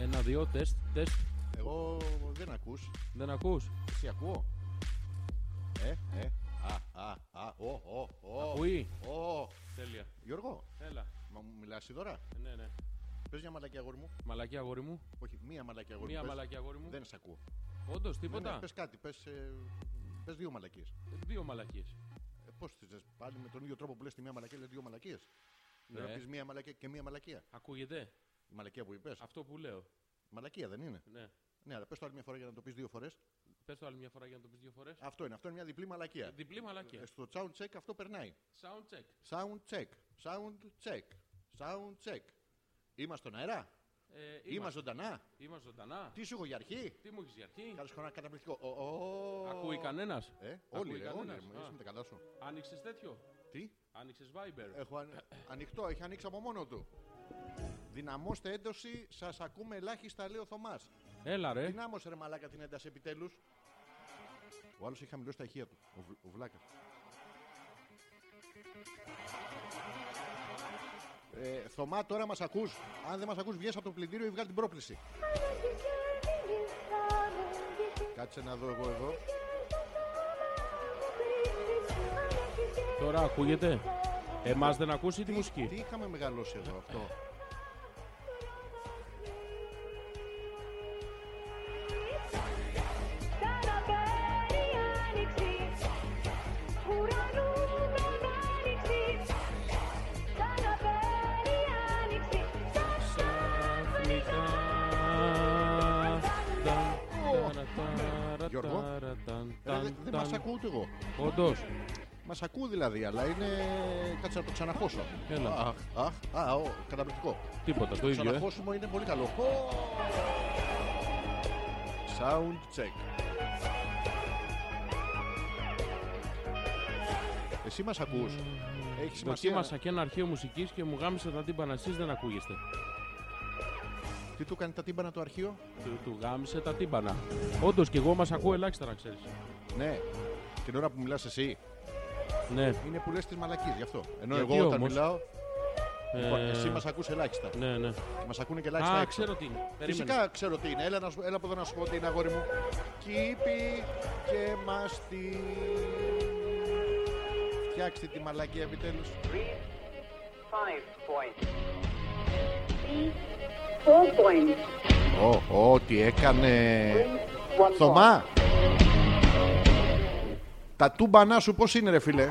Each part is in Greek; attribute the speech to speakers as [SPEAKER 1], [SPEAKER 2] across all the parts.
[SPEAKER 1] Ε,
[SPEAKER 2] δύο, τεστ, τεστ.
[SPEAKER 1] Εγώ δεν ακούς.
[SPEAKER 2] Δεν ακούς.
[SPEAKER 1] Εσύ ακούω. Ε, ε. Α, α, α, ο, ο, ο.
[SPEAKER 2] Ακούει.
[SPEAKER 1] Ο, ο.
[SPEAKER 2] Τέλεια.
[SPEAKER 1] Γιώργο,
[SPEAKER 2] Έλα.
[SPEAKER 1] μα μου μιλάς τώρα.
[SPEAKER 2] Ε, Ναι, ναι.
[SPEAKER 1] Πες μια μαλακή αγόρι μου.
[SPEAKER 2] Μαλακή αγόρι μου.
[SPEAKER 1] Όχι, μία μαλακή αγόρι
[SPEAKER 2] Μία
[SPEAKER 1] μου. πες.
[SPEAKER 2] μαλακή αγόρι μου.
[SPEAKER 1] Δεν σε ακούω.
[SPEAKER 2] Όντως,
[SPEAKER 1] Ναι, ναι,
[SPEAKER 2] τίποτα.
[SPEAKER 1] πες κάτι, πες, ε, πες δύο μαλακίες.
[SPEAKER 2] Δύο μαλακίες.
[SPEAKER 1] Ε, πώς τις λες, πάλι με τον ίδιο τρόπο που λες τη μία μαλακία, λες δύο μαλακίες.
[SPEAKER 2] Ναι.
[SPEAKER 1] Ναι. Να πεις μία μαλακία και μία μαλακία.
[SPEAKER 2] Ακούγεται
[SPEAKER 1] Η μαλακία που είπες.
[SPEAKER 2] αυτό που λέω.
[SPEAKER 1] Μαλακία δεν είναι.
[SPEAKER 2] Ναι.
[SPEAKER 1] Ναι, αλλά πες το άλλη μια φορά για να το πεις δύο φορές.
[SPEAKER 2] Πες το άλλη μια φορά για να το πεις δύο φορές.
[SPEAKER 1] Αυτό είναι, αυτό είναι μια διπλή μαλακία.
[SPEAKER 2] Διπλή
[SPEAKER 1] Ε,
[SPEAKER 2] μαλακία.
[SPEAKER 1] Στο sound check αυτό περνάει.
[SPEAKER 2] Sound check.
[SPEAKER 1] Sound check. Sound check. Sound check. Είμαστε στον αέρα.
[SPEAKER 2] Ε, είμαστε.
[SPEAKER 1] Είμαστε ζωντανά.
[SPEAKER 2] Είμαστε ζωντανά.
[SPEAKER 1] Τι σου έχω για αρχή.
[SPEAKER 2] Τι μου έχεις για αρχή.
[SPEAKER 1] Κάτσε χρόνο καταπληκτικό. Ο, ο, ο.
[SPEAKER 2] Ακούει κανένας.
[SPEAKER 1] Ε,
[SPEAKER 2] Ακούει
[SPEAKER 1] όλοι, ρε, όλοι.
[SPEAKER 2] κανένας.
[SPEAKER 1] ρε,
[SPEAKER 2] Α.
[SPEAKER 1] Είσαι με τα καλά σου.
[SPEAKER 2] Άνοιξες τέτοιο.
[SPEAKER 1] Τι.
[SPEAKER 2] Άνοιξες Viber.
[SPEAKER 1] Έχω αν- ανοιχτό, έχει ανοίξει από μόνο του. Δυναμώστε ένταση, σας ακούμε ελάχιστα, λέει ο Θωμάς.
[SPEAKER 2] Έλα ρε.
[SPEAKER 1] Δυνάμωσε ρε μαλάκα την ένταση επιτέλους. Ο άλλος έχει χαμηλώσει τα ηχεία του. Ο, βλ, ο βλάκας. Ε, Θωμά, τώρα μας ακούς. Αν δεν μας ακούς, βγαίνει από το πλυντήριο ή βγάλει την πρόκληση. Κάτσε να δω εγώ εδώ.
[SPEAKER 2] Τώρα ακούγεται. Εμάς δεν ακούσει τη μουσική.
[SPEAKER 1] Τι είχαμε μεγαλώσει εδώ αυτό.
[SPEAKER 3] Καλοκαίρι άνοιξη, ουρανού δεν άνοιξη. Καλοκαίρι άνοιξη,
[SPEAKER 1] Γιώργο. Ε, δεν δεν μα ακούω ούτε εγώ.
[SPEAKER 2] Όντως.
[SPEAKER 1] Μα ακούω δηλαδή, αλλά είναι. Κάτσε να το ξαναχώσω.
[SPEAKER 2] Έλα.
[SPEAKER 1] Αχ, αχ, α, ο, καταπληκτικό.
[SPEAKER 2] Τίποτα, το ίδιο. ε.
[SPEAKER 1] Ξαναχώσιμο είναι πολύ καλό. Ω! Sound check. Εσύ μας ακούς. Έχει σημασία.
[SPEAKER 2] Δοκίμασα και ένα αρχείο μουσικής και μου γάμισε τα τύμπανα. Εσείς δεν ακούγεστε.
[SPEAKER 1] Τι του κάνει τα τύμπανα το αρχείο.
[SPEAKER 2] Του, του γάμισε τα τύμπανα. Όντως κι εγώ μας ακούω ελάχιστα να ξέρεις.
[SPEAKER 1] Ναι. Την ώρα που μιλάς εσύ
[SPEAKER 2] Ναι,
[SPEAKER 1] είναι που λες τις μαλακίες γι' αυτό. Ενώ
[SPEAKER 2] Γιατί
[SPEAKER 1] εγώ όταν
[SPEAKER 2] όμως?
[SPEAKER 1] μιλάω. Λοιπόν,
[SPEAKER 2] Ε,
[SPEAKER 1] εσύ μας ακούς ελάχιστα.
[SPEAKER 2] ναι, ναι.
[SPEAKER 1] Μας ακούνε και ελάχιστα
[SPEAKER 2] Α,
[SPEAKER 1] έξω.
[SPEAKER 2] ξέρω τι είναι. Περίμενε.
[SPEAKER 1] Φυσικά ξέρω τι είναι. Έλα, να σου- έλα από εδώ να σου πω τι είναι, αγόρι μου. Κύπη και μαστί. Φτιάξτε τη μαλακία επιτέλους.
[SPEAKER 4] Five points.
[SPEAKER 3] Four points,
[SPEAKER 1] Ω, ω, τι έκανε.
[SPEAKER 3] one
[SPEAKER 1] Θωμά. Τα τούμπανά σου πώς είναι ρε φίλε.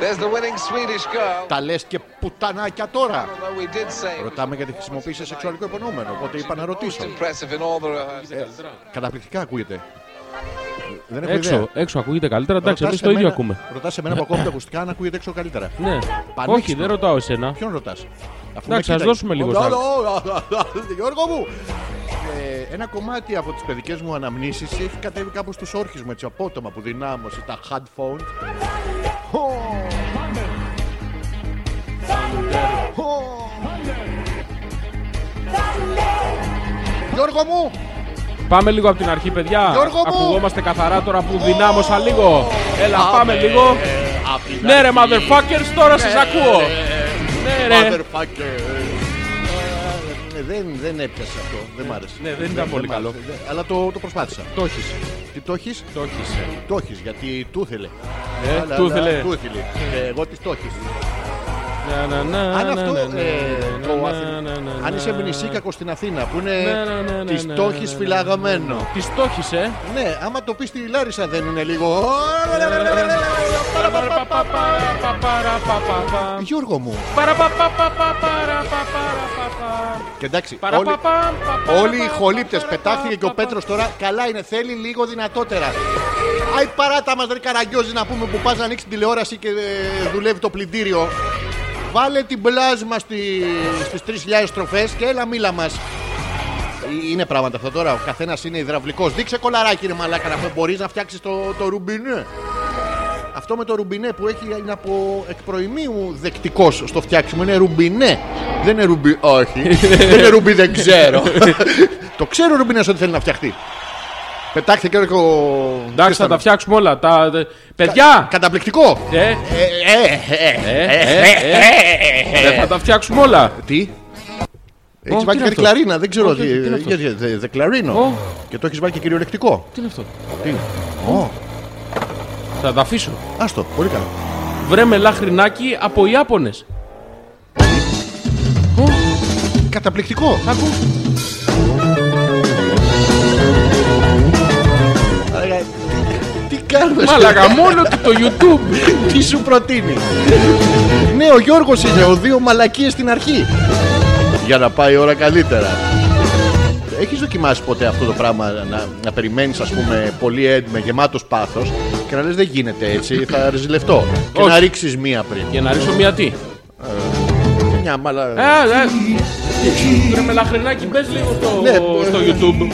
[SPEAKER 5] There's the winning Swedish girl.
[SPEAKER 1] Τα λες και πουτανάκια τώρα.
[SPEAKER 5] Although we did say
[SPEAKER 1] Ρωτάμε γιατί χρησιμοποίησε σεξουαλικό υπονόμενο. Οπότε είπα να ρωτήσω.
[SPEAKER 5] impressive in all the rehearsals.
[SPEAKER 2] Ε,
[SPEAKER 1] Καταπληκτικά ακούγεται. Δεν έχω
[SPEAKER 2] Έξω,
[SPEAKER 1] ιδέα.
[SPEAKER 2] έξω ακούγεται καλύτερα. Εντάξει,
[SPEAKER 1] Ρωτάς
[SPEAKER 2] εμείς το ίδιο
[SPEAKER 1] εμένα-
[SPEAKER 2] ακούμε.
[SPEAKER 1] Ρωτάς εμένα που ακούω τα ακουστικά αν ακούγεται έξω καλύτερα.
[SPEAKER 2] Ναι.
[SPEAKER 1] Πανέξυπνο.
[SPEAKER 2] Όχι, δεν ρωτάω εσένα.
[SPEAKER 1] Ποιον ρωτάς.
[SPEAKER 2] Εντάξει, ας δώσουμε λίγο σαν-
[SPEAKER 1] Γιώργο μου! Ε, ένα κομμάτι από τις παιδικές μου αναμνήσεις έχει κατέβει κάπου στους όρχες μου έτσι απότομα που δυνάμωσε τα headphones. Ω! Ω! Γιώργο μου!
[SPEAKER 2] Πάμε λίγο από την αρχή, παιδιά.
[SPEAKER 1] Γιώργο μου!
[SPEAKER 2] Ακουγόμαστε καθαρά τώρα που δυνάμωσα λίγο. Έλα, πάμε λίγο.
[SPEAKER 1] Ε, Απ' την
[SPEAKER 2] Ναι, ρε,
[SPEAKER 1] αρχή.
[SPEAKER 2] motherfuckers, τώρα σας
[SPEAKER 1] Ναι,
[SPEAKER 2] ακούω. Ναι, ρε.
[SPEAKER 1] Motherfucker. Ε, Δεν, δεν έπιασε αυτό. Δεν μ' άρεσε.
[SPEAKER 2] ναι, δεν ήταν πολύ
[SPEAKER 1] μ' άρεσε.
[SPEAKER 2] καλό.
[SPEAKER 1] Δεν- Αλλά το, το προσπάθησα.
[SPEAKER 2] Το έχεις.
[SPEAKER 1] Τι το έχεις?
[SPEAKER 2] Το έχεις. ε.
[SPEAKER 1] Το έχεις, γιατί του ήθελε.
[SPEAKER 2] Ε,
[SPEAKER 1] Αλλά-
[SPEAKER 2] του ήθελε.
[SPEAKER 1] αλλά Του ήθελε. Ε, Εγώ της το έχεις.
[SPEAKER 2] Να, να, να,
[SPEAKER 1] Αν
[SPEAKER 2] να,
[SPEAKER 1] αυτό.
[SPEAKER 2] να, να,
[SPEAKER 1] ε,
[SPEAKER 2] να,
[SPEAKER 1] το
[SPEAKER 2] να,
[SPEAKER 1] Αθη-
[SPEAKER 2] να, να,
[SPEAKER 1] Αν
[SPEAKER 2] να,
[SPEAKER 1] είσαι
[SPEAKER 2] να,
[SPEAKER 1] μνησίκακος στην Αθήνα που είναι.
[SPEAKER 2] Ναι, ναι, ναι, ναι,
[SPEAKER 1] Τη
[SPEAKER 2] ναι,
[SPEAKER 1] το
[SPEAKER 2] ναι, ναι,
[SPEAKER 1] έχεις
[SPEAKER 2] ναι.
[SPEAKER 1] φυλαγμένο.
[SPEAKER 2] Τη το έχεις, ε.
[SPEAKER 1] Ναι, άμα το πεις στη Λάρισα δεν είναι λίγο.
[SPEAKER 2] Ναι, Παραπαπαπαπαπαπαπαπα.
[SPEAKER 1] Γιώργο μου.
[SPEAKER 2] Παραπαπαπαπαπαπαπαπα.
[SPEAKER 1] Και εντάξει, όλοι,
[SPEAKER 2] Παραπαπα, παπα,
[SPEAKER 1] όλοι οι
[SPEAKER 2] παπα,
[SPEAKER 1] χολύπτες
[SPEAKER 2] παπα,
[SPEAKER 1] πετάχθηκε και ο
[SPEAKER 2] παπα.
[SPEAKER 1] Πέτρος τώρα. Καλά είναι, θέλει λίγο δυνατότερα. Αϊ παράτα μας ρε Καραγκιόζη να πούμε που πας να ανοίξει την τηλεόραση και ε, δουλεύει το πλυντήριο. Βάλε την πλάσμα στη, στις 3.000 στροφές και έλα μίλα μας. Ε, Είναι πράγματα αυτά τώρα, ο καθένας είναι υδραυλικός. Δείξε κολαράκι ρε μαλάκα να πούμε, μπορείς να φτιάξεις το, το ρουμπινέ. Αυτό με το ρουμπινέ που έχει είναι από εκ προημίου δεκτικός στο φτιάξιμο. Είναι ρουμπινέ. Δεν είναι ρουμπι. Όχι. δεν είναι ρουμπι, δεν ξέρω. το ξέρω ο ρουμπινές ότι θέλει να φτιαχτεί. Πετάχθηκε και ο.
[SPEAKER 2] Εντάξει, θα τα φτιάξουμε όλα. Τα... δε- Παιδιά!
[SPEAKER 1] Καταπληκτικό.
[SPEAKER 2] Ε,
[SPEAKER 1] Ε, ε, ε, ε,
[SPEAKER 2] ε, ε, ε, ε, ε, Θα τα φτιάξουμε όλα.
[SPEAKER 1] Τι. Έχει
[SPEAKER 2] Ω,
[SPEAKER 1] βάλει
[SPEAKER 2] τι
[SPEAKER 1] και
[SPEAKER 2] είναι
[SPEAKER 1] κλαρίνα, δεν ξέρω.
[SPEAKER 2] Ω, τι- τι είναι αυτό?
[SPEAKER 1] Δε κλαρίνο.
[SPEAKER 2] Ω.
[SPEAKER 1] Και το έχει βάλει και κυριολεκτικό.
[SPEAKER 2] Τι είναι αυτό.
[SPEAKER 1] Τι. Ω,
[SPEAKER 2] Θα τα αφήσω.
[SPEAKER 1] Άστο, πολύ καλά.
[SPEAKER 2] Βρε με λαχρινάκι από Ιάπωνες.
[SPEAKER 1] Καταπληκτικό.
[SPEAKER 2] Άκου.
[SPEAKER 1] Άρα, Τι κάνουμε
[SPEAKER 2] Μάλακα, μόνο του το YouTube.
[SPEAKER 1] Τι σου προτείνει. ναι, ο Γιώργος είναι, ο δύο μαλακίες στην αρχή. Για να πάει η ώρα καλύτερα. Έχεις δοκιμάσει ποτέ αυτό το πράγμα να, να περιμένεις ας πούμε πολύ έντονα, γεμάτος πάθος και να λες δεν γίνεται έτσι, θα ρεζιλευτώ. και
[SPEAKER 2] Όχι.
[SPEAKER 1] να ρίξεις μία πριν.
[SPEAKER 2] Για να ρίξω μια τι.
[SPEAKER 1] Μια μαλα...
[SPEAKER 2] Ε, ε. Βρε με λαχρινάκι, μπες λίγο στο,
[SPEAKER 1] Ναι,
[SPEAKER 2] στο
[SPEAKER 1] ε,
[SPEAKER 2] YouTube.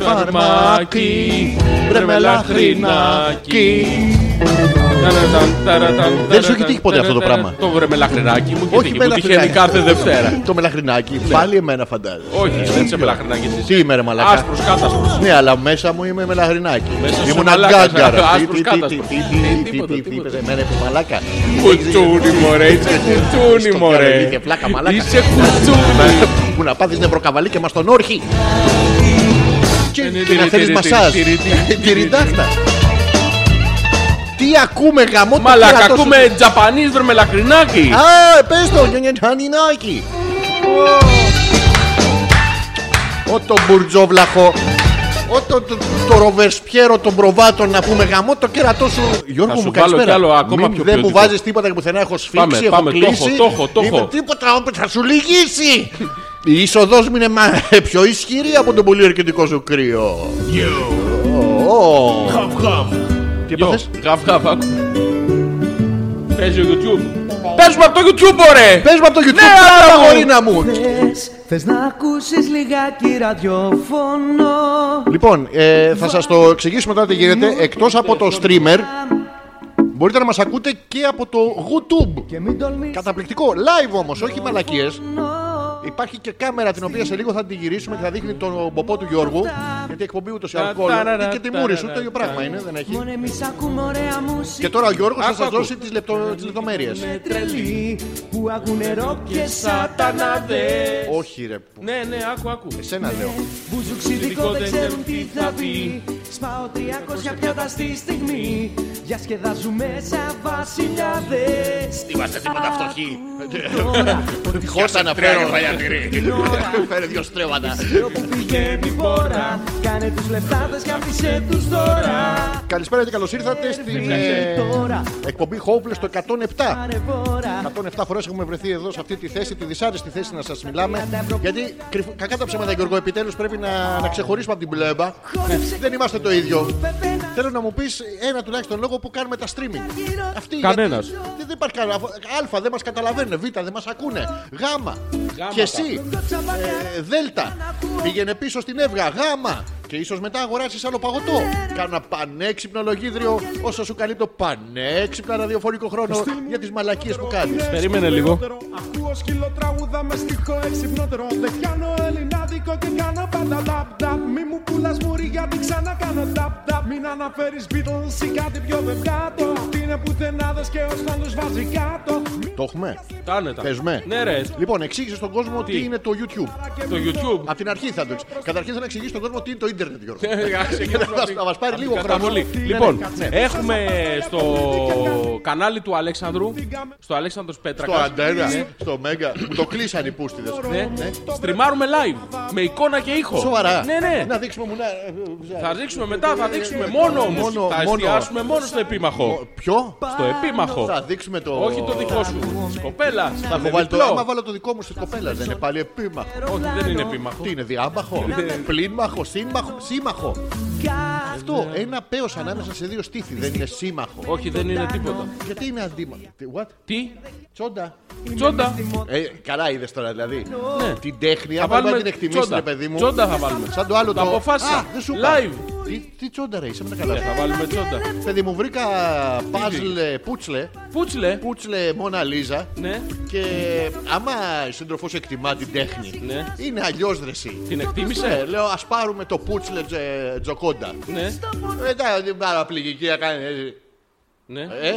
[SPEAKER 2] Φαρμάκι, βρε με λαχρινάκι. Ταραταν, ταραταν,
[SPEAKER 1] Δεν σου έχει
[SPEAKER 2] ταραταν,
[SPEAKER 1] τύχει ποτέ αυτό το
[SPEAKER 2] ταραταν.
[SPEAKER 1] πράγμα.
[SPEAKER 2] Το βρε με λαχρινάκι μου και
[SPEAKER 1] Όχι
[SPEAKER 2] τύχει.
[SPEAKER 1] με
[SPEAKER 2] Μου τυχαίνει
[SPEAKER 1] λαχρινάκι.
[SPEAKER 2] κάθε Δευτέρα.
[SPEAKER 1] το μελαχρινάκι, πάλι εμένα φαντάζεσαι.
[SPEAKER 2] Όχι, δεν είσαι με λαχρινάκι της.
[SPEAKER 1] Τι είμαι ρε μαλακά.
[SPEAKER 2] Άσπρος κάτασπρος.
[SPEAKER 1] Ναι, αλλά μέσα μου είμαι μελαχρινάκι.
[SPEAKER 2] Μέσα σου
[SPEAKER 1] Ήμουν
[SPEAKER 2] μαλάκας,
[SPEAKER 1] αγκάγκαρα.
[SPEAKER 2] άσπρος
[SPEAKER 1] Τι, τι, τι,
[SPEAKER 2] κάτας.
[SPEAKER 1] τι, τι,
[SPEAKER 2] Ε,
[SPEAKER 1] τι,
[SPEAKER 2] τίποτα,
[SPEAKER 1] τι, τι,
[SPEAKER 2] τίποτα.
[SPEAKER 1] τι, Εμένα είμαι μαλάκα.
[SPEAKER 2] Κουτσούνι μωρέ, είσαι κουτσούνι
[SPEAKER 1] Στον
[SPEAKER 2] μωρέ.
[SPEAKER 1] Καρολίδη, πλάκα, μαλάκα.
[SPEAKER 2] Είσαι κουτσούνι.
[SPEAKER 1] Που να πάθεις νευροκαβαλή και μας τον όρχη. Και, και να θέλεις
[SPEAKER 2] τυρι,
[SPEAKER 1] μασάζ.
[SPEAKER 2] τυρι, τυρι,
[SPEAKER 1] Τη ριντάχτα. Τι ακούμε γαμό το
[SPEAKER 2] Μαλάκα,
[SPEAKER 1] κέρατό σου.
[SPEAKER 2] ακούμε Τζαπανίς βρε με λαχρινάκι.
[SPEAKER 1] Α, πες το, Γιονιανινάκι. Ω το μπουρτζόβλαχο. Ω το, το, το ροβεσπιέρο των προβάτων να πούμε γαμό το κέρατό σου. Γιώργο
[SPEAKER 2] σου
[SPEAKER 1] μου
[SPEAKER 2] βάλω κι
[SPEAKER 1] καλησπέρα.
[SPEAKER 2] άλλο ακόμα
[SPEAKER 1] Μην-
[SPEAKER 2] πιο
[SPEAKER 1] δεν μου
[SPEAKER 2] ποιοτικό.
[SPEAKER 1] βάζεις τίποτα και πουθενά έχω σφίξει,
[SPEAKER 2] Πάμε,
[SPEAKER 1] έχω
[SPEAKER 2] πάμε, το έχω,
[SPEAKER 1] κλείσει.
[SPEAKER 2] το έχω, το
[SPEAKER 1] Είμαι
[SPEAKER 2] έχω.
[SPEAKER 1] τίποτα όμως θα σου λυγίσει. Η είσοδός μου είναι μα- πιο ισχυρή από τον πολύ ερκεντικό σου κρύο. Ω, ω. Τι
[SPEAKER 2] Γιο,
[SPEAKER 1] έπαθες?
[SPEAKER 2] Γαβ, γαβ, άκου. Παίζει ο YouTube. Παίζουμε από το YouTube, ωραία!
[SPEAKER 1] Πες μου από το YouTube,
[SPEAKER 2] Ναι,
[SPEAKER 1] ναι,
[SPEAKER 2] αλλά μου.
[SPEAKER 1] αγορίνα μου.
[SPEAKER 6] Θες, θες να ακούσεις λιγάκι ραδιόφωνο
[SPEAKER 1] Λοιπόν, ε, θα σας το εξηγήσουμε τώρα τι γίνεται. Εκτός από το streamer, μπορείτε να μας ακούτε και από το YouTube.
[SPEAKER 6] και μην τολμήσεις
[SPEAKER 1] Καταπληκτικό, live όμως, όχι μαλακίες.
[SPEAKER 6] νο.
[SPEAKER 1] Υπάρχει και κάμερα την οποία σε λίγο θα την γυρίσουμε και θα δείχνει τον ποπό του Γιώργου. Γιατί η εκπομπή ούτως ή άλλως κόλλα. Είναι και τη μούρη σου, το ίδιο πράγμα είναι, δεν έχει.
[SPEAKER 6] Μόνο εμείς ακούμε ωραία μουσική
[SPEAKER 1] Και τώρα ο Γιώργος θα
[SPEAKER 2] Άκου,
[SPEAKER 1] σας
[SPEAKER 2] άκου.
[SPEAKER 1] δώσει τις, λεπτο, τις λεπτομέρειες.
[SPEAKER 6] με τρελή που ακούνε ροκ και σατανάδες
[SPEAKER 2] σατανάδες.
[SPEAKER 1] Όχι ρε, που-
[SPEAKER 2] Ναι, ναι, άκου, άκου.
[SPEAKER 1] εσένα λέω.
[SPEAKER 6] Μπουζουξιδικό δεν ξέρουν τι θα πει Σπάω 300 πιάτα στη στιγμή Διασκεδάζουμε σαν βασιλιάδες
[SPEAKER 1] Είμαστε τίποτα φτωχοί.
[SPEAKER 6] Ακούω τώρα
[SPEAKER 1] Τυχώς αναφέρω. Φέρε δυο στρέβατα.
[SPEAKER 6] όπου πηγαίνει η πόρα Κάνε τους λεφτάδες και αφήσε τους τώρα
[SPEAKER 1] Καλησπέρα και καλώς ήρθατε στην ε,
[SPEAKER 6] Τώρα,
[SPEAKER 1] εκπομπή Hopeless το 107.
[SPEAKER 6] πάρε βόρα.
[SPEAKER 1] 107 φορές έχουμε βρεθεί εδώ σε αυτή τη θέση, τη δυσάρεστη θέση να σας μιλάμε. Γιατί κρυφ- κακά τα ψέματα, Γιώργο, επιτέλους πρέπει να, να ξεχωρίσουμε από την πλέμπα. Δεν είμαστε το ίδιο.
[SPEAKER 6] Πεπένα
[SPEAKER 1] Θέλω να μου πεις ένα τουλάχιστον λόγο που κάνουμε τα streaming.
[SPEAKER 6] γύρω
[SPEAKER 1] Αυτή
[SPEAKER 2] Κανένας.
[SPEAKER 1] γιατί Δεν, δεν υπάρχει κανένα. Α δεν μας καταλαβαίνουν. Β δεν μας ακούνε. Γ. Και εσύ. ε, Δέλτα. Πήγαινε πίσω στην Εύγα. Γ. Και ίσως μετά αγοράσεις άλλο παγωτό. Κάνα πανέξυπνο λογίδριο όσο σου καλύπτω πανέξυπνα ραδιοφωνικό χρόνο για τις μαλακίες που κάνεις.
[SPEAKER 2] Περίμενε λίγο.
[SPEAKER 7] Ακούω σκύλο τραγούδα με στίχο εξυπνότερο. Δεν κάνω ελληνάδικο και κάνω πάντα ταπ ταπ. Μη μου πουλάς μουρή γιατί ξανακάνω ταπ ταπ. Μην αναφέρεις Beatles ή κάτι πιο βεβκάτο. Αυτή είναι πουθενάδε και ως να του βάζει κάτω. Μη
[SPEAKER 1] Το έχουμε.
[SPEAKER 2] Τάνετα.
[SPEAKER 1] Παίζουμε.
[SPEAKER 2] Ναι, ρε.
[SPEAKER 1] Λοιπόν, εξήγησες στον κόσμο τι,
[SPEAKER 2] Τι?
[SPEAKER 1] είναι το YouTube.
[SPEAKER 2] Το YouTube.
[SPEAKER 1] Απ' την αρχή θα το εξηγήσει. Καταρχήν θα εξηγήσεις στον κόσμο τι είναι το Ιντερνετ, Γιώργο. Θα
[SPEAKER 2] Θα
[SPEAKER 1] μα πάρει λίγο χρόνο.
[SPEAKER 2] Ε,
[SPEAKER 1] Ναι,
[SPEAKER 2] Καταβολή. Λοιπόν, έχουμε στο κανάλι του Αλέξανδρου, στο Αλέξανδρος
[SPEAKER 1] Στο
[SPEAKER 2] Πέτρακας,
[SPEAKER 1] Αντένα, στο Μέγκα. Μου το κλείσαν οι πούστιδες.
[SPEAKER 2] ναι, στριμάρουμε live, με εικόνα και ήχο.
[SPEAKER 1] Σοβαρά.
[SPEAKER 2] Ναι, ναι.
[SPEAKER 1] Να δείξουμε μου ε, να.
[SPEAKER 2] Θα ρίξουμε μετά, θα δείξουμε μόνο όμως.
[SPEAKER 1] Μόνο,
[SPEAKER 2] Θα
[SPEAKER 1] μόνο.
[SPEAKER 2] εστιάσουμε μόνο στο επίμαχο.
[SPEAKER 1] ε, Ποιο?
[SPEAKER 2] Στο επίμαχο.
[SPEAKER 1] Θα δείξουμε το.
[SPEAKER 2] Όχι το δικό σου. Τη κοπέλα.
[SPEAKER 1] Θα έχω βάλει το. Άμα βάλω το δικό μου στι κοπέλα, δεν είναι πάλι επίμαχο.
[SPEAKER 2] Όχι, δεν είναι επίμαχο.
[SPEAKER 1] Τι είναι, διάμαχο,
[SPEAKER 2] Ναι.
[SPEAKER 1] πλήμαχο, σύμμαχο, σύμμαχο. Αυτό, ένα πέος ανάμεσα σε δύο στήθη, δεν είναι σύμμαχο.
[SPEAKER 2] Όχι, δεν είναι τίποτα.
[SPEAKER 1] Γιατί είναι αντίμαχο. Τι, What?
[SPEAKER 2] Τι,
[SPEAKER 1] Τσόντα.
[SPEAKER 2] τσόντα.
[SPEAKER 1] Ε, καλά είδες τώρα δηλαδή.
[SPEAKER 2] Ναι.
[SPEAKER 1] Την τέχνη,
[SPEAKER 2] Θα
[SPEAKER 1] άμα δεν
[SPEAKER 2] βάλουμε
[SPEAKER 1] την εκτιμήσεις, ρε
[SPEAKER 2] τσόντα.
[SPEAKER 1] παιδί μου.
[SPEAKER 2] Τσόντα θα βάλουμε.
[SPEAKER 1] Σαν το άλλο το.
[SPEAKER 2] Το αποφάσισα.
[SPEAKER 1] Α, δεν σου είπα.
[SPEAKER 2] Live.
[SPEAKER 1] Τι, τι τσόντα ρε, είσαι με τα
[SPEAKER 2] Ναι,
[SPEAKER 1] καλά.
[SPEAKER 2] θα βάλουμε τσόντα.
[SPEAKER 1] Παιδί μου, βρήκα παζλ πούτσλε.
[SPEAKER 2] Πούτσλε.
[SPEAKER 1] Πούτσλε Μόνα Λίζα.
[SPEAKER 2] Ναι,
[SPEAKER 1] Και άμα η σύντροφος εκτιμά την τέχνη,
[SPEAKER 2] Ναι.
[SPEAKER 1] είναι αλλιώς δρεσί.
[SPEAKER 2] την
[SPEAKER 1] Ναι,
[SPEAKER 2] εκτίμησε.
[SPEAKER 1] λέω ας πάρουμε το πούτσλε τζε- τζοκόντα. Ε,
[SPEAKER 2] Ναι.
[SPEAKER 1] Μετά την παραπληγική να κάνει. έτσι.
[SPEAKER 2] Ναι.
[SPEAKER 1] Ε, ε,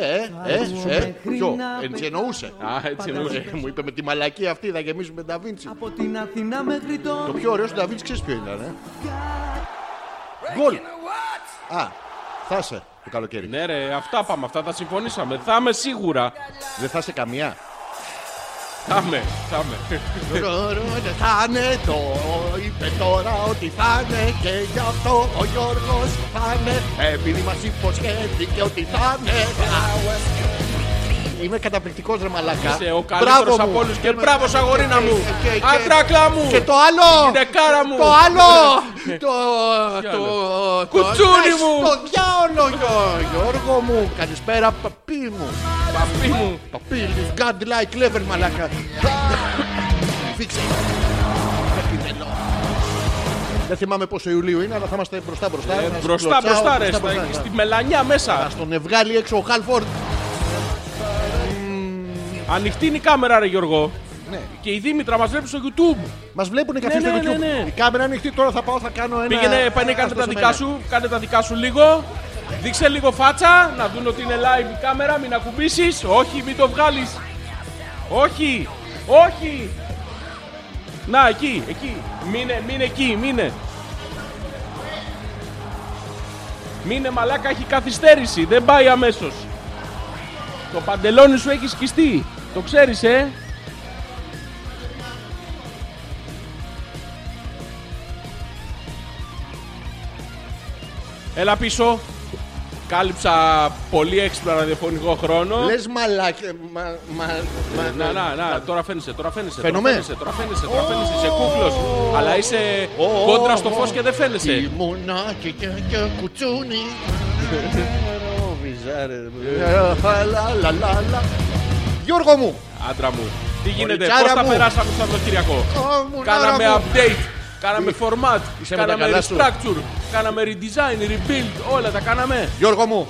[SPEAKER 1] ε, ε, ποιο, έτσι εννοούσε.
[SPEAKER 2] Α, έτσι εννοούσε.
[SPEAKER 1] Ε, Μου είπε με τη μαλακία αυτή θα γεμίσουμε τα Βίντσι.
[SPEAKER 6] Από την Αθηνά μέχρι το...
[SPEAKER 1] Το πιο ωραίο στον Νταβίτ ξέρεις ποιο ήταν. Ε? Γκολ. Α, θα είσαι το καλοκαίρι.
[SPEAKER 2] Ναι, ρε, αυτά πάμε, αυτά τα συμφωνήσαμε. Θα είμαι σίγουρα.
[SPEAKER 1] Δεν θα είσαι καμία.
[SPEAKER 2] Θα είμαι, θα είμαι.
[SPEAKER 1] Ρορορορε, ναι, θα είναι το είπε τώρα ότι θα είναι και γι' αυτό ο Γιώργος θα είναι επειδή μας υποσχέθηκε ότι θα είναι. Είμαι καταπληκτικός ρε μαλακά.
[SPEAKER 2] Είσαι ο καλύτερος
[SPEAKER 1] Μπράβο
[SPEAKER 2] από
[SPEAKER 1] μου. Ε,
[SPEAKER 2] όλους και μπράβο αγορίνα μου.
[SPEAKER 1] Και- και-
[SPEAKER 2] Αντράκλα μου.
[SPEAKER 1] Και το άλλο!
[SPEAKER 2] Γυναικάρα μου.
[SPEAKER 1] Το άλλο! Το.
[SPEAKER 2] Ποιο
[SPEAKER 1] το- το-
[SPEAKER 2] Κουτσούνι μου.
[SPEAKER 1] Στο διάολο, Γιώ- Γιώργο μου! Καλησπέρα, παπί μου!
[SPEAKER 2] Παπί μου.
[SPEAKER 1] Παπί, you've got like clever, μαλάκα! Φίξε! Επιτελώ. Δεν θυμάμαι πόσο Ιουλίου είναι, αλλά θα είμαστε μπροστά μπροστά.
[SPEAKER 2] Ε,
[SPEAKER 1] Να σε
[SPEAKER 2] Μπροστά,
[SPEAKER 1] κλωτσάω,
[SPEAKER 2] μπροστά, ρε. στα-
[SPEAKER 1] μπροστά.
[SPEAKER 2] Στη μελανιά
[SPEAKER 1] Να
[SPEAKER 2] μέσα.
[SPEAKER 1] στον βγάλει έξω ο Χάλφορντ.
[SPEAKER 2] Ανοιχτή είναι η κάμερα, ρε Γιώργο.
[SPEAKER 1] Ναι.
[SPEAKER 2] Και η Δήμητρα μας βλέπει στο YouTube.
[SPEAKER 1] Μας βλέπουν και αυτοί
[SPEAKER 2] Ναι,
[SPEAKER 1] στο
[SPEAKER 2] ναι, ναι,
[SPEAKER 1] YouTube.
[SPEAKER 2] ναι.
[SPEAKER 1] Η κάμερα ανοιχτή, τώρα θα πάω, θα κάνω ένα.
[SPEAKER 2] Πήγαινε, πάνε, κάνε
[SPEAKER 1] αυτό
[SPEAKER 2] τα
[SPEAKER 1] σε
[SPEAKER 2] δικά
[SPEAKER 1] ναι, μένα.
[SPEAKER 2] σου, κάνε τα δικά σου λίγο. Δείξε λίγο φάτσα, να δουν ότι είναι live η κάμερα, μην ακουμπήσεις. Όχι, μην το βγάλεις. Όχι, όχι. Να, εκεί, εκεί. Μείνε, μείνε εκεί, μείνε. Μείνε μαλάκα, έχει καθυστέρηση, δεν πάει αμέσως. Το παντελόνι σου έχει σκιστεί, το ξέρεις, ε. Έλα πίσω. Κάλυψα πολύ έξυπνα ραδιοφωνικό χρόνο.
[SPEAKER 1] Λες ναι. μαλάκα. μα- μα- μα-
[SPEAKER 2] Να, να, να, τώρα φαίνεσαι, τώρα φαίνεσαι.
[SPEAKER 1] Φαίνομαι?
[SPEAKER 2] Τώρα φαίνεσαι, τώρα φαίνεσαι, τώρα φαίνεσαι. Είσαι κούκλο. Αλλά είσαι κόντρα στο φως και δεν φαίνεσαι.
[SPEAKER 1] Ήμουνα και, και, και κουτσούνι. Γιώργο μου,
[SPEAKER 2] Άντρα μου, τι γίνεται,
[SPEAKER 1] Κοριτσάρα
[SPEAKER 2] πώ τα
[SPEAKER 1] μου.
[SPEAKER 2] περάσαμε στο Σαββατοκύριακο.
[SPEAKER 1] Κομμουνάρα
[SPEAKER 2] Κάναμε
[SPEAKER 1] μου.
[SPEAKER 2] update, κάναμε format,
[SPEAKER 1] Είσαι με τα
[SPEAKER 2] κάναμε
[SPEAKER 1] καλά σου.
[SPEAKER 2] restructure, κάναμε redesign, rebuild, όλα τα κάναμε.
[SPEAKER 1] Γιώργο μου,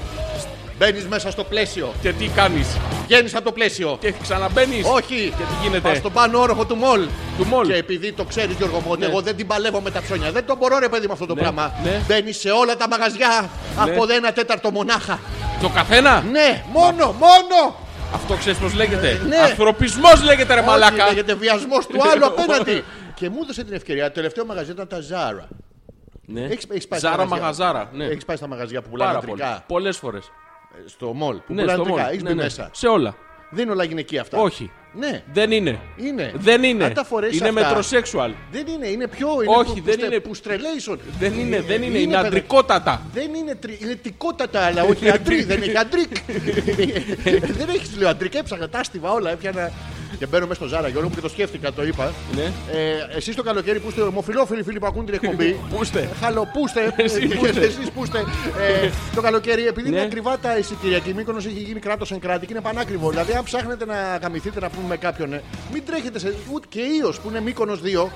[SPEAKER 1] μπαίνεις μέσα στο πλαίσιο.
[SPEAKER 2] Και τι κάνεις,
[SPEAKER 1] Βγαίνεις από το πλαίσιο.
[SPEAKER 2] και ξαναμπαίνεις.
[SPEAKER 1] Όχι,
[SPEAKER 2] Και τι γίνεται?
[SPEAKER 1] Πας στον πάνω όροφο του μολ.
[SPEAKER 2] Του μολ.
[SPEAKER 1] Και επειδή το ξέρεις Γιώργο μου, ότι εγώ δεν την παλεύω με τα ψώνια. Δεν το μπορώ ρε παιδί με αυτό το πράγμα.
[SPEAKER 2] ναι.
[SPEAKER 1] Μπαίνεις σε όλα τα μαγαζιά από ένα τέταρτο μονάχα.
[SPEAKER 2] Το καθένα,
[SPEAKER 1] Ναι, μόνο, μόνο.
[SPEAKER 2] αυτό ξέρεις πώς λέγεται.
[SPEAKER 1] Ναι.
[SPEAKER 2] Ανθρωπισμός λέγεται ρε Ε, μαλάκα.
[SPEAKER 1] Όχι, Λέγεται βιασμός του άλλου απέναντι. και μου έδωσε την ευκαιρία. Το τελευταίο μαγαζί ήταν τα Ζάρα.
[SPEAKER 2] Ναι.
[SPEAKER 1] Έχεις- έχεις πάει στα
[SPEAKER 2] Ζάρα
[SPEAKER 1] μαγαζιά.
[SPEAKER 2] μαγαζάρα. Ναι.
[SPEAKER 1] Έχεις πάει στα μαγαζιά που πουλάνε
[SPEAKER 2] Πάρα πολύ.
[SPEAKER 1] αντρικά.
[SPEAKER 2] Πολλές φορές.
[SPEAKER 1] ε, Στο μολ. Που
[SPEAKER 2] Ναι,
[SPEAKER 1] πουλάνε
[SPEAKER 2] στο
[SPEAKER 1] αντρικά.
[SPEAKER 2] mall.
[SPEAKER 1] Έχεις
[SPEAKER 2] Ναι,
[SPEAKER 1] μπει
[SPEAKER 2] ναι.
[SPEAKER 1] μέσα.
[SPEAKER 2] Σε όλα.
[SPEAKER 1] Δεν είναι όλα γυναικεία αυτά.
[SPEAKER 2] Όχι.
[SPEAKER 1] Ναι.
[SPEAKER 2] Δεν είναι.
[SPEAKER 1] Είναι.
[SPEAKER 2] Δεν είναι.
[SPEAKER 1] Αν τα φορέσεις
[SPEAKER 2] είναι
[SPEAKER 1] αυτά-
[SPEAKER 2] μετροσέξουαλ.
[SPEAKER 1] Δεν είναι, είναι πιο. Είναι
[SPEAKER 2] Όχι,
[SPEAKER 1] που-
[SPEAKER 2] δεν
[SPEAKER 1] που-
[SPEAKER 2] είναι.
[SPEAKER 1] Που στρελέισον.
[SPEAKER 2] Δεν είναι, δεν είναι. Είναι,
[SPEAKER 1] παιδε-
[SPEAKER 2] αντρικότατα.
[SPEAKER 1] Δεν είναι, τρι... είναι τικότατα, αλλά όχι αντρί. δεν έχει αντρίκ. δεν έχεις, λέω αντρίκ. Έψαχνα τα άστιβα όλα. Έπιανα. Και μπαίνω μέσα στο Ζάρα, Γιώργο μου και το σκέφτηκα, το είπα.
[SPEAKER 2] Ναι.
[SPEAKER 1] Ε, Εσείς το καλοκαίρι που είστε ομοφυλόφιλοι φίλοι που ακούν την εκπομπή.
[SPEAKER 2] Πούστε.
[SPEAKER 1] Χαλοπούστε.
[SPEAKER 2] Εσύ πούστε.
[SPEAKER 1] Εσείς πούστε. Ε, το καλοκαίρι, επειδή είναι
[SPEAKER 2] Ναι.
[SPEAKER 1] ακριβά τα εισιτήρια και η Μύκονο έχει γίνει κράτος εν κράτη και είναι πανάκριβο. Δηλαδή, αν ψάχνετε να γαμηθείτε να πούμε με κάποιον, ε, μην τρέχετε σε. Ούτε και ίος που είναι Μύκονο 2.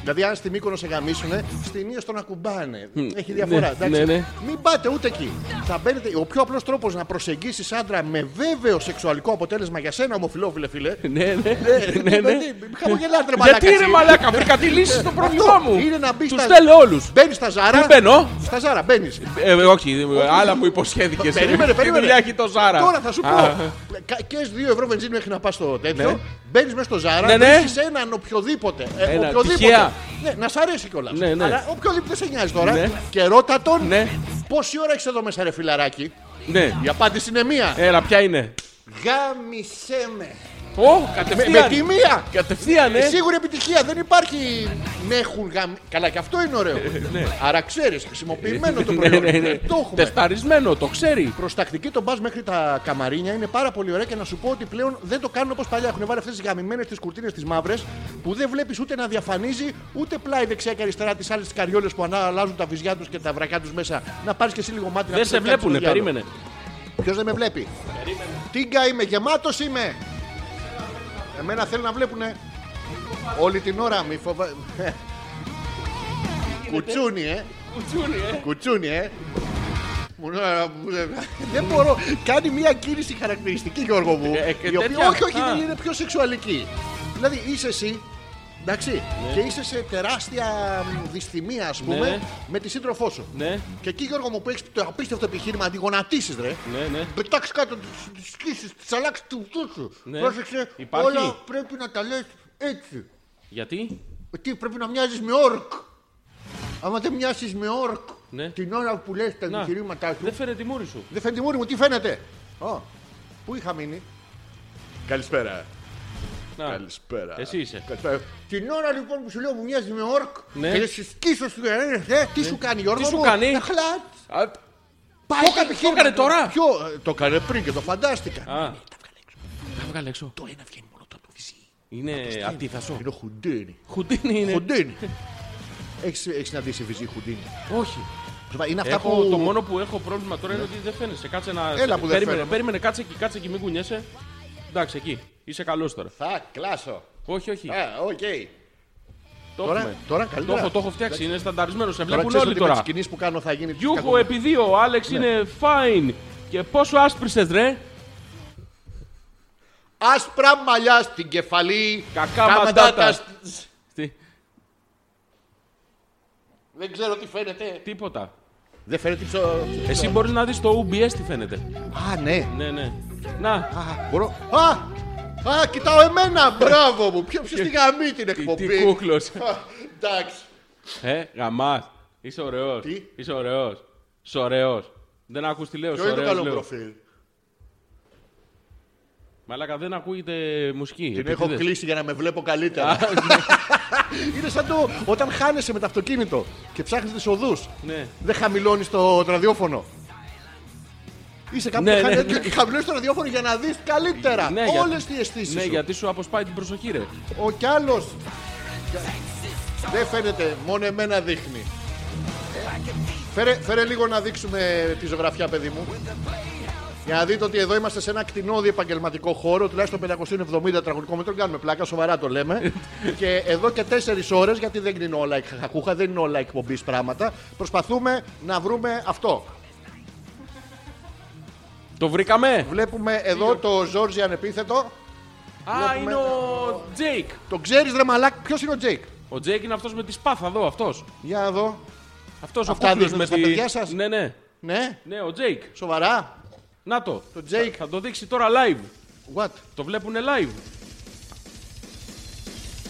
[SPEAKER 1] Δηλαδή, αν στη Μύκονο σε γαμίσουνε, στην ίος τον ακουμπάνε. Έχει διαφορά.
[SPEAKER 2] Ναι,
[SPEAKER 1] εντάξει.
[SPEAKER 2] ναι, ναι.
[SPEAKER 1] Μην πάτε ούτε εκεί. Θα μπαίνετε. Ο πιο απλός τρόπος να προσεγγίσεις άντρα με βέβαιο σεξουαλικό αποτέλεσμα για σένα, ομοφυλόφιλε φίλε.
[SPEAKER 2] Ναι, ναι, ναι, ναι.
[SPEAKER 1] Χαμογελάτε, ρε Ε, μαλάκα.
[SPEAKER 2] Γιατί ρε
[SPEAKER 1] εσύ.
[SPEAKER 2] μαλάκα, βρήκα τη λύση στο πρόβλημά μου.
[SPEAKER 1] είναι να μπεις
[SPEAKER 2] Τους
[SPEAKER 1] στα-
[SPEAKER 2] θέλω όλους.
[SPEAKER 1] Μπαίνεις στα ζάρα.
[SPEAKER 2] Δεν μπαίνω.
[SPEAKER 1] Στα ζάρα μπαίνεις.
[SPEAKER 2] Ε, ε, όχι, ε, άλλα μου υποσχέθηκες.
[SPEAKER 1] Περίμενε,
[SPEAKER 2] Τι
[SPEAKER 1] περίμενε.
[SPEAKER 2] δουλειά έχει το Ζάρα.
[SPEAKER 1] Τώρα θα σου πω. ε,
[SPEAKER 2] Α,
[SPEAKER 1] Κα- Και 2 ευρώ βενζίνη μέχρι να πας στο τέτοιο.
[SPEAKER 2] Ναι.
[SPEAKER 1] Μπαίνεις μέσα στο ζάρα.
[SPEAKER 2] Ναι, ναι.
[SPEAKER 1] βρίσκεις έναν οποιοδήποτε. ε,
[SPEAKER 2] Ένα,
[SPEAKER 1] οποιοδήποτε.
[SPEAKER 2] τυχαία.
[SPEAKER 1] Ναι, να σ' αρέσει κιόλας.
[SPEAKER 2] Ναι, ναι.
[SPEAKER 1] Αλλά οποιοδήποτε σε νοιάζει τώρα.
[SPEAKER 2] Ναι.
[SPEAKER 1] Και ρώτα τον.
[SPEAKER 2] Ναι.
[SPEAKER 1] Πόση ώρα έχεις εδώ μέσα, ρε φιλαράκι.
[SPEAKER 2] Ναι.
[SPEAKER 1] Η απάντηση είναι μία.
[SPEAKER 2] Έλα, ποια είναι.
[SPEAKER 1] Γάμισε με.
[SPEAKER 2] Ω,
[SPEAKER 1] Με,
[SPEAKER 2] κατευθείαν.
[SPEAKER 1] με τη μία.
[SPEAKER 2] Κατευθείαν, ε.
[SPEAKER 1] Σίγουρη επιτυχία. Δεν υπάρχει με έχουν γαμ... Καλά, και αυτό είναι ωραίο. Άρα ξέρεις, χρησιμοποιημένο το
[SPEAKER 2] Ναι,
[SPEAKER 1] προϊόν.
[SPEAKER 2] Ε, ναι, ναι.
[SPEAKER 1] Το έχουμε.
[SPEAKER 2] Τεσταρισμένο, το ξέρει.
[SPEAKER 1] Προστακτική τον πας μέχρι τα καμαρίνια είναι πάρα πολύ ωραία και να σου πω ότι πλέον δεν το κάνουν όπως παλιά. Έχουν βάλει αυτές τις γαμημένες τις κουρτίνες τις μαύρες που δεν βλέπεις ούτε να διαφανίζει ούτε πλάι δεξιά και αριστερά τις άλλες τις καριόλες που ανά- αλλάζουν τα βυζιά τους και τα βρακιά τους μέσα. Να πάρεις και εσύ λίγο μάτι να
[SPEAKER 2] Δεν σε βλέπουνε, περίμενε.
[SPEAKER 1] Ποιος δεν με βλέπει. Τίγκα είμαι, γεμάτος είμαι. Εμένα θέλει να βλέπουνε όλη την ώρα. Μη φοβα... Κουτσούνι, ε. Κουτσούνι, ε. Μου λέει, «Α, μου λέει, Δεν μπορώ. Κάνει μια κίνηση χαρακτηριστική, Γιώργο μου.
[SPEAKER 2] Ε, ε,
[SPEAKER 1] η οποία-
[SPEAKER 2] τέτοια.
[SPEAKER 1] Όχι, όχι,
[SPEAKER 2] Α.
[SPEAKER 1] δεν είναι πιο σεξουαλική. Δηλαδή είσαι εσύ Εντάξει. Και είσαι σε τεράστια μ, δυσθυμία, α πούμε,
[SPEAKER 2] Ναι.
[SPEAKER 1] με τη σύντροφό σου.
[SPEAKER 2] Ναι,
[SPEAKER 1] Και εκεί, Γιώργο μου, που έχει το απίστευτο επιχείρημα να τη γονατίσει, ρε.
[SPEAKER 2] ναι, ναι.
[SPEAKER 1] Πετάξεις κάτω, τη σκίσει, τη αλλάξεις του αυτού σου.
[SPEAKER 2] Ναι.
[SPEAKER 1] Πρόσεξε,
[SPEAKER 2] Υπάρχει.
[SPEAKER 1] ε, όλα πρέπει να τα λες έτσι.
[SPEAKER 2] Γιατί?
[SPEAKER 1] Τι πρέπει να μοιάζεις με όρκ. Άμα δεν μοιάζει με όρκ
[SPEAKER 2] Ναι.
[SPEAKER 1] την ώρα που λες τα
[SPEAKER 2] Να.
[SPEAKER 1] επιχειρήματά σου.
[SPEAKER 2] Δεν φέρε τη μούρη σου.
[SPEAKER 1] Δεν φαίνεται μούρη μου, τι φαίνεται. Ω, πού είχα μείνει. Καλησπέρα.
[SPEAKER 2] Να.
[SPEAKER 1] Καλησπέρα.
[SPEAKER 2] Εσύ είσαι.
[SPEAKER 1] Καλησπέρα. Την ώρα λοιπόν που σου λέω μου μοιάζει με ορκ
[SPEAKER 2] Ναι.
[SPEAKER 1] και σε σκίσω σου ε, ε, τι σου κάνει Γιώργο
[SPEAKER 2] Τι σου
[SPEAKER 1] μου?
[SPEAKER 2] κάνει?
[SPEAKER 1] Τα χλάτ.
[SPEAKER 2] Α,
[SPEAKER 1] Πάει,
[SPEAKER 2] έκανε- το έκανε τώρα?
[SPEAKER 1] Ποιο, ε, το έκανε πριν και το φαντάστηκα.
[SPEAKER 2] Α. Τα βγάλε έξω. Το ένα βγαίνει μόνο το βυζί. Είναι αντίθασο.
[SPEAKER 1] Είναι ο Χουντίνι.
[SPEAKER 2] Χουντίνι είναι.
[SPEAKER 1] Χουντίνι. Ε, Έχεις συναντήσει βυζί Χουντίνι.
[SPEAKER 2] Όχι.
[SPEAKER 1] Είναι αυτά
[SPEAKER 2] Έχω,
[SPEAKER 1] που...
[SPEAKER 2] Το μόνο που έχω πρόβλημα τώρα είναι ότι δεν φαίνεσαι. Κάτσε να.
[SPEAKER 1] Έλα που δεν
[SPEAKER 2] περίμενε,
[SPEAKER 1] φαίνομαι.
[SPEAKER 2] περίμενε, κάτσε εκεί, κάτσε εκεί, μην κουνιέσαι. Εντάξει, εκεί. Είσαι καλός τώρα.
[SPEAKER 1] Θα κλάσω.
[SPEAKER 2] Όχι, όχι.
[SPEAKER 1] Α, οκ.
[SPEAKER 2] το
[SPEAKER 1] Ε, Τώρα-
[SPEAKER 2] έχουμε.
[SPEAKER 1] τώρα
[SPEAKER 2] το
[SPEAKER 1] καλύτερα.
[SPEAKER 2] έχω, το έχω φτιάξει. Είναι στανταρισμένος. Σε
[SPEAKER 1] Τώρα
[SPEAKER 2] βλέπουν
[SPEAKER 1] ξέρεις
[SPEAKER 2] όλοι
[SPEAKER 1] ότι με τις
[SPEAKER 2] τώρα.
[SPEAKER 1] κινήσεις που κάνω θα γίνει...
[SPEAKER 2] Γιούχο ε-
[SPEAKER 1] κακό.
[SPEAKER 2] επί δύο. Ο Άλεξ
[SPEAKER 1] Ναι.
[SPEAKER 2] είναι fine. Και πόσο άσπρισε, ρε.
[SPEAKER 1] Άσπρα μαλλιά στην κεφαλή.
[SPEAKER 2] Κακά
[SPEAKER 1] καμεντάτα
[SPEAKER 2] μαντάτα.
[SPEAKER 1] σ-
[SPEAKER 2] Τι,
[SPEAKER 1] Δεν ξέρω τι φαίνεται.
[SPEAKER 2] τίποτα.
[SPEAKER 1] Δεν φαίνεται ψω...
[SPEAKER 2] Εσύ μπορείς να δεις το OBS τι φαίνεται.
[SPEAKER 1] Α, ναι.
[SPEAKER 2] Ναι, ναι. Να.
[SPEAKER 1] Α, μπορώ... Α! Α, κοιτάω εμένα! Μπράβο μου! Ποιο στη γαμή την
[SPEAKER 2] Τι,
[SPEAKER 1] εκπομπή!
[SPEAKER 2] τι κούκλος.
[SPEAKER 1] Α, Εντάξει.
[SPEAKER 2] ε, γαμάς. Είσαι ωραίος.
[SPEAKER 1] Τι?
[SPEAKER 2] Είσαι ωραίος. Σωρεό. Δεν ακούς τι λέω.
[SPEAKER 1] Ποιο είναι το
[SPEAKER 2] σωρέος
[SPEAKER 1] καλό μου
[SPEAKER 2] λέω.
[SPEAKER 1] προφίλ.
[SPEAKER 2] Μαλάκα δεν ακούγεται μουσική.
[SPEAKER 1] Την
[SPEAKER 2] Επιτίδες.
[SPEAKER 1] έχω κλείσει για να με βλέπω καλύτερα.
[SPEAKER 2] ναι.
[SPEAKER 1] είναι σαν το όταν χάνεσαι με το αυτοκίνητο και ψάχνεις τις οδούς.
[SPEAKER 2] Ναι.
[SPEAKER 1] Δεν χαμηλώνεις το ραδιόφωνο. Είσαι κάπου
[SPEAKER 2] Ναι,
[SPEAKER 1] ναι,
[SPEAKER 2] ναι, ναι.
[SPEAKER 1] χαμηλώνει το ραδιόφωνο για να δεις καλύτερα
[SPEAKER 2] Ναι, για-
[SPEAKER 1] όλες τις αισθήσεις.
[SPEAKER 2] Ναι, γιατί σου αποσπάει την προσοχή, ρε.
[SPEAKER 1] Ο κι άλλος. Δεν φαίνεται, μόνο εμένα δείχνει. Φέρε, φέρε λίγο να δείξουμε τη ζωγραφιά, παιδί μου. Για να δείτε ότι εδώ είμαστε σε ένα κτηνόδη επαγγελματικό χώρο, τουλάχιστον 570 τετραγωνικών μέτρων. Κάνουμε πλάκα, σοβαρά το λέμε. και εδώ και 4 ώρες, γιατί δεν είναι όλα η χαχακούχα, δεν είναι όλα εκπομπής πράγματα, προσπαθούμε να βρούμε αυτό.
[SPEAKER 2] Το βρήκαμε.
[SPEAKER 1] Βλέπουμε εδώ το Ζόρζι ανεπίθετο.
[SPEAKER 2] Α, είναι ο Τζέικ.
[SPEAKER 1] Το ξέρεις, ρε μαλάκ, ποιος είναι ο Τζέικ.
[SPEAKER 2] Ο Τζέικ είναι αυτός με τη σπάθα εδώ, αυτός.
[SPEAKER 1] Για να δω.
[SPEAKER 2] Αυτός ο
[SPEAKER 1] Αυτά
[SPEAKER 2] κούκλος
[SPEAKER 1] δείχνετε
[SPEAKER 2] με
[SPEAKER 1] στα
[SPEAKER 2] τη.
[SPEAKER 1] παιδιά σας?
[SPEAKER 2] Ναι, ναι.
[SPEAKER 1] Ναι,
[SPEAKER 2] Ναι, ο Τζέικ.
[SPEAKER 1] σοβαρά.
[SPEAKER 2] Να το.
[SPEAKER 1] Το Jake.
[SPEAKER 2] Θα, θα το δείξει τώρα live.
[SPEAKER 1] What?
[SPEAKER 2] Το βλέπουν live.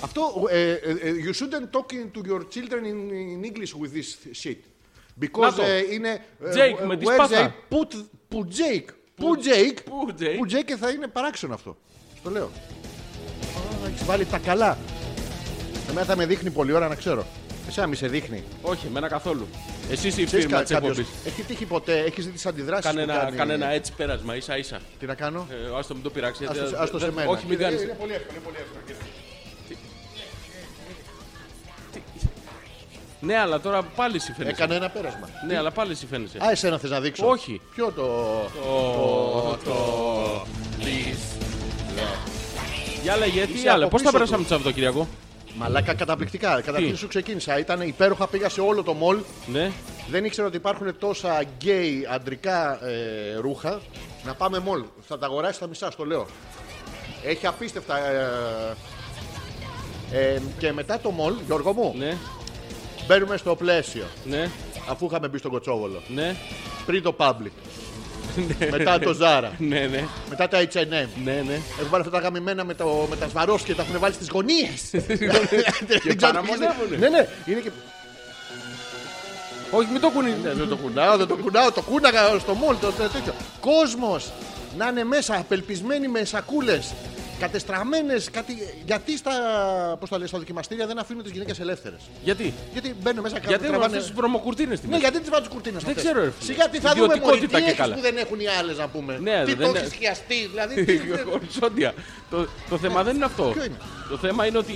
[SPEAKER 1] Αυτό, ε, ε, ε, you shouldn't talk to your children in, in English with this shit.
[SPEAKER 2] Να
[SPEAKER 1] Because
[SPEAKER 2] το.
[SPEAKER 1] ε, είναι... ε,
[SPEAKER 2] Jake,
[SPEAKER 1] ε,
[SPEAKER 2] με τη
[SPEAKER 1] where
[SPEAKER 2] σπάθα.
[SPEAKER 1] they Put, put Jake. Put Jake.
[SPEAKER 2] Πού, Τζέικ.
[SPEAKER 1] Put Jake και θα είναι παράξενο αυτό. Στο λέω. Α, Θα έχεις βάλει τα καλά. Εμένα θα με δείχνει πολλή ώρα να ξέρω. Εσένα μη σε δείχνει.
[SPEAKER 2] Όχι, εμένα καθόλου. Εσύ είσαι η
[SPEAKER 1] Ξέρεις
[SPEAKER 2] φίρμα τη
[SPEAKER 1] κα- κάποιος-
[SPEAKER 2] εκπομπής.
[SPEAKER 1] Έχει τύχει ποτέ, έχεις δει τις αντιδράσεις
[SPEAKER 2] Κάνε
[SPEAKER 1] που
[SPEAKER 2] ένα,
[SPEAKER 1] κάνει-
[SPEAKER 2] κάνε ένα έτσι πέρασμα, ίσα ίσα.
[SPEAKER 1] Τι να κάνω.
[SPEAKER 2] Ε, άστο μην το πειράξει.
[SPEAKER 1] Ας
[SPEAKER 2] γιατί
[SPEAKER 1] το-
[SPEAKER 2] δεν-
[SPEAKER 1] ας το σε
[SPEAKER 2] δεν-
[SPEAKER 1] μένα. Ε,
[SPEAKER 2] Όχι, μην
[SPEAKER 1] Είναι-
[SPEAKER 2] κάνεις.
[SPEAKER 1] Είναι πολύ εύκολο. είναι πολύ εύκολο.
[SPEAKER 2] Ναι, αλλά τώρα πάλι εσύ φαίνεσαι.
[SPEAKER 1] Έκανε ένα πέρασμα.
[SPEAKER 2] Ναι, αλλά πάλι εσύ φαίνεσαι.
[SPEAKER 1] Α, εσένα θες να δείξω.
[SPEAKER 2] Όχι.
[SPEAKER 1] Ποιο το...
[SPEAKER 2] Για λέγε, τι
[SPEAKER 1] Είσαι
[SPEAKER 2] άλλο.
[SPEAKER 1] από
[SPEAKER 2] Πώ τα
[SPEAKER 1] πίσω
[SPEAKER 2] περάσαμε
[SPEAKER 1] του.
[SPEAKER 2] το Σαββατοκύριακο.
[SPEAKER 1] Μαλάκα καταπληκτικά. Καταρχήν
[SPEAKER 2] Τι?
[SPEAKER 1] σου ξεκίνησα. Ήταν υπέροχα. Πήγα σε όλο το μολ.
[SPEAKER 2] Ναι.
[SPEAKER 1] Δεν ήξερα ότι υπάρχουν τόσα γκέι αντρικά ε, ρούχα. Να πάμε μολ. Θα τα αγοράσει τα μισά, στο λέω. Έχει απίστευτα. Ε, ε, και μετά το μολ, Γιώργο μου,
[SPEAKER 2] Ναι,
[SPEAKER 1] μπαίνουμε στο πλαίσιο.
[SPEAKER 2] ναι,
[SPEAKER 1] Αφού είχαμε μπει στον Κοτσόβολο.
[SPEAKER 2] ναι.
[SPEAKER 1] Πριν το public. μετά το Ζάρα.
[SPEAKER 2] Ναι, ναι,
[SPEAKER 1] μετά τα HM.
[SPEAKER 2] ναι, ναι.
[SPEAKER 1] Έχουν βάλει αυτά τα γαμημένα με, το, με τα Σβαρόφσκι, τα έχουν βάλει στις γωνίες.
[SPEAKER 2] Και παραμονεύουνε.
[SPEAKER 1] Ναι, ναι, είναι και
[SPEAKER 2] Όχι, μην το κουνεί.
[SPEAKER 1] Ναι, δεν το κουνάω, δεν το κουνάω. Το κούναγα στο μόλ. Το, το- τέτοιο. Κόσμος να είναι μέσα, απελπισμένοι με σακούλες, Κατεστραμμένες, κάτι... γιατί στα, πώς το λες, στα δοκιμαστήρια δεν αφήνουν τις γυναίκες ελεύθερες.
[SPEAKER 2] Γιατί,
[SPEAKER 1] Γιατί μπαίνουν μέσα κάτω.
[SPEAKER 2] γιατί έχουν αυτέ τι προμοκουρτίνε στη
[SPEAKER 1] Ναι,
[SPEAKER 2] μέση.
[SPEAKER 1] γιατί τις βάζουν κουρτίνες
[SPEAKER 2] Δεν
[SPEAKER 1] αυτές.
[SPEAKER 2] ξέρω, ρε φίλε.
[SPEAKER 1] Σιγά τι θα δούμε
[SPEAKER 2] Ιδιωτικότητα
[SPEAKER 1] μωρή, τι
[SPEAKER 2] και
[SPEAKER 1] έχεις
[SPEAKER 2] καλά.
[SPEAKER 1] που δεν έχουν οι άλλες να πούμε.
[SPEAKER 2] Ναι,
[SPEAKER 1] τι
[SPEAKER 2] δεν
[SPEAKER 1] το έχεις
[SPEAKER 2] είναι-
[SPEAKER 1] χιαστεί, δηλαδή. τι-
[SPEAKER 2] Χιοντία. Το, το θέμα δεν είναι αυτό.
[SPEAKER 1] Ποιο είναι? Ναι.
[SPEAKER 2] Το θέμα είναι ότι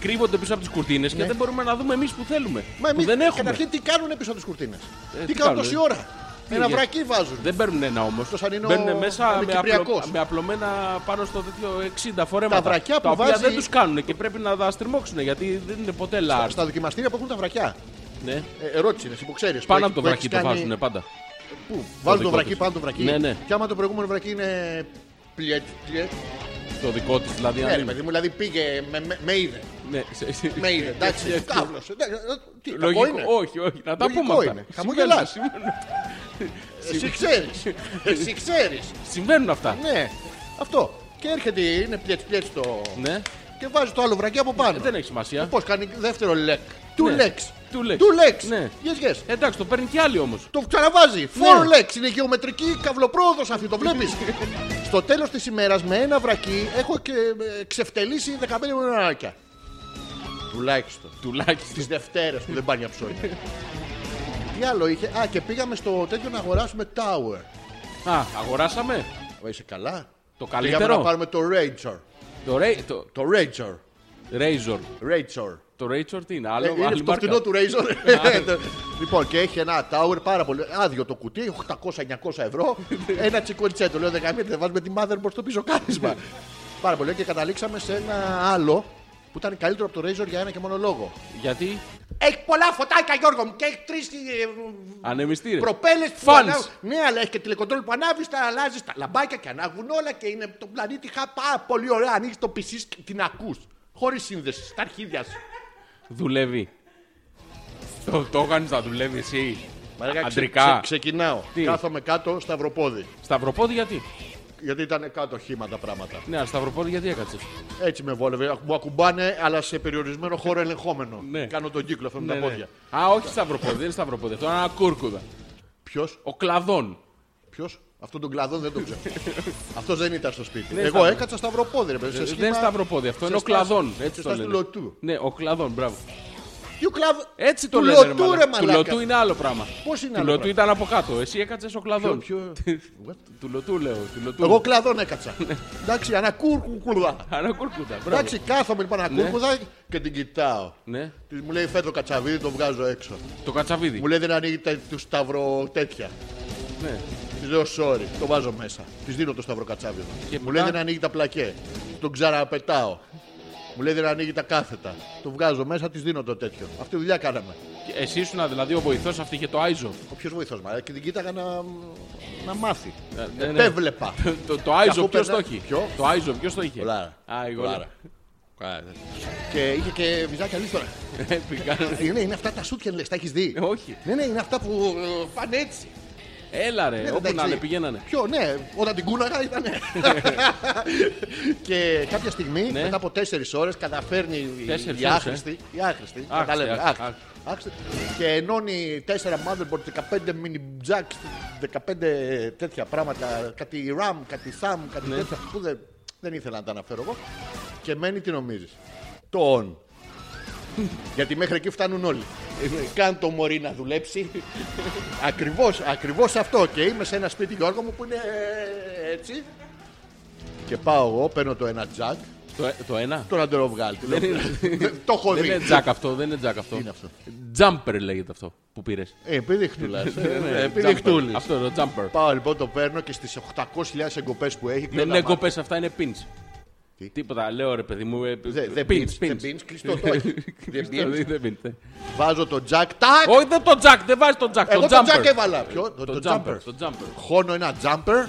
[SPEAKER 2] κρύβονται πίσω από τις κουρτίνες και δεν μπορούμε να δούμε εμείς που θέλουμε.
[SPEAKER 1] Μα εμείς
[SPEAKER 2] που δεν έχουμε.
[SPEAKER 1] Καταρχήν τι κάνουν πίσω από τις κουρτίνες.
[SPEAKER 2] Ε,
[SPEAKER 1] τι
[SPEAKER 2] τι
[SPEAKER 1] κάνουν
[SPEAKER 2] κάνουν,
[SPEAKER 1] τόση
[SPEAKER 2] ε?
[SPEAKER 1] ώρα. Ένα
[SPEAKER 2] για-
[SPEAKER 1] βρακί βάζουν.
[SPEAKER 2] Δεν παίρνουν ένα όμως.
[SPEAKER 1] Εκτός αν είναι ο-
[SPEAKER 2] Παίρνουν
[SPEAKER 1] ο
[SPEAKER 2] μέσα με,
[SPEAKER 1] Κυπριακός.
[SPEAKER 2] με απλωμένα πάνω στο τέτοιο 60 φορέματα.
[SPEAKER 1] Τα βρακιά που
[SPEAKER 2] οποία
[SPEAKER 1] βάζει-
[SPEAKER 2] δεν τους κάνουν και πρέπει να τα στριμώξουν γιατί δεν είναι ποτέ large.
[SPEAKER 1] Στα δοκιμαστήρια που έχουν τα βρακιά.
[SPEAKER 2] Ναι.
[SPEAKER 1] Ε, ερώτηση είναι, εσύ που ξέρεις. που
[SPEAKER 2] Πάνω
[SPEAKER 1] έχεις-
[SPEAKER 2] από το
[SPEAKER 1] που έχεις
[SPEAKER 2] βρακί το
[SPEAKER 1] κάνει-
[SPEAKER 2] βάζουν πάντα.
[SPEAKER 1] Πού, βάζουν το
[SPEAKER 2] δικό
[SPEAKER 1] βρακί
[SPEAKER 2] τους.
[SPEAKER 1] πάνω το βρακί.
[SPEAKER 2] Ναι, ναι.
[SPEAKER 1] Και άμα το προηγούμενο βρακί είναι. Πλιέτ, πλιέτ.
[SPEAKER 2] το δικό της, δηλαδή.
[SPEAKER 1] Ναι,
[SPEAKER 2] αν
[SPEAKER 1] ρε
[SPEAKER 2] είναι.
[SPEAKER 1] παιδί μου, δηλαδή πήγε, με, με, με είδε.
[SPEAKER 2] Ναι, σε- σε-
[SPEAKER 1] Με είδε,
[SPEAKER 2] Ε, ε,
[SPEAKER 1] εντάξει, κάβλος. εντάξει, ε, Τι, κακό
[SPEAKER 2] Λογικό,
[SPEAKER 1] είναι.
[SPEAKER 2] όχι, όχι, να τα
[SPEAKER 1] Λογικό
[SPEAKER 2] πούμε αυτά.
[SPEAKER 1] είναι.
[SPEAKER 2] Συμβαίνουν,
[SPEAKER 1] Χαμογελάς.
[SPEAKER 2] συμβαίνουν.
[SPEAKER 1] Εσύ ξέρεις, εσύ ξέρεις.
[SPEAKER 2] Συμβαίνουν αυτά.
[SPEAKER 1] Ναι, αυτό. Και έρχεται, είναι πιέτς πιέτς το...
[SPEAKER 2] Ναι.
[SPEAKER 1] Και βάζει το άλλο βρακί από πάνω.
[SPEAKER 2] Ε, Δεν έχει σημασία.
[SPEAKER 1] Πώς κάνει δεύτερο λεκ. Two
[SPEAKER 2] Ναι.
[SPEAKER 1] legs.
[SPEAKER 2] Two legs. Ναι.
[SPEAKER 1] Yes, yes.
[SPEAKER 2] Εντάξει, το παίρνει κι άλλοι όμως.
[SPEAKER 1] Το ξαναβάζει.
[SPEAKER 2] Ναι.
[SPEAKER 1] Four legs. Είναι γεωμετρική καυλοπρόοδος αυτή. Το βλέπεις.
[SPEAKER 2] Ναι.
[SPEAKER 1] Στο τέλος της ημέρας με ένα βρακί έχω και, ε, ξεφτελίσει 15 μονάκια. Τουλάχιστον.
[SPEAKER 2] Τουλάχιστον.
[SPEAKER 1] Τις Δευτέρες που δεν πάνε για ψώνια. Τι άλλο είχε. Α, και πήγαμε στο τέτοιο να αγοράσουμε Tower.
[SPEAKER 2] Α, αγοράσαμε.
[SPEAKER 1] Ω, Είσαι καλά.
[SPEAKER 2] Το
[SPEAKER 1] Πήγαμε να
[SPEAKER 2] καλύτερο.
[SPEAKER 1] πάρουμε το Ranger.
[SPEAKER 2] Το, Ray- το
[SPEAKER 1] Το Ranger.
[SPEAKER 2] Razor.
[SPEAKER 1] Razor.
[SPEAKER 2] Το Razor τι είναι,
[SPEAKER 1] Ε,
[SPEAKER 2] άλλο,
[SPEAKER 1] Είναι
[SPEAKER 2] άλλη
[SPEAKER 1] στο
[SPEAKER 2] μάρκα.
[SPEAKER 1] φτηνό του Razor. Ε, λοιπόν, και έχει ένα tower πάρα πολύ άδειο το κουτί, 800-900 ευρώ. ένα τσικοντσέτο. Λέω 15, δεν βάζουμε τη motherboard στο πίσω κάθισμα. πάρα πολύ. Και καταλήξαμε σε ένα άλλο που ήταν καλύτερο από το Razor για ένα και μόνο λόγο.
[SPEAKER 2] Γιατί
[SPEAKER 1] Έχει πολλά φωτάκια, Γιώργο μου, και έχει τρεις
[SPEAKER 2] ανεμιστήρες.
[SPEAKER 1] προπέλες που
[SPEAKER 2] Fans.
[SPEAKER 1] ανάβουν. Ναι, αλλά έχει και τηλεκοντρόλ που ανάβεις, τα αλλάζεις τα λαμπάκια και ανάβουν όλα και είναι το πλανήτη χα πάρα πολύ ωραία. Ανοίγεις το PC και την ακούς. Χωρίς σύνδεση, στα αρχίδια σου.
[SPEAKER 2] Δουλεύει. Το, το έκανε να δουλεύει εσύ.
[SPEAKER 1] Μαλάκα, ξε-
[SPEAKER 2] Αντρικά.
[SPEAKER 1] ξε- ξεκινάω.
[SPEAKER 2] Τι?
[SPEAKER 1] Κάθομαι κάτω, σταυροπόδι.
[SPEAKER 2] Σταυροπόδι γιατί.
[SPEAKER 1] Γιατί ήταν κάτω χήμα τα πράγματα.
[SPEAKER 2] Ναι, αλλά σταυροπόδι γιατί έκατσες.
[SPEAKER 1] Έτσι με βόλευε. Ακου- Μου ακουμπάνε, αλλά σε περιορισμένο χώρο ελεγχόμενο.
[SPEAKER 2] Ναι.
[SPEAKER 1] Κάνω τον κύκλο αυτό με
[SPEAKER 2] Ναι,
[SPEAKER 1] τα
[SPEAKER 2] ναι.
[SPEAKER 1] πόδια.
[SPEAKER 2] Α, όχι σταυροπόδι, δεν είναι σταυροπόδι. Αυτό είναι ένα κούρκουδα.
[SPEAKER 1] Ποιος,
[SPEAKER 2] Ο κλαδόν.
[SPEAKER 1] ποιος, αυτόν τον κλαδόν δεν τον ξέρω. αυτός δεν ήταν στο σπίτι.
[SPEAKER 2] Ναι,
[SPEAKER 1] Εγώ
[SPEAKER 2] σταυρο-
[SPEAKER 1] έκατσα σταυροπόδι, ρε παιδί. σε
[SPEAKER 2] Δεν
[SPEAKER 1] σχήμα-
[SPEAKER 2] είναι σταυροπόδι, αυτό
[SPEAKER 1] σε
[SPEAKER 2] είναι ο
[SPEAKER 1] στάση-
[SPEAKER 2] κλαδόν.
[SPEAKER 1] σε
[SPEAKER 2] Έτσι το
[SPEAKER 1] στάση
[SPEAKER 2] λένε.
[SPEAKER 1] του λωτού.
[SPEAKER 2] Ναι, ο κλαδόν, μπράβο.
[SPEAKER 1] Τι ο κλαδ-
[SPEAKER 2] Έτσι το
[SPEAKER 1] του
[SPEAKER 2] λένε. ρε
[SPEAKER 1] λωτού, ρε
[SPEAKER 2] μαλάκα. Του
[SPEAKER 1] μαλάκα.
[SPEAKER 2] λωτού είναι άλλο πράγμα.
[SPEAKER 1] Πώς είναι
[SPEAKER 2] Του
[SPEAKER 1] άλλο
[SPEAKER 2] λωτού
[SPEAKER 1] πράγμα?
[SPEAKER 2] ήταν από κάτω. Εσύ έκατσες ο κλαδόν.
[SPEAKER 1] Ποιο- What?
[SPEAKER 2] Του λωτού λέω. Του λωτού.
[SPEAKER 1] Εγώ κλαδόν έκατσα. Εντάξει, ανακούρκουδα.
[SPEAKER 2] Άρα κούρκουδα. μπράβο.
[SPEAKER 1] Εντάξει, κάθομαι λοιπόν ανακούρκουδα και την κοιτάω.
[SPEAKER 2] Ναι.
[SPEAKER 1] Της Μου λέει φέτο κατσαβίδι, το βγάζω έξω.
[SPEAKER 2] Το κατσαβίδι.
[SPEAKER 1] Μου λέει δεν ανοίγει τα- του σταυρο τέτοια.
[SPEAKER 2] Ναι.
[SPEAKER 1] Τη λέω sorry, το βάζω μέσα. Της δίνω το σταυρό κατσάβιδο.
[SPEAKER 2] Και
[SPEAKER 1] Μου
[SPEAKER 2] μετά?
[SPEAKER 1] λέει δεν ανοίγει τα πλακέ. Τον ξαναπετάω. Μου λέει δεν ανοίγει τα κάθετα. Το βγάζω μέσα, της δίνω το τέτοιο. Αυτή τη δουλειά κάναμε.
[SPEAKER 2] Και Εσύ ήσουν δηλαδή ο βοηθός, αυτή είχε το Άιζο.
[SPEAKER 1] Ο ποιος βοηθός μα. ε, Και την κοίταγα να, να μάθει.
[SPEAKER 2] Ε, ναι, ναι.
[SPEAKER 1] Επέβλεπα.
[SPEAKER 2] Το, το Άιζο
[SPEAKER 1] αφού
[SPEAKER 2] ποιος
[SPEAKER 1] περνά-
[SPEAKER 2] το έχει.
[SPEAKER 1] Ποιος?
[SPEAKER 2] Το Άιζο ποιος το είχε.
[SPEAKER 1] Λάρα.
[SPEAKER 2] Α, εγώ.
[SPEAKER 1] Λάρα. και είχε και βυζάκια λίθωρα.
[SPEAKER 2] Ε, πήγα-
[SPEAKER 1] Ε, ναι, είναι αυτά τα σούτια λες, τα έχεις δει.
[SPEAKER 2] Ε, Όχι.
[SPEAKER 1] Ναι, ναι, είναι αυτά που ε, πάνε έτσι.
[SPEAKER 2] Έλα ρε,
[SPEAKER 1] Ναι,
[SPEAKER 2] όπου
[SPEAKER 1] εντάξει.
[SPEAKER 2] να είναι πηγαίνανε.
[SPEAKER 1] Ποιο, ναι, όταν την κούναγα ήταν. και κάποια στιγμή,
[SPEAKER 2] Ναι.
[SPEAKER 1] μετά από τέσσερις ώρες, καταφέρνει η-
[SPEAKER 2] Τέσσερις
[SPEAKER 1] η
[SPEAKER 2] ώρες, ε.
[SPEAKER 1] άχρηστη. Η άχρηστη.
[SPEAKER 2] Άχρηστη,
[SPEAKER 1] Κατάλαβε.
[SPEAKER 2] άχρηστη,
[SPEAKER 1] άχρηστη, άχρηστη, Και ενώνει τέσσερα motherboard, 15 mini jacks, 15 τέτοια πράγματα. Κάτι RAM, κάτι SAM, κάτι
[SPEAKER 2] Ναι.
[SPEAKER 1] τέτοια που δεν, δεν ήθελα να τα αναφέρω εγώ. Και μένει τι νομίζεις. Το on. Γιατί μέχρι εκεί φτάνουν όλοι. Κάν το μωρή να δουλέψει. ακριβώς, ακριβώς αυτό. Και είμαι σε ένα σπίτι Γιώργο μου που είναι ε, έτσι. Και πάω εγώ, παίρνω το ένα τζακ.
[SPEAKER 2] Το, το ένα.
[SPEAKER 1] Τον αντερό βγάλει. Του λέω,
[SPEAKER 2] Δεν είναι-
[SPEAKER 1] το έχω
[SPEAKER 2] Δεν
[SPEAKER 1] δει.
[SPEAKER 2] είναι τζακ αυτό, δεν είναι τζακ αυτό.
[SPEAKER 1] Τι είναι αυτό?
[SPEAKER 2] Jumper λέγεται αυτό που πήρες.
[SPEAKER 1] Ε, Επειδή χτούλας. ε, ε, Επειδή χτούλης.
[SPEAKER 2] Ναι, Αυτό είναι το jumper.
[SPEAKER 1] Πάω λοιπόν, το παίρνω και στις 800.000 εγκοπές που έχει. κλαίω
[SPEAKER 2] Δεν
[SPEAKER 1] να
[SPEAKER 2] είναι
[SPEAKER 1] μάθω.
[SPEAKER 2] Ναι, κοπέ, αυτά είναι pins.
[SPEAKER 1] Τι?
[SPEAKER 2] Τίποτα, λέω ρε παιδί μου. ε,
[SPEAKER 1] Δε- Δεν
[SPEAKER 2] pins,
[SPEAKER 1] πίνεις, δεν
[SPEAKER 2] pins.
[SPEAKER 1] πίνεις, κλειστό το έχει. Δεν
[SPEAKER 2] Χριστό,
[SPEAKER 1] πίνεις.
[SPEAKER 2] Δεν πίνεις, ε.
[SPEAKER 1] Βάζω το τζακ, τάκ.
[SPEAKER 2] Όχι, δεν το jack, δεν βάζεις το jack.
[SPEAKER 1] Εγώ
[SPEAKER 2] το
[SPEAKER 1] το
[SPEAKER 2] jumper.
[SPEAKER 1] τζακ έβαλα. Ποιο,
[SPEAKER 2] Το
[SPEAKER 1] το
[SPEAKER 2] jumper.
[SPEAKER 1] τζάμπερ.
[SPEAKER 2] Το jumper.
[SPEAKER 1] Χώνω ένα τζάμπερ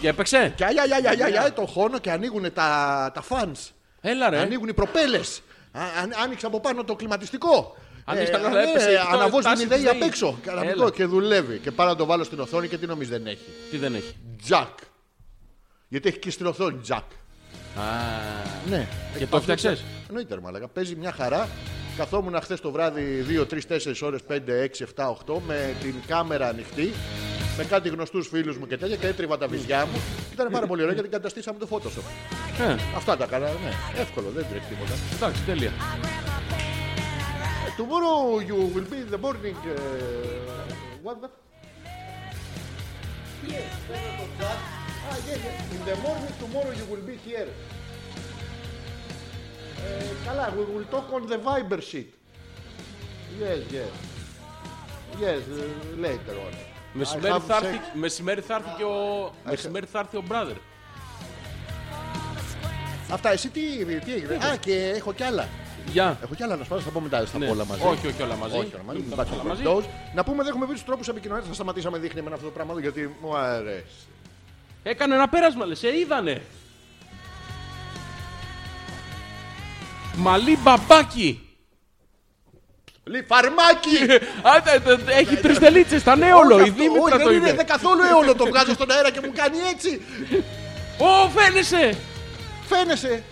[SPEAKER 2] Και έπαιξε.
[SPEAKER 1] και αι, αι, αι, αι, αι, αι, το χώνω και ανοίγουν τα, τα fans.
[SPEAKER 2] Έλα ρε.
[SPEAKER 1] Ανοίγουν οι προπέλες. Άνοιξε από πάνω το κλιματιστικό. Ε,
[SPEAKER 2] Ανοίξαν όλα, έπεσε η πτώση
[SPEAKER 1] Αναβόζει
[SPEAKER 2] της
[SPEAKER 1] την ιδέα
[SPEAKER 2] ΔΕΗ.
[SPEAKER 1] απ' έξω. Καραμικό,
[SPEAKER 2] Έλα.
[SPEAKER 1] και δουλεύει. Και πάρα να το βάλω στην οθόνη και τι νομίζεις δεν έχει.
[SPEAKER 2] Τι δεν έχει.
[SPEAKER 1] Τζακ. Γιατί έχει και στην οθόνη τζακ. Ναι.
[SPEAKER 2] Και το φτιάξες?
[SPEAKER 1] Εννοείται, ρε μαλάκα. Παίζει μια χαρά. Καθόμουν χθες το βράδυ 2, 3, 4 ώρε, 5, 6, 7, 8 με την κάμερα ανοιχτή. Με κάτι γνωστούς φίλους μου και τέτοια και έτριβα τα βυζιά μου. Ήταν πάρα πολύ ωραίο γιατί καταστήσαμε το Photoshop.
[SPEAKER 2] Ε,
[SPEAKER 1] Αυτά τα καλά, ναι. Εύκολο, δεν τρέχει τίποτα.
[SPEAKER 2] εντάξει, τέλεια.
[SPEAKER 1] Tomorrow you will be in the morning. Uh, what the? Yes, seven o'clock. Ah, yes, yes. In the morning tomorrow you will be here. Ε, καλά, we will talk on the Viber sheet. Yes, yes. Yes, uh, later on.
[SPEAKER 2] Μεσημέρι
[SPEAKER 1] I
[SPEAKER 2] θα,
[SPEAKER 1] have
[SPEAKER 2] έρθει,
[SPEAKER 1] sex.
[SPEAKER 2] μεσημέρι θα έρθει και ο. Μεσημέρι θα έρθει ο brother.
[SPEAKER 1] Αυτά, εσύ τι, τι έγινε. Α, και έχω κι άλλα.
[SPEAKER 2] Γεια.
[SPEAKER 1] Έχω κι άλλα να σου πω, θα τα πω μετά στα
[SPEAKER 2] Ναι.
[SPEAKER 1] όλα μαζί.
[SPEAKER 2] Όχι, όχι όλα μαζί.
[SPEAKER 1] Όχι, όλα μαζί.
[SPEAKER 2] Δεν
[SPEAKER 1] μην
[SPEAKER 2] τα
[SPEAKER 1] πάτε
[SPEAKER 2] όλα
[SPEAKER 1] στο
[SPEAKER 2] μαζί.
[SPEAKER 1] overdose. Να πούμε δεν έχουμε πει τους τρόπους επικοινωνίας. Θα σταματήσαμε δείχνει με αυτό το πράγμα εδώ, γιατί μου αρέσει.
[SPEAKER 2] Έκανε ένα πέρασμα, λες. Σε είδανε. Μαλί μπαμπάκι.
[SPEAKER 1] Λιφαρμάκι!
[SPEAKER 2] Άντε, ε, ε, Έχει τρεις τελίτσες, ήταν έολο.
[SPEAKER 1] Όχι
[SPEAKER 2] Η
[SPEAKER 1] αυτό,
[SPEAKER 2] Δήμητρα
[SPEAKER 1] όχι,
[SPEAKER 2] το
[SPEAKER 1] δεν είναι
[SPEAKER 2] είπε.
[SPEAKER 1] δε καθόλου αιώλο. Το βγάζω στον αέρα και μου κάνει έτσι.
[SPEAKER 2] Ω, φαίνεσαι!
[SPEAKER 1] Φαίνεσαι.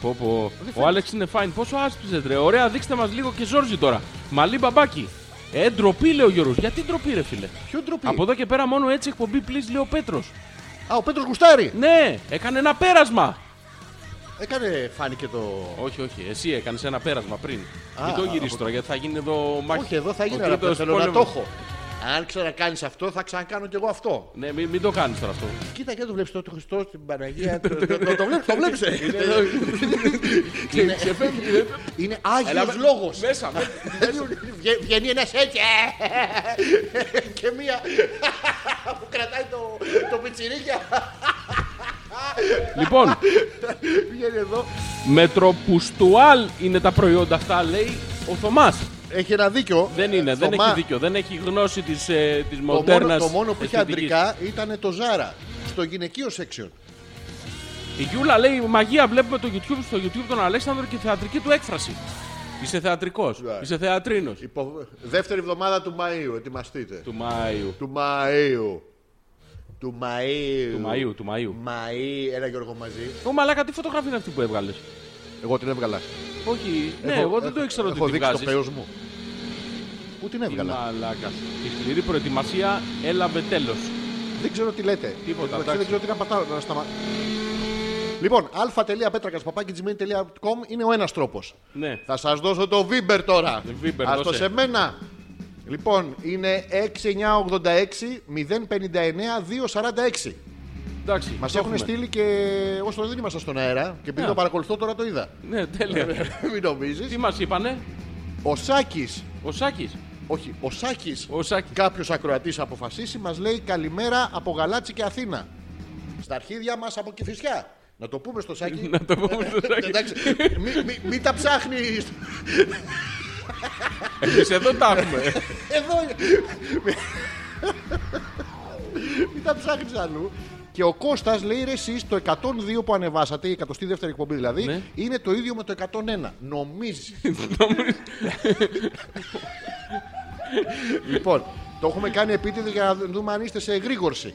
[SPEAKER 2] Πω, πω. Ο Άλεξ είναι fine. Πόσο άσπιζες, ρε. Ωραία, δείξτε μας λίγο και Ζόρζι τώρα. Μαλί μπαμπάκι. Ε, ντροπή, λέει ο Γιώργος. Γιατί ντροπή, ρε φίλε.
[SPEAKER 1] Ποιο ντροπή.
[SPEAKER 2] Από εδώ και πέρα μόνο έτσι εκπομπή, please, λέει ο Πέτρος.
[SPEAKER 1] Α, ο Πέτρος Γουστάρη.
[SPEAKER 2] Ναι, έκανε ένα πέρασμα.
[SPEAKER 1] Έκανε, φάνηκε το.
[SPEAKER 2] Όχι, όχι, εσύ έκανες ένα πέρασμα πριν.
[SPEAKER 1] Α,
[SPEAKER 2] Μην το
[SPEAKER 1] α,
[SPEAKER 2] γυρίσεις
[SPEAKER 1] από-
[SPEAKER 2] τώρα γιατί θα γίνει εδώ μάχη.
[SPEAKER 1] Όχι, εδώ θα
[SPEAKER 2] Ο
[SPEAKER 1] γίνει
[SPEAKER 2] τρίτος
[SPEAKER 1] ένα Θέλω να το
[SPEAKER 2] πόλεμος.
[SPEAKER 1] έχω. Αν ξανακάνεις αυτό, θα ξανακάνω κι εγώ αυτό.
[SPEAKER 2] Ναι, μην, μην το κάνεις τώρα αυτό.
[SPEAKER 1] Κοίτα και το βλέπεις το Χριστό στην Παναγία. Το το- το βλέπεις, το βλέπεις. ε. Είναι- ε. Είναι άγιος λόγος.
[SPEAKER 2] Μέσα, μέσα.
[SPEAKER 1] Βγε- Βγαίνει ένας έτσι. ε, Και μία που κρατάει το- το πιτσιρίκια.
[SPEAKER 2] λοιπόν,
[SPEAKER 1] Βγαίνει εδώ.
[SPEAKER 2] μετροπουστουάλ είναι τα προϊόντα αυτά, λέει ο Θωμάς.
[SPEAKER 1] Έχει ένα δίκιο.
[SPEAKER 2] Δεν είναι, δεν
[SPEAKER 1] Θωμά,
[SPEAKER 2] έχει δίκιο. Δεν έχει γνώση της ε, της
[SPEAKER 1] Το μόνο,
[SPEAKER 2] μοντέρνας.
[SPEAKER 1] το μόνο που είχε αντρικά ήταν το Ζάρα. Στο γυναικείο section.
[SPEAKER 2] Η Γιούλα λέει: Μαγεία, βλέπουμε το YouTube, στο YouTube τον Αλέξανδρο και θεατρική του έκφραση. Είσαι θεατρικός.
[SPEAKER 1] Ναι.
[SPEAKER 2] Είσαι θεατρίνος.
[SPEAKER 1] Υπο- Δεύτερη εβδομάδα του Μαΐου, ετοιμαστείτε.
[SPEAKER 2] Του Μαΐου.
[SPEAKER 1] Του Μαΐου. Του Μαΐου.
[SPEAKER 2] Του Μαΐου, του Μαΐου.
[SPEAKER 1] Μαΐ, ένα Γιώργο μαζί.
[SPEAKER 2] Ω μαλάκα, τι φωτογραφία είναι αυτή που έβγαλες.
[SPEAKER 1] Εγώ την έβγαλα.
[SPEAKER 2] Όχι, ναι,
[SPEAKER 1] Έχω-
[SPEAKER 2] εγώ δεν
[SPEAKER 1] έχω-
[SPEAKER 2] το ήξερα
[SPEAKER 1] Έχω
[SPEAKER 2] ότι τη
[SPEAKER 1] δείξει το
[SPEAKER 2] βγάζεις.
[SPEAKER 1] πέος μου. Πού την
[SPEAKER 2] Τι
[SPEAKER 1] έβγαλα.
[SPEAKER 2] μαλάκα. Η σκληρή προετοιμασία έλαβε τέλος.
[SPEAKER 1] Δεν ξέρω τι λέτε.
[SPEAKER 2] Τίποτα,
[SPEAKER 1] Εντάξει,
[SPEAKER 2] εντάξει.
[SPEAKER 1] Δεν ξέρω τι να πατάω. Να σταμα... Λοιπόν, α.πέτρακα.gmail.com είναι ο ένας τρόπος.
[SPEAKER 2] Ναι.
[SPEAKER 1] Θα σας δώσω το Βίμπερ τώρα.
[SPEAKER 2] Το Viber,
[SPEAKER 1] Ας το
[SPEAKER 2] δώσε.
[SPEAKER 1] σε μένα. Λοιπόν, είναι 6986-059-246.
[SPEAKER 2] Εντάξει.
[SPEAKER 1] Μας
[SPEAKER 2] το
[SPEAKER 1] έχουν
[SPEAKER 2] έχουμε.
[SPEAKER 1] στείλει και όσο δεν ήμασταν στον αέρα και επειδή
[SPEAKER 2] Ναι.
[SPEAKER 1] το παρακολουθώ τώρα το είδα.
[SPEAKER 2] Ναι, τέλεια.
[SPEAKER 1] Μην νομίζεις.
[SPEAKER 2] τι μας είπανε,
[SPEAKER 1] Ο Σάκης,
[SPEAKER 2] ο Σάκης.
[SPEAKER 1] όχι, ο Σάκης,
[SPEAKER 2] Ο Σάκης.
[SPEAKER 1] κάποιος ακροατής αποφασίσει, μας λέει καλημέρα από Γαλάτσι και Αθήνα. Στα αρχίδια μας από Κηφισιά. Να το πούμε στο Σάκη.
[SPEAKER 2] Να το πούμε στο Σάκη.
[SPEAKER 1] Εντάξει, μη- μη- μην τα ψάχνεις.
[SPEAKER 2] Εμείς εδώ τα έχουμε.
[SPEAKER 1] Εδώ είναι. Μην τα ψάχνεις αλλού. Και ο Κώστας λέει ρε εσείς το 102 που ανεβάσατε, η 102η εκπομπή δηλαδή,
[SPEAKER 2] Ναι.
[SPEAKER 1] είναι το ίδιο με το 101. Νομίζει. λοιπόν, το έχουμε κάνει επίτηδες για να δούμε αν είστε σε εγρήγορση.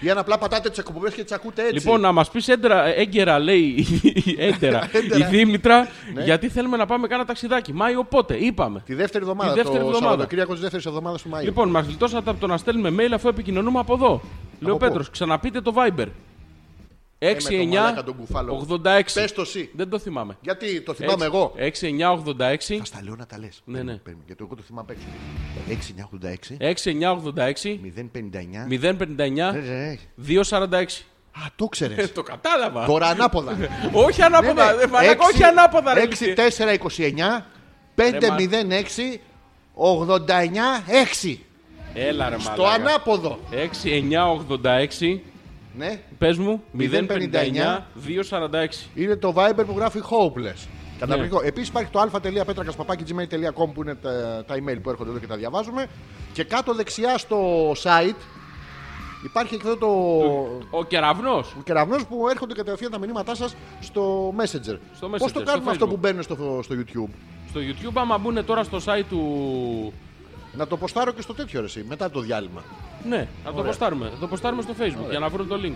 [SPEAKER 1] Ή αν απλά πατάτε τις εκπομπές και τις ακούτε έτσι.
[SPEAKER 2] λοιπόν, να μας πεις έγκαιρα, λέει η- έντερα, η Δήμητρα,
[SPEAKER 1] Ναι.
[SPEAKER 2] γιατί θέλουμε να πάμε κάνα ταξιδάκι. Μάιο πότε, είπαμε.
[SPEAKER 1] τη δεύτερη εβδομάδα,
[SPEAKER 2] τη δεύτερη
[SPEAKER 1] το
[SPEAKER 2] εβδομάδα.
[SPEAKER 1] Σαββατοκύριακο της δεύτερης εβδομάδας του Μαΐου.
[SPEAKER 2] Λοιπόν, μας γλιτώσατε από το να στέλνουμε mail αφού επικοινωνούμε από εδώ. Λέω
[SPEAKER 1] πού?
[SPEAKER 2] Πέτρος, ξαναπείτε το Viber.
[SPEAKER 1] Ε, με το μαλάκα τον κουφάλο.
[SPEAKER 2] 6-9-86.
[SPEAKER 1] Πες το συ.
[SPEAKER 2] Δεν το θυμάμαι.
[SPEAKER 1] Γιατί το θυμάμαι εγώ.
[SPEAKER 2] 6-9-86.
[SPEAKER 1] Στα λέω να τα λες.
[SPEAKER 2] Ε, Ναι, ναι.
[SPEAKER 1] Γιατί εγώ το θυμάμαι απ' έξω.
[SPEAKER 2] 6-9-86.
[SPEAKER 1] 6986-059.
[SPEAKER 2] 059
[SPEAKER 1] Ε,
[SPEAKER 2] 246.
[SPEAKER 1] Α, το ξέρει.
[SPEAKER 2] Το Ναι, κατάλαβα.
[SPEAKER 1] Τώρα ανάποδα. Ναι,
[SPEAKER 2] Όχι ανάποδα. ρε μαλάκα, ε, Όχι ανάποδα, ρε. φίλε.
[SPEAKER 1] 6429 506 89
[SPEAKER 2] Έλα, ρε μαλάκα.
[SPEAKER 1] Το ανάποδο.
[SPEAKER 2] 6-9-86.
[SPEAKER 1] Ναι.
[SPEAKER 2] Πες μου 059
[SPEAKER 1] 059
[SPEAKER 2] 246.
[SPEAKER 1] Είναι το Viber που γράφει Hopeless. Καταπληκτικό.
[SPEAKER 2] Ναι.
[SPEAKER 1] Επίσης υπάρχει το α.πέτρακα.gmail.com που είναι τα, τα email που έρχονται εδώ και τα διαβάζουμε. Και κάτω δεξιά στο site υπάρχει και αυτό το.
[SPEAKER 2] Ο κεραυνός.
[SPEAKER 1] Ο κεραυνός που έρχονται κατευθείαν τα μηνύματά σας στο Messenger.
[SPEAKER 2] Στο
[SPEAKER 1] Πώς
[SPEAKER 2] Messenger,
[SPEAKER 1] το
[SPEAKER 2] στο
[SPEAKER 1] κάνουμε αυτό
[SPEAKER 2] Facebook.
[SPEAKER 1] που μπαίνουν στο, στο YouTube.
[SPEAKER 2] Στο YouTube, άμα μπουν τώρα στο site του.
[SPEAKER 1] Να το ποστάρω και στο τέτοιο ρε, εσύ, μετά το διάλειμμα.
[SPEAKER 2] Ναι, θα το ποστάρουμε. Θα το ποστάρουμε στο Facebook για να βρουν το link.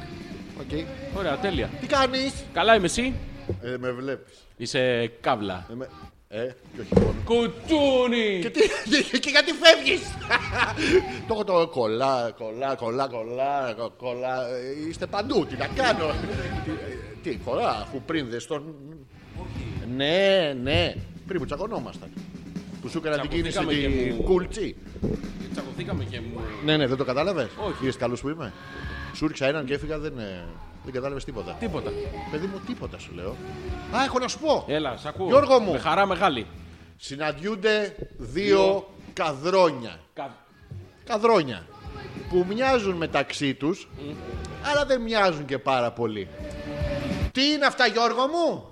[SPEAKER 1] Okay.
[SPEAKER 2] Ωραία, τέλεια.
[SPEAKER 1] Τι κάνεις,
[SPEAKER 2] Καλά είμαι εσύ.
[SPEAKER 1] ε, Με βλέπεις.
[SPEAKER 2] Είσαι καύλα.
[SPEAKER 1] Ε, με... ε, και όχι μόνο.
[SPEAKER 2] Κουτσούνι!
[SPEAKER 1] Και, τι- και γιατί φεύγεις. το έχω το κολλά, κολλά, κολλά, κολλά, κο- κολλά. Ε, Είστε παντού, τι να κάνω. τι, ε, τι κολλά, αφού πριν δεν στον. Ναι, ναι. Πριν που τσακωνόμασταν. Που σου έκανα την κίνηση
[SPEAKER 2] Τσακωθήκαμε και
[SPEAKER 1] την
[SPEAKER 2] μου-
[SPEAKER 1] κούλτσι.
[SPEAKER 2] Τσακωθήκαμε και μου.
[SPEAKER 1] Ναι, ναι, δεν το κατάλαβες.
[SPEAKER 2] Όχι.
[SPEAKER 1] Είδες καλό που είμαι. Σου ρίξα έναν και έφυγα, δεν, ε, δεν κατάλαβες τίποτα.
[SPEAKER 2] Τίποτα.
[SPEAKER 1] Παιδί μου, τίποτα σου λέω. Α, έχω να σου πω.
[SPEAKER 2] Έλα, σ' ακούω.
[SPEAKER 1] Γιώργο μου.
[SPEAKER 2] Με χαρά μεγάλη.
[SPEAKER 1] Συναντιούνται δύο καδρόνια.
[SPEAKER 2] Κα-
[SPEAKER 1] Καδρόνια. Που μοιάζουν μεταξύ τους, αλλά δεν μοιάζουν και πάρα πολύ. Τι είναι αυτά, Γιώργο μου!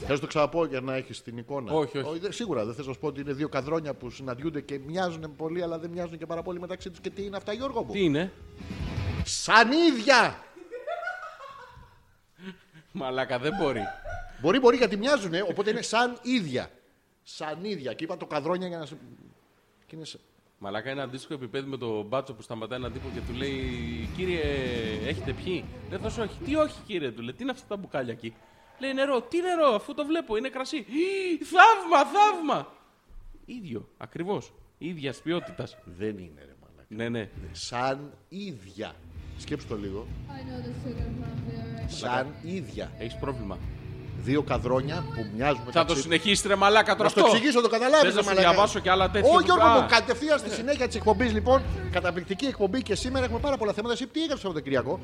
[SPEAKER 1] Θες να το ξαναπώ για να έχεις την εικόνα.
[SPEAKER 2] Όχι, όχι.
[SPEAKER 1] δεν- σίγουρα δεν θες να σου πω ότι είναι δύο καδρόνια που συναντιούνται και μοιάζουν πολύ, αλλά δεν μοιάζουν και πάρα πολύ μεταξύ τους. Και τι είναι αυτά, Γιώργο μου!
[SPEAKER 2] Τι είναι.
[SPEAKER 1] Σαν ίδια!
[SPEAKER 2] Μαλάκα, δεν μπορεί.
[SPEAKER 1] Μπορεί, μπορεί γιατί μοιάζουν, ε, οπότε είναι σαν ίδια. Σαν ίδια. Και είπα το καδρόνια για να σου. Και είναι σαν-
[SPEAKER 2] Μαλάκα είναι αντίστοιχο επίπεδο με τον μπάτσο που σταματάει έναν τύπο και του λέει Κύριε, έχετε πιει. Δεν θα σου όχι. Τι όχι, κύριε, του λέει. Τι είναι αυτά τα μπουκάλια εκεί. Λέει νερό. Τι νερό, αφού το βλέπω, είναι κρασί. «Ι, Θαύμα, θαύμα. ίδιο, ακριβώς. ίδιας ποιότητας.
[SPEAKER 1] Δεν είναι, ρε μαλάκα.
[SPEAKER 2] Ναι, ναι.
[SPEAKER 1] Σαν ίδια. Σκέψτε το λίγο.
[SPEAKER 8] I know the sugar plum there.
[SPEAKER 1] Σαν ίδια.
[SPEAKER 2] Έχεις πρόβλημα.
[SPEAKER 1] Δύο καδρόνια που μοιάζουν
[SPEAKER 2] Θα το
[SPEAKER 1] μεταξύ τους.
[SPEAKER 2] συνεχίσεις ρε μαλάκα τώρα
[SPEAKER 1] Να
[SPEAKER 2] αυτό.
[SPEAKER 1] στο εξηγήσω, το καταλάβεις.
[SPEAKER 2] Θες να σου διαβάσω και άλλα τέτοια
[SPEAKER 1] Όχι,
[SPEAKER 2] που-
[SPEAKER 1] Γιώργο,
[SPEAKER 2] Α.
[SPEAKER 1] μου κατευθείαν στη συνέχεια της εκπομπής, λοιπόν. Καταπληκτική εκπομπή και σήμερα έχουμε πάρα πολλά θέματα. Εσύ τι έγραψες από τον Κυριακό.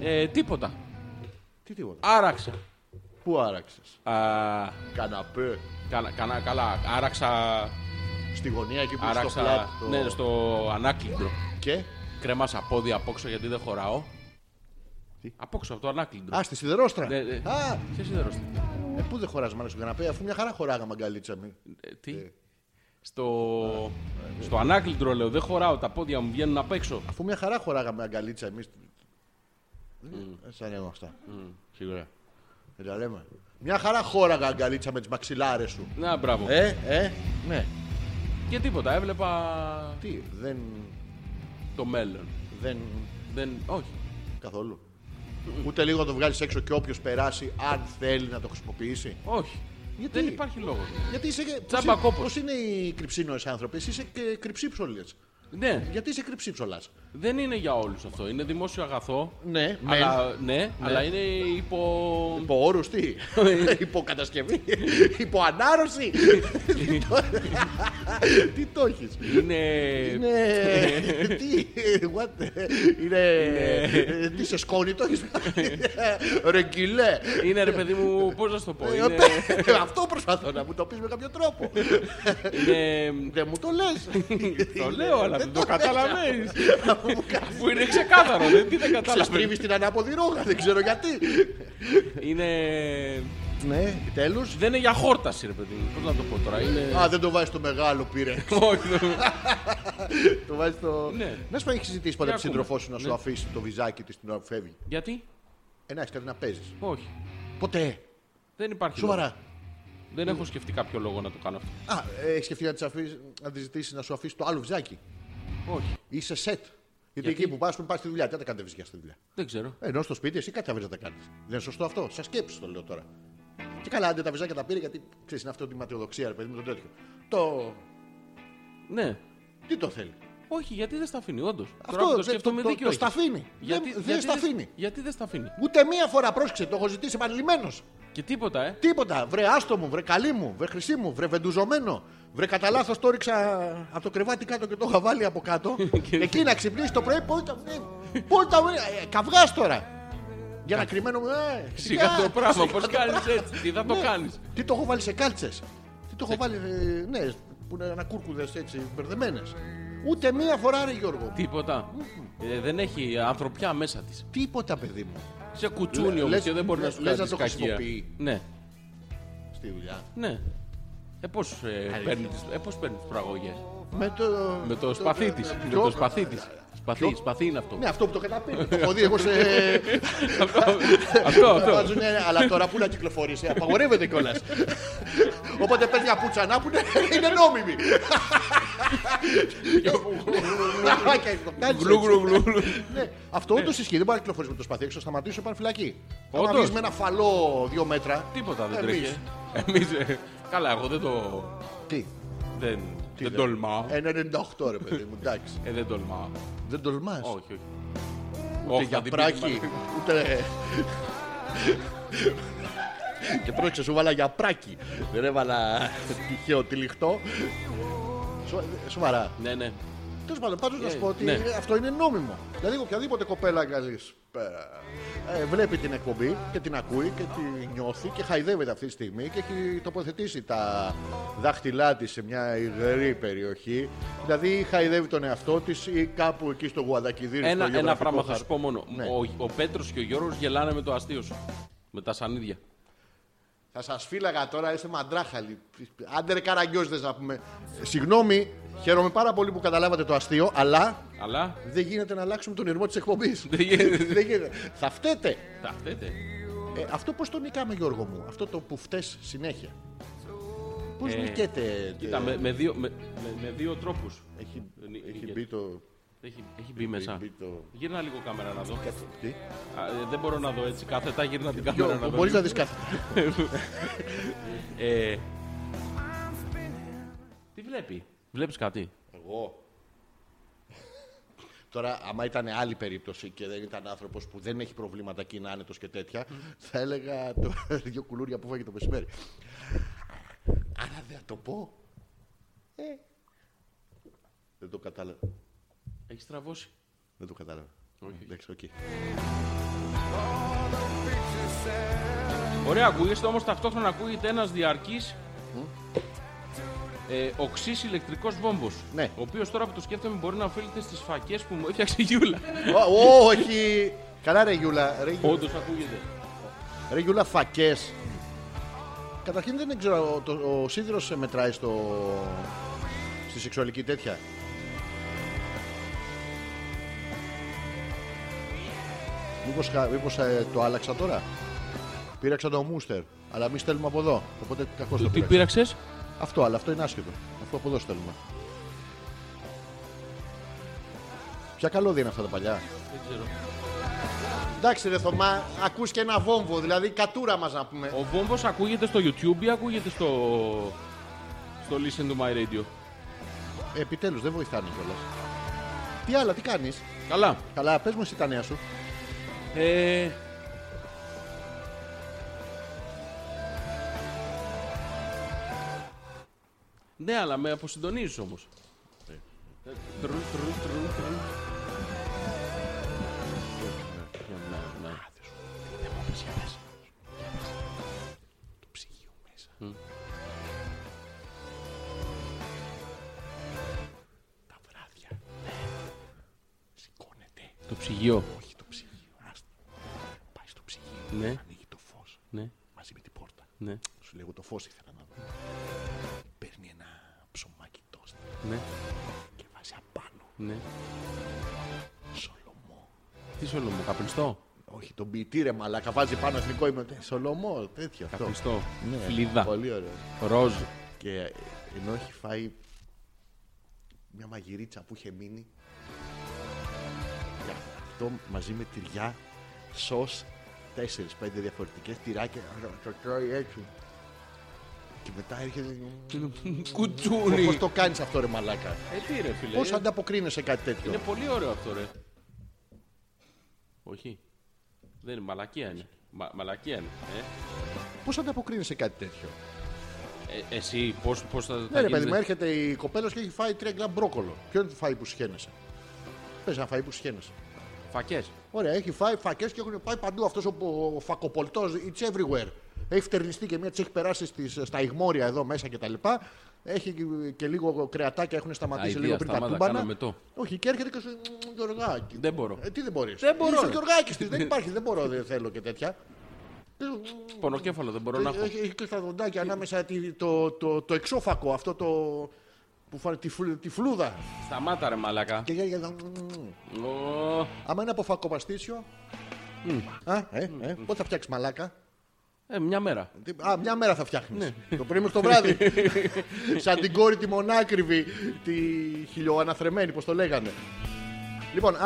[SPEAKER 2] Ε, τίποτα.
[SPEAKER 1] Τι τίποτα.
[SPEAKER 2] Άραξα.
[SPEAKER 1] Πού άραξες.
[SPEAKER 2] Α,
[SPEAKER 1] Καναπέ.
[SPEAKER 2] καλά, καλά, καλά. Άραξα.
[SPEAKER 1] Στη γωνία εκεί που είναι στο
[SPEAKER 2] άραξα
[SPEAKER 1] φλάτ. το-
[SPEAKER 2] ναι, στο ανάκλητρο.
[SPEAKER 1] Και.
[SPEAKER 2] Κρέμασα πόδι απόξω γιατί δεν χωράω. Απόξω από το ανάκλητρο.
[SPEAKER 1] Α, στη σιδερόστρα.
[SPEAKER 2] Ναι, ναι.
[SPEAKER 1] Α,
[SPEAKER 2] Ποιο σιδερός είναι.
[SPEAKER 1] ε, πού δεν χωράζει μάλλον στον καναπέ, αφού μια χαρά χωράγαμε αγκαλίτσα. μη.
[SPEAKER 2] Ε, Τι. Στο, στο ανάκλητρο λέω, δεν χωράω, τα πόδια μου βγαίνουν απ' έξω.
[SPEAKER 1] Αφού μια χαρά χωράγαμε αγκαλίτσα εμείς. Σαν εγώ αυτά.
[SPEAKER 2] Σίγουρα.
[SPEAKER 1] Δεν τα λέμε. Μια χαρά χώραγα αγκαλίτσα με τις μαξιλάρες σου.
[SPEAKER 2] Να, μπράβο.
[SPEAKER 1] Ε, ε, ναι.
[SPEAKER 2] Και τίποτα, έβλεπα
[SPEAKER 1] Τι, δεν.
[SPEAKER 2] το μέλλον.
[SPEAKER 1] δεν
[SPEAKER 2] Δεν, όχι.
[SPEAKER 1] καθόλου. Ούτε λίγο να το βγάλεις έξω και όποιος περάσει, αν θέλει να το χρησιμοποιήσει.
[SPEAKER 2] Όχι.
[SPEAKER 1] Γιατί?
[SPEAKER 2] Δεν υπάρχει λόγος.
[SPEAKER 1] Γιατί είσαι. και-
[SPEAKER 2] Τσάμπα
[SPEAKER 1] πώς είναι-
[SPEAKER 2] κόπος.
[SPEAKER 1] πώς είναι οι κρυψίνοε άνθρωποι, εσύ είσαι και κρυψίψολε.
[SPEAKER 2] Ναι,
[SPEAKER 1] Γιατί είσαι κρυψίψολα.
[SPEAKER 2] δεν είναι για όλους αυτό. Είναι δημόσιο αγαθό.
[SPEAKER 1] Ναι, μεν.
[SPEAKER 2] Αλλά, ναι, αλλά είναι υπό...
[SPEAKER 1] Υπό όρους τι, υπό κατασκευή, υπό ανάρρωση. Τι το- Τι το έχεις.
[SPEAKER 2] Είναι...
[SPEAKER 1] Ναι. Είναι. Τι. What.
[SPEAKER 2] Ναι.
[SPEAKER 1] Είναι. Τι σε σκόνη το έχεις. Ρεγκιλέ.
[SPEAKER 2] είναι, ρε παιδί μου, πώς να σου το πω.
[SPEAKER 1] Ε,
[SPEAKER 2] Είναι,
[SPEAKER 1] Αυτό προσπαθώ να μου το πεις με κάποιο τρόπο.
[SPEAKER 2] είναι...
[SPEAKER 1] Δεν μου το λες.
[SPEAKER 2] Το λέω, αλλά δεν το καταλαβαίνεις. Αφού είναι ξεκάθαρο, δεν τι δεν καταλαβαίνεις.
[SPEAKER 1] Ξαστρίβει την ανάποδη ρόγα, δεν ξέρω γιατί.
[SPEAKER 2] Είναι...
[SPEAKER 1] Ναι, τέλου.
[SPEAKER 2] Δεν είναι για χόρταση, ρε παιδί μου. Πώς να το πω τώρα. Είναι.
[SPEAKER 1] Α, δεν το βάζεις το μεγάλο πήρε.
[SPEAKER 2] Όχι, δεν-
[SPEAKER 1] Το βάζεις το.
[SPEAKER 2] Ναι.
[SPEAKER 1] Να σου πω, έχεις συζητήσει ποτέ
[SPEAKER 2] Για
[SPEAKER 1] τη σύντροφό σου να
[SPEAKER 2] ακούμε.
[SPEAKER 1] σου
[SPEAKER 2] Ναι.
[SPEAKER 1] αφήσει το βυζάκι της την ώρα που φεύγει.
[SPEAKER 2] Γιατί?
[SPEAKER 1] Ε, να έχεις κάτι να παίζεις.
[SPEAKER 2] Όχι.
[SPEAKER 1] Ποτέ.
[SPEAKER 2] Δεν υπάρχει.
[SPEAKER 1] Σοβαρά.
[SPEAKER 2] λόγος. Δεν έχω σκεφτεί κάποιο λόγο να το κάνω αυτό.
[SPEAKER 1] Α, έχεις σκεφτεί να της αφήσεις- να της ζητήσεις να σου αφήσει το άλλο βυζάκι.
[SPEAKER 2] Όχι.
[SPEAKER 1] Είσαι σετ. Γιατί,
[SPEAKER 2] Γιατί?
[SPEAKER 1] εκεί που πας, πας στη δουλειά, τι θα τα κάνετε βυζιά στη δουλειά. Ε,
[SPEAKER 2] Δεν ξέρω.
[SPEAKER 1] Ενώ στο σπίτι εσύ κάτι θα βρεις να τα κάνεις. Δεν είναι σωστό αυτό. Σα σκέψει το λέω τώρα. Και καλά, άντε τα βυζάκια τα πήρε γιατί ξέρεις είναι αυτό τη ματιοδοξία, ρε παιδί μου, το τέτοιο. Το.
[SPEAKER 2] Ναι.
[SPEAKER 1] Τι το θέλει.
[SPEAKER 2] Όχι, γιατί δεν στα αφήνει, όντως.
[SPEAKER 1] Αυτό
[SPEAKER 2] το
[SPEAKER 1] δεν-
[SPEAKER 2] σκέφτομαι
[SPEAKER 1] το- το-
[SPEAKER 2] δίκιο.
[SPEAKER 1] το
[SPEAKER 2] έχεις.
[SPEAKER 1] στα αφήνει.
[SPEAKER 2] Γιατί-
[SPEAKER 1] Δεν- δεν
[SPEAKER 2] γιατί
[SPEAKER 1] στα αφήνει.
[SPEAKER 2] Γιατί δεν στα αφήνει.
[SPEAKER 1] Ούτε μία φορά πρόσεξε, το έχω ζητήσει επανειλημμένος.
[SPEAKER 2] Και τίποτα, ε.
[SPEAKER 1] Τίποτα. Βρε άστο μου, βρε καλή μου, βρε χρυσή μου, βρε βεντουζωμένο. Βρε κατά λάθος το ρίξα από το κρεβάτι κάτω και το είχα βάλει από κάτω. Εκεί να ξυπνήσει το πρωί. Πού τα. ε, Πού τα. Καυγάς τώρα. Για να κρυμμένο μου. ε,
[SPEAKER 2] Σιγά το πράγμα, πώς
[SPEAKER 1] σιγά το
[SPEAKER 2] κάνεις έτσι. Τι θα το
[SPEAKER 1] Ναι.
[SPEAKER 2] κάνεις.
[SPEAKER 1] Τι το έχω βάλει σε κάλτσες. Τι το έχω βάλει. ε, Ναι, που είναι ανακούρκουδες έτσι μπερδεμένες. Ούτε μία φορά, ρε Γιώργο.
[SPEAKER 2] Τίποτα. Ε, δεν έχει ανθρωπιά μέσα της.
[SPEAKER 1] Τίποτα, παιδί μου.
[SPEAKER 2] Σε κουτσούνι
[SPEAKER 1] Λε-
[SPEAKER 2] όμως
[SPEAKER 1] λες-
[SPEAKER 2] και δεν μπορεί να
[SPEAKER 1] λες-
[SPEAKER 2] σου
[SPEAKER 1] λες
[SPEAKER 2] κάνει
[SPEAKER 1] να το
[SPEAKER 2] κακία.
[SPEAKER 1] χρησιμοποιεί.
[SPEAKER 2] Ναι,
[SPEAKER 1] Στη δουλειά.
[SPEAKER 2] ναι. Ε, πώς παίρνει τις προαγωγές.
[SPEAKER 1] Με το,
[SPEAKER 2] Με
[SPEAKER 1] Ε,
[SPEAKER 2] το σπαθί της. Με
[SPEAKER 1] Ποιο?
[SPEAKER 2] το σπαθί της. Σπαθί, σπαθί είναι αυτό.
[SPEAKER 1] Ναι, αυτό που το καταπίνει. το έχω δει εγώ σε.
[SPEAKER 2] αυτό, αυτό,
[SPEAKER 1] Να
[SPEAKER 2] αυτό.
[SPEAKER 1] βάζουνε, αλλά τώρα πού να κυκλοφορήσει, απαγορεύεται κιόλας. Οπότε παίρνει μια πουτσανά που είναι, είναι νόμιμη. Να, και το κάνεις
[SPEAKER 2] Γλου,
[SPEAKER 1] έτσι.
[SPEAKER 2] γλου, γλου, γλου.
[SPEAKER 1] Ναι, Αυτό όντω ισχύει. Δεν μπορεί να κυκλοφορήσει με το σπαθί έξω, θα σταματήσει πάνω φυλακή.
[SPEAKER 2] Όντως.
[SPEAKER 1] Θα βγει με ένα φαλό δύο μέτρα. Ε,
[SPEAKER 2] Τίποτα δεν
[SPEAKER 1] Εμείς.
[SPEAKER 2] τρέχει. Εμείς. Καλά, εγώ δεν το.
[SPEAKER 1] Τι.
[SPEAKER 2] Δεν,
[SPEAKER 1] τι Ε.
[SPEAKER 2] δεν τολμάω.
[SPEAKER 1] 1,98 ρε παιδί μου, εντάξει.
[SPEAKER 2] Ε, δεν τολμάω.
[SPEAKER 1] Δεν τολμάς.
[SPEAKER 2] Όχι, όχι.
[SPEAKER 1] Ούτε
[SPEAKER 2] θα
[SPEAKER 1] για
[SPEAKER 2] την
[SPEAKER 1] πράκι,
[SPEAKER 2] πίνουμε.
[SPEAKER 1] ούτε. και πρόσεξε, σου βάλα για πράκι. Δεν έβαλα τυχαίο τυλιχτό. Σο- Σοβαρά.
[SPEAKER 2] Ναι, ναι.
[SPEAKER 1] Τέλος πάντων, πάντως να σου πω ότι
[SPEAKER 2] ναι.
[SPEAKER 1] αυτό είναι νόμιμο. Δηλαδή, οποιαδήποτε κοπέλα καλή ε, βλέπει την εκπομπή και την ακούει και τη νιώθει και χαϊδεύεται αυτή τη στιγμή και έχει τοποθετήσει τα δάχτυλά της σε μια υγρή περιοχή. Δηλαδή, χαϊδεύει τον εαυτό της ή κάπου εκεί στο Γουαδακιδίρι.
[SPEAKER 2] Ένα,
[SPEAKER 1] στο
[SPEAKER 2] ένα
[SPEAKER 1] γεωγραφικό
[SPEAKER 2] πράγμα θα
[SPEAKER 1] χάρτη.
[SPEAKER 2] σου πω μόνο.
[SPEAKER 1] Ναι.
[SPEAKER 2] Ο, ο Πέτρος και ο Γιώργος γελάνε με το αστείο σου. Με τα σανίδια.
[SPEAKER 1] Θα σας φύλαγα τώρα, είστε μαντράχαλοι. Άντε ρε καραγκιόζδες να πούμε. Συγγνώμη, χαίρομαι πάρα πολύ που καταλάβατε το αστείο, αλλά
[SPEAKER 2] Αλλά.
[SPEAKER 1] δεν γίνεται να αλλάξουμε τον ερμό της εκπομπής.
[SPEAKER 2] Δεν γίνεται.
[SPEAKER 1] Θα φταίτε.
[SPEAKER 2] Τα φταίτε.
[SPEAKER 1] Ε, αυτό πώς το νικάμε, Γιώργο μου, αυτό το που φταίει συνέχεια. Πώς νικέται.
[SPEAKER 2] Κοίτα,
[SPEAKER 1] ε,
[SPEAKER 2] με, με δύο, με, με- με δύο τρόπους.
[SPEAKER 1] Έχει,
[SPEAKER 2] Δεν είναι
[SPEAKER 1] έχει
[SPEAKER 2] και-
[SPEAKER 1] μπει το.
[SPEAKER 2] Έχει, έχει μπει μέσα.
[SPEAKER 1] μπει το-
[SPEAKER 2] Γύρνα λίγο κάμερα να δω.
[SPEAKER 1] Κάτσε. Τι.
[SPEAKER 2] Α, ε, δεν μπορώ να δω έτσι κάθετα, γύρνα την κάμερα να δω.
[SPEAKER 1] Μπορείς να δεις κάτι.
[SPEAKER 2] Ε, τι βλέπει, βλέπεις κάτι.
[SPEAKER 1] Εγώ. Τώρα, άμα ήταν άλλη περίπτωση και δεν ήταν άνθρωπος που δεν έχει προβλήματα και είναι άνετος και τέτοια, θα έλεγα το δύο κουλούρια που φάγει το μεσημέρι. Άρα δεν θα το πω. Ε. Δεν το κατάλαβα.
[SPEAKER 2] Έχεις τραβώσει.
[SPEAKER 1] Δεν το κατάλαβα. Εντάξει, οκ.
[SPEAKER 2] Ωραία, ακούγεστε όμως ταυτόχρονα ακούγεται ένας διαρκής ε, οξύς ηλεκτρικός βόμβος.
[SPEAKER 1] Ναι.
[SPEAKER 2] Ο οποίος τώρα που το σκέφτομαι μπορεί να οφείλεται στις φακές που μου έφτιαξε η Γιούλα.
[SPEAKER 1] Ω, ω, Όχι! Καλά, ρε Γιούλα. Ρε Γιούλα.
[SPEAKER 2] Όντως ακούγεται.
[SPEAKER 1] Ρε Γιούλα, φακές. Καταρχήν δεν ξέρω, το, ο σίδηρος μετράει στο, στη σεξουαλική τέτοια. Μήπως, χα- μήπως ε, το άλλαξα τώρα. Πήραξα το μούστερ, αλλά εμείς στέλνουμε από εδώ. Οπότε κακώς το
[SPEAKER 2] Τι
[SPEAKER 1] πήραξα.
[SPEAKER 2] πήραξες,
[SPEAKER 1] Αυτό, αλλά αυτό είναι άσχετο. Αυτό από εδώ στέλνουμε. Ποια καλώδια είναι αυτά τα παλιά.
[SPEAKER 2] Δεν ξέρω.
[SPEAKER 1] Εντάξει ρε Θωμά, ακούς και ένα βόμβο, δηλαδή κατούρα μας να πούμε.
[SPEAKER 2] Ο βόμβος ακούγεται στο YouTube ή ακούγεται στο. στο Listen to My Radio.
[SPEAKER 1] Επιτέλους, δεν βοηθάνε κιόλας. Τι άλλα, τι κάνεις.
[SPEAKER 2] Καλά.
[SPEAKER 1] Καλά, πες μου εσύ τα νέα σου.
[SPEAKER 2] Ε... Ναι, αλλά με αποσυντονίζεις όμως. Τρου, τρου, τρου, τρου. Ναι, ναι. Το ψυγείο. Όχι, το ψυγείο.
[SPEAKER 1] Πάει στο ψυγείο,
[SPEAKER 2] Ναι,
[SPEAKER 1] ανοίγει το φως
[SPEAKER 2] ναι,
[SPEAKER 1] μαζί με την πόρτα.
[SPEAKER 2] ναι,
[SPEAKER 1] Σου λέγω το φως ήθελα να δω. Παίρνει ένα ψωμάκι τόστα
[SPEAKER 2] ναι,
[SPEAKER 1] και βάζει απάνω
[SPEAKER 2] ναι.
[SPEAKER 1] σολομό.
[SPEAKER 2] Τι σου μου, καπνιστό.
[SPEAKER 1] Όχι, τον ποιητή ρε μαλάκα, βάζει πάνω εθνικό ύμνο. Ε, Σολομό, τέτοιο αυτό.
[SPEAKER 2] Καπνιστό.
[SPEAKER 1] Ναι,
[SPEAKER 2] Φλίδα.
[SPEAKER 1] Πολύ ωραίο.
[SPEAKER 2] Ροζ.
[SPEAKER 1] Και ενώ έχει φάει μια μαγειρίτσα που είχε μείνει. και Αυτό μαζί με τυριά, σως, τέσσερις, πέντε διαφορετικές τυράκια. Το τρώει έτσι. Και μετά έρχεται...
[SPEAKER 2] Κουτσούνι.
[SPEAKER 1] Πώς το κάνεις αυτό ρε μαλάκα.
[SPEAKER 2] Ε, τι ρε φίλε.
[SPEAKER 1] Πώς ανταποκρίνεσαι κάτι τέτοιο.
[SPEAKER 2] Είναι πολύ ωραίο αυτό ρε. Όχι. Δεν είναι, μαλακία είναι. Μα, μαλακία είναι.
[SPEAKER 1] Πώς ανταποκρίνεσαι κάτι τέτοιο.
[SPEAKER 2] Ε, ε, εσύ πώς, πώς θα,
[SPEAKER 1] Ναι ρε
[SPEAKER 2] θα
[SPEAKER 1] παιδί
[SPEAKER 2] γίνεται.
[SPEAKER 1] μου, έρχεται η κοπέλα και έχει φάει τρία γκλά μπρόκολο. Ποιο είναι το φάει που σχένεσαι. Πες να φάει που σχένεσαι.
[SPEAKER 2] Φακές.
[SPEAKER 1] Ωραία, έχει φάει φακές και έχουν πάει παντού. Αυτός ο, ο φακοπολτός, it's everywhere. Έχει φτερνιστεί και μία τη έχει περάσει στις, στα ηγμόρια εδώ μέσα κτλ. Έχει και λίγο κρεατάκια, έχουν σταματήσει
[SPEAKER 2] Αηδία,
[SPEAKER 1] λίγο πριν τα
[SPEAKER 2] σταμάτα,
[SPEAKER 1] τούμπανα.
[SPEAKER 2] κάναμε το.
[SPEAKER 1] Όχι, και έρχεται και σου. «Μμμ, Γεωργάκη.
[SPEAKER 2] Δεν μπορώ.
[SPEAKER 1] Ε, τι δεν μπορείς.
[SPEAKER 2] Δεν μπορώ,
[SPEAKER 1] Είσαι ο
[SPEAKER 2] ρε.
[SPEAKER 1] Γεωργάκη της, δεν υπάρχει, δεν μπορώ, δεν θέλω και τέτοια. Και σου, «Μμμ».
[SPEAKER 2] Πονοκέφαλο δεν
[SPEAKER 1] ε,
[SPEAKER 2] μπορώ να έχω.
[SPEAKER 1] Έχει, έχει και στα δοντάκια ανάμεσα τη- το, το, το εξώφακο αυτό το. που φάνε τη, φλου- τη φλούδα.
[SPEAKER 2] Σταμάτα ρε μαλακά.
[SPEAKER 1] Και για- για- «Μμμ».
[SPEAKER 2] Ω,
[SPEAKER 1] Άμα είναι από φακοπαστήσιο. Α, ε, ε, πότε θα φτιάξεις μαλάκα.
[SPEAKER 2] Ε, μια μέρα.
[SPEAKER 1] Τι- Α, μια μέρα θα φτιάχνεις.
[SPEAKER 2] Ναι.
[SPEAKER 1] Το πρωί μέχρι το βράδυ. Σαν την κόρη τη μονάκριβη, τη χιλιοαναθρεμένη, πώ το λέγανε. Λοιπόν,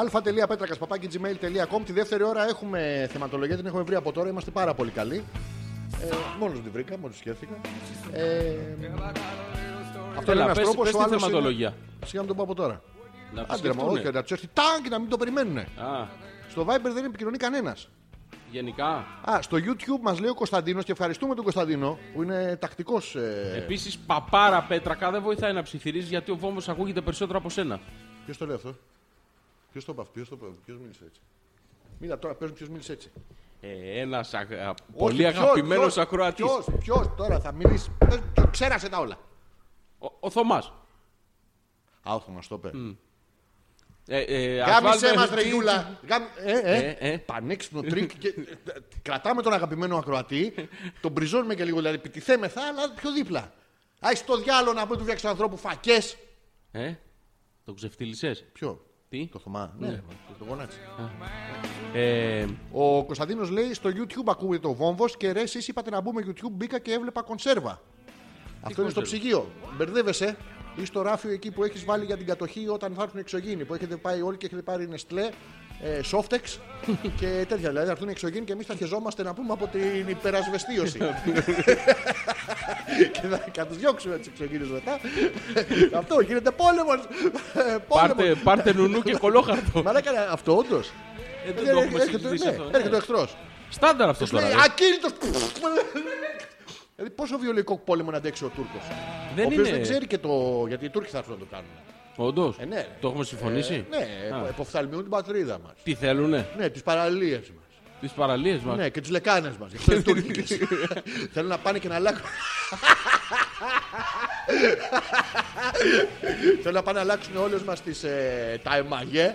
[SPEAKER 1] α.πέτρακα.gmail.com Τη δεύτερη ώρα έχουμε θεματολογία, την έχουμε βρει από τώρα. Είμαστε πάρα πολύ καλοί. Ε, μόνος την βρήκα, μόνος σκέφτηκα. Ε, αυτό είναι
[SPEAKER 2] Έλα,
[SPEAKER 1] ένας
[SPEAKER 2] πες,
[SPEAKER 1] τρόπος.
[SPEAKER 2] πες τη θεματολογία.
[SPEAKER 1] Σιγά να το πω από τώρα.
[SPEAKER 2] Να
[SPEAKER 1] Άντρε,
[SPEAKER 2] το
[SPEAKER 1] μα
[SPEAKER 2] σκεφτούνε.
[SPEAKER 1] όχι, να του έρθει τάγκ να μην το περιμένουν.
[SPEAKER 2] Α,
[SPEAKER 1] Στο Viber δεν επικοινωνεί κανένας.
[SPEAKER 2] γενικά.
[SPEAKER 1] Α, στο YouTube μας λέει ο Κωνσταντίνος και ευχαριστούμε τον Κωνσταντίνο που είναι τακτικός. Ε...
[SPEAKER 2] Επίσης παπάρα πέτρακα δεν βοηθάει να ψιθυρίζεις γιατί ο βόμβος ακούγεται περισσότερο από σένα.
[SPEAKER 1] Ποιος το λέει αυτό, Ποιος το παύει, Ποιο ποιος μίλησε έτσι. Μίλα τώρα, πες ποιος μίλησε έτσι.
[SPEAKER 2] Ε, ένας αγα- πολύ αγαπημένος ακροατής.
[SPEAKER 1] Ποιος, ποιος τώρα θα μιλήσει. Πες, το Ξέρασε τα όλα.
[SPEAKER 2] Ο, ο Θωμάς.
[SPEAKER 1] Α, όχι, μα το είπε.
[SPEAKER 2] Ε, ε,
[SPEAKER 1] Γάμισε
[SPEAKER 2] ασφάλτε-
[SPEAKER 1] μα, Ρεγιούλα. Γάμι- Ε, ε,
[SPEAKER 2] Ε, ε.
[SPEAKER 1] Πανέξυπνο τρίκ. και- ε, Κρατάμε τον αγαπημένο ακροατή, τον μπριζώνουμε και λίγο, δηλαδή επιτιθέμεθα, αλλά πιο δίπλα. Άι το διάλογο να πούμε του φτιάξεις ανθρώπου φακές.
[SPEAKER 2] Ε, το ξεφτύλισες.
[SPEAKER 1] Ποιο.
[SPEAKER 2] Τι?
[SPEAKER 1] Το Θωμά. Ναι, το γονάτσι.
[SPEAKER 2] Ε,
[SPEAKER 1] Ο Κωνσταντίνος λέει στο YouTube ακούγεται το βόμβος και ρε, εσείς είπατε να μπούμε YouTube. Μπήκα και έβλεπα κονσέρβα. Αυτό είναι στο
[SPEAKER 2] κονσέρβα?
[SPEAKER 1] ψυγείο. Μπερδεύεσαι. Ή στο ράφιο εκεί που έχεις βάλει για την κατοχή όταν θα έρθουν οι εξωγήινοι. Που έχετε πάει όλοι και έχετε πάρει νεστλέ, ε, softex και τέτοια. Δηλαδή θα έρθουν οι εξωγήινοι και εμείς θα χεζόμαστε να πούμε από την υπερασβεστίωση. και θα, θα τους διώξουμε τους εξωγήινους μετά. Αυτό γίνεται πόλεμος.
[SPEAKER 2] πάρτε, πάρτε νουνού και κολόχαρτο.
[SPEAKER 1] Μαλάκα αυτό όντως.
[SPEAKER 2] Ε, δεν το έχουμε συζητήσει αυτό.
[SPEAKER 1] ναι, Έρχεται ο εχθρός.
[SPEAKER 2] Στάνταρ αυτό τώρα. ε.
[SPEAKER 1] Λέει,
[SPEAKER 2] ρε.
[SPEAKER 1] Ακίνητος. Δηλαδή, πόσο βιολογικό πόλεμο να αντέξει ο Τούρκος. Ο
[SPEAKER 2] Δεν
[SPEAKER 1] οποίος δεν
[SPEAKER 2] είναι.
[SPEAKER 1] ξέρει και το. Γιατί οι Τούρκοι θα έρθουν να το κάνουν.
[SPEAKER 2] Όντως.
[SPEAKER 1] Ε, ναι, ρε.
[SPEAKER 2] Το έχουμε συμφωνήσει.
[SPEAKER 1] Ε, ναι,
[SPEAKER 2] Α.
[SPEAKER 1] εποφθαλμιούν την πατρίδα μας.
[SPEAKER 2] Τι θέλουνε,
[SPEAKER 1] Ναι, τις παραλίες μας.
[SPEAKER 2] τις παραλίες μας.
[SPEAKER 1] Ναι, και τις λεκάνες μας. Αυτό είναι τουρκικές. Θέλουν να πάνε και να αλλάξουν. Θέλουν να πάνε να αλλάξουν όλες μας τις. ε, Τα εμαγέ.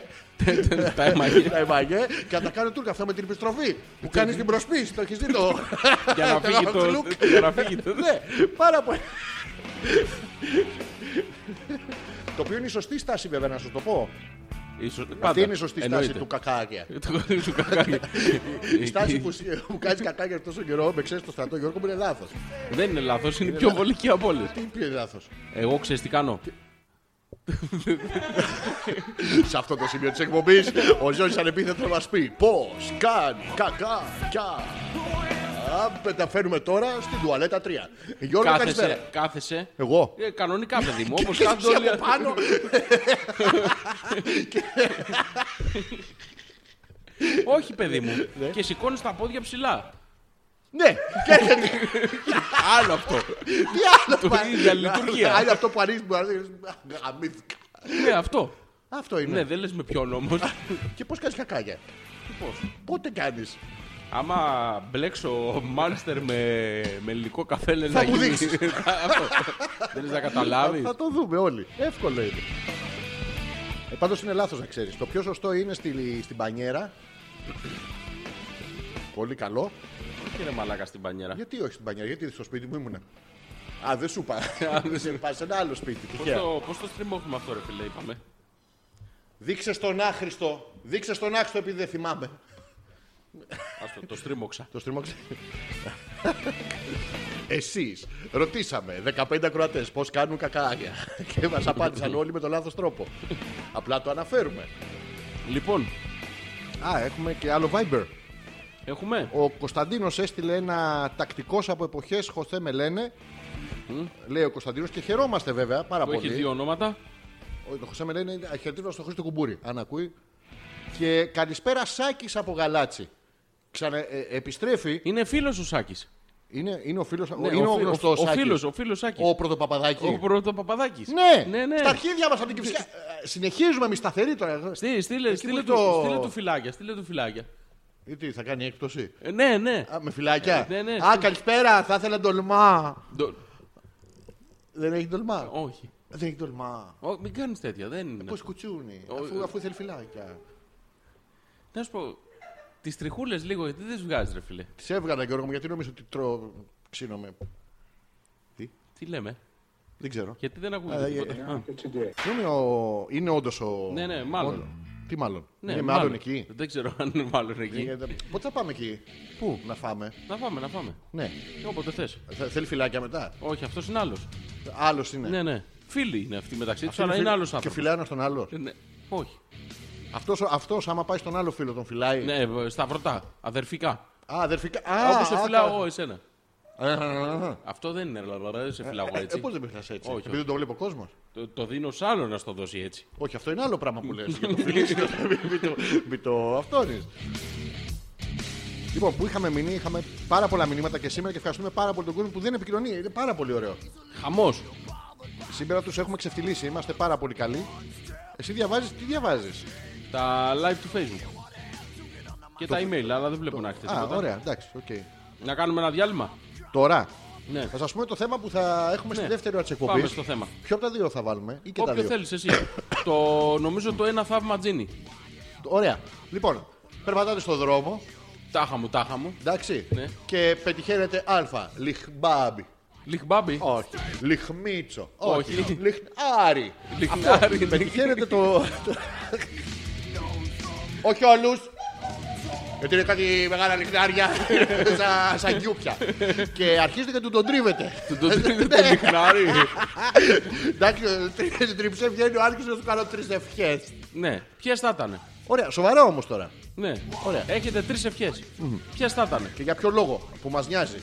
[SPEAKER 2] Τα έμαγε.
[SPEAKER 1] Τα εμαγέ. Και να τα κάνουν Τούρκα αυτά με την επιστροφή. Που κάνεις την προσπίση. Το έχεις δει το.
[SPEAKER 2] Για να φύγει το.
[SPEAKER 1] Outlook.
[SPEAKER 2] Για να φύγει το.
[SPEAKER 1] Ναι, πάρα πολύ. Το οποίο είναι η σωστή στάση βέβαια να σου το πω.
[SPEAKER 2] Ίσως-
[SPEAKER 1] Αυτή
[SPEAKER 2] πάντα.
[SPEAKER 1] είναι η σωστή στάση
[SPEAKER 2] Εννοείται.
[SPEAKER 1] του κακάκια.
[SPEAKER 2] Το κορίτσι σου κακάκι.
[SPEAKER 1] Η στάση που, σ- που κάνει κακάκια τόσο καιρό με ξέρεις το στρατό Γιώργο μου είναι λάθος.
[SPEAKER 2] Δεν είναι λάθος, είναι πιο βολική από όλες.
[SPEAKER 1] Τι πει λάθος.
[SPEAKER 2] Εγώ ξέρεις τι κάνω.
[SPEAKER 1] Σε αυτό το σημείο της εκπομπής ο Ζώης ανεπίθετος μας πει πώς κάνει κακάκια. Α, Μεταφέρουμε τώρα στην τουαλέτα 3. Γιώργο, καλησπέρα.
[SPEAKER 2] Κάθεσαι. Κάθεσαι.
[SPEAKER 1] Εγώ.
[SPEAKER 2] Ε, κανονικά, παιδί μου. Όπω
[SPEAKER 1] Και
[SPEAKER 2] κάνουν
[SPEAKER 1] εσύ
[SPEAKER 2] όλοι.
[SPEAKER 1] από πάνω.
[SPEAKER 2] Όχι, παιδί μου. Και σηκώνεις τα πόδια ψηλά.
[SPEAKER 1] Ναι, και έρχεται.
[SPEAKER 2] Άλλο αυτό.
[SPEAKER 1] Τι άλλο
[SPEAKER 2] Το ίδιο,
[SPEAKER 1] παρ-
[SPEAKER 2] λειτουργία.
[SPEAKER 1] Άλλο αυτό που αρίζει που αρίζει. Γαμήθηκα.
[SPEAKER 2] Ναι, αυτό.
[SPEAKER 1] Αυτό
[SPEAKER 2] Ναι,
[SPEAKER 1] είναι.
[SPEAKER 2] δεν λες με ποιον όμως.
[SPEAKER 1] Και πώς κάνεις κακάκια. Πότε κάνεις.
[SPEAKER 2] Άμα μπλέξω μάνστερ με, με ελληνικό καφέ, λες
[SPEAKER 1] Θα
[SPEAKER 2] να
[SPEAKER 1] μου
[SPEAKER 2] γίνει-
[SPEAKER 1] δείξεις.
[SPEAKER 2] Αυτό. Δεν λες να καταλάβεις.
[SPEAKER 1] Θα το δούμε όλοι. Εύκολο είναι. Ε, Πάντως είναι λάθος να ξέρεις. Το πιο σωστό είναι στη, στην πανιέρα. Πολύ καλό.
[SPEAKER 2] Κύριε Μαλάκα στην πανιέρα.
[SPEAKER 1] Γιατί όχι στην πανιέρα, γιατί στο σπίτι μου ήμουνα. Α, δεν σου είπα. Δεν πας σε ένα άλλο σπίτι.
[SPEAKER 2] Πώς
[SPEAKER 1] τυχαία.
[SPEAKER 2] το, πώς το στριμώχνουμε αυτό, ρε φίλε, είπαμε.
[SPEAKER 1] Δείξε στον άχρηστο. Δείξε στον άχρηστο επειδή δεν θυμάμαι.
[SPEAKER 2] Ας το, το στρίμωξα.
[SPEAKER 1] Το stream Εσείς ρωτήσαμε 15 ακροατές πώς κάνουν κακάγια και μας απάντησαν όλοι με τον λάθος τρόπο. Απλά το αναφέρουμε.
[SPEAKER 2] λοιπόν,
[SPEAKER 1] Α, έχουμε και άλλο Viber.
[SPEAKER 2] έχουμε.
[SPEAKER 1] Ο Κωνσταντίνος έστειλε ένα τακτικός από εποχές Χωθέ με λένε. Λέει ο Κωνσταντίνος και χαιρόμαστε βέβαια πάρα
[SPEAKER 2] Που
[SPEAKER 1] πολύ.
[SPEAKER 2] έχει δύο ονόματα.
[SPEAKER 1] Ο- Το Χωσέ με λένε χαιρετίζω στο Χρήστο Κουμπούρη. Αν ακούει. Και καλησπέρα Σάκης από Γαλάτσι. Ξανα, ε, επιστρέφει.
[SPEAKER 2] Είναι φίλος ο Σάκης.
[SPEAKER 1] Είναι, είναι ο φίλος. είναι ο, γνωστό
[SPEAKER 2] Ναι, Ο φίλος ο φίλος Σάκης.
[SPEAKER 1] Ο πρωτοπαπαδάκη.
[SPEAKER 2] Ο πρώτο Παπαδάκη.
[SPEAKER 1] Ναι,
[SPEAKER 2] ναι, ναι.
[SPEAKER 1] στα αρχίδια μας από την Κυψιά. Ε, Συνεχίζουμε εμείς σταθερή τώρα.
[SPEAKER 2] Στείλε, στείλε, στείλε,
[SPEAKER 1] που
[SPEAKER 2] του,
[SPEAKER 1] το-
[SPEAKER 2] στείλε του φυλάκια. Στείλε του φυλάκια.
[SPEAKER 1] Ε, τι, θα κάνει έκπτωση.
[SPEAKER 2] Ε, ναι, ναι.
[SPEAKER 1] Α, με φυλάκια.
[SPEAKER 2] Ε, ναι, ναι.
[SPEAKER 1] Α, καλησπέρα, θα ήθελα ντολμά.
[SPEAKER 2] Το-
[SPEAKER 1] Δεν έχει ντολμά.
[SPEAKER 2] Όχι.
[SPEAKER 1] Δεν έχει ντολμά.
[SPEAKER 2] Ω, μην κάνεις τέτοια. Δεν είναι.
[SPEAKER 1] Πώ κουτσούνι,
[SPEAKER 2] Ναι, Ο- ε-
[SPEAKER 1] αφού, αφού θέλει φυλάκια.
[SPEAKER 2] Να σου πω. Τις τριχούλες λίγο, γιατί δεν τις βγάζεις, ρε φίλε.
[SPEAKER 1] Τις έβγανα, Γιώργο μου, γιατί νομίζω ότι τρώω. Ξύνομαι.
[SPEAKER 2] Τι λέμε.
[SPEAKER 1] Δεν ξέρω.
[SPEAKER 2] Γιατί δεν
[SPEAKER 1] Α,
[SPEAKER 2] ακούγεται
[SPEAKER 1] ε,
[SPEAKER 2] τίποτα. Α,
[SPEAKER 1] Είναι, ο... είναι όντως ο.
[SPEAKER 2] Ναι, ναι, μάλλον.
[SPEAKER 1] Τι μάλλον.
[SPEAKER 2] ναι,
[SPEAKER 1] είναι μάλλον εκεί. Ε,
[SPEAKER 2] Δεν ξέρω αν είναι μάλλον εκεί.
[SPEAKER 1] Είναι- Πότε θα πάμε εκεί. Πού να φάμε.
[SPEAKER 2] Να πάμε, να πάμε.
[SPEAKER 1] Ναι.
[SPEAKER 2] Όποτε θες.
[SPEAKER 1] Θε- Θέλει φυλάκια μετά.
[SPEAKER 2] Όχι, αυτός είναι άλλος.
[SPEAKER 1] Άλλος είναι.
[SPEAKER 2] Ναι, ναι. Φίλοι είναι αυτοί μεταξύ τους,
[SPEAKER 1] Ε. Αυτοί
[SPEAKER 2] αλλά
[SPEAKER 1] φιλ-
[SPEAKER 2] είναι άλλο
[SPEAKER 1] Και
[SPEAKER 2] άνθρωπο.
[SPEAKER 1] φυλάει ένας τον άλλο.
[SPEAKER 2] Ε, ναι. Όχι.
[SPEAKER 1] Αυτός, αυτός άμα πάει στον άλλο φίλο τον φυλάει.
[SPEAKER 2] Ναι, ε, σταυρωτά. Αδερφικά.
[SPEAKER 1] Α, αδερφικά. Α,
[SPEAKER 2] Όπως σε
[SPEAKER 1] α,
[SPEAKER 2] φυλάω
[SPEAKER 1] κα-
[SPEAKER 2] εγώ, εσένα.
[SPEAKER 1] Α, α, α, α.
[SPEAKER 2] Αυτό δεν είναι λαλαλα, δεν σε φυλάω
[SPEAKER 1] Ε, ε,
[SPEAKER 2] έτσι.
[SPEAKER 1] Πώς δεν μιλάς έτσι.
[SPEAKER 2] Όχι,
[SPEAKER 1] Επειδή
[SPEAKER 2] όχι.
[SPEAKER 1] δεν το βλέπει ο κόσμος.
[SPEAKER 2] Το, το δίνω σ' άλλο να στο δώσει έτσι.
[SPEAKER 1] Όχι, αυτό είναι άλλο πράγμα που λες. Για το φίλι σου. Μη το- Μη το αυτό είναι. Λοιπόν, που είχαμε μείνει, είχαμε πάρα πολλά μηνύματα και σήμερα και ευχαριστούμε πάρα πολύ τον κόσμο που δεν επικοινωνεί. Είναι πάρα πολύ ωραίο.
[SPEAKER 2] Χαμός.
[SPEAKER 1] Σήμερα τους έχουμε ξεφτυλίσει, είμαστε πάρα πολύ καλοί. Εσύ διαβάζεις, τι διαβάζεις.
[SPEAKER 2] Τα live του Facebook. Και τα email, αλλά δεν βλέπω να έρχεται
[SPEAKER 1] Α,
[SPEAKER 2] τίποτα.
[SPEAKER 1] ωραία, εντάξει, οκ.
[SPEAKER 2] Να κάνουμε ένα διάλειμμα.
[SPEAKER 1] Τώρα,
[SPEAKER 2] Ναι.
[SPEAKER 1] θα σας πούμε το θέμα που θα έχουμε στη
[SPEAKER 2] Ναι.
[SPEAKER 1] δεύτερη ώρα της εκπομπής.
[SPEAKER 2] Πάμε στο θέμα.
[SPEAKER 1] Ποιο από τα δύο θα βάλουμε ή και τα
[SPEAKER 2] Όποιο
[SPEAKER 1] δύο.
[SPEAKER 2] θέλεις εσύ. το νομίζω το ένα θαύμα τζίνι.
[SPEAKER 1] Ωραία. Λοιπόν, περπατάτε στον δρόμο,
[SPEAKER 2] Τάχα μου, τάχα μου.
[SPEAKER 1] εντάξει,
[SPEAKER 2] Ναι.
[SPEAKER 1] και πετυχαίνετε Α, λιχμπάμπι.
[SPEAKER 2] Λιχμπάμπι.
[SPEAKER 1] Όχι. Λιχμίτσο.
[SPEAKER 2] Όχι.
[SPEAKER 1] Όχι. Λιχνάρι.
[SPEAKER 2] Λιχνάρι.
[SPEAKER 1] Αυτό. Πετυχαίνετε το. το- Όχι όλους. Γιατί είναι κάτι μεγάλα λιχνάρια σαν- σαν γιούπια. Και αρχίζετε και του τον τρίβετε. Ναι.
[SPEAKER 2] Του ναι. το τρίνε το λιχνάρι.
[SPEAKER 1] Εντάξει, ε, τρι- τριψέ βγαίνει ο Άλκης να σου κάνω τρεις ευχές.
[SPEAKER 2] Ναι, ποιες θα ήταν.
[SPEAKER 1] Ωραία, σοβαρά όμως τώρα.
[SPEAKER 2] Ναι,
[SPEAKER 1] Ωραία.
[SPEAKER 2] έχετε τρεις ευχές. Ποιες θα ήταν.
[SPEAKER 1] Και για ποιο λόγο που μας νοιάζει.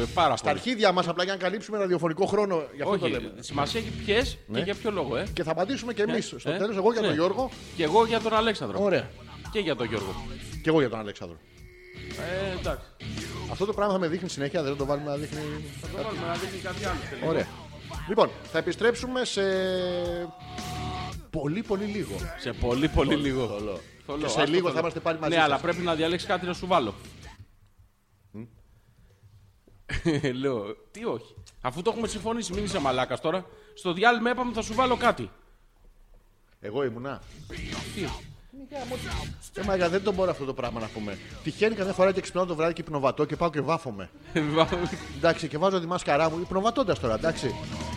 [SPEAKER 2] Ε, Πάρα
[SPEAKER 1] Τα
[SPEAKER 2] πολύ.
[SPEAKER 1] αρχίδια μας απλά για να καλύψουμε ραδιοφωνικό χρόνο. Γι' αυτό το
[SPEAKER 2] Όχι, ε,
[SPEAKER 1] λέμε.
[SPEAKER 2] σημασία έχει ποιε και για ποιο λόγο, ε.
[SPEAKER 1] Και θα απαντήσουμε και εμείς στο
[SPEAKER 2] ε,
[SPEAKER 1] τέλος. Εγώ για τον
[SPEAKER 2] ναι.
[SPEAKER 1] Γιώργο.
[SPEAKER 2] Και εγώ για τον Αλέξανδρο.
[SPEAKER 1] Ωραία.
[SPEAKER 2] Και για τον Γιώργο.
[SPEAKER 1] Και εγώ για τον Αλέξανδρο.
[SPEAKER 2] Ε, εντάξει.
[SPEAKER 1] Αυτό το πράγμα θα με δείχνει συνέχεια, δεν θα το βάλουμε να δείχνει.
[SPEAKER 2] Θα το βάλουμε να δείχνει κάτι άλλο. τελικά.
[SPEAKER 1] Ωραία. Λοιπόν, θα επιστρέψουμε σε. Πολύ, πολύ λίγο.
[SPEAKER 2] Σε πολύ, πολύ λίγο. Θολό,
[SPEAKER 1] Και σε
[SPEAKER 2] άστο
[SPEAKER 1] λίγο
[SPEAKER 2] θολό.
[SPEAKER 1] θα είμαστε πάλι μαζί
[SPEAKER 2] Ναι,
[SPEAKER 1] σας.
[SPEAKER 2] αλλά πρέπει να διαλέξεις κάτι να σου βάλω. Ε, Λέω, τι όχι. Αφού το έχουμε συμφωνήσει, μην είσαι μαλάκας τώρα. Στο διάλειμμα είπαμε θα σου βάλω κάτι.
[SPEAKER 1] Εγώ ήμουνα.
[SPEAKER 2] Τι.
[SPEAKER 1] Ε, μάγκα, δεν το μπορώ αυτό το πράγμα να πούμε. Τυχαίνει κάθε φορά και ξυπνάω το βράδυ και πνοβατώ και πάω και βάφομαι. Εντάξει, και βάζω τη μάσκαρά μου, πνοβατώντα τώρα, εντάξει.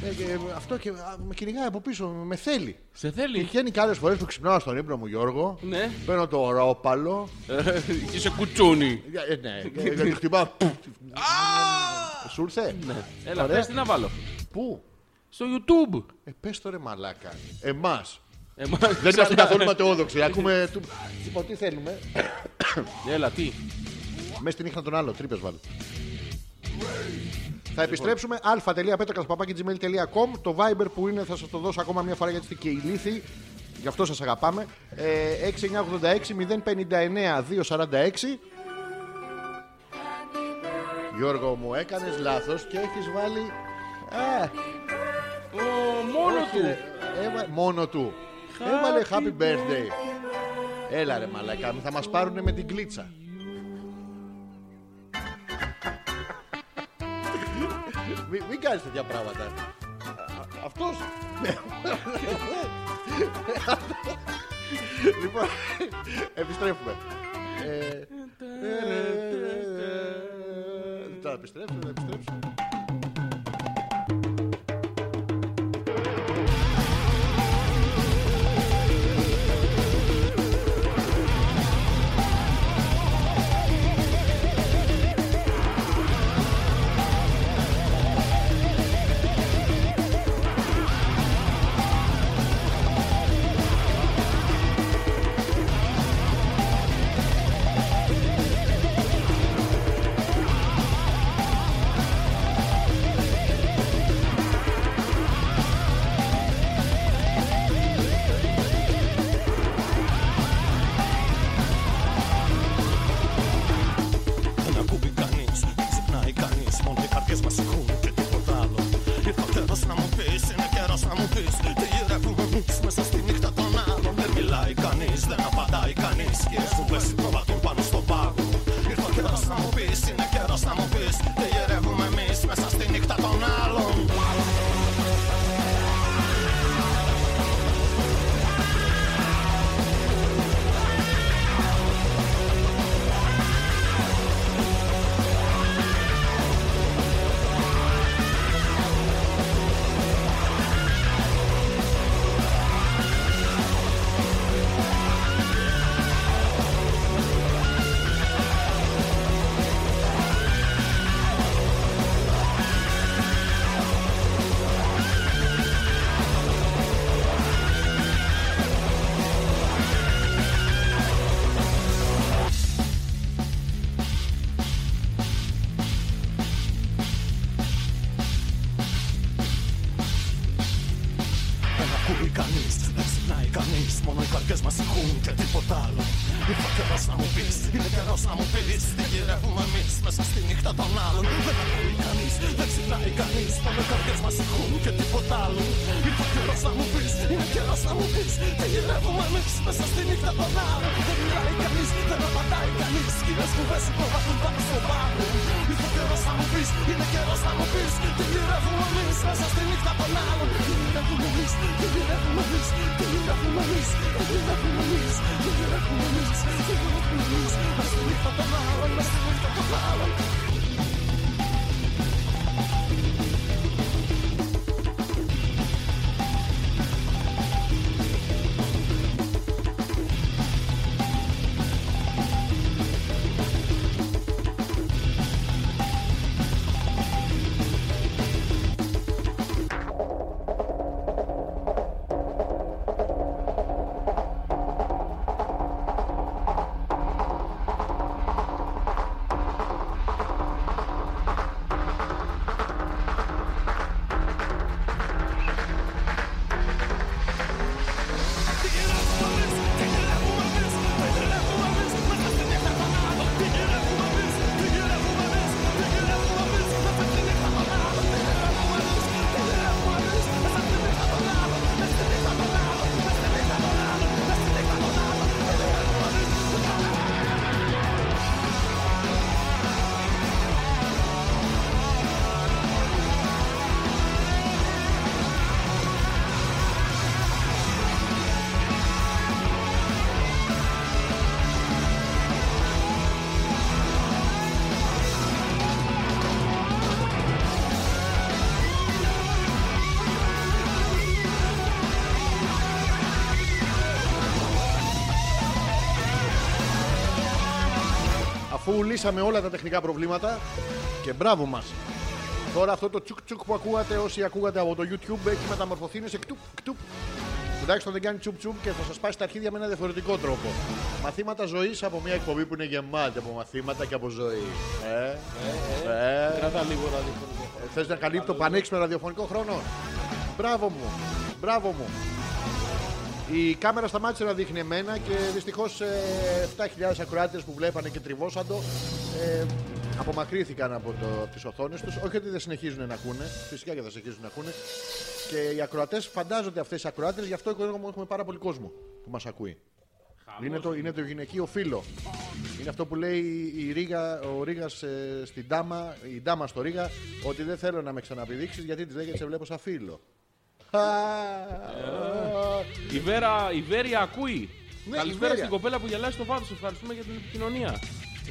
[SPEAKER 1] Ε, και αυτό και α, με κυνηγάει από πίσω, με θέλει.
[SPEAKER 2] Σε θέλει.
[SPEAKER 1] Τυχαίνει και άλλες φορές που ξυπνάω στον ύπνο μου, Γιώργο.
[SPEAKER 2] Ναι.
[SPEAKER 1] Παίρνω το ρόπαλο.
[SPEAKER 2] Ε, Είσαι κουτσούνι.
[SPEAKER 1] Ε, ναι, ε, γιατί χτυπάω. Πφ, Σου ήρθε.
[SPEAKER 2] Έλα,
[SPEAKER 1] Ωραία.
[SPEAKER 2] πες τι να βάλω.
[SPEAKER 1] Πού?
[SPEAKER 2] Στο YouTube.
[SPEAKER 1] Ε, πες το ρε μαλάκα. Εμάς.
[SPEAKER 2] Εμάς-
[SPEAKER 1] Δεν είμαστε
[SPEAKER 2] ξανά.
[SPEAKER 1] καθόλου ματαιόδοξοι. Ακούμε... του- Λοιπόν, τι θέλουμε.
[SPEAKER 2] Έλα, τι.
[SPEAKER 1] Μέσα στη νύχτα τον άλλο. Τρύπες βάλω. Θα επιστρέψουμε α.πέτρακας.gmail.com Το Viber που είναι θα σας το δώσω ακόμα μια φορά γιατί είστε και ηλίθιοι. Γι' αυτό σας αγαπάμε. Ε, 6986-059-246 Γιώργο μου έκανες λάθος και έχεις βάλει... Α,
[SPEAKER 2] Ο, μόνος
[SPEAKER 1] όχι,
[SPEAKER 2] του.
[SPEAKER 1] ρε. Έμα- μόνο του. Έβαλε happy birthday. Έλα ρε μαλακά, θα μας πάρουνε με την κλίτσα. μην, μην κάνεις τέτοια πράγματα. Α- Αυτός. λοιπόν, επιστρέφουμε. Ε, ε, Τώρα επιστρέψουμε, θα επιστρέψουμε.
[SPEAKER 9] Δεν ακούει κανείς, δεν ξυπνάει κανείς Μόνο οι καρδιές μας ακούν και τίποτα άλλο Ήρθε ο καιρός να μου πεις, είναι καιρός να μου πεις Τι γυρεύουμε εμείς μέσα στη νύχτα των άλλων Δεν μιλάει κανείς, δεν απαντάει κανείς Και έχουν πέσει προβατούν πάνω στον πάγο Ήρθε ο καιρός να μου πεις, είναι καιρός να μου πεις Τι γυρεύουμε εμείς μέσα στη νύχτα των άλλων Δεν ακούει κανείς, δεν ξυπνάει κανείς Μόνο οι καρδιές μας ηχούν και τίποτα άλλο Ήρθε καιρός να μου πεις, είναι καιρός να μου πεις Τι γυρεύουμε εμείς μέσα στη νύχτα των άλλων Δεν ακούει κανείς, δεν ξυπνάει κανείς Μόνο οι καρδιές μας ηχούν και τίποτα άλλο Ήρθε καιρός να μου πεις, είναι καιρός να μου πεις Τι γυρεύουμε εμείς μέσα στη νύχτα των άλλων Δεν μιλάει κανείς, δεν απαντάει κανείς Σκηνές που βέσεις προβάλλουν πάνω στο πάγο Ήρθε καιρός να μου πεις, είναι καιρός να μου πεις Τι γυρεύουμε εμείς μέσα στη νύχτα των άλλων Τι γυρεύουμε εμείς, τι γυρεύουμε εμείς Τι γυρεύουμε εμείς, τι γυρεύουμε εμείς Τι γυρεύουμε εμείς, τι γυρεύουμε εμείς Μέσα στη νύχτα των άλλων, μέσα στη νύχτα των άλλων
[SPEAKER 1] αφού λύσαμε όλα τα τεχνικά προβλήματα και μπράβο μας. Τώρα αυτό το τσουκ τσουκ που ακούγατε όσοι ακούγατε από το YouTube έχει μεταμορφωθεί είναι σε κτουπ κτουπ. Τουλάχιστον δεν κάνει τσουπ τσουπ και θα σας πάσει τα αρχίδια με ένα διαφορετικό τρόπο. Μαθήματα ζωής από μια εκπομπή που είναι γεμάτη από μαθήματα και από ζωή. Ε, ε, ε.
[SPEAKER 2] Κρατά λίγο ραδιοφωνικό.
[SPEAKER 1] Θες να καλύπτω πανέξυπνο ραδιοφωνικό χρόνο. Μπράβο μου. Μπράβο μου. Η κάμερα σταμάτησε να δείχνει εμένα και ε, δυστυχώ 7.000 ακροάτε που βλέπανε και τριβώσαν το ε, απομακρύνθηκαν από το, τις οθόνες τους. Όχι ότι δεν συνεχίζουν να ακούνε, φυσικά και θα συνεχίζουν να ακούνε. Και οι ακροατές φαντάζονται αυτές οι ακροάτες, γι' αυτό έχουμε πάρα πολύ κόσμο που μας ακούει. Είναι το, είναι το γυναικείο φίλο. Είναι αυτό που λέει η Ρίγα, ο Ρίγας ε, στην Τάμα, η Τάμα στο Ρίγα, ότι δεν θέλω να με ξαναπηδήξεις γιατί της λέγεται σε βλέπω σαν φίλο. Α,
[SPEAKER 2] Η Βέρα, η Βέρια ακούει.
[SPEAKER 1] Ναι, η
[SPEAKER 2] Καλησπέρα
[SPEAKER 1] Βέρια.
[SPEAKER 2] στην κοπέλα που γελάει στο βάθο. Ευχαριστούμε για την επικοινωνία.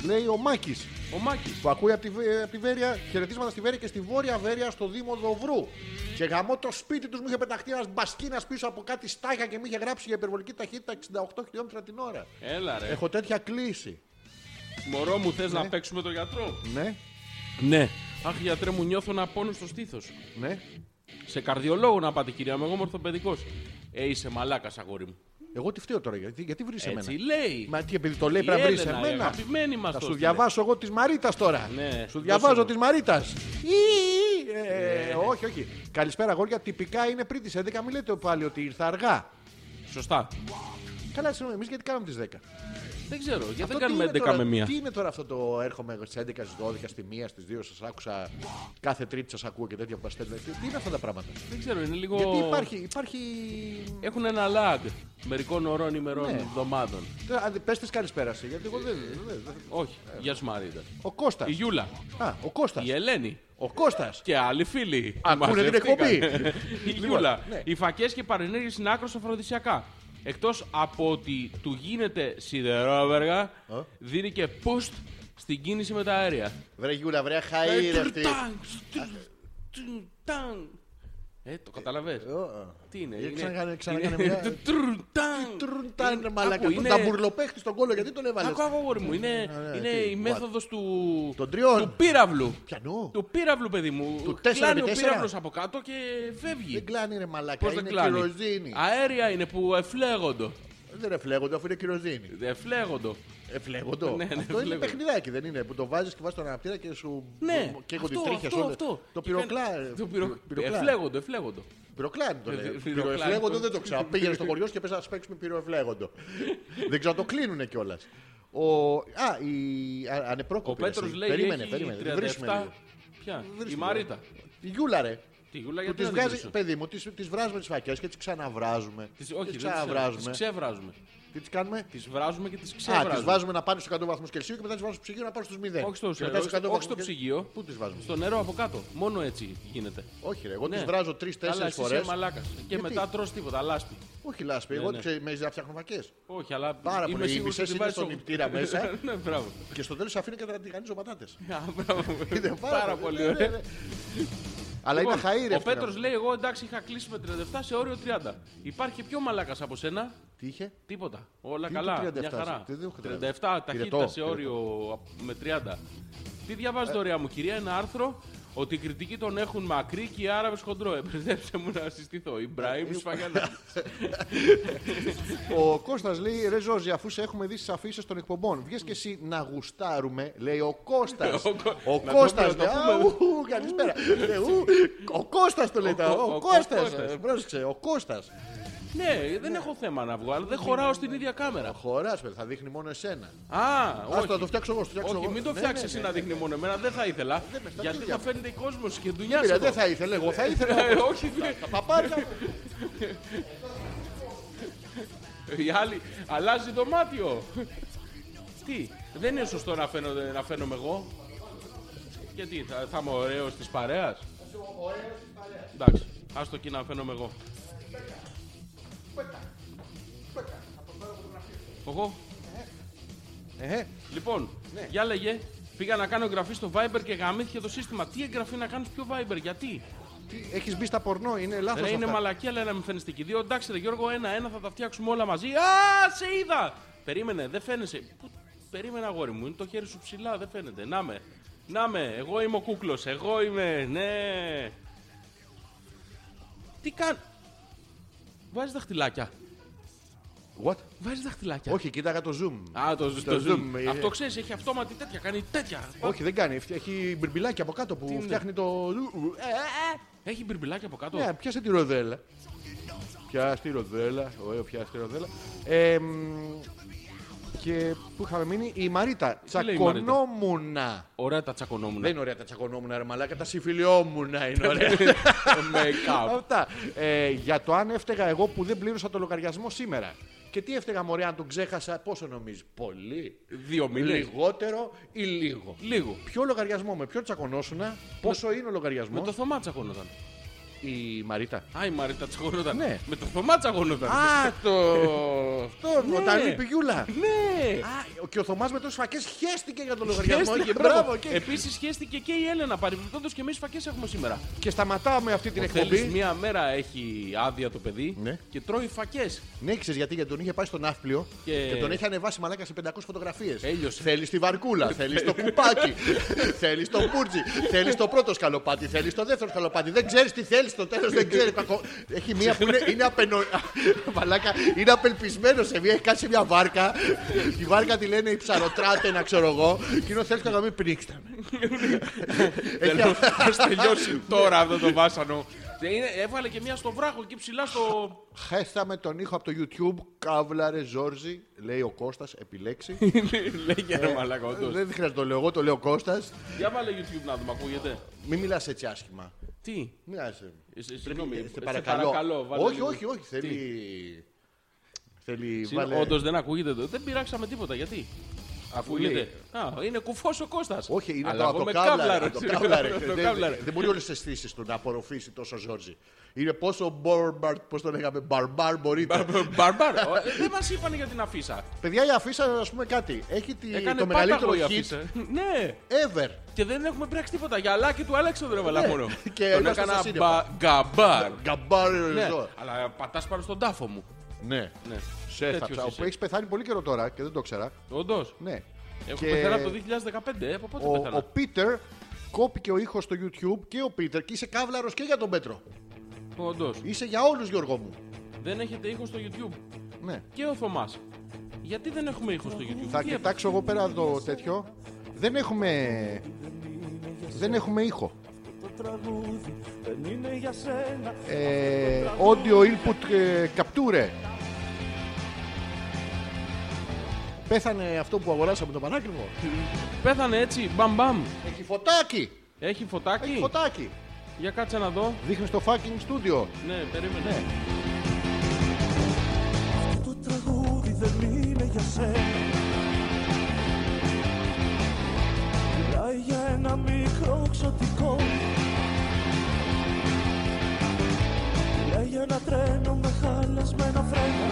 [SPEAKER 1] Λέει ο Μάκης
[SPEAKER 2] Ο Μάκης.
[SPEAKER 1] που ακούει από τη, Βε- απ' τη Βέρεια, χαιρετίσματα στη Βέρεια και στη Βόρεια Βέρεια στο Δήμο Δοβρού. Και γαμώ το σπίτι τους μου είχε πεταχτεί ένας μπασκίνας πίσω από κάτι στάχια και μου είχε γράψει για υπερβολική ταχύτητα 68 χιλιόμετρα την ώρα.
[SPEAKER 2] Έλα ρε.
[SPEAKER 1] Έχω τέτοια κλίση.
[SPEAKER 2] Μωρό μου, θες να παίξουμε το γιατρό.
[SPEAKER 1] Ναι,
[SPEAKER 2] Ναι. Αχ, γιατρέ μου, νιώθω να πόνο στο στήθος.
[SPEAKER 1] ναι.
[SPEAKER 2] Σε καρδιολόγο να πάτε, κυρία μου, εγώ είμαι ορθοπαιδικός. Ε, είσαι μαλάκας, αγόρι μου.
[SPEAKER 1] Εγώ τι φταίω τώρα, γιατί, γιατί βρεις εμένα.
[SPEAKER 2] Έτσι λέει.
[SPEAKER 1] Μα τι επειδή το λέει
[SPEAKER 2] Η
[SPEAKER 1] πρέπει να βρεις
[SPEAKER 2] Έλενα, η
[SPEAKER 1] εμένα.
[SPEAKER 2] αγαπημένη μας
[SPEAKER 1] Θα
[SPEAKER 2] το
[SPEAKER 1] σου
[SPEAKER 2] έστειλε.
[SPEAKER 1] διαβάσω εγώ τη Μαρίτας τώρα.
[SPEAKER 2] Ναι,
[SPEAKER 1] Σου
[SPEAKER 2] δώσε
[SPEAKER 1] διαβάζω
[SPEAKER 2] μου. Ναι.
[SPEAKER 1] τη Μαρίτα. ε, Όχι, όχι. Καλησπέρα, αγόρια. Τυπικά είναι πριν τις 11. Μην λέτε πάλι ότι ήρθα αργά.
[SPEAKER 2] Σωστά.
[SPEAKER 1] Καλά, συγγνώμη, εμείς γιατί κάναμε τις 10.
[SPEAKER 2] Δεν ξέρω, γιατί
[SPEAKER 1] Αυτό
[SPEAKER 2] δεν
[SPEAKER 1] τι είναι
[SPEAKER 2] κάνουμε 11
[SPEAKER 1] τώρα,
[SPEAKER 2] με 1.
[SPEAKER 1] Τι είναι τώρα αυτό το έρχομαι στι 11, στι 12, στη 1, στι 2, σας άκουσα. Κάθε Τρίτη σας ακούω και τέτοια που μας στέλνετε. Τι- Τι είναι αυτά τα πράγματα.
[SPEAKER 2] Δεν ξέρω, είναι λίγο.
[SPEAKER 1] Γιατί υπάρχει. υπάρχει...
[SPEAKER 2] Έχουν ένα lag μερικών ωρών, ημερών,
[SPEAKER 1] Ναι.
[SPEAKER 2] εβδομάδων.
[SPEAKER 1] Πε τη καλησπέρα σου, γιατί εγώ δεν. δεν- δεν-
[SPEAKER 2] Όχι. Γεια σου, Μαρίτα.
[SPEAKER 1] Ο Κώστας.
[SPEAKER 2] Η Γιούλα,
[SPEAKER 1] Α, ο Κώστας.
[SPEAKER 2] η Ελένη
[SPEAKER 1] Ο Κώστας.
[SPEAKER 2] και άλλοι φίλοι.
[SPEAKER 1] Ακούνε την
[SPEAKER 2] Μαζευτήκαν.
[SPEAKER 1] εκπομπή.
[SPEAKER 2] η
[SPEAKER 1] Λοιπόν,
[SPEAKER 2] Γιούλα.
[SPEAKER 1] ναι.
[SPEAKER 2] Οι φακές και παρενέργειες είναι άκρος αφροδισιακά. Εκτός από ότι του γίνεται σιδερόβεργα, δίνει και boost στην κίνηση με τα αέρια. Ε,
[SPEAKER 1] Βρε Γιούλα, βρε χαΐρε αυτή.
[SPEAKER 2] Τουρτάνγκ, στουρ- τουρτάνγκ. Ε, το καταλαβες. Τι είναι,
[SPEAKER 1] Ε,
[SPEAKER 2] είναι...
[SPEAKER 1] ξανακάνε-
[SPEAKER 2] είναι-
[SPEAKER 1] ξανακάνε μια-
[SPEAKER 2] Του- τουρτάνγκ.
[SPEAKER 1] Τρούντα είναι
[SPEAKER 2] Είναι-
[SPEAKER 1] μαλακά.
[SPEAKER 2] άκου,
[SPEAKER 1] Τον
[SPEAKER 2] είναι-
[SPEAKER 1] ταμπουρλοπέχτη στον κόλλο, γιατί τον έβαλες.
[SPEAKER 2] Άκου, άκου, αγόρι μου. Είναι, είναι
[SPEAKER 1] Ναι, τι,
[SPEAKER 2] η
[SPEAKER 1] what?
[SPEAKER 2] μέθοδος του...
[SPEAKER 1] Των τριών.
[SPEAKER 2] Του πύραυλου.
[SPEAKER 1] Πιανού.
[SPEAKER 2] Του πύραυλου, παιδί μου.
[SPEAKER 1] Του τέσσερα
[SPEAKER 2] Κλάνει
[SPEAKER 1] επί
[SPEAKER 2] ο
[SPEAKER 1] τέσσερα.
[SPEAKER 2] πύραυλος από κάτω και φεύγει.
[SPEAKER 1] Δεν κλάνει ρε μαλακά,
[SPEAKER 2] Πώς δεν
[SPEAKER 1] είναι
[SPEAKER 2] κλάνει.
[SPEAKER 1] κυροζίνη.
[SPEAKER 2] Αέρια είναι που εφλέγοντο.
[SPEAKER 1] Δεν εφλέγονται αφού είναι κυροζίνη.
[SPEAKER 2] Εφλέγοντο.
[SPEAKER 1] Εφλέγοντο.
[SPEAKER 2] Ναι, ναι,
[SPEAKER 1] αυτό είναι
[SPEAKER 2] φλέγοντο.
[SPEAKER 1] παιχνιδάκι, δεν είναι. Που το βάζεις και βάζεις τον αναπτήρα και σου
[SPEAKER 2] Ναι.
[SPEAKER 1] καίγονται οι
[SPEAKER 2] αυτό,
[SPEAKER 1] τρίχες
[SPEAKER 2] αυτό,
[SPEAKER 1] όλες.
[SPEAKER 2] αυτό.
[SPEAKER 1] Το
[SPEAKER 2] Και κάνει-
[SPEAKER 1] πυροκλά. ε,
[SPEAKER 2] Το πυρο...
[SPEAKER 1] πυροκλά-
[SPEAKER 2] Εφλέγοντο, εφλέγοντο.
[SPEAKER 1] Πυροκλάνη το λέει.
[SPEAKER 2] Ε, πυροκλάνη.
[SPEAKER 1] Πυροεφλέγοντο δεν το ξέρω. Πήγαινε στο χωριό σου και πες να σου παίξουμε πυροεφλέγοντο. δεν ξέρω, το κλείνουνε κιόλας. Ο... Α, η α-
[SPEAKER 2] Ο
[SPEAKER 1] ανεπρόκοπη.
[SPEAKER 2] Πέτρος λέει
[SPEAKER 1] Περίμενε,
[SPEAKER 2] έχει
[SPEAKER 1] περίμενε. Δεν
[SPEAKER 2] 37.
[SPEAKER 1] βρίσκουμε λίγο.
[SPEAKER 2] Ποια, η
[SPEAKER 1] Βρίσκουμε
[SPEAKER 2] Μαρίτα.
[SPEAKER 1] λίγο. Η Γιούλα, ρε.
[SPEAKER 2] Τη Γιούλα
[SPEAKER 1] Που
[SPEAKER 2] γιατί
[SPEAKER 1] τις
[SPEAKER 2] να την
[SPEAKER 1] βγάζει,
[SPEAKER 2] βρίσκω.
[SPEAKER 1] παιδί μου, τις βράζουμε τις φακές και τις ξαναβράζουμε.
[SPEAKER 2] Τις, όχι,
[SPEAKER 1] τι
[SPEAKER 2] δεν τις βράζουμε. Τις
[SPEAKER 1] ξαναβράζουμε.
[SPEAKER 2] ξεβράζουμε.
[SPEAKER 1] Τι τις κάνουμε.
[SPEAKER 2] Τις βράζουμε και τις
[SPEAKER 1] Α,
[SPEAKER 2] ξεβράζουμε.
[SPEAKER 1] τις βάζουμε να πάνε στους 100 βαθμούς Κελσίου και μετά τις βάζουμε στο ψυγείο να πάνε στους 0.
[SPEAKER 2] Όχι στο,
[SPEAKER 1] Και μετά στους 100
[SPEAKER 2] όχι στο
[SPEAKER 1] βαθμούς Κελσίου-
[SPEAKER 2] ψυγείο.
[SPEAKER 1] Πού τις βάζουμε.
[SPEAKER 2] Στο νερό από κάτω. Μόνο έτσι γίνεται.
[SPEAKER 1] Όχι, ρε, εγώ
[SPEAKER 2] Ναι.
[SPEAKER 1] τις βράζω
[SPEAKER 2] Αλλά
[SPEAKER 1] 3-4
[SPEAKER 2] εσύ
[SPEAKER 1] φορέ.
[SPEAKER 2] είσαι μαλάκας. Και
[SPEAKER 1] Γιατί?
[SPEAKER 2] μετά τρως τίποτα, λάσπη.
[SPEAKER 1] Όχι, λάσπη,
[SPEAKER 2] Ναι,
[SPEAKER 1] εγώ
[SPEAKER 2] ναι.
[SPEAKER 1] τι- με να φτιάχνω φακές.
[SPEAKER 2] Όχι, αλλά
[SPEAKER 1] Πάρα πολύ. Οι
[SPEAKER 2] σίγουρος
[SPEAKER 1] μισές
[SPEAKER 2] ότι
[SPEAKER 1] είναι
[SPEAKER 2] βάζεις
[SPEAKER 1] στον
[SPEAKER 2] όλο.
[SPEAKER 1] λιπτήρα μέσα.
[SPEAKER 2] ναι, μπράβο.
[SPEAKER 1] Και στο τέλος αφήνω και να τηγανίζω πατάτες.
[SPEAKER 2] Α, μπράβο.
[SPEAKER 1] Είναι
[SPEAKER 2] Πάρα πολύ
[SPEAKER 1] ναι, ναι,
[SPEAKER 2] ωραία.
[SPEAKER 1] ναι. Αλλά είναι
[SPEAKER 2] Λοιπόν,
[SPEAKER 1] χαΐρε.
[SPEAKER 2] Ο
[SPEAKER 1] αυτή να
[SPEAKER 2] Πέτρος
[SPEAKER 1] πούμε.
[SPEAKER 2] λέει: Εγώ εντάξει, είχα κλείσει με 37 σε όριο 30. Υπάρχει πιο μαλάκας από σένα.
[SPEAKER 1] Τι είχε.
[SPEAKER 2] Τίποτα. Όλα
[SPEAKER 1] Τι είναι το
[SPEAKER 2] καλά.
[SPEAKER 1] 37,
[SPEAKER 2] Μια χαρά.
[SPEAKER 1] τι δεν έχω
[SPEAKER 2] 37 ταχύτητα
[SPEAKER 1] Πυρετό, Ε.
[SPEAKER 2] σε όριο με 30. Τι διαβάζετε, ωραία μου κυρία, ένα άρθρο ότι οι κριτικοί τον έχουν μακρύ και οι Άραβες χοντρό. Επιστρέψτε μου να
[SPEAKER 1] Ε,
[SPEAKER 2] συστηθώ. Ιμπραήμ Σφαγιανά.
[SPEAKER 1] Ο Κώστας λέει: Ρε Ζόζη, αφού σε έχουμε δει στι αφήσει των εκπομπών, βγες και εσύ να γουστάρουμε, λέει ο Κώστας.
[SPEAKER 2] Ο Κω-
[SPEAKER 1] Ο
[SPEAKER 2] Να
[SPEAKER 1] Κώστας.
[SPEAKER 2] το πούμε,
[SPEAKER 1] λέει,
[SPEAKER 2] να
[SPEAKER 1] «Α,
[SPEAKER 2] το
[SPEAKER 1] ου, Καλησπέρα. Ναι, ου, Ο Κώστας το λέει.
[SPEAKER 2] Ο
[SPEAKER 1] τα-
[SPEAKER 2] Κω-
[SPEAKER 1] Ο
[SPEAKER 2] ο
[SPEAKER 1] Κώστας.
[SPEAKER 2] Κώστας.
[SPEAKER 1] Πρόσεξε, ο Κώστας.
[SPEAKER 2] Ναι, δεν έχω θέμα να βγω, αλλά
[SPEAKER 1] Ναι,
[SPEAKER 2] δεν χωράω στην ίδια κάμερα.
[SPEAKER 1] Χωρά, θα δείχνει μόνο εσένα.
[SPEAKER 2] Α,
[SPEAKER 1] Άστο να το
[SPEAKER 2] όχι.
[SPEAKER 1] φτιάξω εγώ. στο φτιάξω
[SPEAKER 2] Όχι,
[SPEAKER 1] εγώ.
[SPEAKER 2] μην το
[SPEAKER 1] Ναι,
[SPEAKER 2] φτιάξεις
[SPEAKER 1] ναι,
[SPEAKER 2] εσύ
[SPEAKER 1] ναι.
[SPEAKER 2] να δείχνει μόνο εμένα, δεν θα ήθελα.
[SPEAKER 1] με στα
[SPEAKER 2] Γιατί
[SPEAKER 1] χέρια
[SPEAKER 2] θα
[SPEAKER 1] μου.
[SPEAKER 2] φαίνεται κόσμος και
[SPEAKER 1] Δεν πειράζει,
[SPEAKER 2] δουλειά Ε,
[SPEAKER 1] Δεν θα ήθελα, εγώ θα ήθελα.
[SPEAKER 2] Όχι, δεν-
[SPEAKER 1] Παπάρια.
[SPEAKER 2] Η άλλη αλλάζει δωμάτιο. Τι, δεν είναι σωστό να, φαίνονται, να φαίνομαι εγώ. Γιατί, θα, θα είμαι ωραίος της παρέας. Εντάξει, άστο και να φαίνομαι εγώ. Εγώ.
[SPEAKER 1] Ε,
[SPEAKER 2] Λοιπόν, για λέγε, πήγα να κάνω εγγραφή στο Viber και γαμήθηκε το σύστημα. Τι εγγραφή να κάνεις πιο Viber, γιατί.
[SPEAKER 1] Έχεις μπει στα πορνό, είναι λάθος.
[SPEAKER 2] Ρε, είναι μαλακή, αλλά να μην φαίνεστε και οι δύο. Εντάξει, ρε Γιώργο, ένα-ένα θα τα φτιάξουμε όλα μαζί. Α, σε είδα! Περίμενε, δεν φαίνεσαι. Πού- Περίμενα, αγόρι μου, είναι το χέρι σου ψηλά, δεν φαίνεται. Να με. Να με, εγώ είμαι ο κούκλος. Εγώ είμαι, ναι. Τι κάνει. Βάζεις δαχτυλάκια.
[SPEAKER 1] What?
[SPEAKER 2] Βάζεις δαχτυλάκια.
[SPEAKER 1] Όχι, κοίταγα το zoom.
[SPEAKER 2] Α, το, το, zoom.
[SPEAKER 1] ε,
[SPEAKER 2] Αυτό ξέρεις, έχει αυτόματη τέτοια, κάνει τέτοια.
[SPEAKER 1] Όχι, δεν κάνει. Φτι- Έχει μπιρμπιλάκι από κάτω που
[SPEAKER 2] είναι?
[SPEAKER 1] φτιάχνει το. Ε,
[SPEAKER 2] Έχει μπιρμπιλάκια από κάτω.
[SPEAKER 1] Ναι, πιάσε τη ροδέλα. Πιάσε τη ροδέλα. Ωραίο, πιάσε τη ροδέλα. Ε, μ, και που είχαμε μείνει, η Μαρίτα.
[SPEAKER 2] λέει η Μαρίτα? Ναι.
[SPEAKER 1] Τσακωνόμουνα.
[SPEAKER 2] Ωραία τα τσακωνόμουν.
[SPEAKER 1] Δεν είναι ωραία τα τσακωνόμουνα, ρε μαλάκα, τα συμφιλιόμουνα είναι ωραία.
[SPEAKER 2] Make-up.
[SPEAKER 1] Αυτά. Ε, για το αν έφταιγα εγώ που δεν πλήρωσα το λογαριασμό σήμερα. Και τι έφταιγα μωρέ αν τον ξέχασα, πόσο νομίζεις, πολύ,
[SPEAKER 2] Δύο μήνες.
[SPEAKER 1] λιγότερο ή λίγο.
[SPEAKER 2] Λίγο.
[SPEAKER 1] Ποιο λογαριασμό, με ποιο τσακωνόσουνα, πόσο είναι ο
[SPEAKER 2] Με
[SPEAKER 1] λογαριασμό.
[SPEAKER 2] το Θωμά τσακωνόταν.
[SPEAKER 1] Η Μαρίτα.
[SPEAKER 2] Α, η Μαρίτα τσακωνόταν.
[SPEAKER 1] Ναι.
[SPEAKER 2] Με το Θωμά τσακωνόταν.
[SPEAKER 1] Α, το. Αυτό,
[SPEAKER 2] Ναι.
[SPEAKER 1] όταν λείπει η Γιούλα.
[SPEAKER 2] Ναι.
[SPEAKER 1] Α, και ο Θωμάς με τόσες φακές χέστηκε για τον λογαριασμό.
[SPEAKER 2] Χαίστηκε,
[SPEAKER 1] μπράβο. Ε,
[SPEAKER 2] μπράβο.
[SPEAKER 1] Και,
[SPEAKER 2] Επίσης χαίστηκε και η Έλενα παρεμπιπτόντως και εμείς φακές έχουμε σήμερα.
[SPEAKER 1] και σταματάμε αυτή την
[SPEAKER 2] Θέλει
[SPEAKER 1] εκπομπή.
[SPEAKER 2] μία μέρα έχει άδεια το παιδί
[SPEAKER 1] Ναι.
[SPEAKER 2] και τρώει φακές.
[SPEAKER 1] Ναι, ξέρεις γιατί, γιατί τον είχε πάει στο ναύπλιο και,
[SPEAKER 2] Και-
[SPEAKER 1] τον έχει ανεβάσει μαλάκα σε 500 φωτογραφίες.
[SPEAKER 2] Έλειωσε.
[SPEAKER 1] Θέλεις τη βαρκούλα, θέλεις το κουπάκι, θέλεις το μπουρτζι, θέλεις το πρώτο σκαλοπάτι, θέλεις το δεύτερο σκαλοπάτι. Δεν ξέρεις τι θέλεις στο τέλος, δεν ξέρει. Κακο- Έχει μία που είναι, είναι, απενο... μαλάκα, είναι απελπισμένος σε μία, έχει κάνει σε μία βάρκα. Τη βάρκα τη λένε η ψαροτράτενα, ξέρω εγώ. Και είναι θέλει το γαμί, πνίξτε με. Έχει
[SPEAKER 2] Θέλω
[SPEAKER 1] α-
[SPEAKER 2] να τελειώσει τώρα αυτό το βάσανο. Ε, είναι- Έβαλε και μία στο βράχο εκεί ψηλά στο.
[SPEAKER 1] Χέσαμε τον ήχο από το YouTube, κάβλαρε Ζόρζι, λέει ο Κώστας, επιλέξει.
[SPEAKER 2] Λέγε ρε μαλάκα, όντως.
[SPEAKER 1] Δεν χρειάζεται να το λέω εγώ, το λέω ο Κώστας.
[SPEAKER 2] Ε, ναι. Για βάλε YouTube να δούμε, ακούγεται.
[SPEAKER 1] Μην μιλάς έτσι άσχημα.
[SPEAKER 2] Τι.
[SPEAKER 1] Μοιάζει.
[SPEAKER 2] Ε, σε- Συγγνώμη,
[SPEAKER 1] σε
[SPEAKER 2] σε
[SPEAKER 1] παρακαλώ.
[SPEAKER 2] βάλε
[SPEAKER 1] όχι,
[SPEAKER 2] λίγο.
[SPEAKER 1] όχι, όχι. Θέλει. Θέλει.
[SPEAKER 2] Συν- Όντως δεν ακούγεται εδώ. Δεν πειράξαμε τίποτα. Γιατί. Ακούγεται. Α, είναι κουφός ο Κώστας.
[SPEAKER 1] Όχι, είναι
[SPEAKER 2] Αλλά
[SPEAKER 1] το
[SPEAKER 2] εγώ με
[SPEAKER 1] αυτοκάβλαρε.
[SPEAKER 2] κάβλαρο,
[SPEAKER 1] Το
[SPEAKER 2] ξέρω,
[SPEAKER 1] κάβλαρε.
[SPEAKER 2] το
[SPEAKER 1] Δεν- δεν-
[SPEAKER 2] κάβλαρε.
[SPEAKER 1] Δεν μπορεί όλε τι αισθήσεις του να απορροφήσει τόσο Ζόρζι. Είναι πόσο μπαρμπαρ, πώ το λέγαμε, μπαρμπαρ μπορείτε.
[SPEAKER 2] Μπαρμπάρ. Ε, Δεν μας είπαν για την αφίσα.
[SPEAKER 1] Παιδιά, η αφίσα, ας πούμε κάτι. Έχει τη-
[SPEAKER 2] Έκανε
[SPEAKER 1] το μεγαλύτερο
[SPEAKER 2] πάταγο η
[SPEAKER 1] hit
[SPEAKER 2] αφίσα. Ναι.
[SPEAKER 1] ever.
[SPEAKER 2] Και δεν έχουμε πειράξει τίποτα. Γυαλάκι του Αλέξανδρου έβαλα
[SPEAKER 1] Ναι.
[SPEAKER 2] μόνο.
[SPEAKER 1] Και
[SPEAKER 2] Τον
[SPEAKER 1] είμαστε
[SPEAKER 2] έκανα
[SPEAKER 1] στα σύννεφα.
[SPEAKER 2] μπα- γκαμπάρ.
[SPEAKER 1] Γκαμπάρ
[SPEAKER 2] Ναι,
[SPEAKER 1] ζώα.
[SPEAKER 2] αλλά πατάς πάνω στον τάφο μου.
[SPEAKER 1] Ναι.
[SPEAKER 2] Ναι.
[SPEAKER 1] Σε
[SPEAKER 2] Τέτοιος
[SPEAKER 1] έθαψα.
[SPEAKER 2] είσαι.
[SPEAKER 1] Που έχεις πεθάνει πολύ καιρό τώρα και δεν το ξέρα.
[SPEAKER 2] Όντως.
[SPEAKER 1] Ναι.
[SPEAKER 2] Έχω
[SPEAKER 1] Και-
[SPEAKER 2] πεθάνει από το 2015. ε, Από πότε
[SPEAKER 1] Ο, ο
[SPEAKER 2] πεθάνα.
[SPEAKER 1] Πίτερ κόπηκε ο ήχος στο YouTube και ο Πίτερ και είσαι καύλαρος και για τον Πέτρο.
[SPEAKER 2] Όντως.
[SPEAKER 1] Είσαι για όλους, Γιώργο μου.
[SPEAKER 2] Δεν έχετε ήχο στο YouTube.
[SPEAKER 1] Ναι.
[SPEAKER 2] Και ο Θωμάς. Γιατί δεν έχουμε ήχο στο YouTube.
[SPEAKER 1] Θα
[SPEAKER 2] Τι έπα-
[SPEAKER 1] κοιτάξω εγώ πέρα το τέτοιο. Δεν έχουμε. Δεν έχουμε ήχο. Ε, audio input ε, capture. Πέθανε αυτό που αγοράσαμε το πανάκριβο.
[SPEAKER 2] Πέθανε έτσι, μπαμ μπαμ.
[SPEAKER 1] Έχει φωτάκι!
[SPEAKER 2] Έχει φωτάκι.
[SPEAKER 1] Έχει φωτάκι!
[SPEAKER 2] Για κάτσε να δω.
[SPEAKER 1] Δείχνεις στο fucking studio.
[SPEAKER 2] Ναι, περίμενε.
[SPEAKER 9] Το τραγούδι δεν είναι για σένα Μιλάει για ένα μικρό ξωτικό Μιλάει για ένα τρένο με χαλασμένα φρένα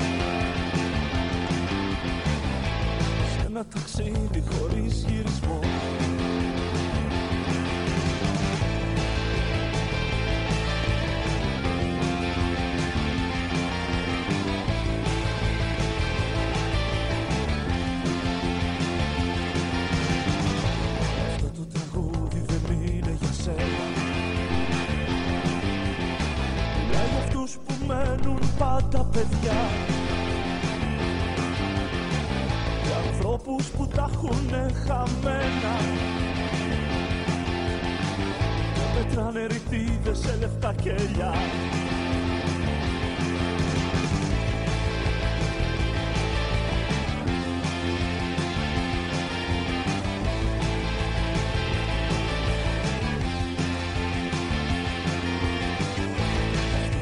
[SPEAKER 9] Σε ένα ταξίδι χωρίς γυρισμό Αυτό το τραγούδι δεν είναι για σένα Μιλάει για αυτούς που μένουν πάντα παιδιά Για ανθρώπους που τα έχουν χαμένα Και μετράνε ρητίδες σε λεφτά κελιά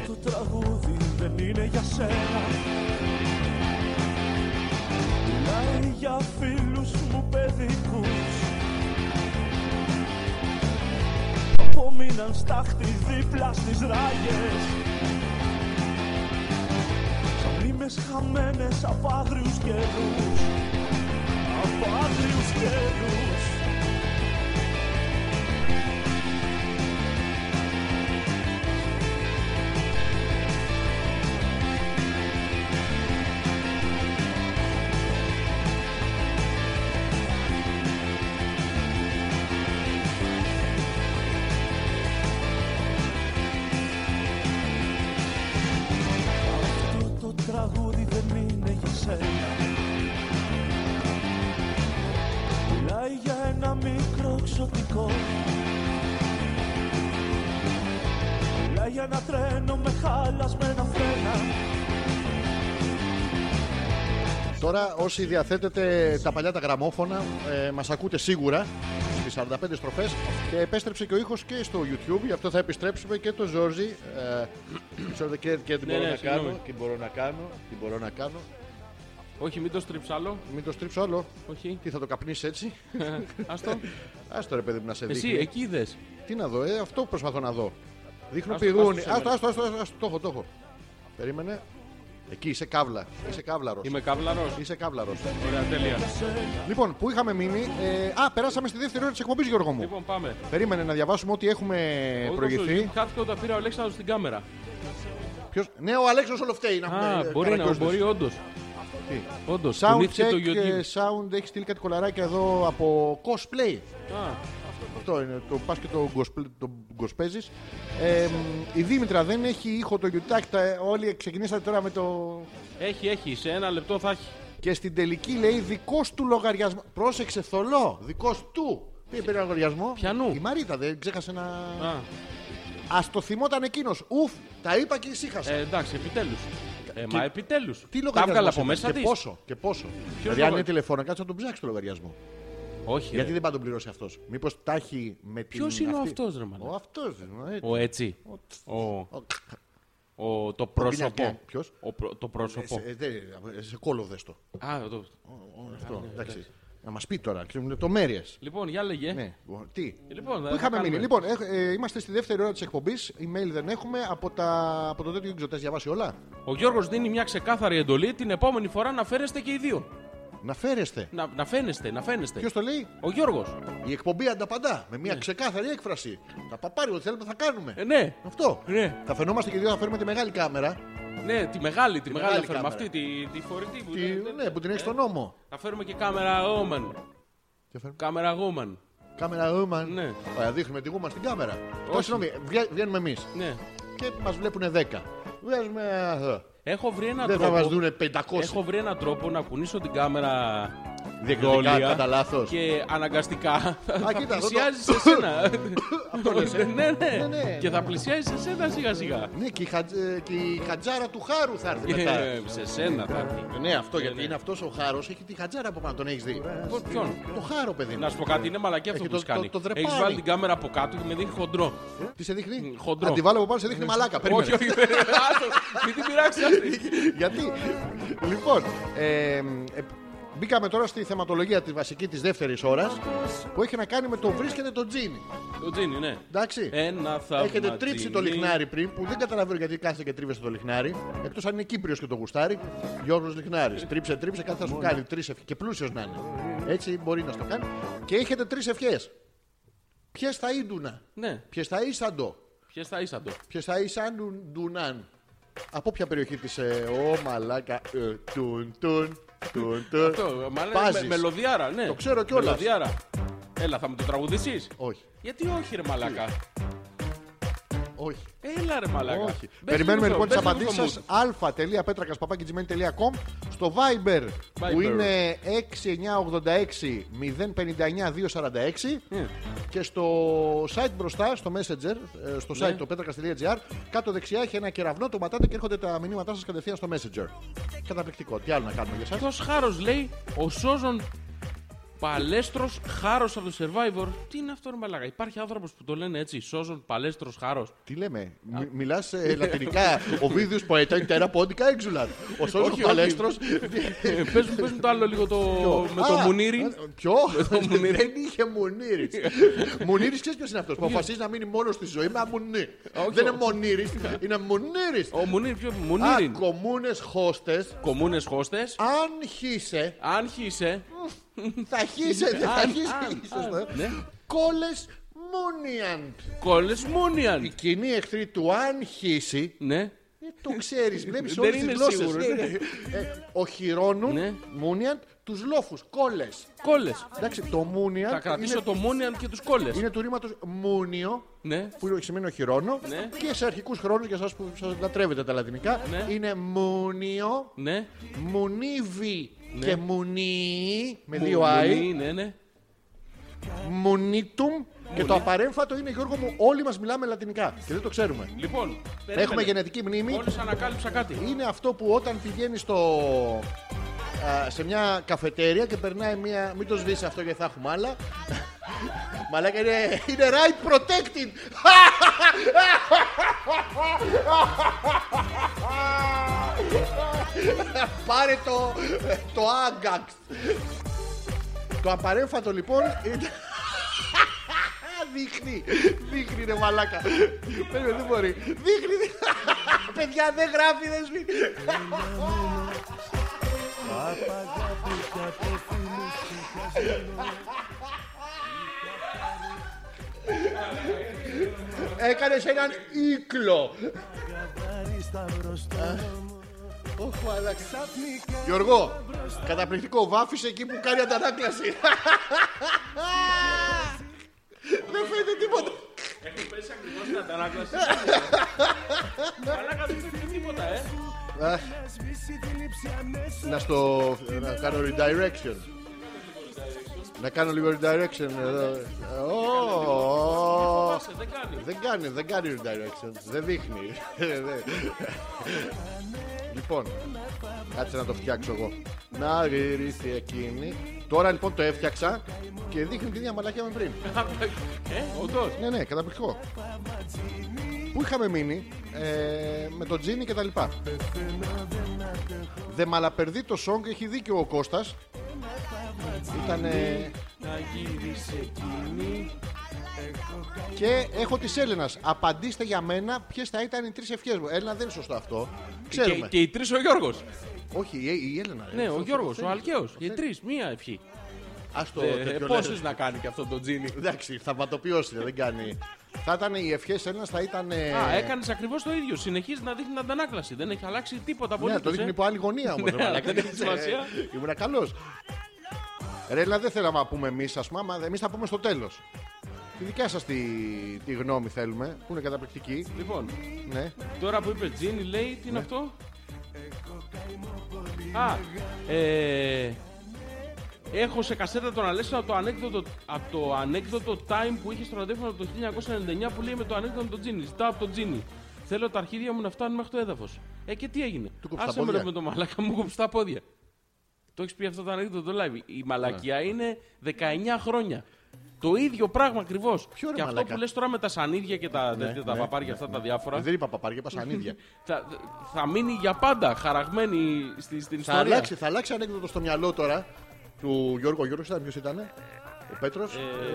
[SPEAKER 9] Το τραγούδι δεν είναι για σένα Μιλάει για φίλους μου παιδικούς Που μείναν στάχτη δίπλα στις ράγες Σαν μνήμες χαμένες από άγριους καιρούς Από άγριους καιρούς ένα μικρό ξωτικό Μιλάει για ένα τρένο με χαλασμένα φρένα
[SPEAKER 1] Τώρα όσοι διαθέτετε τα παλιά τα γραμμόφωνα ε, μας ακούτε σίγουρα στις 45 στροφές και επέστρεψε και ο ήχος και στο YouTube γι' αυτό θα επιστρέψουμε και το Ζόρζι ε, ξέρω δεν και, και τι
[SPEAKER 2] Ναι,
[SPEAKER 1] μπορώ
[SPEAKER 2] ναι,
[SPEAKER 1] να
[SPEAKER 2] συγγνώμη.
[SPEAKER 1] κάνω τι μπορώ να κάνω τι μπορώ να κάνω
[SPEAKER 2] Όχι, μην το στρίψω άλλο.
[SPEAKER 1] μην το στρίψω άλλο
[SPEAKER 2] Όχι.
[SPEAKER 1] τι θα το καπνίσεις έτσι
[SPEAKER 2] Άστο.
[SPEAKER 1] άστο ρε παιδί μου να σε
[SPEAKER 2] Εσύ,
[SPEAKER 1] δείχνει
[SPEAKER 2] εκεί είδες.
[SPEAKER 1] τι να δω ε, αυτό προσπαθώ να δω δείχνω
[SPEAKER 2] Άστο,
[SPEAKER 1] πηγούνι
[SPEAKER 2] άστο σε
[SPEAKER 1] άστο
[SPEAKER 2] μένα.
[SPEAKER 1] άστο άστο, άστο το έχω το έχω περίμενε εκεί είσαι καύλα είσαι καύλαρος
[SPEAKER 2] Είμαι καύλαρος.
[SPEAKER 1] Είσαι καύλαρος.
[SPEAKER 2] Ωραία, τέλεια.
[SPEAKER 1] Λοιπόν, που είχαμε μείνει. Ε, α, περάσαμε στη δεύτερη ώρα της εκπομπής, Γιώργο μου.
[SPEAKER 2] Λοιπόν, πάμε.
[SPEAKER 1] Περίμενε να διαβάσουμε ό,τι έχουμε
[SPEAKER 2] Εγώ
[SPEAKER 1] Ε, προηγηθεί.
[SPEAKER 2] στο- Χάθηκα όταν πήρα ο Αλέξανδρος στην κάμερα.
[SPEAKER 1] Ποιος... Ναι, ο Αλέξο όλο φταίει. Να πούμε,
[SPEAKER 2] Α,
[SPEAKER 1] ε,
[SPEAKER 2] μπορεί να
[SPEAKER 1] Καραγκιόζης.
[SPEAKER 2] μπορεί, όντως. Όντως,
[SPEAKER 1] Sound
[SPEAKER 2] κουνήθηκε το
[SPEAKER 1] check, ε,
[SPEAKER 2] YouTube.
[SPEAKER 1] sound έχει στείλει κάτι κολαράκια εδώ από cosplay.
[SPEAKER 2] Α,
[SPEAKER 1] Αυτό είναι, το πας και το, γκοσπλ- το γκοσπέζεις. Ε, μ, η Δήμητρα δεν έχει ήχο το γιουτάκτα, όλοι ξεκινήσατε τώρα με το...
[SPEAKER 2] Έχει, έχει. Σε ένα λεπτό θα έχει.
[SPEAKER 1] Και στην τελική λέει δικός του λογαριασμός. Πρόσεξε θολό, δικός του. Πήγε πήρε ένα λογαριασμό.
[SPEAKER 2] Πιανού.
[SPEAKER 1] Η Μαρίτα δεν ξέχασε να...
[SPEAKER 2] Α,
[SPEAKER 1] Ας το θυμόταν εκείνος. Ουφ, τα είπα και εισήχασα.
[SPEAKER 2] ε, εντάξει, επιτέλους. Ε, μα επιτέλους.
[SPEAKER 1] Τι
[SPEAKER 2] Τα
[SPEAKER 1] λογαριασμό
[SPEAKER 2] έβγαλα από μέσα
[SPEAKER 1] και
[SPEAKER 2] της.
[SPEAKER 1] πόσο, και πόσο. Δηλαδή, αν
[SPEAKER 2] λογαριασμός?
[SPEAKER 1] είναι τηλεφώνο, κάτσε να τον ψάξεις το λογαριασμό.
[SPEAKER 2] Όχι.
[SPEAKER 1] Γιατί
[SPEAKER 2] ρε.
[SPEAKER 1] δεν πάει να τον πληρώσει αυτός. Μήπως τα έχει με την.
[SPEAKER 2] Ποιος είναι ο
[SPEAKER 1] αυτή.
[SPEAKER 2] αυτός, ρε μαλάκα?
[SPEAKER 1] Ο ε, αυτό.
[SPEAKER 2] Ο έτσι. Ο. ο- Το πρόσωπο.
[SPEAKER 1] πινακιά. Ποιος? Ναι,
[SPEAKER 2] Ο προ- Το πρόσωπο.
[SPEAKER 1] ε, Σε κόλλο δες το.
[SPEAKER 2] Α, το- Ε,
[SPEAKER 1] Αυτό. Εντάξει. Να μας πει τώρα, ξέρουν λεπτομέρειες.
[SPEAKER 2] Λοιπόν, για λέγε.
[SPEAKER 1] Ναι. Ο- Τι.
[SPEAKER 2] Λοιπόν,
[SPEAKER 1] Πού
[SPEAKER 2] θα
[SPEAKER 1] είχαμε
[SPEAKER 2] κάνουμε.
[SPEAKER 1] μείνει. Λοιπόν, έχ- ε, είμαστε στη δεύτερη ώρα της εκπομπής. Email δεν έχουμε. Από, τα... από το τέτοιο δεν ξέρω, τα έχεις διαβάσει όλα.
[SPEAKER 2] Ο Γιώργος δίνει μια ξεκάθαρη εντολή την επόμενη φορά να φέρεστε και οι δύο.
[SPEAKER 1] Να φέρεστε.
[SPEAKER 2] Να, να φαίνεστε, να φαίνεστε.
[SPEAKER 1] Ποιος το λέει,
[SPEAKER 2] Ο Γιώργος.
[SPEAKER 1] Η εκπομπή ανταπαντά με μια ξεκάθαρη έκφραση. Τα παπάρια, ό,τι θέλουμε θα κάνουμε.
[SPEAKER 2] Ναι. Ε, ναι.
[SPEAKER 1] Αυτό.
[SPEAKER 2] Ναι.
[SPEAKER 1] Θα φαινόμαστε και οι δύο, θα φέρουμε τη μεγάλη κάμερα.
[SPEAKER 2] Ναι, τη μεγάλη, τη, μεγάλη,
[SPEAKER 1] μεγάλη
[SPEAKER 2] θα φέρουμε.
[SPEAKER 1] κάμερα.
[SPEAKER 2] Αυτή τη, τη φορητή που
[SPEAKER 1] Τη-
[SPEAKER 2] είναι-
[SPEAKER 1] ναι, που την έχει
[SPEAKER 2] Ε.
[SPEAKER 1] στον νόμο.
[SPEAKER 2] Θα φέρουμε και κάμερα woman.
[SPEAKER 1] Και φέρνουμε
[SPEAKER 2] Κάμερα woman.
[SPEAKER 1] Κάμερα woman.
[SPEAKER 2] Ναι.
[SPEAKER 1] Ωραία, δείχνουμε τη woman στην κάμερα. Τώρα συγγνώμη, βγα- βγαίνουμε εμείς
[SPEAKER 2] Ναι.
[SPEAKER 1] και μας βλέπουν 10. Βγάζουμε. ε,
[SPEAKER 2] Έχω βρει έναν
[SPEAKER 1] Δεν θα
[SPEAKER 2] τρόπο.
[SPEAKER 1] μας δουν 500.
[SPEAKER 2] Έχω βρει έναν τρόπο να κουνήσω την κάμερα
[SPEAKER 1] Διακριτικά,
[SPEAKER 2] δόλια
[SPEAKER 1] κατά λάθος.
[SPEAKER 2] Και αναγκαστικά θα
[SPEAKER 1] κοίτα, εδώ
[SPEAKER 2] πλησιάζεις σε σένα.
[SPEAKER 1] λες, ε.
[SPEAKER 2] ναι, ναι,
[SPEAKER 1] ναι.
[SPEAKER 2] Και θα πλησιάζεις σε σένα σιγά σιγά.
[SPEAKER 1] Ναι, και η, χατζ- ε, και η χατζάρα του χάρου θα
[SPEAKER 2] Ε,
[SPEAKER 1] έρθει μετά.
[SPEAKER 2] σε σένα θα έρθει.
[SPEAKER 1] ναι, αυτό
[SPEAKER 2] Ναι,
[SPEAKER 1] γιατί
[SPEAKER 2] ναι.
[SPEAKER 1] είναι αυτός ο χάρος, έχει τη χατζάρα από πάνω, τον έχεις δει.
[SPEAKER 2] Πώς, Ποιον.
[SPEAKER 1] Το χάρο, παιδί
[SPEAKER 2] Να
[SPEAKER 1] μου.
[SPEAKER 2] σου πω κάτι, είναι μαλακία αυτό
[SPEAKER 1] Έχει
[SPEAKER 2] που έχει
[SPEAKER 1] το- το-
[SPEAKER 2] κάνει.
[SPEAKER 1] το δρεπάνι.
[SPEAKER 2] Έχεις βάλει την κάμερα από κάτω και με δείχνει χοντρό.
[SPEAKER 1] Ε, Τι σε δείχνει,
[SPEAKER 2] χοντρό. Ναι,
[SPEAKER 1] Αν τη βάλω από πάνω, σε δείχνει μαλάκα. Περίμενε.
[SPEAKER 2] Όχι, όχι, άστο, μην την πειράξεις αυτή.
[SPEAKER 1] Γιατί. λοιπόν, ε, ε, μπήκαμε τώρα στη θεματολογία της βασική της δεύτερης ώρας που έχει να κάνει με το βρίσκεται το τζίνι.
[SPEAKER 2] Το τζίνι, ναι.
[SPEAKER 1] Εντάξει.
[SPEAKER 2] Ένα θαύμα.
[SPEAKER 1] Έχετε τρίψει το
[SPEAKER 2] τζίνι.
[SPEAKER 1] λιχνάρι πριν που δεν καταλαβαίνω γιατί κάθεστε και τρίβεστε το λιχνάρι. Εκτός αν είναι Κύπριος και το γουστάρι. Γιώργος Λιχνάρης. Τρίψε, τρίψε, κάθε θα σου κάνει τρεις ευχέ. Και πλούσιος να είναι. Έτσι μπορεί να στο κάνει. Και έχετε τρεις ευχές. Ποιε θα ήντουνα.
[SPEAKER 2] Ναι,
[SPEAKER 1] Ποιε θα ήσαντο.
[SPEAKER 2] ποιε θα ήσαν το.
[SPEAKER 1] Ποιε θα ήσαν ντουνάν. Από ποια περιοχή της. Ε, ο μαλάκα. Ε, τουν, τουν, τουν, τουν.
[SPEAKER 2] Αυτό, μάλλον
[SPEAKER 1] Πάζεις.
[SPEAKER 2] με, μελωδιάρα, ναι.
[SPEAKER 1] Το ξέρω κιόλας.
[SPEAKER 2] Μελωδιάρα. Έλα, θα μου το τραγουδήσεις.
[SPEAKER 1] Όχι,
[SPEAKER 2] Γιατί όχι, ρε μαλάκα.
[SPEAKER 1] όχι.
[SPEAKER 2] Έλα, ρε μαλάκα.
[SPEAKER 1] Όχι.
[SPEAKER 2] Μπες
[SPEAKER 1] Περιμένουμε
[SPEAKER 2] λίγο
[SPEAKER 1] λοιπόν τις
[SPEAKER 2] στο- μπες λίγο
[SPEAKER 1] απαντήσει
[SPEAKER 2] στο mood.
[SPEAKER 1] σα. αλφα.πέτρακα.gmail.com στο Viber που
[SPEAKER 2] Viber.
[SPEAKER 1] είναι 6986-059-246
[SPEAKER 2] Ναι.
[SPEAKER 1] και στο site μπροστά, στο Messenger, ε, στο
[SPEAKER 2] Ναι.
[SPEAKER 1] site το πέτρακα.gr κάτω δεξιά έχει ένα κεραυνό, το ματάτε και έρχονται τα μηνύματά σας κατευθείαν στο Messenger. Καταπληκτικό. Τι άλλο να κάνουμε για εσά.
[SPEAKER 2] Αυτός χάρος λέει ο Σόζον Παλέστρος χάρος από το Survivor. Τι είναι αυτό, ρε μαλάκα. Υπάρχει άνθρωπος που το λένε έτσι. Σόζον Παλέστρος χάρος.
[SPEAKER 1] Τι λέμε, μιλά λατινικά. Ο βίδιος ποέτα είναι τέρα πόντικα έξουλα. Ο Σόλο
[SPEAKER 2] όχι.
[SPEAKER 1] Παλέστρος.
[SPEAKER 2] Ε, πες, μου, πες μου το άλλο λίγο το, με το Μουνίρι.
[SPEAKER 1] ε, Ποιο? Δεν είχε Μουνίρι. Μουνίρις, ξέρεις ποιος είναι αυτός που αποφασίζει να μείνει μόνος στη ζωή. Μα Μουνί. Δεν είναι Μονίρι, είναι Μουνίρις.
[SPEAKER 2] Ο Μουνίρι, ποιο
[SPEAKER 1] Α,
[SPEAKER 2] Μουνίρι.
[SPEAKER 1] κομμούνες χώστες.
[SPEAKER 2] Κομμούνες χώστες.
[SPEAKER 1] Αν χύσε,
[SPEAKER 2] Αν χύσε.
[SPEAKER 1] θα χύσε, δεν θα
[SPEAKER 2] Αν,
[SPEAKER 1] χύσε.
[SPEAKER 2] αν,
[SPEAKER 1] ίσως,
[SPEAKER 2] αν,
[SPEAKER 1] ε.
[SPEAKER 2] ναι.
[SPEAKER 1] Κόλες Μούνιαν.
[SPEAKER 2] Κόλλες
[SPEAKER 1] Η
[SPEAKER 2] Μούνιαν.
[SPEAKER 1] κοινή εχθρή του αν χύσει
[SPEAKER 2] Ναι.
[SPEAKER 1] Ε, Το ξέρεις, βλέπεις
[SPEAKER 2] Δεν
[SPEAKER 1] όλες τις
[SPEAKER 2] είναι
[SPEAKER 1] γλώσσες.
[SPEAKER 2] σίγουρος, ναι.
[SPEAKER 1] ε, Οχυρώνουν
[SPEAKER 2] Ναι.
[SPEAKER 1] μούνιαν τους λόφους, κόλλες.
[SPEAKER 2] Κόλλες.
[SPEAKER 1] Εντάξει, το
[SPEAKER 2] Θα
[SPEAKER 1] μούνιαν
[SPEAKER 2] κρατήσω
[SPEAKER 1] είναι,
[SPEAKER 2] το Μούνιαν και τους κόλλες.
[SPEAKER 1] είναι του ρήματος μούνιο,
[SPEAKER 2] Ναι.
[SPEAKER 1] που σημαίνει οχυρώνω.
[SPEAKER 2] Ναι.
[SPEAKER 1] Και σε αρχικούς χρόνους, για εσά που σας λατρεύετε τα λατινικά,
[SPEAKER 2] Ναι.
[SPEAKER 1] είναι μούνιο,
[SPEAKER 2] Ναι.
[SPEAKER 1] μουνίβι
[SPEAKER 2] Ναι.
[SPEAKER 1] και μουνί με
[SPEAKER 2] Μου-
[SPEAKER 1] δύο άι.
[SPEAKER 2] Μουνί, Ναι, ναι.
[SPEAKER 1] Μουνίτουμ και το απαρέμφατο είναι Γιώργο μου, όλοι μας μιλάμε λατινικά και δεν το ξέρουμε.
[SPEAKER 2] Λοιπόν,
[SPEAKER 1] Έχουμε γενετική μνήμη.
[SPEAKER 2] Μόλις ανακάλυψα κάτι.
[SPEAKER 1] Είναι αυτό που όταν πηγαίνει στο. α, σε μια καφετέρια και περνάει μια. Μην το σβήσει αυτό γιατί θα έχουμε άλλα. Μαλάκα είναι, είναι right protected. Πάρε το, το άγκαξ. Το απαρέμφατο λοιπόν είναι... δείχνει, δείχνει ρε μαλάκα. Περίμενε, δεν μπορεί. Δείχνει, δείχνει. παιδιά δεν γράφει, δεν σβήνει. Έκανες έναν κύκλο. Ωχ, μαλάκα. Γιώργο, καταπληκτικό. Βάφησε εκεί που κάνει αντανάκλαση. Δεν φαίνεται τίποτα.
[SPEAKER 2] Έχει πέσει ακριβώς την αντανάκλαση. Μαλάκα δεν φεύγει τίποτα, ε.
[SPEAKER 1] Να στο. να κάνω redirection. Να κάνω λίγο redirection εδώ. Ω,
[SPEAKER 2] Πάσε, δεν κάνει.
[SPEAKER 1] Δεν κάνει, δεν κάνει redirection. Δεν δείχνει. Δεν. λοιπόν, κάτσε να το φτιάξω εγώ. Να γυρίσει εκείνη. Τώρα λοιπόν το έφτιαξα και δείχνει την ίδια μαλακιά με πριν.
[SPEAKER 2] Ε, όντως.
[SPEAKER 1] Ναι, ναι, καταπληκτικό. Πού είχαμε μείνει ε, με τον Τζίνι και τα λοιπά. Δε μαλαπερδεί το song, έχει δίκιο ο Κώστας. Ήταν
[SPEAKER 2] Να γυρίσει εκείνη.
[SPEAKER 1] και έχω τη Έλενα. Απαντήστε για μένα ποιες θα ήταν οι τρεις ευχές μου. Έλενα δεν είναι σωστό αυτό.
[SPEAKER 2] Και,
[SPEAKER 1] Ξέρουμε.
[SPEAKER 2] και οι τρεις ο Γιώργος.
[SPEAKER 1] Όχι, η, η Έλενα. ρε.
[SPEAKER 2] Ναι, ο
[SPEAKER 1] Σωστό,
[SPEAKER 2] Γιώργο,
[SPEAKER 1] θέλει.
[SPEAKER 2] ο Αλκαίο. Οι τρεις, μία ευχή.
[SPEAKER 1] Ας το
[SPEAKER 2] Ε,
[SPEAKER 1] τέτοιο
[SPEAKER 2] Πόσε
[SPEAKER 1] λέει.
[SPEAKER 2] να κάνει και αυτό το τζίνι.
[SPEAKER 1] Εντάξει, θα βατοποιώσει, δεν κάνει. Θα ήταν οι ευχές Έλενας θα ήταν. ε,
[SPEAKER 2] Α, έκανες ακριβώς το ίδιο. Συνεχίζει να δείχνει την αντανάκλαση. Δεν έχει αλλάξει τίποτα από
[SPEAKER 1] Ναι, το δείχνει από άλλη γωνία όμως.
[SPEAKER 2] Ναι, δεν έχει σημασία.
[SPEAKER 1] Ήμουν καλό. Ε, Ρε, Έλα, δεν θέλαμε να πούμε εμείς, ας πούμε, εμείς θα πούμε στο τέλος. Τη δικιά σας τη, τη γνώμη θέλουμε, που είναι καταπληκτική.
[SPEAKER 2] Λοιπόν,
[SPEAKER 1] Ναι.
[SPEAKER 2] τώρα που είπε Τζίνι, λέει τι είναι αυτό. Α, ε, έχω σε κασέτα τον Αλέσσα από το ανέκδοτο, από το ανέκδοτο time που είχε στο ραδιόφωνο από το 1999 που λέει με το ανέκδοτο τον Τζίνι. Ζητάω από τον Τζίνι. Θέλω τα αρχίδια μου να φτάνουν μέχρι το έδαφος. Ε, και τι έγινε.
[SPEAKER 1] Του κόψε τα
[SPEAKER 2] Άσε με
[SPEAKER 1] πόδια.
[SPEAKER 2] ρε με το μαλάκα μου κόψε τα πόδια. Το έχεις πει αυτό το ανέκδοτο live. Η μαλακία
[SPEAKER 1] Ναι.
[SPEAKER 2] είναι 19 χρόνια. Το ίδιο πράγμα ακριβώς. Και
[SPEAKER 1] Ποιο ρε
[SPEAKER 2] αυτό
[SPEAKER 1] μαλάκα? Ναι,
[SPEAKER 2] που λες τώρα με τα σανίδια και τα, τέτοια, τα παπάρια αυτά τα διάφορα.
[SPEAKER 1] Δεν είπα παπάρια, είπα σανίδια.
[SPEAKER 2] Θα, θα μείνει για πάντα χαραγμένη στη, στην
[SPEAKER 1] θα,
[SPEAKER 2] ιστορία.
[SPEAKER 1] αλλάξει, θα αλλάξει ανέκδοτο στο μυαλό τώρα του Γιώργο. Ο Γιώργος ήταν, ποιος ήταν. Ο Πέτρο. Ε,
[SPEAKER 2] ο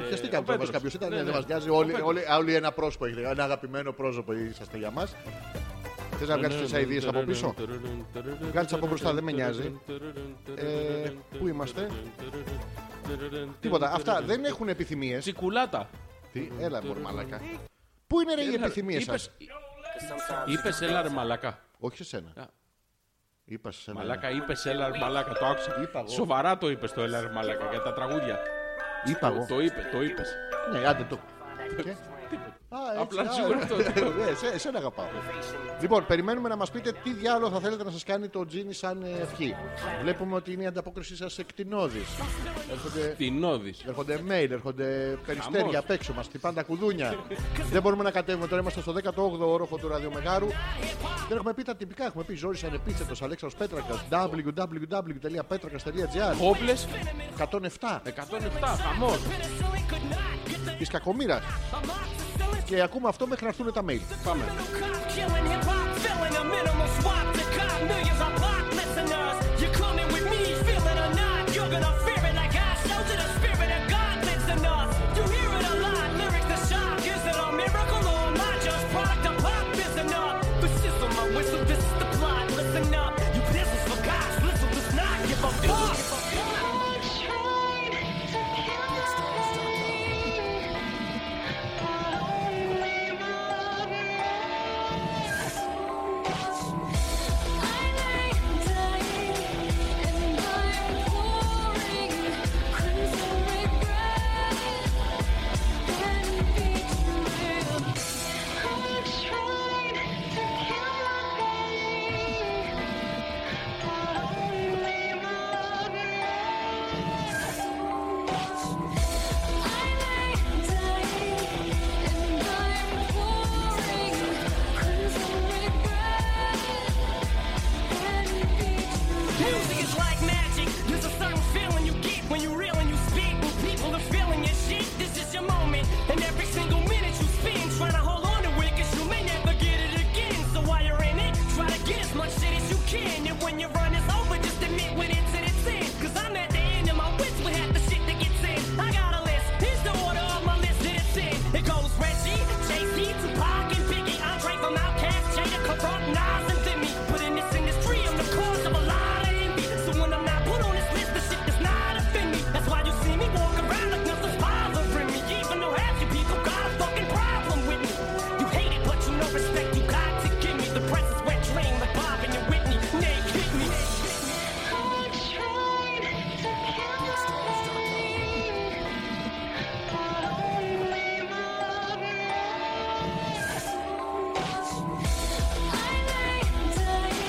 [SPEAKER 1] Χαιστήκαμε τώρα,
[SPEAKER 2] Πέτρος.
[SPEAKER 1] μα κάποιος ήταν.
[SPEAKER 2] Ναι,
[SPEAKER 1] δεν
[SPEAKER 2] ναι.
[SPEAKER 1] μας νοιάζει.
[SPEAKER 2] Ο
[SPEAKER 1] Όλοι,
[SPEAKER 2] Πέτρος.
[SPEAKER 1] όλοι, όλοι ένα πρόσωπο έχετε. Ένα αγαπημένο πρόσωπο είσαστε για μας. Θες
[SPEAKER 2] Ναι,
[SPEAKER 1] να βγάλει τι αειδίε από πίσω. Βγάλεις από μπροστά, δεν με νοιάζει.
[SPEAKER 2] ναι,
[SPEAKER 1] Ε, πού είμαστε? Τίποτα. Αυτά δεν έχουν επιθυμίες.
[SPEAKER 2] Τσικουλάτα.
[SPEAKER 1] Τι, έλα μωρέ μαλακά. Πού είναι ρε, οι επιθυμίες σας.
[SPEAKER 2] Είπες- Είπες έλα ρε μαλακά.
[SPEAKER 1] Όχι σε
[SPEAKER 2] Α.
[SPEAKER 1] σένα. Είπα σε σένα.
[SPEAKER 2] Μαλάκα, είπες έλα ρε μαλάκα. Το άκουσα.
[SPEAKER 1] Είπα εγώ.
[SPEAKER 2] Σοβαρά το είπες το έλα ρε μαλάκα για τα τραγούδια.
[SPEAKER 1] Είπα εγώ.
[SPEAKER 2] Το είπε, το είπες.
[SPEAKER 1] Ναι, άντε το. Και- Α, έτσι,
[SPEAKER 2] Απλά
[SPEAKER 1] α,
[SPEAKER 2] σίγουρα
[SPEAKER 1] ε,
[SPEAKER 2] αυτό, τίποτα.
[SPEAKER 1] ε, σε- Εσένα αγαπάω. Λοιπόν, περιμένουμε να μας πείτε τι διάλογο θα θέλετε να σας κάνει το Τζίνι σαν ε, ευχή. Βλέπουμε ότι είναι η ανταπόκριση σας εκτινώδη. Έρχονται
[SPEAKER 2] Την όδης.
[SPEAKER 1] Έρχονται mail, έρχονται περιστέρια απ' έξω μας, χτυπάνε τα κουδούνια. Δεν μπορούμε να κατέβουμε τώρα, είμαστε στο 18ο όροφο του ραδιομεγάρου. Δεν έχουμε πει τα τυπικά, έχουμε πει Ζόρι Ανεπίθετο, Αλέξαρο Πέτρακα, www.petrakas.gr
[SPEAKER 2] Χόπλες,
[SPEAKER 1] 107
[SPEAKER 2] 107, χαμός.
[SPEAKER 1] της κακομήρα. Και ακούμε αυτό μέχρι να έρθουν τα mail.
[SPEAKER 2] Πάμε.
[SPEAKER 3] I'm dying and I'm pouring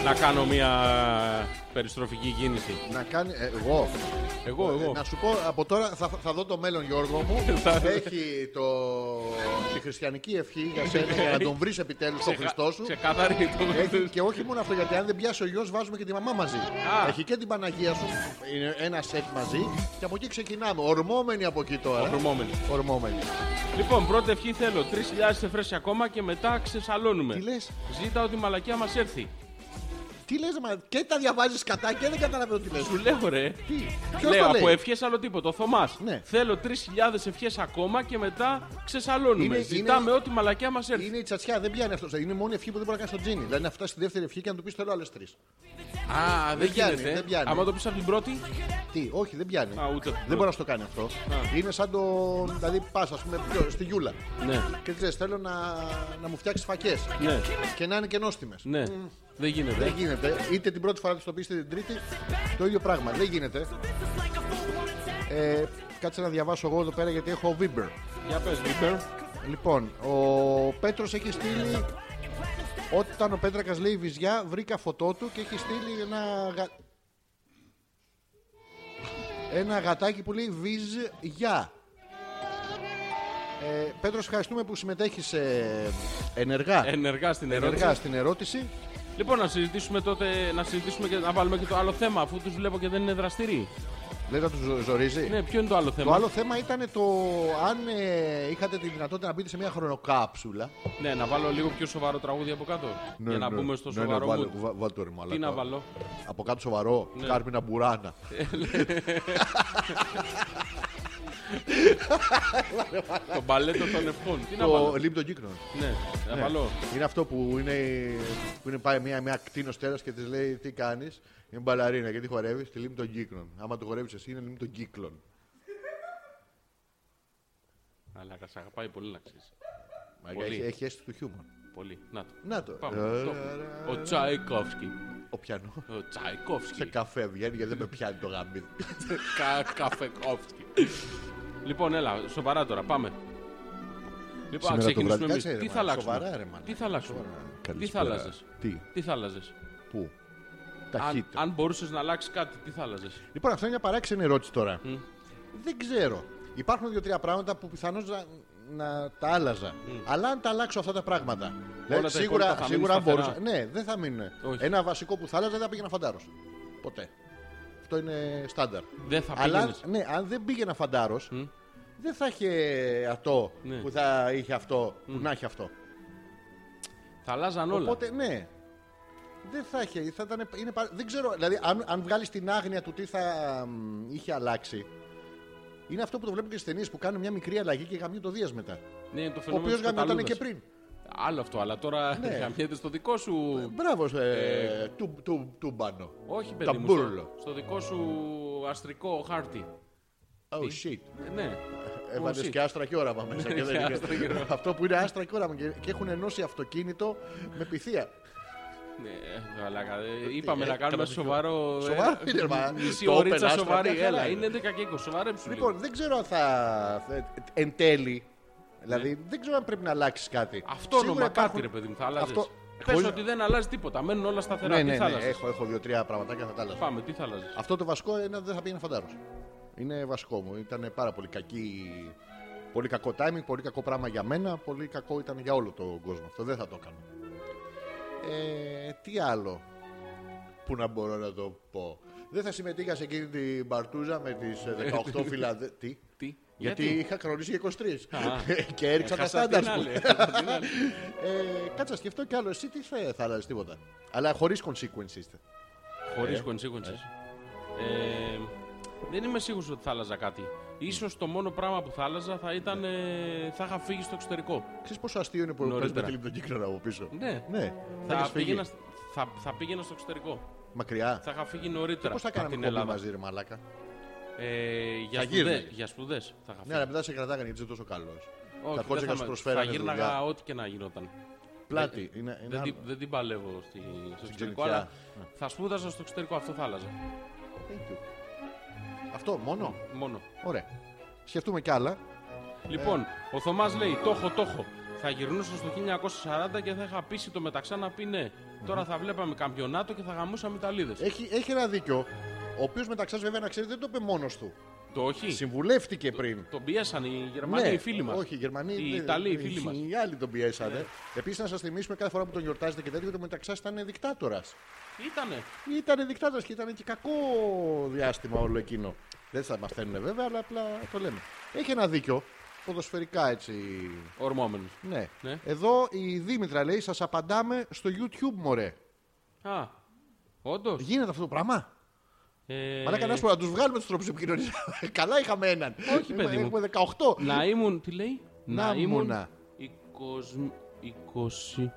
[SPEAKER 2] να κάνω μια περιστροφική κίνηση.
[SPEAKER 1] Να κάνει. ε, Εγώ.
[SPEAKER 2] Εγώ, εγώ.
[SPEAKER 1] Να σου πω από τώρα θα, θα δω το μέλλον Γιώργο μου.
[SPEAKER 2] Θα-
[SPEAKER 1] Έχει το, τη χριστιανική ευχή για σένα για να τον βρεις επιτέλους τον Χριστό σου.
[SPEAKER 2] Ξεκάθαρη
[SPEAKER 1] Έχει
[SPEAKER 2] το
[SPEAKER 1] και όχι μόνο αυτό, γιατί αν δεν πιάσει ο γιος, βάζουμε και τη μαμά μαζί. Έχει και την Παναγία σου, είναι ένα σετ μαζί. Και από εκεί ξεκινάμε. Ορμόμενοι από εκεί τώρα.
[SPEAKER 2] Ορμόμενοι.
[SPEAKER 1] Ορμόμενοι.
[SPEAKER 2] Λοιπόν, πρώτη ευχή θέλω. 3.000 εφρέσει ακόμα και μετά ξεσαλώνουμε.
[SPEAKER 1] Τι λες,
[SPEAKER 2] Ζήτα ότι η μαλακία μας έρθει.
[SPEAKER 1] τι λες, μα και τα διαβάζεις κατά και δεν καταλαβαίνω τι λες.
[SPEAKER 2] Σου λέω ρε.
[SPEAKER 1] Τι, ποιος
[SPEAKER 2] Λέω
[SPEAKER 1] το
[SPEAKER 2] από
[SPEAKER 1] λέει.
[SPEAKER 2] ευχές άλλο τίποτα. Ο Θωμάς.
[SPEAKER 1] Ναι.
[SPEAKER 2] Θέλω 3.000 ευχές ακόμα και μετά ξεσαλώνουμε.
[SPEAKER 1] Είναι-
[SPEAKER 2] Ζητάμε
[SPEAKER 1] είναι-
[SPEAKER 2] ό,τι μαλακιά μας έρθει.
[SPEAKER 1] Είναι η τσατσιά, δεν πιάνει αυτός. Είναι η μόνη ευχή που δεν μπορεί να κάνει στο τζίνι. Δηλαδή να φτάσει στη δεύτερη ευχή και να του πεις θέλω άλλες τρεις.
[SPEAKER 2] Α, δεν,
[SPEAKER 1] δεν πιάνει,
[SPEAKER 2] γίνεται. ε.
[SPEAKER 1] δεν πιάνει.
[SPEAKER 2] Άμα το πεις από την πρώτη.
[SPEAKER 1] Τι, όχι, δεν πιάνει.
[SPEAKER 2] Α, ούτε.
[SPEAKER 1] Δεν μπορεί να σου το κάνει αυτό. Είναι σαν το. Δηλαδή πας, ας πούμε, πιο- στη Γιούλα.
[SPEAKER 2] Ναι,
[SPEAKER 1] Και τη λε, θέλω να, να μου φτιάξεις φακές.
[SPEAKER 2] ναι,
[SPEAKER 1] Και να είναι και νόστιμες.
[SPEAKER 2] ναι. Δεν γίνεται.
[SPEAKER 1] Δεν γίνεται. Είτε την πρώτη φορά της το πεις, είτε την τρίτη. Το ίδιο πράγμα. Δεν γίνεται. Ε, κάτσε να διαβάσω εγώ εδώ πέρα γιατί έχω Viber.
[SPEAKER 2] Για πες, Βίπερ.
[SPEAKER 1] Λοιπόν, ο Πέτρος έχει στείλει. Όταν ο Πέτρακας λέει βυζιά, βρήκα φωτό του και έχει στείλει ένα. γα- Ένα γατάκι που λέει βυζιά. Ε, Πέτρος, ευχαριστούμε που συμμετέχεις ε, ενεργά,
[SPEAKER 2] Ενεργά στην ερώτηση.
[SPEAKER 1] ενεργά στην ερώτηση.
[SPEAKER 2] Λοιπόν, να συζητήσουμε τότε, να συζητήσουμε και να βάλουμε και το άλλο θέμα, αφού τους βλέπω και δεν είναι δραστηροί.
[SPEAKER 1] Λέει να τους ζορίζει.
[SPEAKER 2] Ναι, ποιο είναι το άλλο θέμα.
[SPEAKER 1] Το άλλο θέμα ήταν το αν ε, είχατε τη δυνατότητα να μπείτε σε μια χρονοκάψουλα.
[SPEAKER 2] Ναι, να βάλω λίγο πιο σοβαρό τραγούδι από κάτω.
[SPEAKER 1] Ναι,
[SPEAKER 2] για να
[SPEAKER 1] ναι.
[SPEAKER 2] μπούμε στο
[SPEAKER 1] Ναι,
[SPEAKER 2] σοβαρό
[SPEAKER 1] ναι,
[SPEAKER 2] μου.
[SPEAKER 1] βάλε- βα- βάλ' το ρε μαλάκα.
[SPEAKER 2] Τι να βάλω. Ναι.
[SPEAKER 1] Από κάτω σοβαρό. Κάρπινα μπουράνα.
[SPEAKER 2] το μπαλέτο των ευχών. Τι να
[SPEAKER 1] Το
[SPEAKER 2] βάλω.
[SPEAKER 1] λείπει των κύκνων.
[SPEAKER 2] Ναι, να βάλω.
[SPEAKER 1] Είναι αυτό που είναι, η- που είναι πάει μια, μια κτίνος τέρα και της λέει τι κάνεις. Είναι μπαλαρίνα γιατί χορεύεις. Τη λίμνη των κύκλων. Άμα το χορεύεις εσύ είναι λίμνη των κύκλων.
[SPEAKER 2] Αλλά σε αγαπάει πολύ να ξέρεις.
[SPEAKER 1] Μαλάκα,
[SPEAKER 2] Πολύ.
[SPEAKER 1] Έχει, έχει αίσθηση του χιούμορ.
[SPEAKER 2] Πολύ. Να το.
[SPEAKER 1] Να το. Ε,
[SPEAKER 2] Πάμε.
[SPEAKER 1] Ρα-
[SPEAKER 2] Το-
[SPEAKER 1] ρα- ρα-
[SPEAKER 2] Ο Τσαϊκόφσκι.
[SPEAKER 1] Ο πιανός.
[SPEAKER 2] Ο
[SPEAKER 1] Σε
[SPEAKER 2] Τσαϊκόφσκι.
[SPEAKER 1] καφέ βγαίνει γιατί δεν με πιάνει το γαμπίδι.
[SPEAKER 2] Κα... Καφεκόφσκι. λοιπόν, έλα, σοβαρά τώρα, πάμε. Λοιπόν,
[SPEAKER 1] Σήμερα το
[SPEAKER 2] ας ξεκινήσουμε
[SPEAKER 1] βράδυ,
[SPEAKER 2] εμείς.
[SPEAKER 1] κάτσε, ρε,
[SPEAKER 2] Τι θα
[SPEAKER 1] μα,
[SPEAKER 2] αλλάξουμε.
[SPEAKER 1] σοβαρά, ρε, μαλάκα,
[SPEAKER 2] Τι θα αλλάξουμε. Τι θα
[SPEAKER 1] Καλησπέρα.
[SPEAKER 2] άλλαζες.
[SPEAKER 1] Τι,
[SPEAKER 2] Τι θα άλλαζες.
[SPEAKER 1] πού.
[SPEAKER 2] Αν,
[SPEAKER 1] Ταχύτητα.
[SPEAKER 2] αν μπορούσες να αλλάξεις κάτι, τι θα άλλαζες.
[SPEAKER 1] Λοιπόν, αυτό είναι μια παράξενη ερώτηση τώρα. Δεν ξέρω. Υπάρχουν δύο-τρία πράγματα που πιθανώς να, να τα άλλαζα. Αλλά αν τα αλλάξω αυτά τα πράγματα. δηλαδή
[SPEAKER 2] τα
[SPEAKER 1] σίγουρα,
[SPEAKER 2] υπόλοιπα θα
[SPEAKER 1] σίγουρα αν
[SPEAKER 2] μείνουν
[SPEAKER 1] μπορούσα.
[SPEAKER 2] σταθερά.
[SPEAKER 1] Ναι, δεν θα μείνουν.
[SPEAKER 2] Όχι.
[SPEAKER 1] Ένα βασικό που θα άλλαζα δεν θα πήγαινα φαντάρος. Ποτέ. Αυτό είναι στάνταρ.
[SPEAKER 2] Δεν θα
[SPEAKER 1] Αλλά
[SPEAKER 2] πήγαινες.
[SPEAKER 1] ναι, αν δεν πήγαινα φαντάρος, δεν θα είχε αυτό
[SPEAKER 2] Ναι.
[SPEAKER 1] που θα είχε αυτό, που να έχει αυτό.
[SPEAKER 2] Θα αλλάζαν όλα.
[SPEAKER 1] Οπότε ναι. Δεν θα είχε. Θα ήταν, είναι, πα- δεν ξέρω. Δηλαδή, αν, αν βγάλεις την άγνοια του τι θα μ, είχε αλλάξει. Είναι αυτό που το βλέπουμε και στι ταινίε που κάνουν μια μικρή αλλαγή και γαμιούν το Δίας μετά.
[SPEAKER 2] Ναι, είναι το
[SPEAKER 1] Ο
[SPEAKER 2] φαινόμενο
[SPEAKER 1] οποίος
[SPEAKER 2] της
[SPEAKER 1] γαμιόταν και
[SPEAKER 2] Καταλούδας.
[SPEAKER 1] πριν.
[SPEAKER 2] Άλλο αυτό, αλλά τώρα
[SPEAKER 1] Ναι.
[SPEAKER 2] γαμιέται στο δικό σου.
[SPEAKER 1] Μπράβο, ε, του, του, τούμπανο.
[SPEAKER 2] Όχι, παιδί μου.
[SPEAKER 1] Ταμπούρλο.
[SPEAKER 2] Στο, στο δικό σου αστρικό χάρτη.
[SPEAKER 1] Oh shit.
[SPEAKER 2] Ε, ναι.
[SPEAKER 1] Έβαλε
[SPEAKER 2] shit. Ναι,
[SPEAKER 1] και άστρα και όραμα μέσα. και δεν
[SPEAKER 2] και άστρα και
[SPEAKER 1] είναι. Αυτό που είναι άστρα και όραμα. Και, και έχουν ενώσει αυτοκίνητο με πυθία.
[SPEAKER 2] Ναι, ε, αλλά, ε, είπαμε
[SPEAKER 1] ε,
[SPEAKER 2] να κάνουμε
[SPEAKER 1] καταπληκτικό.
[SPEAKER 2] σοβαρό. ε,
[SPEAKER 1] Σοβαρό είναι, μα,
[SPEAKER 2] Μισή
[SPEAKER 1] το Open
[SPEAKER 2] ωρίτσα
[SPEAKER 1] Astra,
[SPEAKER 2] σοβαρή.
[SPEAKER 1] μια χαρά
[SPEAKER 2] Έλα,
[SPEAKER 1] είναι.
[SPEAKER 2] είναι 10 και 20. Σοβαρέψου. λίγο.
[SPEAKER 1] Λοιπόν, δεν ξέρω αν θα. θα- ε, εν τέλει. Δηλαδή, δεν ξέρω αν πρέπει να αλλάξεις κάτι.
[SPEAKER 2] Ναι. Αυτό
[SPEAKER 1] Σίγουρα
[SPEAKER 2] όνομα
[SPEAKER 1] υπάρχουν-
[SPEAKER 2] κάτι, ρε παιδί μου, θα αλλάζεις.
[SPEAKER 1] Αυτό-
[SPEAKER 2] Πες
[SPEAKER 1] χωρίς-
[SPEAKER 2] ότι δεν αλλάζει τίποτα. Μένουν όλα σταθερά.
[SPEAKER 1] Ναι,
[SPEAKER 2] τι
[SPEAKER 1] ναι,
[SPEAKER 2] θα
[SPEAKER 1] ναι.
[SPEAKER 2] αλλάζεις.
[SPEAKER 1] Έχω, έχω δύο-τρία πραγματάκια θα τα άλλαζα.
[SPEAKER 2] Πάμε, τι θα αλλάζεις.
[SPEAKER 1] Αυτό το βασικό είναι δεν θα πήγαινε φαντάρος. Είναι βασικό μου. Ήταν πάρα πολύ κακή. Πολύ κακό timing, πολύ κακό πράγμα για μένα. Πολύ κακό ήταν για όλο τον κόσμο. Αυτό δεν θα το έκανα. Ε, τι άλλο που να μπορώ να το πω. Δεν θα συμμετείχα σε εκείνη την παρτούζα με τις ε, 18 φιλαδέ... Τι.
[SPEAKER 2] Τι.
[SPEAKER 1] Γιατί, είχα κανονίσει για 23.
[SPEAKER 2] Α.
[SPEAKER 1] και έριξα τα
[SPEAKER 2] Έχασα την
[SPEAKER 1] στάνταρ μου.
[SPEAKER 2] άλλη, έχασα την άλλη.
[SPEAKER 1] ε, κάτσα σκεφτώ κι άλλο. Εσύ τι θα, θα αλλάζεις τίποτα. Αλλά χωρίς consequences. είστε.
[SPEAKER 2] Χωρίς consequences. Ε, δεν είμαι σίγουρος ότι θα άλλαζα κάτι. Ίσως το μόνο πράγμα που θα άλλαζα θα ήταν.
[SPEAKER 1] Ναι.
[SPEAKER 2] ε, θα είχα φύγει στο εξωτερικό.
[SPEAKER 1] Ξέρεις πόσο αστείο είναι που παίζουμε
[SPEAKER 2] Νωρίτερα.
[SPEAKER 1] τη λίμνη των κύκλων από πίσω.
[SPEAKER 2] Ναι.
[SPEAKER 1] Ναι.
[SPEAKER 2] Θα
[SPEAKER 1] έχεις φύγει.
[SPEAKER 2] πήγαινα, σ- θα, θα πήγαινα στο εξωτερικό.
[SPEAKER 1] Μακριά.
[SPEAKER 2] Θα είχα φύγει νωρίτερα.
[SPEAKER 1] Πώς θα
[SPEAKER 2] από
[SPEAKER 1] κάναμε
[SPEAKER 2] την
[SPEAKER 1] κόμπι
[SPEAKER 2] Ελλάδα.
[SPEAKER 1] μαζί ρε μαλάκα.
[SPEAKER 2] Ε, για
[SPEAKER 1] Θα
[SPEAKER 2] σπουδές.
[SPEAKER 1] γύρναγες.
[SPEAKER 2] Για σπουδές θα είχα
[SPEAKER 1] Ναι, αλλά μετά σε κρατάγανε γιατί είσαι τόσο καλός.
[SPEAKER 2] Όχι,
[SPEAKER 1] τα
[SPEAKER 2] δεν
[SPEAKER 1] κότσικα
[SPEAKER 2] θα
[SPEAKER 1] σου
[SPEAKER 2] με-
[SPEAKER 1] προσφέρανε
[SPEAKER 2] Θα γύρναγα
[SPEAKER 1] δουλειά.
[SPEAKER 2] ό,τι και να γινόταν.
[SPEAKER 1] Πλάτη. Είναι, είναι
[SPEAKER 2] Δεν, την-
[SPEAKER 1] άλλο.
[SPEAKER 2] δεν την παλεύω στη, στο εξωτερικό,
[SPEAKER 1] ξενιτιά.
[SPEAKER 2] αλλά θα σπούδαζα στο εξωτερικό, αυτό θα άλλαζα.
[SPEAKER 1] Thank you. Αυτό μόνο.
[SPEAKER 2] Μόνο.
[SPEAKER 1] Ωραία. Σκεφτούμε κι άλλα.
[SPEAKER 2] Λοιπόν, ο Θωμάς λέει: Το έχω, το έχω. Θα γυρνούσα στο 1940 και θα είχα πείσει το μεταξά να πει ναι. Τώρα θα βλέπαμε καμπιονάτο και θα γαμούσαμε ταλίδε.
[SPEAKER 1] Έχει, έχει ένα δίκιο. Ο οποίος μεταξύ σας, βέβαια να ξέρετε δεν το είπε μόνος του.
[SPEAKER 2] το όχι.
[SPEAKER 1] Συμβουλεύτηκε πριν.
[SPEAKER 2] Τον πίεσαν οι Γερμανοί οι φίλοι μας.
[SPEAKER 1] Ναι, Όχι, οι Γερμανοί.
[SPEAKER 2] Οι
[SPEAKER 1] ναι,
[SPEAKER 2] Ιταλοί οι φίλοι μα.
[SPEAKER 1] Οι άλλοι τον πιέσανε. Επίσης, να σας θυμίσουμε κάθε φορά που τον γιορτάζετε και τέτοιο, το μεταξύ ήταν δικτάτορας.
[SPEAKER 2] Ήτανε.
[SPEAKER 1] Ήταν δικτάτορας και ήταν και κακό διάστημα όλο εκείνο. Δεν θα μαθαίνουν βέβαια, αλλά απλά το λέμε. Έχει ένα δίκιο. Ποδοσφαιρικά έτσι.
[SPEAKER 2] Ορμόμενος.
[SPEAKER 1] Ναι.
[SPEAKER 2] Ναι.
[SPEAKER 1] Εδώ η Δήμητρα λέει: Σας απαντάμε στο YouTube, μωρέ.
[SPEAKER 2] Α. Όντως.
[SPEAKER 1] Γίνεται αυτό το πράγμα.
[SPEAKER 2] Ε,
[SPEAKER 1] Αλλά κανένα να τους βγάλουμε τους τρόπους επικοινωνίας. Καλά είχαμε έναν.
[SPEAKER 2] Όχι, παιδί μου.
[SPEAKER 1] Έχουμε 18.
[SPEAKER 2] Να ήμουν. Τι λέει.
[SPEAKER 1] Να ήμουνα.
[SPEAKER 2] 20. 20.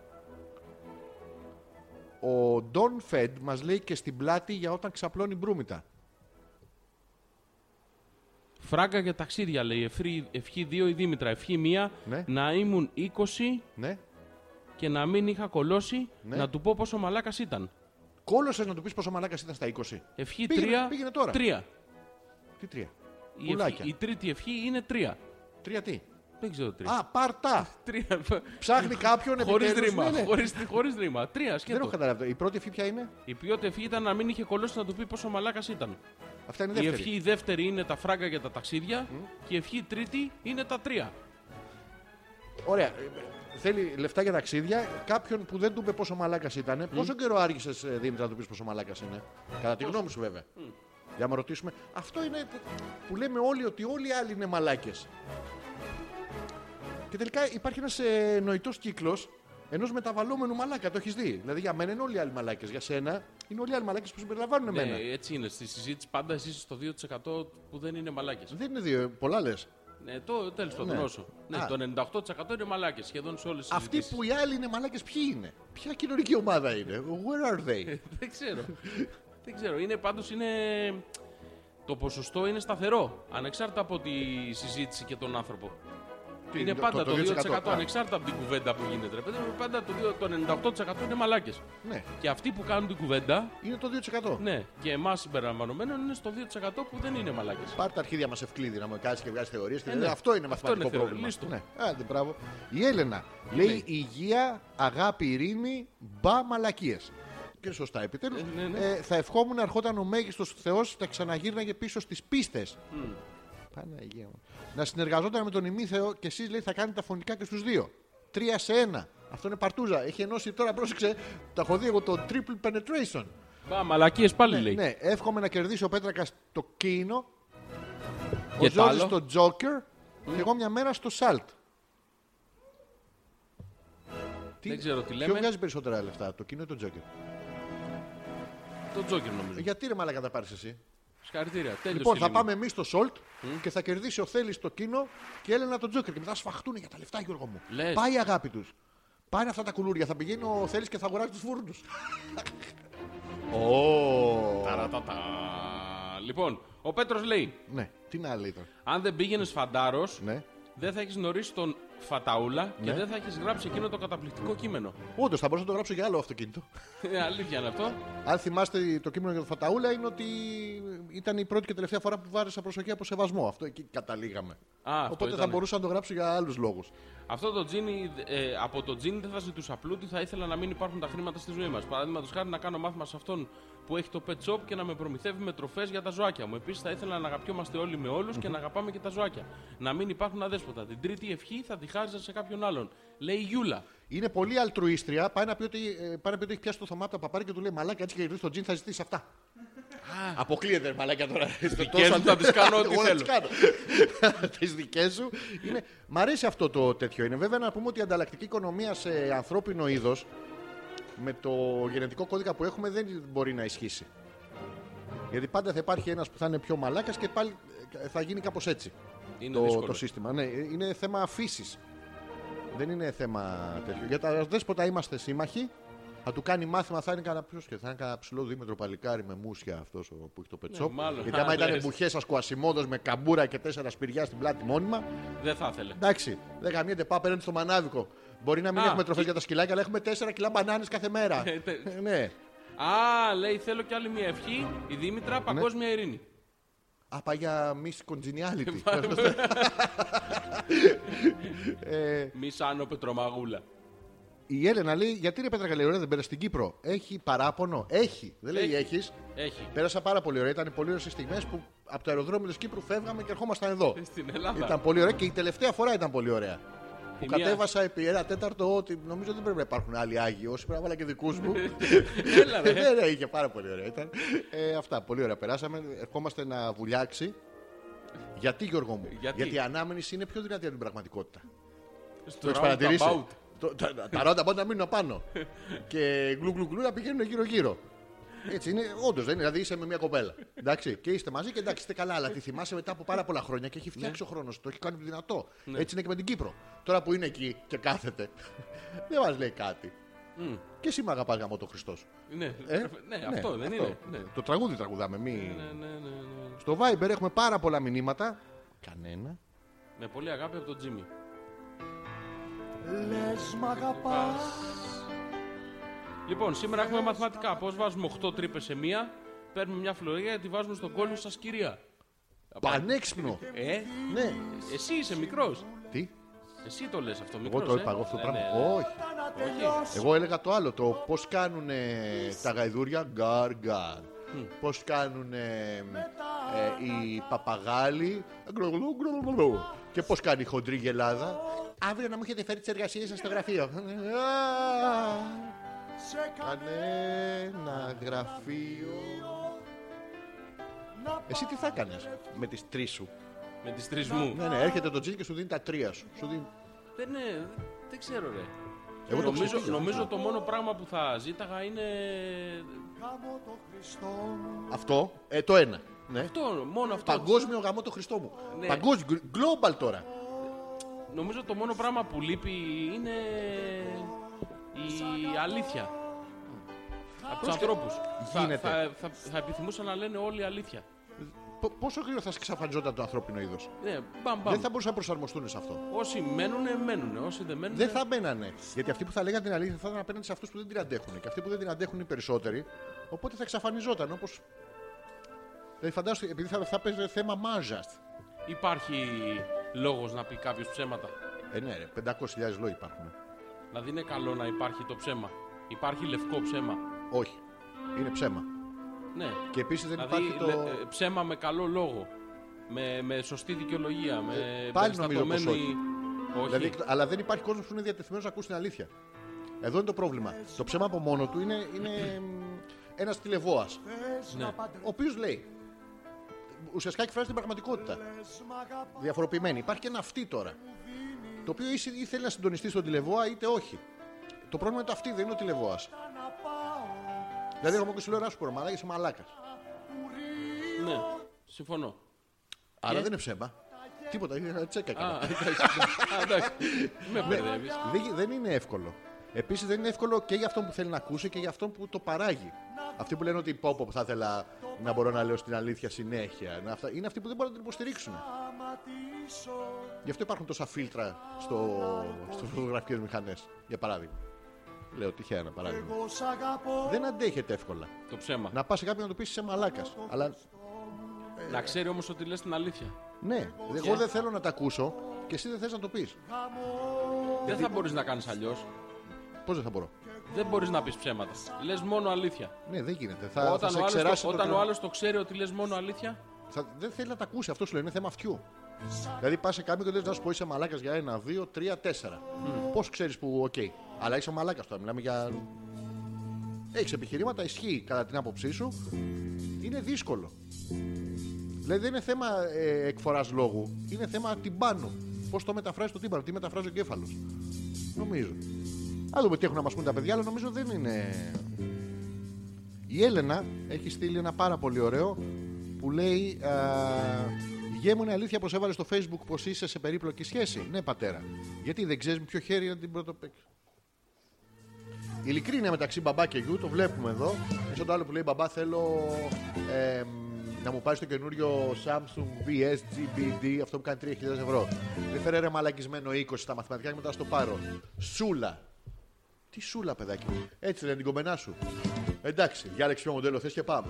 [SPEAKER 1] Ο Don Fed μας λέει και στην πλάτη για όταν ξαπλώνει μπρούμητα.
[SPEAKER 2] Φράγκα για ταξίδια λέει. Ευχή, ευχή 2 η Δήμητρα. Ευχή 1.
[SPEAKER 1] Ναι.
[SPEAKER 2] Να ήμουν 20
[SPEAKER 1] Ναι.
[SPEAKER 2] και να μην είχα κολώσει.
[SPEAKER 1] Ναι.
[SPEAKER 2] Να του πω πόσο μαλάκας ήταν.
[SPEAKER 1] Κόλωσες να του πεις πόσο μαλάκας ήταν στα 20.
[SPEAKER 2] Ευχή 3.
[SPEAKER 1] Πήγαινε- πήγαινε τώρα.
[SPEAKER 2] 3.
[SPEAKER 1] Τι τρία.
[SPEAKER 2] Η,
[SPEAKER 1] Πουλάκια.
[SPEAKER 2] ευχή, η τρίτη ευχή είναι 3.
[SPEAKER 1] Τρία τι.
[SPEAKER 2] Δεν ξέρω 3.
[SPEAKER 1] Α, πάρτα.
[SPEAKER 2] Τρία.
[SPEAKER 1] Ψάχνει κάποιον
[SPEAKER 2] Χωρίς
[SPEAKER 1] επιτέλους.
[SPEAKER 2] ρήμα.
[SPEAKER 1] Ναι, ναι.
[SPEAKER 2] Χωρίς, χωρίς ρήμα. Τρία
[SPEAKER 1] Δεν έχω
[SPEAKER 2] σκέτο.
[SPEAKER 1] καταλάβει. Η πρώτη ευχή ποια είναι.
[SPEAKER 2] Η ποιότητα ευχή ήταν να μην είχε κολώσει να του πει πόσο μαλάκας ήταν.
[SPEAKER 1] Αυτά είναι η
[SPEAKER 2] Η
[SPEAKER 1] δεύτερη.
[SPEAKER 2] ευχή η δεύτερη είναι τα φράγκα για τα ταξίδια και η ευχή η τρίτη είναι τα τρία.
[SPEAKER 1] Ωραία. Ε, ε, Θέλει λεφτά για ταξίδια. Κάποιον που δεν του είπε πόσο μαλάκας ήταν. Πόσο καιρό άργησες, Δήμητρα, να του πεις πόσο μαλάκας είναι. Κατά τη γνώμη σου, βέβαια. Για να με ρωτήσουμε. Αυτό είναι που- που λέμε όλοι ότι όλοι οι άλλοι είναι μαλάκες. Και τελικά υπάρχει ένας ε, νοητός κύκλος ενός μεταβαλλόμενου μαλάκα. Το έχεις δει. Δηλαδή για μένα είναι όλοι οι άλλοι μαλάκες. Για σένα είναι όλοι οι άλλοι μαλάκες που συμπεριλαμβάνουν εμένα.
[SPEAKER 2] Ναι, έτσι είναι. Στη συζήτηση πάντα εσεί στο 2% που δεν είναι μαλάκες.
[SPEAKER 1] Δεν είναι δύο, πολλά λες.
[SPEAKER 2] Ναι, το τέλος πάντων
[SPEAKER 1] Ναι.
[SPEAKER 2] όσο. Ναι,
[SPEAKER 1] Α.
[SPEAKER 2] το 98% είναι μαλάκες σχεδόν σε όλες τις
[SPEAKER 1] Αυτοί που οι άλλοι είναι μαλάκες, ποιοι είναι. Ποια κοινωνική ομάδα είναι. Where are they.
[SPEAKER 2] Δεν ξέρω. δεν ξέρω. Είναι πάντως είναι. Το ποσοστό είναι σταθερό. Ανεξάρτητα από τη συζήτηση και τον άνθρωπο.
[SPEAKER 1] Τι,
[SPEAKER 2] Ε, είναι
[SPEAKER 1] το-
[SPEAKER 2] πάντα
[SPEAKER 1] το
[SPEAKER 2] το, 2%,
[SPEAKER 1] 2%, α.
[SPEAKER 2] ανεξάρτητα από την κουβέντα που γίνεται. Ρε, παιδί μου, πάντα το, 2, το 98% είναι μαλάκες.
[SPEAKER 1] ναι.
[SPEAKER 2] Και αυτοί που κάνουν την κουβέντα,
[SPEAKER 1] Είναι το 2%.
[SPEAKER 2] ναι, και εμάς συμπεριλαμβανομένων είναι στο 2% που δεν είναι μαλάκες.
[SPEAKER 1] Πάρε τα αρχίδια μας ευκλείδη να μου κάτσει και βγάζει θεωρίες.
[SPEAKER 2] Ε, ναι.
[SPEAKER 1] Αυτό είναι
[SPEAKER 2] Αυτό
[SPEAKER 1] μαθηματικό
[SPEAKER 2] είναι θεωρία.
[SPEAKER 1] πρόβλημα.
[SPEAKER 2] Λύστο. Ναι.
[SPEAKER 1] Ναι. Άντε, μπράβο. Η Έλενα λέει υγεία, αγάπη, ειρήνη, μπα μαλακίες. Και σωστά επιτέλους.
[SPEAKER 2] Ε, ναι, ναι.
[SPEAKER 1] θα ευχόμουν να ερχόταν ο μέγιστος Θεός να ξαναγύρναγε πίσω στις πίστες. Παναγία μου. Να συνεργαζόταν με τον ημίθεο και εσείς λέει θα κάνετε τα φωνικά και στους δύο. Τρία σε ένα. Αυτό είναι παρτούζα. Έχει ενώσει τώρα, πρόσεξε, τα έχω δει εγώ το triple penetration.
[SPEAKER 2] Μπα, μαλακίες πάλι λέει.
[SPEAKER 1] Ναι, εύχομαι να κερδίσει ο Πέτρακας το κίνο. Ο
[SPEAKER 2] Και τ'
[SPEAKER 1] Ζόρι
[SPEAKER 2] άλλο.
[SPEAKER 1] στο Τζόκερ. Και εγώ μια μέρα στο Σάλτ.
[SPEAKER 2] Δεν ξέρω τι
[SPEAKER 1] Ποιο
[SPEAKER 2] λέμε.
[SPEAKER 1] βγάζει περισσότερα λεφτά, το κίνο ή το Τζόκερ. Ε,
[SPEAKER 2] Το τζόκερ νομίζω.
[SPEAKER 1] Γιατί ρε μαλάκα τα πάρεις εσύ.
[SPEAKER 2] Συγχαρητήρια. Τέλειωσε.
[SPEAKER 1] Λοιπόν,
[SPEAKER 2] η
[SPEAKER 1] θα
[SPEAKER 2] λίμνη.
[SPEAKER 1] πάμε εμείς στο Σόλτ και θα κερδίσει ο Θέλει το κίνο και η Έλενα τον Τζόκερ. Και μετά σφαχτούν για τα λεφτά, Γιώργο μου.
[SPEAKER 2] Λες.
[SPEAKER 1] Πάει η αγάπη τους. Πάνε αυτά τα κουλούρια. Θα πηγαίνει ο Θέλει και θα αγοράζει τους φούρνους.
[SPEAKER 2] Ταρατατα. Λοιπόν, ο Πέτρος λέει:
[SPEAKER 1] Ναι, τι να λέει τώρα.
[SPEAKER 2] Αν δεν πήγαινες φαντάρος,
[SPEAKER 1] Ναι.
[SPEAKER 2] δεν θα έχεις γνωρίσει τον Φαταούλα και
[SPEAKER 1] Ναι.
[SPEAKER 2] δεν θα έχεις γράψει εκείνο το καταπληκτικό κείμενο.
[SPEAKER 1] Όντως, θα μπορούσα να το γράψω για άλλο αυτοκίνητο.
[SPEAKER 2] Ε, Αλήθεια είναι αυτό.
[SPEAKER 1] Αν θυμάστε το κείμενο για τον Φαταούλα είναι ότι ήταν η πρώτη και τελευταία φορά που βάρεσα προσοχή από σεβασμό. Αυτό εκεί καταλήγαμε.
[SPEAKER 2] Α, αυτό
[SPEAKER 1] Οπότε θα
[SPEAKER 2] ήτανε.
[SPEAKER 1] μπορούσα να το γράψω για άλλους λόγους.
[SPEAKER 2] Αυτό το τζίνι, ε, από το τζίνι δεν θα ζητούσα πλούτη, θα ήθελα να μην υπάρχουν τα χρήματα στη ζωή μας. Παραδείγματος χάρη να κάνω μάθημα σε αυτόν που έχει το pet shop και να με προμηθεύει με τροφές για τα ζωάκια μου. Επίσης θα ήθελα να αγαπιόμαστε όλοι με όλους και να αγαπάμε και τα ζωάκια. Να μην υπάρχουν αδέσποτα. Την τρίτη ευχή θα τη χάριζα σε κάποιον άλλον. Λέει η Γιούλα.
[SPEAKER 1] Είναι πολύ αλτρουίστρια. Πάει να πει ότι, ε, πάει να πει ότι έχει πιάσει το θωμά από τα παπάρια και του λέει Μαλάκα έτσι και γυρίσει το τζιν θα ζητήσεις αυτά. Αποκλείεται ρε μαλάκα τώρα.
[SPEAKER 2] δικές μου θα τις κάνω ό,τι θέλω.
[SPEAKER 1] Τις δικές σου. Είναι... Μ' αρέσει αυτό το τέτοιο. Είναι βέβαια να πούμε ότι η ανταλλακτική οικονομία σε ανθρώπινο είδος με το γενετικό κώδικα που έχουμε δεν μπορεί να ισχύσει. Γιατί πάντα θα υπάρχει ένας που θα είναι πιο μαλάκας και πάλι ε, θα γίνει κάπως έτσι
[SPEAKER 2] Είναι
[SPEAKER 1] το,
[SPEAKER 2] δύσκολο.
[SPEAKER 1] το σύστημα. Ναι, είναι θέμα αφήσει. Δεν είναι θέμα τέτοιο. Για τα δέσποτα είμαστε σύμμαχοι. Θα του κάνει μάθημα, θα είναι κανένα ποιος και θα είναι κανένα ψηλό δίμετρο παλικάρι με μουσια αυτός που έχει το πετσό.
[SPEAKER 2] Ναι, μάλλον.
[SPEAKER 1] Γιατί άμα
[SPEAKER 2] Α,
[SPEAKER 1] ήταν
[SPEAKER 2] λες.
[SPEAKER 1] μπουχέ ασκουασιμόδο με καμπούρα και τέσσερα σπηριά στην πλάτη μόνιμα.
[SPEAKER 2] Δεν θα ήθελε.
[SPEAKER 1] Εντάξει, δεν καμιέται, πάω απέναντι στο μανάβικο. Μπορεί να μην
[SPEAKER 2] Α,
[SPEAKER 1] έχουμε τροφέ για τα σκυλάκια, αλλά έχουμε 4 κιλά μπανάνες κάθε μέρα.
[SPEAKER 2] Ε, τε-
[SPEAKER 1] ναι.
[SPEAKER 2] Α, λέει θέλω κι άλλη μια ευχή. Η
[SPEAKER 1] Ναι.
[SPEAKER 2] Δήμητρα, παγκόσμια ειρήνη.
[SPEAKER 1] Α, πάει για miss congeniality. Ε, ε,
[SPEAKER 2] Μισάνο Πετρομαγούλα.
[SPEAKER 1] η Έλενα λέει: Γιατί ρε Πέτρα Γαλαιόρα δεν πέρασε την Κύπρο. Έχει παράπονο. Έχει. Δεν λέει
[SPEAKER 2] Έχει.
[SPEAKER 1] έχεις.
[SPEAKER 2] Έχει.
[SPEAKER 1] Πέρασα πάρα πολύ ωραία. Ήταν πολύ ωραίες στιγμές που από το αεροδρόμιο της Κύπρου φεύγαμε και ερχόμασταν εδώ.
[SPEAKER 2] Ε, Στην Ελλάδα. Ε,
[SPEAKER 1] Ήταν πολύ ωραία και η τελευταία φορά ήταν πολύ ωραία. Που
[SPEAKER 2] Η μία-
[SPEAKER 1] κατέβασα επί ένα τέταρτο ότι νομίζω δεν πρέπει να υπάρχουν άλλοι Άγιοι. Όσοι πρέπει να βάλα και δικούς μου.
[SPEAKER 2] Έλα, ρε.
[SPEAKER 1] Ναι, ναι, είχε πάρα πολύ ωραία. Ήταν. Ε, αυτά, πολύ ωραία. Περάσαμε. Ερχόμαστε να βουλιάξει. Γιατί Γιώργο μου,
[SPEAKER 2] Γιατί?
[SPEAKER 1] η ανάμενη είναι πιο δυνατή από την πραγματικότητα.
[SPEAKER 2] Στο
[SPEAKER 1] Το έχει παρατηρήσεις.
[SPEAKER 2] roundabout.
[SPEAKER 1] Το- τα- τα- Τα ρόντα μπορεί να μείνουν απάνω. Και γκλου γκλου γκλου να πηγαίνουν γύρω-γύρω. Έτσι είναι, όντως δεν είναι. Δηλαδή είσαι με μια κοπέλα. Εντάξει, και είστε μαζί και εντάξει, είστε καλά. Αλλά τη θυμάσαι μετά από πάρα πολλά χρόνια και
[SPEAKER 2] Ναι.
[SPEAKER 1] έχει φτιάξει ο χρόνος. Το έχει κάνει δυνατό. Έτσι είναι και με την Κύπρο. Τώρα που είναι εκεί και κάθεται, δεν μας λέει κάτι. Και εσύ με αγαπάς γαμό το Χριστός.
[SPEAKER 2] Ναι,
[SPEAKER 1] Ε,
[SPEAKER 2] ναι, αυτό δεν είναι. Ναι.
[SPEAKER 1] Το τραγούδι τραγουδάμε. Μη...
[SPEAKER 2] Ναι, ναι, ναι, ναι.
[SPEAKER 1] Στο Viber έχουμε πάρα πολλά μηνύματα. Κανένα.
[SPEAKER 2] Με πολύ αγάπη από τον Τζίμι.
[SPEAKER 6] Λες μ' αγαπάς
[SPEAKER 2] Λοιπόν, σήμερα έχουμε μαθηματικά. Πώς βάζουμε 8 τρύπες σε μία, παίρνουμε μια φλωρία και τη βάζουμε στον κόλλο σα κυρία.
[SPEAKER 1] Πανέξυπνο.
[SPEAKER 2] Ε,
[SPEAKER 1] ναι.
[SPEAKER 2] εσύ είσαι μικρός.
[SPEAKER 1] Τι.
[SPEAKER 2] Εσύ το λες αυτό, ε. μικρό.
[SPEAKER 1] Εγώ το είπα εγώ αυτό το
[SPEAKER 2] Ναι,
[SPEAKER 1] πράγμα. Όχι. Εγώ έλεγα το άλλο, το πώς κάνουν τα γαϊδούρια γκάρ γκάρ. Πώ κάνουν ε, οι παπαγάλοι. γκρογλου, γκρογλου. Και πώς κάνει η χοντρή γελάδα. Αύριο να μου έχετε φέρει τις εργασίες σας στο γραφείο. Κανένα γραφείο. Εσύ τι θα έκανε με τις τρεις σου.
[SPEAKER 2] Με τις τρεις μου.
[SPEAKER 1] Ναι, ναι, έρχεται το τζιν και σου δίνει τα τρία σου. Σου δίνει-
[SPEAKER 2] Δεν, είναι- Ε, ναι, δεν ξέρω, ρε.
[SPEAKER 1] Εγώ το
[SPEAKER 2] νομίζω,
[SPEAKER 1] ξεφύγω.
[SPEAKER 2] νομίζω το μόνο πράγμα που θα ζήταγα είναι.
[SPEAKER 1] Αυτό, ε, το ένα. Ναι.
[SPEAKER 2] Αυτό, μόνο αυτό.
[SPEAKER 1] Παγκόσμιο γαμό το Χριστό μου.
[SPEAKER 2] Ναι.
[SPEAKER 1] Παγκόσμιο, gl- global τώρα.
[SPEAKER 2] Νομίζω το μόνο πράγμα που λείπει είναι η αλήθεια. Από τους ανθρώπους. Θα,
[SPEAKER 1] Γίνεται.
[SPEAKER 2] θα, θα, θα επιθυμούσα να λένε όλοι αλήθεια.
[SPEAKER 1] Πο- Πόσο γρήγορα θα εξαφανιζόταν το ανθρώπινο είδος.
[SPEAKER 2] Ναι, μπαμ, μπαμ.
[SPEAKER 1] Δεν θα μπορούσαν να προσαρμοστούν σε αυτό.
[SPEAKER 2] Όσοι μένουν, μένουν. Όσοι δεν μένουν.
[SPEAKER 1] Δεν θα μπαίνανε. Γιατί αυτοί που θα λέγανε την αλήθεια θα ήταν απέναντι σε αυτούς που δεν την αντέχουν. Και αυτοί που δεν την αντέχουν είναι οι περισσότεροι. Οπότε θα εξαφανιζόταν όπως. Δηλαδή φαντάζομαι επειδή θα, θα παίζει θέμα μάζας.
[SPEAKER 2] Υπάρχει λόγος να πει κάποιος ψέματα.
[SPEAKER 1] Ε, ναι, ρε, 500.000 λόγοι υπάρχουν.
[SPEAKER 2] Δηλαδή είναι καλό να υπάρχει το ψέμα. Υπάρχει λευκό ψέμα.
[SPEAKER 1] Όχι. Είναι ψέμα.
[SPEAKER 2] Ναι.
[SPEAKER 1] Και επίσης δεν
[SPEAKER 2] δηλαδή
[SPEAKER 1] υπάρχει το.
[SPEAKER 2] λε- ε, ψέμα με καλό λόγο. Με, με σωστή δικαιολογία. Με
[SPEAKER 1] Ε, πάλι νομίζω πως
[SPEAKER 2] περιστατωμένη- όχι.
[SPEAKER 1] Δηλαδή, αλλά δεν υπάρχει κόσμος που είναι διατεθειμένος να ακούσει την αλήθεια. Εδώ είναι το πρόβλημα. Το ψέμα από μόνο του είναι, είναι ένας τηλεβόας. Ο οποίος λέει. Ουσιαστικά εκφράζει την πραγματικότητα. Διαφοροποιημένη. Υπάρχει και ένα αυτή τώρα. Το οποίο είσαι- ή θέλει να συντονιστείς στον τηλεβόα είτε όχι. Το πρόβλημα είναι το αυτή, δεν είναι ο τηλεβόας. Δηλαδή, εγώ μου και σου λέω ένα σου πω, ρε μαλάκα, είσαι μαλάκας.
[SPEAKER 2] Ναι. Συμφωνώ.
[SPEAKER 1] Άρα δεν είναι ψέμα. Τίποτα, είναι ένα τσέκα.
[SPEAKER 2] Α,
[SPEAKER 1] έκανα.
[SPEAKER 2] εντάξει. Α, εντάξει.
[SPEAKER 1] Ναι.
[SPEAKER 2] Με μπερδεύεις.
[SPEAKER 1] Δεν, δεν είναι εύκολο. Επίσης δεν είναι εύκολο και για αυτόν που θέλει να ακούσει και για αυτόν που το παράγει. Αυτοί που λένε ότι πω πω, θα ήθελα να μπορώ να λέω στην αλήθεια συνέχεια. Να αυτά- Είναι αυτοί που δεν μπορούν να την υποστηρίξουν. Γι' αυτό υπάρχουν τόσα φίλτρα στο, στο φωτογραφικές μηχανές. Για παράδειγμα. Λέω τυχαία ένα παράδειγμα. Δεν αντέχεται εύκολα.
[SPEAKER 2] Το ψέμα.
[SPEAKER 1] Να πας σε κάποιον να του πεις σε μαλάκας. Αλλά
[SPEAKER 2] Να ξέρει όμως ότι λες την αλήθεια.
[SPEAKER 1] ναι, εγώ δεν θέλω να τα ακούσω και εσύ δεν θες να το πεις.
[SPEAKER 2] Δεν θα μπορείς να κάνεις αλλιώς.
[SPEAKER 1] Πώς δεν θα μπορώ.
[SPEAKER 2] Δεν μπορείς να πεις ψέματα. Λες μόνο αλήθεια.
[SPEAKER 1] Ναι, δεν γίνεται. Θα, θα
[SPEAKER 2] όταν
[SPEAKER 1] σε
[SPEAKER 2] ο άλλος
[SPEAKER 1] εξεράσει
[SPEAKER 2] το,
[SPEAKER 1] το
[SPEAKER 2] όταν
[SPEAKER 1] κρυ-
[SPEAKER 2] ο άλλος το ξέρει ότι λες μόνο αλήθεια.
[SPEAKER 1] Θα, δεν θέλει να τα ακούσει αυτό, σου λέει. Είναι θέμα αυτιού. Δηλαδή πας σε κάποιον και λες να σου πω είσαι μαλάκας για ένα, δύο, τρία, τέσσερα. Πώς ξέρεις που, οκ. Αλλά είσαι μαλάκας τώρα, μιλάμε για. Έχεις επιχειρήματα, ισχύει κατά την άποψή σου. Είναι δύσκολο. Δηλαδή δεν είναι θέμα ε, εκφοράς λόγου, είναι θέμα τυμπάνου. Πώς το μεταφράζεις το τύμπανο, τι μεταφράζει ο εγκέφαλος. Νομίζω. Α δούμε τι έχουν να μας πούν τα παιδιά, αλλά νομίζω δεν είναι η Έλενα έχει στείλει ένα πάρα πολύ ωραίο που λέει α, «Γε μου είναι αλήθεια πως έβαλες στο facebook πως είσαι σε περίπλοκη σχέση». Ναι πατέρα, γιατί δεν ξέρεις με ποιο χέρι να την πρωτοπέξεις. Ειλικρίνεια μεταξύ μπαμπά και γιου, το βλέπουμε εδώ. Είναι Σαν το άλλο που λέει μπαμπά θέλω ε, να μου πάρεις το καινούριο Samsung VS GBD, αυτό που κάνει 3.000 ευρώ. Δεν φέρε ρε μαλακισμένο 20 στα μαθηματικά και μετά να στο πάρω. Σούλα, τι σούλα, παιδάκι. μου. Έτσι λένε την κομμενά σου. Εντάξει, διάλεξε ποιο μοντέλο θες και πάμε.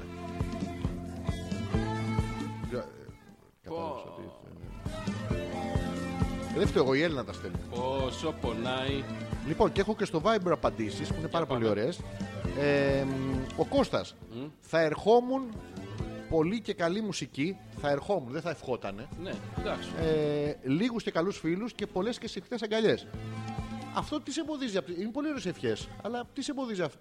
[SPEAKER 1] ε, Κατάλαβες ότι... Δεν φταίω εγώ, η Έλληνα τα στέλνει.
[SPEAKER 2] Όσο πονάει.
[SPEAKER 1] Λοιπόν, και έχω και στο Viber απαντήσεις που είναι πάρα πολύ ωραίε. Ε, μ, ο Κώστας. Θα ερχόμουν πολύ και καλή μουσική. Θα ερχόμουν, δεν θα ευχότανε.
[SPEAKER 2] Ναι, εντάξει.
[SPEAKER 1] Ε, Λίγους και καλούς φίλους και πολλές και συχνές αγκαλιές. Αυτό τις σε εμποδίζει. απ' τη- Είναι πολύ ωραίες ευχές. Αλλά τις σε εμποδίζει. αυ-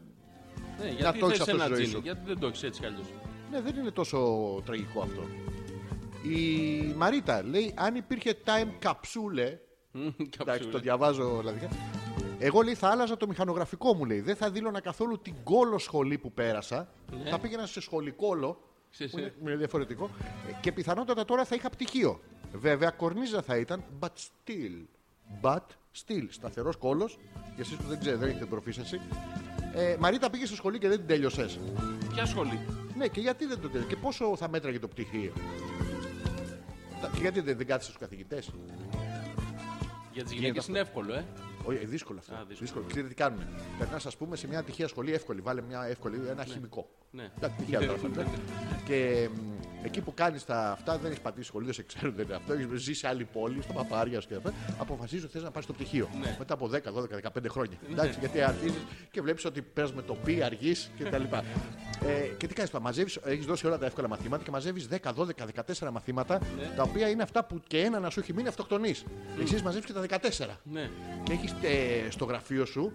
[SPEAKER 2] Ναι, γιατί
[SPEAKER 1] το έχεις
[SPEAKER 2] θες
[SPEAKER 1] Ε, αυτό στη
[SPEAKER 2] ένα
[SPEAKER 1] ζωή
[SPEAKER 2] τζίνι,
[SPEAKER 1] σου.
[SPEAKER 2] γιατί δεν το έχεις έτσι κι αλλιώς.
[SPEAKER 1] Ναι, δεν είναι τόσο τραγικό αυτό. Η Μαρίτα λέει: Αν υπήρχε time capsule.
[SPEAKER 2] Μμμ,
[SPEAKER 1] Εντάξει,
[SPEAKER 2] καψούλα.
[SPEAKER 1] το διαβάζω δηλαδή. Εγώ λέει θα άλλαζα το μηχανογραφικό μου λέει. Δεν θα δήλωνα καθόλου την κόλο σχολή που πέρασα. Θα πήγαινα σε σχολικόλο.
[SPEAKER 2] Ξέρεις,
[SPEAKER 1] Που είναι, είναι διαφορετικό. Ε, Και πιθανότατα τώρα θα είχα πτυχίο. Βέβαια, κορνίζα θα ήταν, but still. But still. Σταθερός κόλος. Και εσείς που δεν ξέρετε, δεν έχετε προφήσενση. Ε, Μαρίτα πήγες στο σχολείο και δεν την τέλειωσες.
[SPEAKER 2] Ποια σχολή.
[SPEAKER 1] Ναι, και γιατί δεν το τέλειωσε. Και πόσο θα μέτραγε το πτυχίο. Τα- Και γιατί δεν, δεν κάθισε στους καθηγητές.
[SPEAKER 2] Για τις γυναίκες είναι εύκολο, ε.
[SPEAKER 1] Όχι, δύσκολο αυτό.
[SPEAKER 2] Α, δύσκολο.
[SPEAKER 1] δύσκολο. Ξέρετε τι κάνουμε. Περνάς, ας πούμε, σε μια τυχαία σχολή εύκολη. Βάλε μια εύκολη, ένα χημικό.
[SPEAKER 2] Ναι.
[SPEAKER 1] Εντάξει, τυχαία τώρα αυτά. Και μ, εκεί που κάνεις τα αυτά, δεν έχεις πατήσει σχολείο, δεν σε ξέρουν, δεν είναι αυτό. Έχεις ζήσει σε άλλη πόλη, στα παπάρια σου και αυτά. Αποφασίζεις ότι θες να πας στο πτυχίο.
[SPEAKER 2] Ναι.
[SPEAKER 1] Μετά από 10, 12, 15 χρόνια. Εντάξει, γιατί αρχίζεις και βλέπεις ότι παίζει με το πι, αργείς κτλ. Ε, και τι κάνεις τώρα, μαζεύεις, έχεις δώσει όλα τα εύκολα μαθήματα και μαζεύεις 10, 12, 14 μαθήματα,
[SPEAKER 2] Ναι.
[SPEAKER 1] τα οποία είναι αυτά που και ένα να σου έχει μείνει αυτοκτονή. Εσύ μαζεύεις και τα 14.
[SPEAKER 2] Ναι.
[SPEAKER 1] Και έχεις ε, στο γραφείο σου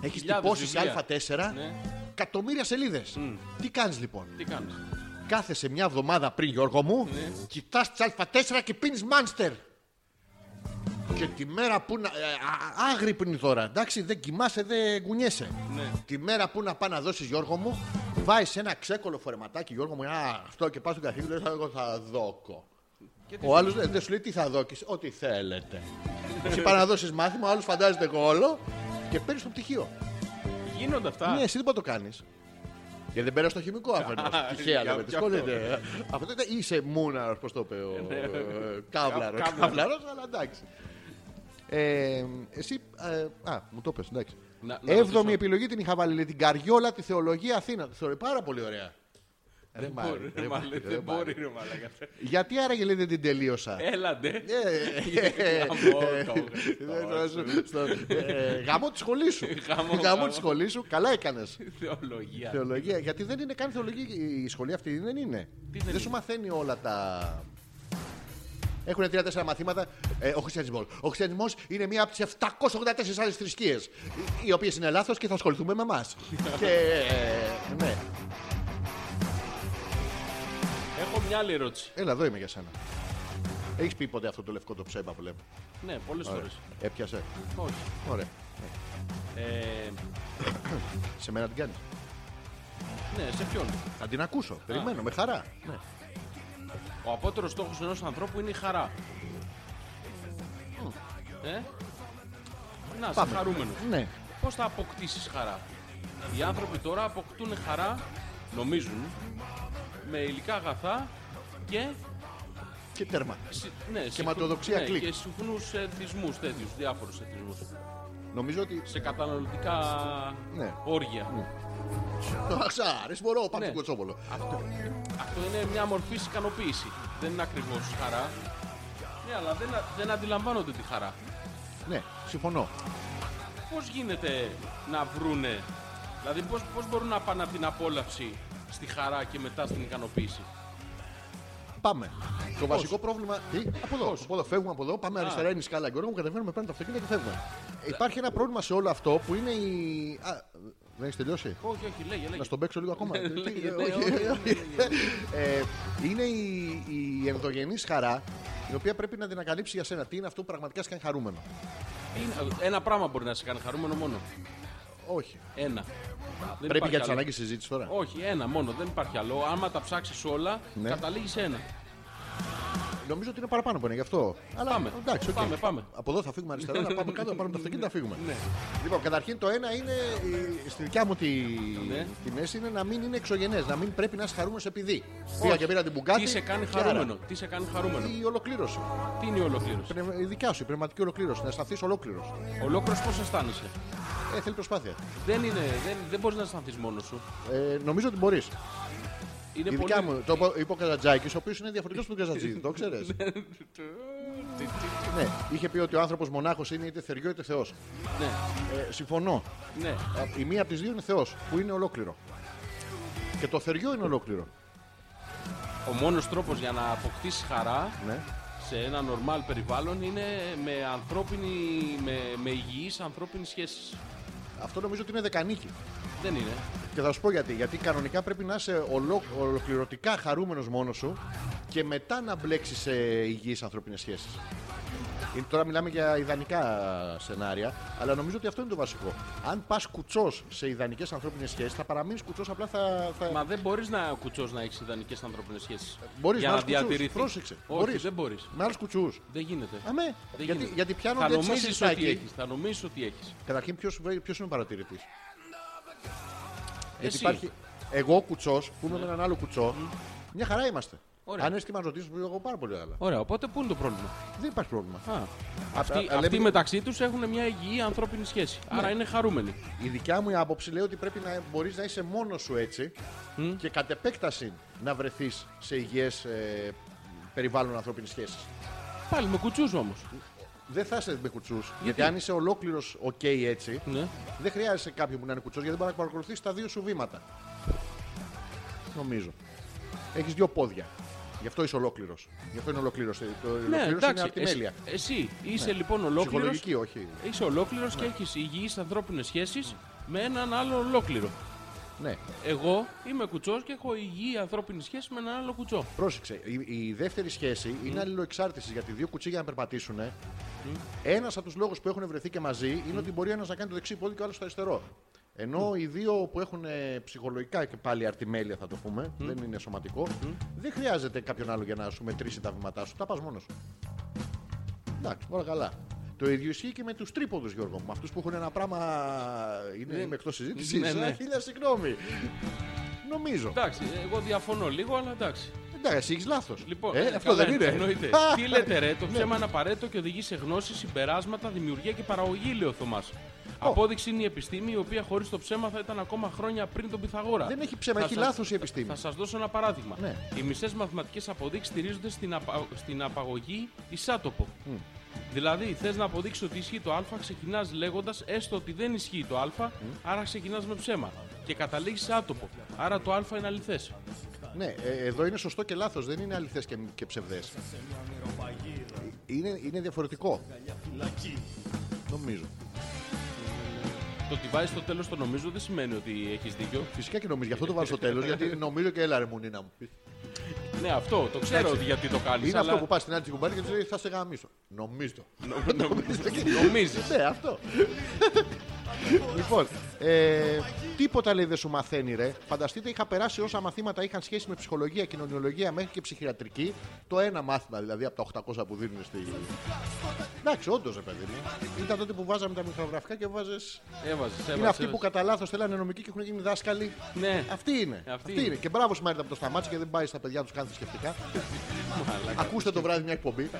[SPEAKER 1] Έχεις
[SPEAKER 2] Χιλιάδες
[SPEAKER 1] τυπώσεις σε
[SPEAKER 2] βιβλία.
[SPEAKER 1] α4
[SPEAKER 2] Ναι.
[SPEAKER 1] Κατομμύρια σελίδες Τι κάνεις λοιπόν
[SPEAKER 2] Τι κάνεις.
[SPEAKER 1] Κάθεσαι μια εβδομάδα πριν Γιώργο μου Κοιτάς τις α4 και πίνεις μάνστερ Και τη μέρα που να... ε, α- Άγρυπνη τώρα εντάξει Δεν κοιμάσαι δεν κουνιέσαι
[SPEAKER 2] Ναι.
[SPEAKER 1] Τη μέρα που να πά να δώσεις Γιώργο μου Βάζεις ένα ξέκολο φορεματάκι Γιώργο μου Α, αυτό και πας στον καθηγητή λες, Εγώ θα δόκω ο άλλο δεν σου λέει τι θα δόκει, ό,τι θέλετε. Εσύ πάει να δώσεις μάθημα, ο άλλος φαντάζεται εγώ όλο και παίρνει το πτυχίο.
[SPEAKER 2] Γίνονται αυτά.
[SPEAKER 1] Ναι, εσύ δεν μπορεί να το κάνεις. Γιατί δεν πέρασε το χημικό αφενό. Τυχαία,
[SPEAKER 2] για-
[SPEAKER 1] λέμε. ε.
[SPEAKER 2] γι' αυτό. Ναι.
[SPEAKER 1] Δυσκολεύεται. Αυτό ήταν είσαι μούνα, πώς το είπε ο Καύλαρο.
[SPEAKER 2] Καύλαρος.
[SPEAKER 1] Καύλαρος, αλλά εντάξει. Ε, εσύ. ε, α, μου το πες, εντάξει.
[SPEAKER 2] Να- να ρωτήσω.
[SPEAKER 1] Έβδομη επιλογή την είχα βάλει. λέει, Την Καριόλα, τη Θεολογία Αθήνα. Τη θεωρεί πάρα πολύ ωραία.
[SPEAKER 2] Δεν
[SPEAKER 1] μ' άρεσε,
[SPEAKER 2] μπορεί, ρε
[SPEAKER 1] μ' άρεσε,
[SPEAKER 2] μαλάκα,
[SPEAKER 1] ρε,
[SPEAKER 2] δεν
[SPEAKER 1] μ' άρεσε.
[SPEAKER 2] μπορεί, Ε, ρε μαλάκα.
[SPEAKER 1] Γιατί άραγε λέει δεν την τελείωσα. Ε,
[SPEAKER 2] Έλαντε.
[SPEAKER 1] ε, Γαμό της σχολής σου.
[SPEAKER 2] Γαμώ,
[SPEAKER 1] Γαμό
[SPEAKER 2] γαμώ.
[SPEAKER 1] της σχολής σου. Καλά έκανες.
[SPEAKER 2] Θεολογία.
[SPEAKER 1] Θεολογία. Γιατί δεν είναι καν θεολογία η σχολή αυτή, δεν είναι.
[SPEAKER 2] Τι δεν
[SPEAKER 1] Δεν σου
[SPEAKER 2] είναι?
[SPEAKER 1] μαθαίνει όλα τα. Έχουν τρία-τέσσερα μαθήματα. Ε, ο χριστιανισμός. Ο χριστιανισμός είναι μία από τις 784 άλλες θρησκείες. Οι οποίες είναι λάθος και θα ασχοληθούμε με εμάς. και. ε, ναι.
[SPEAKER 2] Έχω μια άλλη ερώτηση.
[SPEAKER 1] Έλα, εδώ είμαι για σένα. Έχεις πει ποτέ αυτό το λευκό το ψέμα που λέμε.
[SPEAKER 2] Ναι, πολλές φορές.
[SPEAKER 1] Έπιασε.
[SPEAKER 2] Όχι.
[SPEAKER 1] Ωραία.
[SPEAKER 2] Ε,
[SPEAKER 1] Σε μένα την κάνεις.
[SPEAKER 2] Ναι, σε ποιον.
[SPEAKER 1] Θα την ακούσω. Περιμένω με χαρά.
[SPEAKER 2] Ο απότερος στόχος ενός ανθρώπου είναι η χαρά. Ε? Να, είσαι χαρούμενος.
[SPEAKER 1] Ναι.
[SPEAKER 2] Πώς θα αποκτήσεις χαρά. Οι άνθρωποι τώρα αποκτούν χαρά, νομίζουν, με υλικά αγαθά και...
[SPEAKER 1] Και τέρμα.
[SPEAKER 2] συ- Ναι, συγχρου-
[SPEAKER 1] ματοδοξία
[SPEAKER 2] ναι,
[SPEAKER 1] κλικ.
[SPEAKER 2] Και συχνούς εθισμούς τέτοιους, διάφορους εθισμούς.
[SPEAKER 1] Νομίζω ότι.
[SPEAKER 2] Σε καταναλωτικά
[SPEAKER 1] Ναι.
[SPEAKER 2] όργια.
[SPEAKER 1] Αχ, αρέσει, μπορώ. Πάμε
[SPEAKER 2] Ναι.
[SPEAKER 1] στον κοτσόβολο.
[SPEAKER 2] Αυτό, αυτό είναι μια μορφή ικανοποίηση. Δεν είναι ακριβώς χαρά. Ναι, αλλά δεν, α- δεν αντιλαμβάνονται τη χαρά.
[SPEAKER 1] Ναι, συμφωνώ.
[SPEAKER 2] Πώς γίνεται να βρούνε, δηλαδή πώς πώς μπορούν να πάνε από την απόλαυση στη χαρά και μετά στην ικανοποίηση.
[SPEAKER 1] Πάμε. Το βασικό πρόβλημα. Τι, από εδώ, από εδώ. Φεύγουμε από εδώ, πάμε
[SPEAKER 2] Α.
[SPEAKER 1] αριστερά είναι η σκάλα. Γιώργο μου, κατεβαίνουμε πάνω το αυτοκίνητο και φεύγουμε. Υπάρχει ένα πρόβλημα σε όλο αυτό που είναι η. Α, δεν έχεις τελειώσει.
[SPEAKER 2] Όχι, όχι, λέγε, λέγε.
[SPEAKER 1] Να στον παίξω λίγο ακόμα.
[SPEAKER 2] Ναι,
[SPEAKER 1] Τι,
[SPEAKER 2] λέγε,
[SPEAKER 1] ε,
[SPEAKER 2] ναι,
[SPEAKER 1] όχι,
[SPEAKER 2] όχι,
[SPEAKER 1] ε,
[SPEAKER 2] ναι,
[SPEAKER 1] όχι. Ε, Είναι η, η ενδογενής χαρά η οποία πρέπει να την ανακαλύψει για σένα. Τι είναι αυτό που πραγματικά σε κάνει χαρούμενο.
[SPEAKER 2] Είναι- Ένα πράγμα μπορεί να σε κάνει χαρούμενο μόνο.
[SPEAKER 1] Όχι.
[SPEAKER 2] Ένα. Δεν
[SPEAKER 1] πρέπει
[SPEAKER 2] υπάρχει
[SPEAKER 1] για τις
[SPEAKER 2] άλλο.
[SPEAKER 1] ανάγκες συζήτηση τώρα.
[SPEAKER 2] Όχι, ένα μόνο, δεν υπάρχει άλλο. Άμα τα ψάξεις όλα,
[SPEAKER 1] Ναι.
[SPEAKER 2] καταλήγεις σε ένα.
[SPEAKER 1] Νομίζω ότι είναι παραπάνω που είναι γι' αυτό. Αλλά
[SPEAKER 2] Πάμε.
[SPEAKER 1] Εντάξει, οκ.
[SPEAKER 2] Πάμε, πάμε. Ναι.
[SPEAKER 1] Από εδώ θα φύγουμε αριστερά, να πάμε κάτω, να πάρουμε το αυτοκίνητο να φύγουμε. Λοιπόν, καταρχήν το ένα είναι ε, στη δικιά μου τη,
[SPEAKER 2] Ναι.
[SPEAKER 1] τη μέση είναι να μην είναι εξωγενές, να μην πρέπει να είσαι χαρούμενος επειδή. Πήγα και πήρα την μπουγκάτη.
[SPEAKER 2] Τι σε κάνει
[SPEAKER 1] και άρα.
[SPEAKER 2] χαρούμενο, τι σε κάνει χαρούμενο.
[SPEAKER 1] Η ολοκλήρωση.
[SPEAKER 2] Τι είναι η ολοκλήρωση.
[SPEAKER 1] Πνευμα- Η δικιά σου, η πνευματική ολοκλήρωση. Να σταθεί ολόκληρος.
[SPEAKER 2] Ολόκληρος πώς αισθάνεσαι.
[SPEAKER 1] Ε, θέλει προσπάθεια.
[SPEAKER 2] Δεν είναι, δεν, δεν μπορείς να αισθανθείς μόνος σου.
[SPEAKER 1] Ε, νομίζω ότι μπορείς.
[SPEAKER 2] Είναι
[SPEAKER 1] Η
[SPEAKER 2] πολύ-
[SPEAKER 1] δικιά μου, το είπε- είπε ο Καζατζάκη, ο οποίος είναι διαφορετικός του Καζατζή, το ξέρεις.
[SPEAKER 2] ναι.
[SPEAKER 1] ναι, είχε πει ότι ο άνθρωπος μονάχος είναι είτε θεριό είτε θεός. Ναι. Ε, συμφωνώ. Ε,
[SPEAKER 2] Ναι.
[SPEAKER 1] Η μία από τις δύο είναι θεός, που είναι ολόκληρο. Και το θεριό είναι ολόκληρο.
[SPEAKER 2] Ο μόνος τρόπος για να αποκτήσεις χαρά
[SPEAKER 1] Ναι.
[SPEAKER 2] σε ένα normal περιβάλλον είναι με, ανθρώπινη, με, με υγιείς ανθρώπινες σχέσεις.
[SPEAKER 1] Αυτό νομίζω ότι είναι δεκανίκη.
[SPEAKER 2] Δεν είναι.
[SPEAKER 1] Και θα σου πω γιατί. Γιατί κανονικά πρέπει να είσαι ολο- ολοκληρωτικά χαρούμενος μόνος σου και μετά να μπλέξεις σε υγιείς ανθρώπινες σχέσεις. Τώρα μιλάμε για ιδανικά σενάρια, αλλά νομίζω ότι αυτό είναι το βασικό. Αν πας κουτσός σε ιδανικές ανθρώπινες σχέσεις, θα παραμείνεις κουτσός, απλά θα. θα...
[SPEAKER 2] Μα δεν μπορείς να κουτσός να έχεις ιδανικές ανθρώπινες σχέσεις.
[SPEAKER 1] Ε, μπορείς
[SPEAKER 2] για
[SPEAKER 1] με
[SPEAKER 2] να
[SPEAKER 1] άλλους κουτσούς.
[SPEAKER 2] διατηρηθεί.
[SPEAKER 1] Πρόσεξε.
[SPEAKER 2] Όχι,
[SPEAKER 1] μπορείς.
[SPEAKER 2] δεν μπορείς.
[SPEAKER 1] Με άλλους κουτσούς.
[SPEAKER 2] Δεν γίνεται.
[SPEAKER 1] Αμέ.
[SPEAKER 2] Δεν
[SPEAKER 1] γιατί,
[SPEAKER 2] γίνεται.
[SPEAKER 1] γιατί
[SPEAKER 2] θα
[SPEAKER 1] πιάνονται έτσι σαν
[SPEAKER 2] νομίζεις ότι
[SPEAKER 1] σιρτάκι.
[SPEAKER 2] έχεις. Θα νομίζεις ότι έχεις.
[SPEAKER 1] Καταρχήν, ποιος είναι ο παρατηρητής. Γιατί
[SPEAKER 2] Εσύ.
[SPEAKER 1] υπάρχει. Εγώ κουτσός που είμαι με έναν άλλο κουτσό, μια χαρά είμαστε.
[SPEAKER 2] Ωραία.
[SPEAKER 1] Αν έστει να ρωτήσεις, που εγώ πάρα πολύ καλά.
[SPEAKER 2] Ωραία, οπότε πού είναι το πρόβλημα.
[SPEAKER 1] Δεν υπάρχει πρόβλημα.
[SPEAKER 2] Α, αυτοί,
[SPEAKER 1] αλλά
[SPEAKER 2] αυτοί
[SPEAKER 1] μην-
[SPEAKER 2] μεταξύ τους έχουν μια υγιή ανθρώπινη σχέση.
[SPEAKER 1] Ναι.
[SPEAKER 2] Άρα είναι χαρούμενοι.
[SPEAKER 1] Η δικιά μου η άποψη λέει ότι πρέπει να μπορείς να είσαι μόνος σου έτσι και κατ' επέκταση να βρεθείς σε υγιές ε, περιβάλλον ανθρώπινης σχέσης.
[SPEAKER 2] Πάλι με κουτσούς όμως.
[SPEAKER 1] Δεν θα είσαι με κουτσούς. Γιατί αν είσαι ολόκληρος OK έτσι,
[SPEAKER 2] Ναι.
[SPEAKER 1] δεν χρειάζεσαι κάποιον που να είναι κουτσός γιατί μπορεί να παρακολουθεί τα δύο σου βήματα. Νομίζω. Έχεις δύο πόδια. Γι' αυτό είσαι ολόκληρος. Γι' αυτό είναι ολόκληρος. Το
[SPEAKER 2] Ναι,
[SPEAKER 1] ολοκλήρωση είναι
[SPEAKER 2] εντάξει.
[SPEAKER 1] από τη μέλεια. Ναι.
[SPEAKER 2] εσύ- Εσύ είσαι λοιπόν ολόκληρος
[SPEAKER 1] Ψυχολογική, Ναι. όχι.
[SPEAKER 2] Είσαι ολόκληρος και έχεις υγιείς ανθρώπινες σχέσεις με έναν άλλο ολόκληρο.
[SPEAKER 1] Ναι.
[SPEAKER 2] Εγώ είμαι κουτσός και έχω υγιή ανθρώπινη σχέση με έναν άλλο κουτσό.
[SPEAKER 1] Πρόσεξε, η, η δεύτερη σχέση είναι αλληλοεξάρτησης γιατί δύο κουτσίγια να περπατήσουν. Ένας από τους λόγους που έχουν βρεθεί και μαζί είναι ότι μπορεί ένας να κάνει το δεξί πόδι και ο άλλος το αριστερό. Ενώ οι δύο που έχουν ε, ψυχολογικά και πάλι αρτιμέλεια, θα το πούμε, δεν είναι σωματικό, δεν χρειάζεται κάποιον άλλο για να σου μετρήσει τα βήματά σου. Τα πας μόνος σου. Εντάξει, όλα καλά. Το ίδιο ισχύει και με τους τρίποδους, Γιώργο μου. Αυτούς που έχουν ένα πράγμα. ε, Είναι με εκτός συζήτησης.
[SPEAKER 2] Ναι, ναι.
[SPEAKER 1] Χίλια συγγνώμη. Νομίζω.
[SPEAKER 2] Εντάξει, εγώ διαφωνώ λίγο, αλλά εντάξει.
[SPEAKER 1] Εντάξει, έχεις λάθος.
[SPEAKER 2] Λοιπόν,
[SPEAKER 1] ε,
[SPEAKER 2] ε,
[SPEAKER 1] αυτό δεν
[SPEAKER 2] καλά,
[SPEAKER 1] είναι.
[SPEAKER 2] Εννοείται.
[SPEAKER 1] Α,
[SPEAKER 2] Τι λέτε, ρε, το
[SPEAKER 1] ναι.
[SPEAKER 2] ψέμα είναι απαραίτητο και οδηγεί σε γνώση, συμπεράσματα, δημιουργία και παραγωγή, λέει ο Θωμάς. Απόδειξη είναι η επιστήμη, η οποία χωρίς το ψέμα θα ήταν ακόμα χρόνια πριν τον Πυθαγόρα.
[SPEAKER 1] Δεν έχει ψέμα,
[SPEAKER 2] Θα
[SPEAKER 1] έχει
[SPEAKER 2] σας-
[SPEAKER 1] λάθος η επιστήμη.
[SPEAKER 2] Θα σας δώσω ένα παράδειγμα.
[SPEAKER 1] Ναι.
[SPEAKER 2] Οι μισές μαθηματικές αποδείξεις στηρίζονται στην, απα... στην απαγωγή ισάτοπο. Δηλαδή, θες να αποδείξεις ότι ισχύει το Α, ξεκινάς λέγοντας έστω ότι δεν ισχύει το Α, άρα ξεκινάς με ψέμα. Και καταλήγεις σε άτοπο. Άρα το Α είναι αληθές.
[SPEAKER 1] Ναι, ε, εδώ είναι σωστό και λάθος. Δεν είναι αληθές και, και ψευδές. Είναι, είναι διαφορετικό. Νομίζω.
[SPEAKER 2] Το ότι βάζεις στο τέλος το νομίζω δεν σημαίνει ότι έχεις δίκιο.
[SPEAKER 1] Φυσικά και νομίζω. Γι' αυτό το βάζω στο τέλος. γιατί νομίζω και έλα ρε μου, Νίνα μου.
[SPEAKER 2] Ναι, αυτό το ξέρω
[SPEAKER 1] Εντάξει.
[SPEAKER 2] ότι γιατί το κάνεις.
[SPEAKER 1] Είναι
[SPEAKER 2] αλλά...
[SPEAKER 1] αυτό που πας στην άλλη την κουμπάρη και του λέει θα σε γαμίσω. Νομίζω.
[SPEAKER 2] Νομίζεις.
[SPEAKER 1] Ναι, αυτό. λοιπόν, ε, τίποτα λέει δεν σου μαθαίνει, ρε. Φανταστείτε, είχα περάσει όσα μαθήματα είχαν σχέση με ψυχολογία, κοινωνιολογία μέχρι και ψυχιατρική. Το ένα μάθημα δηλαδή από τα 800 που δίνουν στη. Εντάξει, όντως, ρε παιδί μου. Ήταν τότε που βάζαμε τα μικρογραφικά και βάζες.
[SPEAKER 2] Έβαζες, έβαζες.
[SPEAKER 1] Είναι αυτοί που
[SPEAKER 2] έβαζες.
[SPEAKER 1] κατά λάθος θέλανε νομικοί και έχουν γίνει δάσκαλοι.
[SPEAKER 2] Ναι.
[SPEAKER 1] Αυτή είναι.
[SPEAKER 2] Αυτή
[SPEAKER 1] Αυτή
[SPEAKER 2] είναι.
[SPEAKER 1] είναι. Και μπράβο, Σμάρτα, που το σταμάτησε και δεν πάει στα παιδιά τους κάθε σκεφτικά. Ακούστε το βράδυ μια εκπομπή.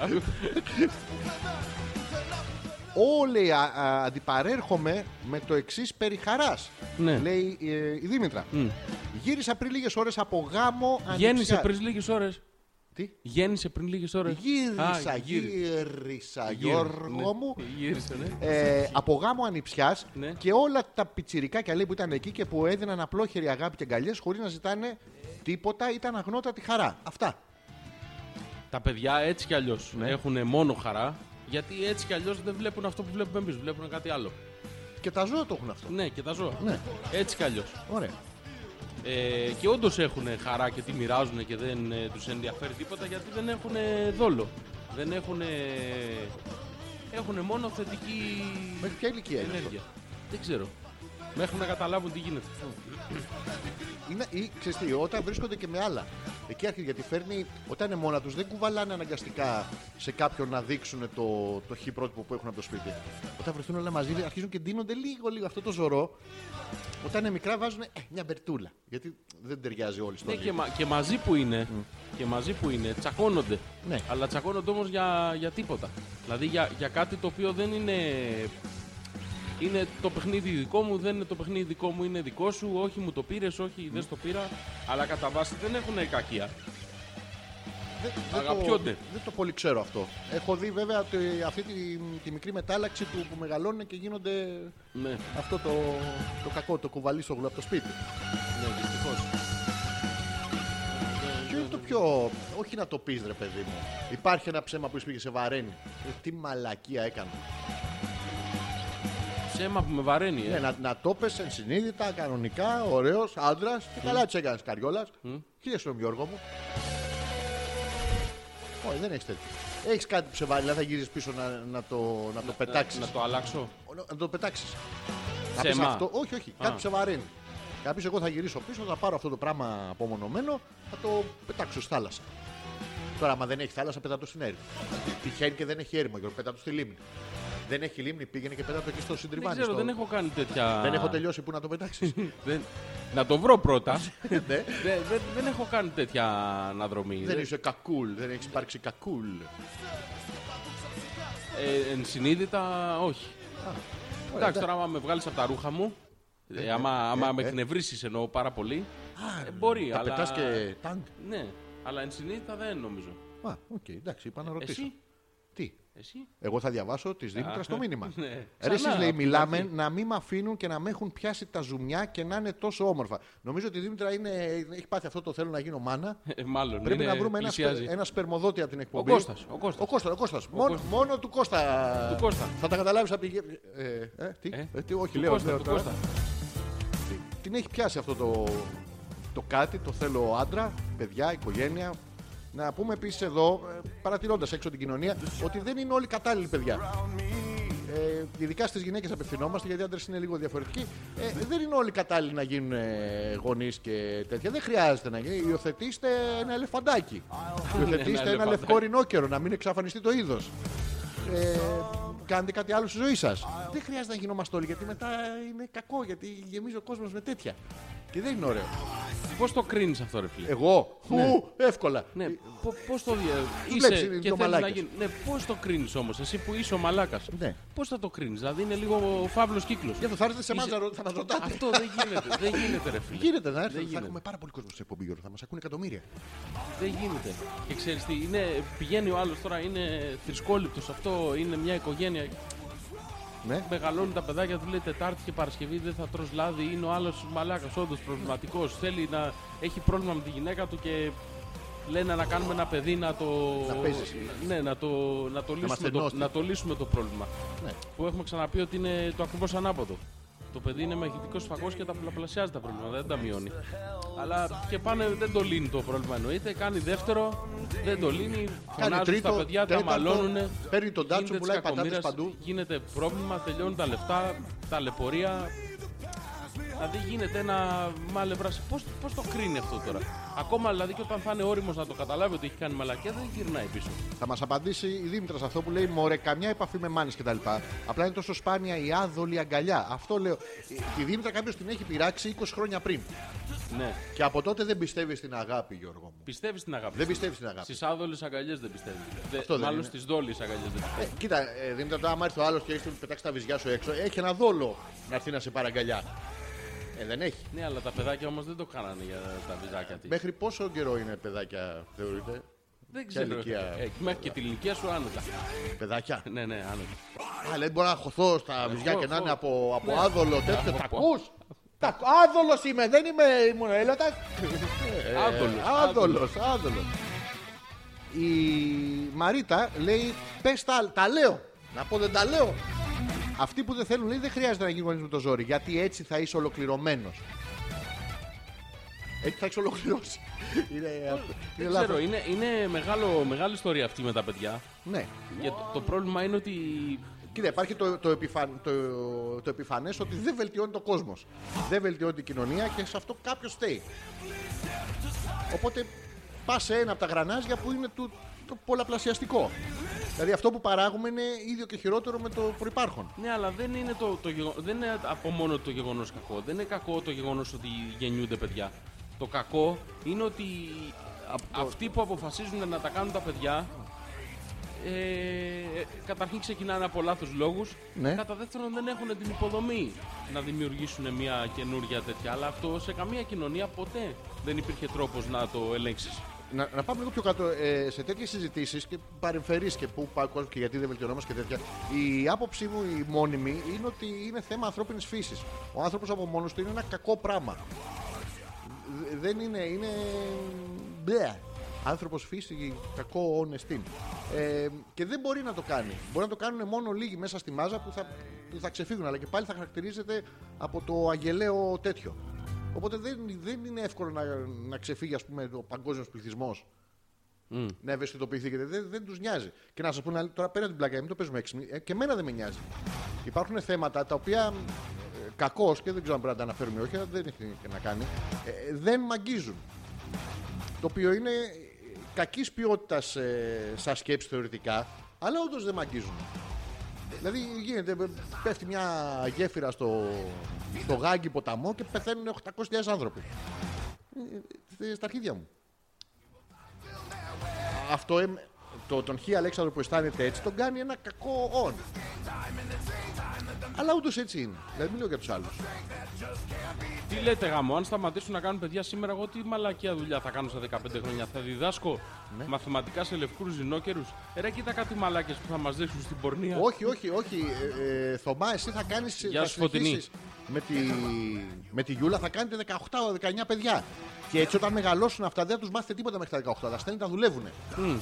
[SPEAKER 1] Όλοι α, α, αντιπαρέρχομαι με το εξής περί χαράς,
[SPEAKER 2] Ναι.
[SPEAKER 1] Λέει ε, η Δήμητρα. Γύρισα πριν λίγες ώρες από γάμο
[SPEAKER 2] Γέννησε
[SPEAKER 1] ανιψιάς.
[SPEAKER 2] πριν λίγες ώρες.
[SPEAKER 1] Τι?
[SPEAKER 2] Γέννησε πριν λίγες ώρες.
[SPEAKER 1] Γύρισα, γύρισα, Γιώργο
[SPEAKER 2] ναι.
[SPEAKER 1] μου.
[SPEAKER 2] Γύρισε, ναι.
[SPEAKER 1] Ε, από γάμο ανιψιάς
[SPEAKER 2] Ναι.
[SPEAKER 1] και όλα τα πιτσιρικάκια λέει που ήταν εκεί και που έδιναν απλόχερη αγάπη και αγκαλιές χωρίς να ζητάνε τίποτα, ήταν αγνότατη χαρά. Αυτά.
[SPEAKER 2] Τα παιδιά έτσι κι αλλιώς έχουν μόνο χαρά. Γιατί έτσι κι αλλιώς δεν βλέπουν αυτό που βλέπουμε εμείς. Βλέπουν κάτι άλλο.
[SPEAKER 1] Και τα ζώα το έχουν αυτό.
[SPEAKER 2] Ναι, και τα ζώα.
[SPEAKER 1] Ναι.
[SPEAKER 2] Έτσι κι αλλιώς.
[SPEAKER 1] Ωραία.
[SPEAKER 2] Ε, και όντως έχουν χαρά και τη μοιράζουν και δεν ε, τους ενδιαφέρει τίποτα γιατί δεν έχουν ε, δόλο. Δεν έχουν. Έχουν μόνο θετική
[SPEAKER 1] Μέχρι ποια ηλικία είναι αυτό.
[SPEAKER 2] ενέργεια. Δεν ξέρω. Μέχρι να καταλάβουν τι γίνεται.
[SPEAKER 1] Είναι, ή, ξέρεις τι, όταν βρίσκονται και με άλλα. Εκεί άρχισε γιατί φέρνει, όταν είναι μόνα τους, δεν κουβαλάνε αναγκαστικά σε κάποιον να δείξουν το, το χι πρότυπο που έχουν από το σπίτι. Όταν βρεθούν όλα μαζί, αρχίζουν και ντύνονται λίγο λίγο αυτό το ζωρό. Όταν είναι μικρά, βάζουν ε, μια μπερτούλα. Γιατί δεν ταιριάζει όλοι στον
[SPEAKER 2] Ναι, και,
[SPEAKER 1] ίδιο.
[SPEAKER 2] μα- και μαζί που είναι, και μαζί που είναι, τσακώνονται.
[SPEAKER 1] Ναι.
[SPEAKER 2] Αλλά τσακώνονται όμως για, για τίποτα. Δηλαδή για, για κάτι το οποίο δεν είναι Είναι το παιχνίδι δικό μου, δεν είναι το παιχνίδι δικό μου, είναι δικό σου. Όχι, μου το πήρες, όχι, δεν στο πήρα. Αλλά κατά βάση δεν έχουν κακία.
[SPEAKER 1] Δεν, δεν το,
[SPEAKER 2] Αγαπιόνται.
[SPEAKER 1] δεν το πολύ ξέρω αυτό. Έχω δει βέβαια ότι αυτή τη, τη μικρή μετάλλαξη του που μεγαλώνουν και γίνονται
[SPEAKER 2] Ναι.
[SPEAKER 1] αυτό το, το κακό, το κουβαλίσογλου από το σπίτι.
[SPEAKER 2] Ναι, δυστυχώς.
[SPEAKER 1] Ποιο είναι το πιο. Όχι να το πεις, ρε παιδί μου. Υπάρχει ένα ψέμα που σου πήγε σε βαραίνει. Ε, τι μαλακία έκανε.
[SPEAKER 2] Ψέμα που με βαραίνει,
[SPEAKER 1] Ναι,
[SPEAKER 2] ε.
[SPEAKER 1] να, να το πες ενσυνείδητα, κανονικά, ωραίος, άντρας.
[SPEAKER 2] Ε.
[SPEAKER 1] Και καλά τη έκανες καριόλας. Χίλια στον Γιώργο μου. Όχι, δεν έχεις τέτοιο. Έχεις κάτι που σε βάλει, δηλαδή θα γυρίσεις πίσω να, να το, να το πετάξεις.
[SPEAKER 2] Να το αλλάξω.
[SPEAKER 1] Να το πετάξεις.
[SPEAKER 2] Σε
[SPEAKER 1] Να πεις
[SPEAKER 2] εμά.
[SPEAKER 1] αυτό. Όχι, όχι.
[SPEAKER 2] Α.
[SPEAKER 1] Κάτι σε βαρύνει. Να πεις εγώ θα γυρίσω πίσω, θα πάρω αυτό το πράγμα απομονωμένο, θα το πετάξω στη θάλασσα. Τώρα, άμα δεν έχει θάλασσα, πετά το στην έρημο. Τυχαίνει και δεν έχει έρημο, Γιώργο, πετά το στη λίμνη. Δεν έχει λίμνη, πήγαινε και πετά το εκεί στο
[SPEAKER 2] Δεν
[SPEAKER 1] συντριβάνι.
[SPEAKER 2] ξέρω,
[SPEAKER 1] στο-
[SPEAKER 2] δεν έχω κάνει τέτοια.
[SPEAKER 1] δεν έχω τελειώσει που να το πετάξεις.
[SPEAKER 2] Δεν- Να το βρω πρώτα.
[SPEAKER 1] ναι.
[SPEAKER 2] δεν, δεν, δεν έχω κάνει τέτοια αναδρομή.
[SPEAKER 1] Δεν είσαι κακούλ, δεν έχεις υπάρξει κακούλ.
[SPEAKER 2] Ε, ενσυνείδητα, όχι. Εντάξει,
[SPEAKER 1] εντάξει.
[SPEAKER 2] τώρα άμα με βγάλεις από τα ρούχα μου, ε, άμα, άμα με εκνευρίσει εννοώ πάρα πολύ, ε, μπορεί,
[SPEAKER 1] Τα
[SPEAKER 2] αλλά.
[SPEAKER 1] πετάς και τάγκ.
[SPEAKER 2] Ναι, αλλά ενσυνείδητα δεν νομίζω.
[SPEAKER 1] Α, οκ, εντάξει, είπα να ρωτήσω.
[SPEAKER 2] Εσύ,
[SPEAKER 1] Τι.
[SPEAKER 2] εσύ.
[SPEAKER 1] Εγώ θα διαβάσω τη Δήμητρα το μήνυμα.
[SPEAKER 2] ναι.
[SPEAKER 1] Ρε,
[SPEAKER 2] Ξανά,
[SPEAKER 1] εσείς, λέει:
[SPEAKER 2] από την
[SPEAKER 1] Μιλάμε
[SPEAKER 2] αρχή.
[SPEAKER 1] να μην με αφήνουν και να με έχουν πιάσει τα ζουμιά και να είναι τόσο όμορφα. Νομίζω ότι η Δήμητρα είναι, έχει πάθει αυτό το θέλω να γίνω μάνα.
[SPEAKER 2] Ε, μάλλον.
[SPEAKER 1] Πρέπει
[SPEAKER 2] είναι-
[SPEAKER 1] να βρούμε ένα, σπε-
[SPEAKER 2] πλησιάζει.
[SPEAKER 1] ένα σπερμοδότη από την εκπομπή.
[SPEAKER 2] Κώστας, ο Κώστας.
[SPEAKER 1] Ο Κώστας, ο Κώστας. Μόνο,
[SPEAKER 2] Κώστας.
[SPEAKER 1] μόνο του Κώστα.
[SPEAKER 2] Του Κώστα.
[SPEAKER 1] Θα τα καταλάβεις από τη γε- Ε, ε, τι,
[SPEAKER 2] Ε,
[SPEAKER 1] ε, τι, όχι,
[SPEAKER 2] του
[SPEAKER 1] λέω.
[SPEAKER 2] Κώστα,
[SPEAKER 1] λέω
[SPEAKER 2] του
[SPEAKER 1] τώρα.
[SPEAKER 2] Κώστα.
[SPEAKER 1] Την έχει πιάσει αυτό το, το κάτι, το θέλω άντρα, παιδιά, οικογένεια. Να πούμε επίσης εδώ, παρατηρώντας έξω την κοινωνία, ότι δεν είναι όλοι κατάλληλοι παιδιά. Ε, ειδικά στις γυναίκες απευθυνόμαστε, γιατί οι άντρες είναι λίγο διαφορετικοί. Ε, δεν είναι όλοι κατάλληλοι να γίνουν γονείς και τέτοια. Δεν χρειάζεται να γίνει. Υιοθετήστε ένα ελεφαντάκι. Υιοθετήστε ένα
[SPEAKER 2] ελεφαντάκι.
[SPEAKER 1] λευκό ρινόκερο, να μην εξαφανιστεί το είδος. Ε, κάντε κάτι άλλο στη ζωή σας. Δεν χρειάζεται να γινόμαστε όλοι, γιατί μετά είναι κακό, γιατί γεμίζει ο κόσμος με τέτοια. Και δεν είναι ωραίο.
[SPEAKER 2] Πώς το κρίνεις αυτό, ρε
[SPEAKER 1] Ε,
[SPEAKER 2] φίλε.
[SPEAKER 1] Εγώ, ου, εύκολα.
[SPEAKER 2] Ναι, πώς το διαβάζει.
[SPEAKER 1] βλέπεις, ε, είναι
[SPEAKER 2] Είσαι και
[SPEAKER 1] το
[SPEAKER 2] θέλεις να
[SPEAKER 1] μαλάκες.
[SPEAKER 2] γίνει. Ναι, πώς το κρίνεις όμως, εσύ που είσαι ο μαλάκας.
[SPEAKER 1] Ναι.
[SPEAKER 2] Πώς θα το κρίνεις, Δηλαδή είναι λίγο φαύλος κύκλος.
[SPEAKER 1] Γι' αυτό θα έρθετε σε εμά
[SPEAKER 2] Είσαι-
[SPEAKER 1] να ρω- θα μας ρωτάτε.
[SPEAKER 2] Αυτό δεν γίνεται. δεν γίνεται, ρε φίλε.
[SPEAKER 1] Γίνεται να
[SPEAKER 2] Δεν
[SPEAKER 1] έρθετε. Θα
[SPEAKER 2] γίνεται.
[SPEAKER 1] έχουμε πάρα πολύ κόσμο στην εκπομπή, Γιώργο. Θα μας ακούνε εκατομμύρια.
[SPEAKER 2] Δεν γίνεται. Και ξέρεις τι, είναι, πηγαίνει ο άλλος τώρα, είναι θρησκόληπτος αυτό, είναι μια οικογένεια.
[SPEAKER 1] Ναι.
[SPEAKER 2] Μεγαλώνουν τα παιδάκια του, λέει Τετάρτη και Παρασκευή δεν θα τρως λάδι. Είναι ο άλλος μαλάκας, όντως προβληματικός. Θέλει να έχει πρόβλημα με τη γυναίκα του και λένε να κάνουμε ένα παιδί να το.
[SPEAKER 1] Να παίζεις.
[SPEAKER 2] Ναι, να το, να το,
[SPEAKER 1] μας
[SPEAKER 2] λύσουμε, το,
[SPEAKER 1] στενώσει.
[SPEAKER 2] να το λύσουμε το πρόβλημα.
[SPEAKER 1] Ναι.
[SPEAKER 2] Που έχουμε ξαναπεί ότι είναι το ακριβώς ανάποδο. Το παιδί είναι μαγνητικό φακό και τα πολλαπλασιάζει τα προβλήματα, δεν τα μειώνει. Αλλά και πάνε, δεν το λύνει το πρόβλημα εννοείται. Κάνει δεύτερο, δεν το λύνει. Φωνάζουν
[SPEAKER 1] τρίτο,
[SPEAKER 2] τα παιδιά,
[SPEAKER 1] τέταρτο,
[SPEAKER 2] τα μαλώνουν.
[SPEAKER 1] παίρνει τον τάτσο,
[SPEAKER 2] γίνεται
[SPEAKER 1] πουλάει
[SPEAKER 2] της κακομοίρας,
[SPEAKER 1] πατάτες παντού.
[SPEAKER 2] Γίνεται πρόβλημα, τελειώνουν τα λεφτά, ταλαιπωρία. Δηλαδή γίνεται ένα μάλευρα. Πώς πώς το κρίνει αυτό τώρα. Ακόμα δηλαδή και όταν θα είναι όριμος να το καταλάβει ότι έχει κάνει μαλακία, δεν γυρνάει πίσω.
[SPEAKER 1] Θα μας απαντήσει η Δήμητρας σε αυτό που λέει Μωρέ, καμιά επαφή με μάνε κτλ. Απλά είναι τόσο σπάνια η άδολη αγκαλιά. Αυτό λέω. Ε, Η- Τη Δήμητρα κάποιος την έχει πειράξει 20 χρόνια πριν.
[SPEAKER 2] Ναι,
[SPEAKER 1] Και από τότε δεν πιστεύει στην αγάπη, Γιώργο μου.
[SPEAKER 2] πιστεύεις στην αγάπη.
[SPEAKER 1] Δεν πιστεύει στην αγάπη.
[SPEAKER 2] Στις άδολες αγκαλιές δεν πιστεύει. Δε-
[SPEAKER 1] Αυτό δεν
[SPEAKER 2] μάλλον
[SPEAKER 1] είναι.
[SPEAKER 2] στις δόλεις αγκαλιές δεν πιστεύει.
[SPEAKER 1] Ε, κοίτα, ε, Δήμητρα, τώρα άμα έρθει ο άλλος και έχεις πετάξεις τα βυζιά σου έξω, έχει ένα δόλο να έρθει να σε παραγκαλιά. Ε, δεν έχει.
[SPEAKER 2] Ναι, αλλά τα παιδάκια όμως δεν το κάνανε για τα βυζάκια της.
[SPEAKER 1] Μέχρι πόσο καιρό είναι παιδάκια, θεωρείτε.
[SPEAKER 2] Δεν ξέρω.
[SPEAKER 1] ηλικία.
[SPEAKER 2] Ε, μέχρι και την ηλικία σου άνετα.
[SPEAKER 1] Παιδάκια.
[SPEAKER 2] ναι, ναι, άνετα.
[SPEAKER 1] Α, λέει, μπορώ να χωθώ στα βυζιά
[SPEAKER 2] εγώ,
[SPEAKER 1] και να
[SPEAKER 2] εγώ.
[SPEAKER 1] είναι από, από
[SPEAKER 2] Ε, Ναι.
[SPEAKER 1] άδολο τέτοιο.
[SPEAKER 2] Από-
[SPEAKER 1] Τα ακούς? Τα Άδολος είμαι, δεν είμαι ήμουν έλατα. Ε,
[SPEAKER 2] Άδολος,
[SPEAKER 1] Άδολος, άδολος. Η Μαρίτα λέει: Πες τα, τα λέω. Να πω δεν τα λέω. Αυτοί που δεν θέλουν λέει δεν χρειάζεται να γίνουν γονείς με το ζόρι γιατί έτσι θα είσαι ολοκληρωμένος. Έτσι θα έχεις ολοκληρώσει. είναι αυτό. Είναι
[SPEAKER 2] Ε, Δεν
[SPEAKER 1] λάθος.
[SPEAKER 2] ξέρω, είναι, είναι μεγάλο, μεγάλη ιστορία αυτή με τα παιδιά.
[SPEAKER 1] Ναι.
[SPEAKER 2] Και το, το πρόβλημα είναι ότι.
[SPEAKER 1] Κοίτα, υπάρχει το, το, επιφαν, το, το επιφανές ότι δεν βελτιώνει το κόσμος. Δεν βελτιώνει την κοινωνία και σε αυτό κάποιος φταίει. Οπότε πας σε ένα από τα γρανάζια που είναι το, το πολλαπλασιαστικό. Δηλαδή αυτό που παράγουμε είναι ίδιο και χειρότερο με το προϋπάρχον.
[SPEAKER 2] Ναι, αλλά δεν είναι, το, το, γεγο- δεν είναι από μόνο το γεγονός κακό. Δεν είναι κακό το γεγονός ότι γεννιούνται παιδιά. Το κακό είναι ότι αυτοί που αποφασίζουν να τα κάνουν τα παιδιά ε, καταρχήν ξεκινάνε από λάθος λόγους.
[SPEAKER 1] Ναι.
[SPEAKER 2] Κατά δεύτερον, δεν έχουν την υποδομή να δημιουργήσουν μια καινούργια τέτοια. Αλλά αυτό σε καμία κοινωνία ποτέ δεν υπήρχε τρόπος να το ελέγξεις.
[SPEAKER 1] Να, να πάμε λίγο πιο κάτω. Ε, σε τέτοιες συζητήσεις και παρεμφερείς και πού πάει ο κόσμος και γιατί δεν βελτιωνόμαστε και τέτοια, η άποψή μου η μόνιμη είναι ότι είναι θέμα ανθρώπινης φύσης. Ο άνθρωπος από μόνος του είναι ένα κακό πράγμα. Δε- Δεν είναι. είναι. μπλε. Άνθρωπος φύση, κακό όνεστην. Ε, και δεν μπορεί να το κάνει. Μπορεί να το κάνουν μόνο λίγοι μέσα στη μάζα που θα, που θα ξεφύγουν, αλλά και πάλι θα χαρακτηρίζεται από το αγγελαίο τέτοιο. Οπότε δεν, δεν είναι εύκολο να, να ξεφύγει ας πούμε, ο παγκόσμιος πληθυσμός να ευαισθητοποιηθεί και δεν, δεν τους νοιάζει. Και να σας πω να- τώρα πέρα την πλάκα, μην το παίζουμε έξυπνοι, ε, και εμένα δεν με νοιάζει. Υπάρχουν θέματα τα οποία ε, κακώς και δεν ξέρω αν πρέπει να τα αναφέρουμε ή όχι, αλλά δεν έχει να κάνει, ε, δεν μαγγίζουν. Το οποίο είναι κακής ποιότητας ε, σαν σκέψη θεωρητικά, αλλά όντως δεν μαγγίζουν. Δηλαδή γίνεται, πέφτει μια γέφυρα στο, στο γάγκι ποταμό και πεθαίνουν 800.000 άνθρωποι. Ε, ε, Στα αρχίδια μου αυτό εμ- το, τον Χ Αλέξανδρο που αισθάνεται έτσι τον κάνει ένα κακό όν. Αλλά ούτως έτσι είναι. Δηλαδή μην λέω για τους άλλους.
[SPEAKER 2] Τι λέτε γαμό, αν σταματήσουν να κάνουν παιδιά σήμερα, εγώ τι μαλακία δουλειά θα κάνω στα 15 χρόνια. Θα διδάσκω
[SPEAKER 1] Ναι.
[SPEAKER 2] μαθηματικά σε λευκούς ζινόκερου. Ρε, κοίτα κάτι μαλάκες που θα μας δείξουν στην πορνεία.
[SPEAKER 1] όχι, όχι, όχι. Ε, ε, Θωμά, εσύ θα κάνεις.
[SPEAKER 2] Γεια σου, Φωτεινή.
[SPEAKER 1] Με τη, με τη Γιούλα θα κάνετε 18-19 παιδιά. Και έτσι όταν μεγαλώσουν αυτά δεν θα τους μάθετε τίποτα μέχρι τα 18. Τα στέλνει τα δουλεύουν.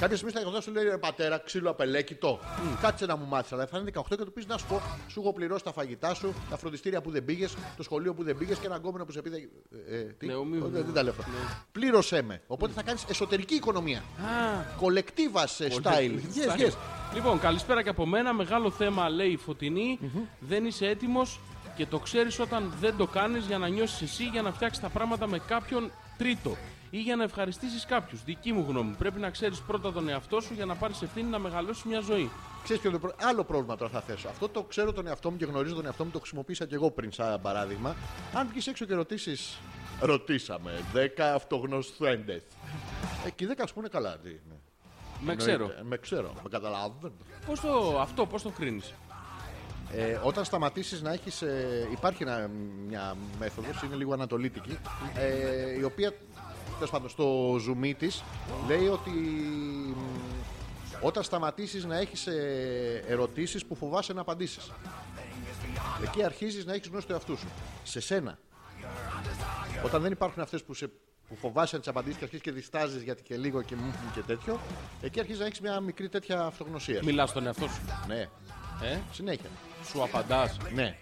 [SPEAKER 1] Κάποια στιγμή στα 18 σου λέει ρε πατέρα, ξύλο απελέκητο. Κάτσε να μου μάθεις. Αλλά θα είναι 18 και του πεις να σου πω, σου έχω πληρώσει τα φαγητά σου, τα φροντιστήρια που δεν πήγες, το σχολείο που δεν πήγες και έναν κόμενο που σε πήρε. Ε, ε, τι?
[SPEAKER 2] Ναι, ο Ναι. μη-
[SPEAKER 1] Ε, δεν τα λέω αυτά. Πλήρωσέ με. Οπότε θα κάνεις εσωτερική οικονομία. Κολεκτίβα style. Yes, yes.
[SPEAKER 2] Λοιπόν, καλησπέρα και από μένα. Μεγάλο θέμα λέει η φωτεινη Δεν είσαι έτοιμος και το ξέρεις όταν δεν το κάνεις για να νιώσεις εσύ για να φτιάξεις τα πράγματα με κάποιον τρίτο ή για να ευχαριστήσεις κάποιους. Δική μου γνώμη. Πρέπει να ξέρεις πρώτα τον εαυτό σου για να πάρεις ευθύνη να μεγαλώσεις μια ζωή.
[SPEAKER 1] Ξέρεις ποιο είναι το προ- άλλο πρόβλημα τώρα θα θέσω. Αυτό το ξέρω τον εαυτό μου και γνωρίζω τον εαυτό μου, το χρησιμοποίησα και εγώ πριν σαν παράδειγμα. Αν βγεις έξω και ρωτήσεις. Ρωτήσαμε Ε, 10 αυτογνωστέντες. Εκεί 10 α πούμε καλά. τι είναι.
[SPEAKER 2] Με ξέρω.
[SPEAKER 1] Εννοείται. Με ξέρω. Με καταλαβαίνω.
[SPEAKER 2] Πώς το, αυτό, πώς το κρίνεις.
[SPEAKER 1] Ε, όταν σταματήσεις να έχεις. υπάρχει ένα- μια μέθοδος, είναι λίγο ανατολίτικη, ε, η οποία τέλος πάντων, στο ζουμί της λέει ότι μ, όταν σταματήσεις να έχεις ερωτήσεις που φοβάσαι να απαντήσεις. Εκεί αρχίζεις να έχεις γνώση του εαυτού σου. Σε σένα. Όταν δεν υπάρχουν αυτές που, σε- που φοβάσαι να τις απαντήσεις και αρχίζεις και διστάζεις γιατί και λίγο και, μμμ και τέτοιο, εκεί αρχίζεις να έχεις μια μικρή τέτοια αυτογνωσία.
[SPEAKER 2] Μιλάς στον εαυτό σου.
[SPEAKER 1] Ναι,
[SPEAKER 2] Ε,
[SPEAKER 1] συνέχεια.
[SPEAKER 2] σου απαντάς.
[SPEAKER 1] Ναι.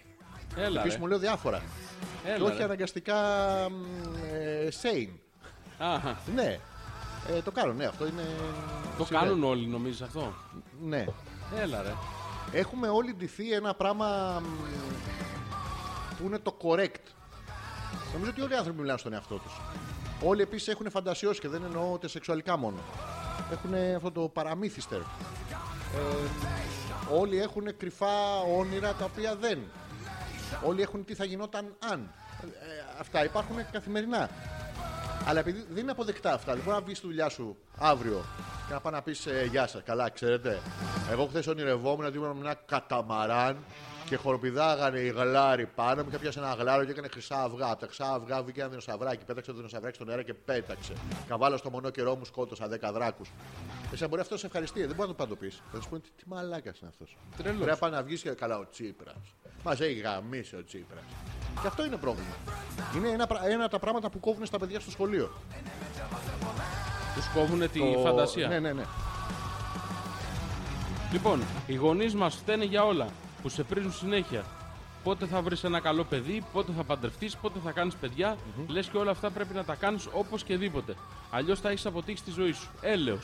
[SPEAKER 2] Έλα.
[SPEAKER 1] Επίση
[SPEAKER 2] Ρε.
[SPEAKER 1] μου λέω διάφορα.
[SPEAKER 2] Έλα,
[SPEAKER 1] και όχι
[SPEAKER 2] ρε.
[SPEAKER 1] αναγκαστικά μ, ε, sane.
[SPEAKER 2] Α,
[SPEAKER 1] Ναι. Ε, το κάνω, ναι, αυτό είναι.
[SPEAKER 2] το
[SPEAKER 1] συμβαίνει.
[SPEAKER 2] κάνουν όλοι, νομίζεις αυτό.
[SPEAKER 1] Ναι.
[SPEAKER 2] Έλα, ρε.
[SPEAKER 1] Έχουμε όλοι ντυθεί ένα πράγμα μ, που είναι το correct. Νομίζω ότι όλοι οι άνθρωποι μιλάνε στον εαυτό τους. Όλοι επίσης έχουν φαντασιώσει και δεν εννοώ ούτε σεξουαλικά μόνο. Έχουν αυτό το παραμύθιστερ. Ε, όλοι έχουν κρυφά όνειρα τα οποία δεν. Όλοι έχουν τι θα γινόταν αν. Ε, ε, αυτά υπάρχουν καθημερινά. Αλλά επειδή δεν είναι αποδεκτά αυτά, λοιπόν, να βγεις στη δουλειά σου αύριο και να πάει να πεις Γεια σας, καλά, ξέρετε. Εγώ χθες ονειρευόμουν ότι ήμουν με ένα καταμαράν και χοροπηδάγανε οι γλάροι πάνω μου και πιάσε ένα γλάρο και έκανε χρυσά αυγά. Από τα χρυσά αυγά βγήκε ένα δεινοσαυράκι, πέταξε το δεινοσαυράκι στον αέρα και πέταξε. Καβάλα στο μονό καιρό μου σκότωσα 10 δράκου. Εσύ μπορεί αυτός σε ευχαριστία, δεν μπορεί να το πάντο πει. Θα σου πούνε τι, τι μαλάκας είναι αυτός.
[SPEAKER 2] Τρελός.
[SPEAKER 1] Πρέπει να πάει να βγεις και καλά ο Τσίπρας. Μας έχει γαμίσει ο Τσίπρας. Και αυτό είναι πρόβλημα. Είναι ένα, πρα- ένα από τα πράγματα που κόβουν στα παιδιά στο σχολείο.
[SPEAKER 2] Τους κόβουν τη
[SPEAKER 1] Το-
[SPEAKER 2] φαντασία.
[SPEAKER 1] Ναι, ναι, ναι.
[SPEAKER 2] Λοιπόν, οι γονείς μας φταίνε για όλα που σε πρίζουν συνέχεια. Πότε θα βρεις ένα καλό παιδί, πότε θα παντρευτείς, πότε θα κάνεις παιδιά. Λες και όλα αυτά πρέπει να τα κάνεις όπως και δίποτε. Αλλιώς θα έχεις αποτύχει τη ζωή σου. Έλεος.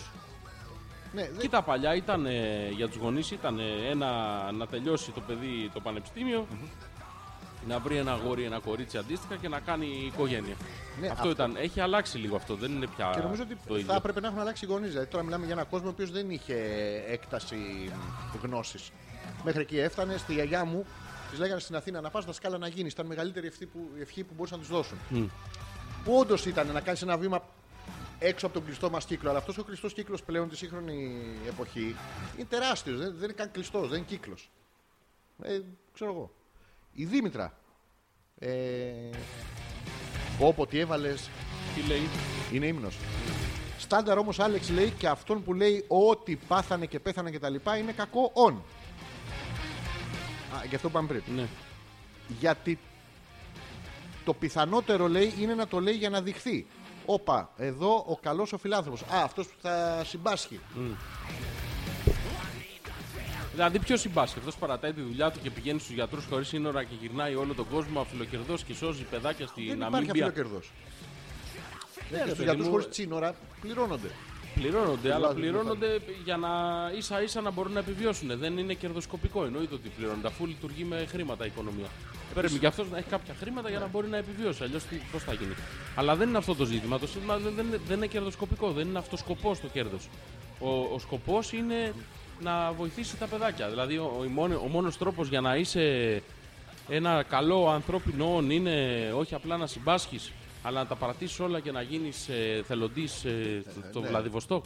[SPEAKER 1] ναι δεν-
[SPEAKER 2] Κοίτα, παλιά ήταν ε, για τους γονείς, ήταν ε, ένα να τελειώσει το παιδί το πανεπιστημιο
[SPEAKER 1] Mm-hmm.
[SPEAKER 2] να βρει ένα γόρι, ένα κορίτσι αντίστοιχα και να κάνει οικογένεια.
[SPEAKER 1] Ναι,
[SPEAKER 2] αυτό,
[SPEAKER 1] αυτό.
[SPEAKER 2] ήταν. Έχει αλλάξει λίγο αυτό, δεν είναι πια.
[SPEAKER 1] Και νομίζω ότι
[SPEAKER 2] το ίδιο.
[SPEAKER 1] θα έπρεπε να έχουν αλλάξει οι γονείς. Δηλαδή, τώρα μιλάμε για έναν κόσμο ο οποίος δεν είχε έκταση γνώσης. Μέχρι εκεί έφτανε, στη γιαγιά μου της λέγανε στην Αθήνα να πας δασκάλα να γίνεις. Ήταν η μεγαλύτερη ευχή που, η ευχή που μπορούσαν να τους δώσουν. Που όντως ήταν να κάνεις ένα βήμα έξω από τον κλειστό μας κύκλο. Αλλά αυτός ο κλειστός κύκλος πλέον τη σύγχρονη εποχή είναι τεράστιος. Δεν, δεν είναι καν κλειστός, δεν είναι κύκλος. Ε, ξέρω εγώ. Η Δήμητρα. Ε, Όπω τι έβαλες,
[SPEAKER 2] Τι λέει.
[SPEAKER 1] είναι ύμνος. Στάνταρ όμως, Άλεξ λέει και αυτόν που λέει ότι πάθανε και πέθανε και τα λοιπά είναι κακό on. Α, γι' αυτό που είπαμε πριν.
[SPEAKER 2] Ναι.
[SPEAKER 1] Γιατί το πιθανότερο λέει είναι να το λέει για να δειχθεί. Όπα, εδώ ο καλός ο φιλάνθρωπος. Α, αυτός που θα συμπάσχει.
[SPEAKER 2] Δηλαδή, ποιος συμπάσχει. Αυτός παρατάει τη δουλειά του και πηγαίνει στους γιατρούς χωρίς σύνορα και γυρνάει όλο τον κόσμο αφιλοκερδός και σώζει παιδάκια στην
[SPEAKER 1] Δεν υπάρχει
[SPEAKER 2] Αμίμπια.
[SPEAKER 1] αφιλοκερδός.
[SPEAKER 2] Ναι, ρε
[SPEAKER 1] Στους
[SPEAKER 2] παιδί
[SPEAKER 1] γιατρούς
[SPEAKER 2] μου,
[SPEAKER 1] χωρίς σύνορα πληρώνονται.
[SPEAKER 2] Πληρώνονται, αλλά
[SPEAKER 1] Βάζουν
[SPEAKER 2] πληρώνονται για να ίσα ίσα να μπορούν να επιβιώσουν. Δεν είναι κερδοσκοπικό. Εννοείται ότι πληρώνονται, αφού λειτουργεί με χρήματα η οικονομία. Πρέπει και αυτός να έχει κάποια χρήματα για να μπορεί να επιβιώσει. Αλλιώς πώς θα γίνει. Αλλά δεν είναι αυτό το ζήτημα. Το ζήτημα δεν, δεν, δεν είναι κερδοσκοπικό. Δεν είναι αυτός σκοπός το κέρδος. Ο, ο σκοπός είναι να βοηθήσει τα παιδάκια. Δηλαδή, ο, ο, μόνο μόνος τρόπος για να είσαι ένα καλό ανθρώπινο όν είναι όχι απλά να συμπάσχεις αλλά να τα παρατήσεις όλα και να γίνεις ε, θελοντής ε,
[SPEAKER 1] Ναι,
[SPEAKER 2] στο, στο Βλαδιβοστόκ.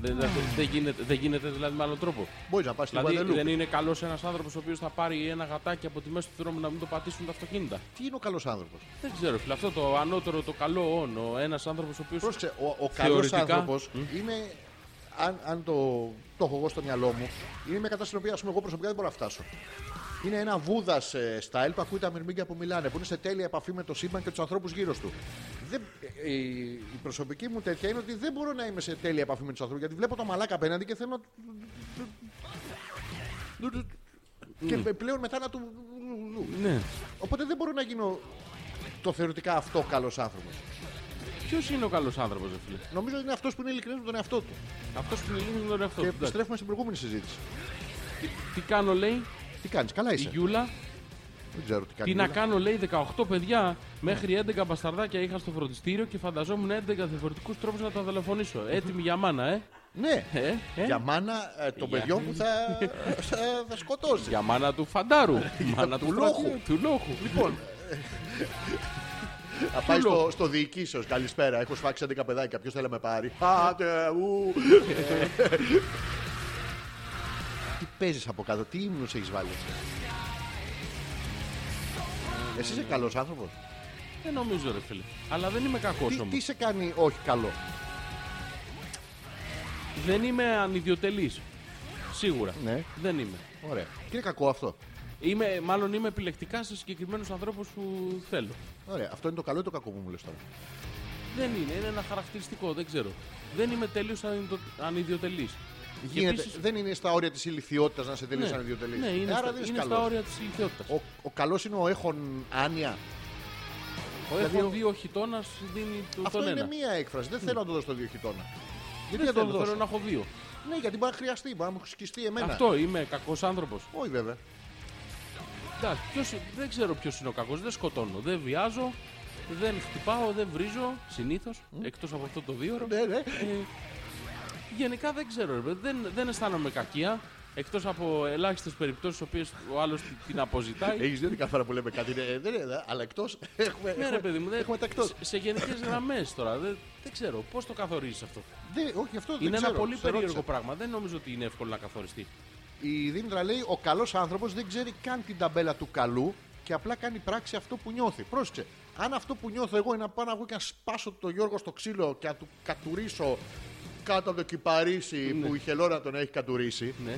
[SPEAKER 2] Δεν, δεν- δεν γίνεται, δεν γίνεται δηλαδή με άλλο τρόπο.
[SPEAKER 1] Μπορείς να πας στην
[SPEAKER 2] Δηλαδή
[SPEAKER 1] Γουαδελούπη.
[SPEAKER 2] δεν είναι καλός ένας άνθρωπος ο οποίος θα πάρει ένα γατάκι από τη μέση του δρόμου να μην το πατήσουν τα αυτοκίνητα.
[SPEAKER 1] Τι είναι ο καλός άνθρωπος.
[SPEAKER 2] Δεν ξέρω, φίλε. Αυτό το ανώτερο, το καλό όνο. Ένας άνθρωπος ο οποίος.
[SPEAKER 1] Πρόσεξε, ο, ο καλός
[SPEAKER 2] Θεωρητικά.
[SPEAKER 1] άνθρωπος είναι, αν, αν το, το έχω εγώ στο μυαλό μου, είναι μια κατάσταση στην οποία ας πούμε, εγώ προσωπικά δεν μπορώ να φτάσω. Είναι ένα βούδας style που ακούει τα μυρμήγκια που μιλάνε, που είναι σε τέλεια επαφή με το σύμπαν και τους ανθρώπους γύρω του. Δεν, ε, η, η προσωπική μου τέτοια είναι ότι δεν μπορώ να είμαι σε τέλεια επαφή με τους ανθρώπους γιατί βλέπω το μαλάκα απέναντι και θέλω να. του- Και πλέον μετά να του.
[SPEAKER 2] Ναι.
[SPEAKER 1] Οπότε δεν μπορώ να γίνω το θεωρητικά αυτό καλός άνθρωπος.
[SPEAKER 2] Ποιος είναι ο καλός άνθρωπος, ρε φίλε.
[SPEAKER 1] Νομίζω ότι είναι αυτός που είναι ειλικρινής με τον εαυτό του.
[SPEAKER 2] Αυτός που μιλήσει με τον εαυτό
[SPEAKER 1] Και
[SPEAKER 2] του. Εντάξει.
[SPEAKER 1] επιστρέφουμε στην προηγούμενη συζήτηση.
[SPEAKER 2] Τι κάνω, λέει
[SPEAKER 1] Τι κάνεις, καλά
[SPEAKER 2] η
[SPEAKER 1] είσαι.
[SPEAKER 2] Γιούλα.
[SPEAKER 1] Δεν ξέρω τι κάνει.
[SPEAKER 2] Τι να κάνω, λέει 18 παιδιά. Μέχρι 11 μπασταρδάκια είχα στο φροντιστήριο και φανταζόμουν 11 διαφορετικούς τρόπους να τα δολοφονήσω. Έτοιμη για μάνα, ε.
[SPEAKER 1] Ναι,
[SPEAKER 2] ε, ε.
[SPEAKER 1] για μάνα ε, των
[SPEAKER 2] Για-
[SPEAKER 1] παιδιών που θα, θα, θα σκοτώσει.
[SPEAKER 2] Για μάνα του φαντάρου. μάνα του
[SPEAKER 1] του λόχου.
[SPEAKER 2] λόχου. Του λόχου.
[SPEAKER 1] Λοιπόν. Θα πάει
[SPEAKER 2] Ποιο
[SPEAKER 1] στο, στο διοικήσεως. Καλησπέρα. Έχω σφάξει 11 παιδάκια. Ποιος θέλει να με πάρει. Πάτε, ου. Τι παίζεις από κάτω, τι ύμνου έχεις βάλει. Εσύ είσαι καλός άνθρωπος.
[SPEAKER 2] Δεν νομίζω, ρε φίλε. Αλλά δεν είμαι κακός
[SPEAKER 1] Τι,
[SPEAKER 2] όμως.
[SPEAKER 1] τι σε κάνει όχι καλό.
[SPEAKER 2] Δεν είμαι ανιδιοτελής. Σίγουρα.
[SPEAKER 1] Ναι.
[SPEAKER 2] Δεν είμαι.
[SPEAKER 1] Ωραία. Και είναι κακό αυτό.
[SPEAKER 2] είμαι. Μάλλον είμαι επιλεκτικά σε συγκεκριμένους ανθρώπους που θέλω.
[SPEAKER 1] Ωραία. Αυτό είναι το καλό ή το κακό που μου λες τώρα.
[SPEAKER 2] Δεν είναι, είναι ένα χαρακτηριστικό, δεν ξέρω. Δεν είμαι τελείως ανιδιοτελή.
[SPEAKER 1] Γίνεται, δεν είναι στα όρια της ηλικιότητας να σε τελείωσαν δύο τελείως.
[SPEAKER 2] Ναι, είναι,
[SPEAKER 1] Ε, Άρα
[SPEAKER 2] στα,
[SPEAKER 1] δεν είσαι
[SPEAKER 2] είναι στα
[SPEAKER 1] καλός.
[SPEAKER 2] όρια της ηλικιότητας.
[SPEAKER 1] Ο, ο καλός είναι ο έχων άνοια.
[SPEAKER 2] Ο
[SPEAKER 1] Δηλαδή,
[SPEAKER 2] έχω
[SPEAKER 1] ο-
[SPEAKER 2] δύο χιτώνας δίνει του-
[SPEAKER 1] Αυτό
[SPEAKER 2] τον
[SPEAKER 1] είναι
[SPEAKER 2] ένα. Ναι.
[SPEAKER 1] μία έκφραση. Δεν θέλω να το δώσω το δύο χιτώνα. Γιατί να
[SPEAKER 2] Δεν
[SPEAKER 1] το
[SPEAKER 2] θέλω,
[SPEAKER 1] δώσω.
[SPEAKER 2] θέλω να έχω δύο.
[SPEAKER 1] Ναι, γιατί μπορεί να χρειαστεί, μπορεί να μου σκιστεί εμένα.
[SPEAKER 2] Αυτό είμαι κακός άνθρωπος.
[SPEAKER 1] Όχι βέβαια.
[SPEAKER 2] Εντάξει, ποιος- δεν ξέρω ποιος είναι ο κακός. Δεν σκοτώνω, δεν βιάζω, δεν χτυπάω, δεν βρίζω συνήθως. Εκτός από αυτό το δύο ώρο.
[SPEAKER 1] Ναι, ναι.
[SPEAKER 2] Ε, γενικά δεν ξέρω, ρε παιδί, δεν, δεν αισθάνομαι κακία. Εκτός από ελάχιστες περιπτώσεις, οποίες ο άλλος την αποζητάει.
[SPEAKER 1] Έχεις δει ότι κάθε φορά που λέμε κάτι. είναι, ε, δεν είναι, αλλά εκτός. Έχουμε,
[SPEAKER 2] Ναι, ρε
[SPEAKER 1] έχουμε,
[SPEAKER 2] παιδί μου, δεν-
[SPEAKER 1] έχουμε τα εκτός.
[SPEAKER 2] σε, σε γενικές γραμμές τώρα. Δεν, δεν ξέρω πώς το καθορίζεις αυτό.
[SPEAKER 1] Ναι, Όχι, αυτό δεν
[SPEAKER 2] είναι
[SPEAKER 1] ξέρω.
[SPEAKER 2] ένα πολύ
[SPEAKER 1] σε ρώτησα.
[SPEAKER 2] περίεργο πράγμα. Δεν νομίζω ότι είναι εύκολο να καθοριστεί.
[SPEAKER 1] Η Δήμητρα λέει: Ο καλός άνθρωπος δεν ξέρει καν την ταμπέλα του καλού και απλά κάνει πράξη αυτό που νιώθει. Πρόσεξε. Αν αυτό που νιώθω εγώ είναι να πάω να βγω και να σπάσω τον Γιώργο στο ξύλο και να του κατουρίσω κάτω από το κυπαρίσι που η χελώνα τον έχει κατουρίσει,
[SPEAKER 2] Ναι.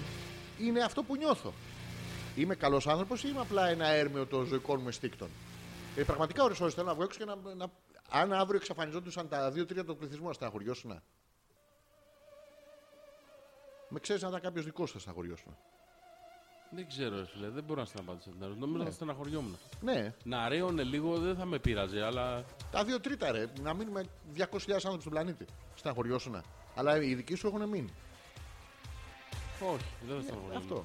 [SPEAKER 1] είναι αυτό που νιώθω. Είμαι καλός άνθρωπος ή είμαι απλά ένα έρμεο των ζωικών μου αισθήκτων. Ε, πραγματικά ώρες ώρες θέλω να βγω έξω και να, να- αν αύριο εξαφανιζόντουσαν τα 2-3 του πληθυσμού, να στεναχωριώσουν. Με ξέρεις αν ήταν κάποιος δικός σας στεναχωριώσουν.
[SPEAKER 2] Δεν ξέρω, ρε φίλε, δεν μπορώ να συναπαντήσω την ερώτηση. Νομίζω θα στεναχωριόμουν.
[SPEAKER 1] Ναι,
[SPEAKER 2] Να ρέωνε λίγο δεν θα με πείραζε, αλλά
[SPEAKER 1] τα δύο τρίτα ρε. Να μείνουμε 200.000 άνθρωποι στον πλανήτη. Στεναχωριώσουν. Αλλά οι δικοί σου έχουν μείνει.
[SPEAKER 2] όχι, δεν θα στεναχωριόμουν.
[SPEAKER 1] Αυτό.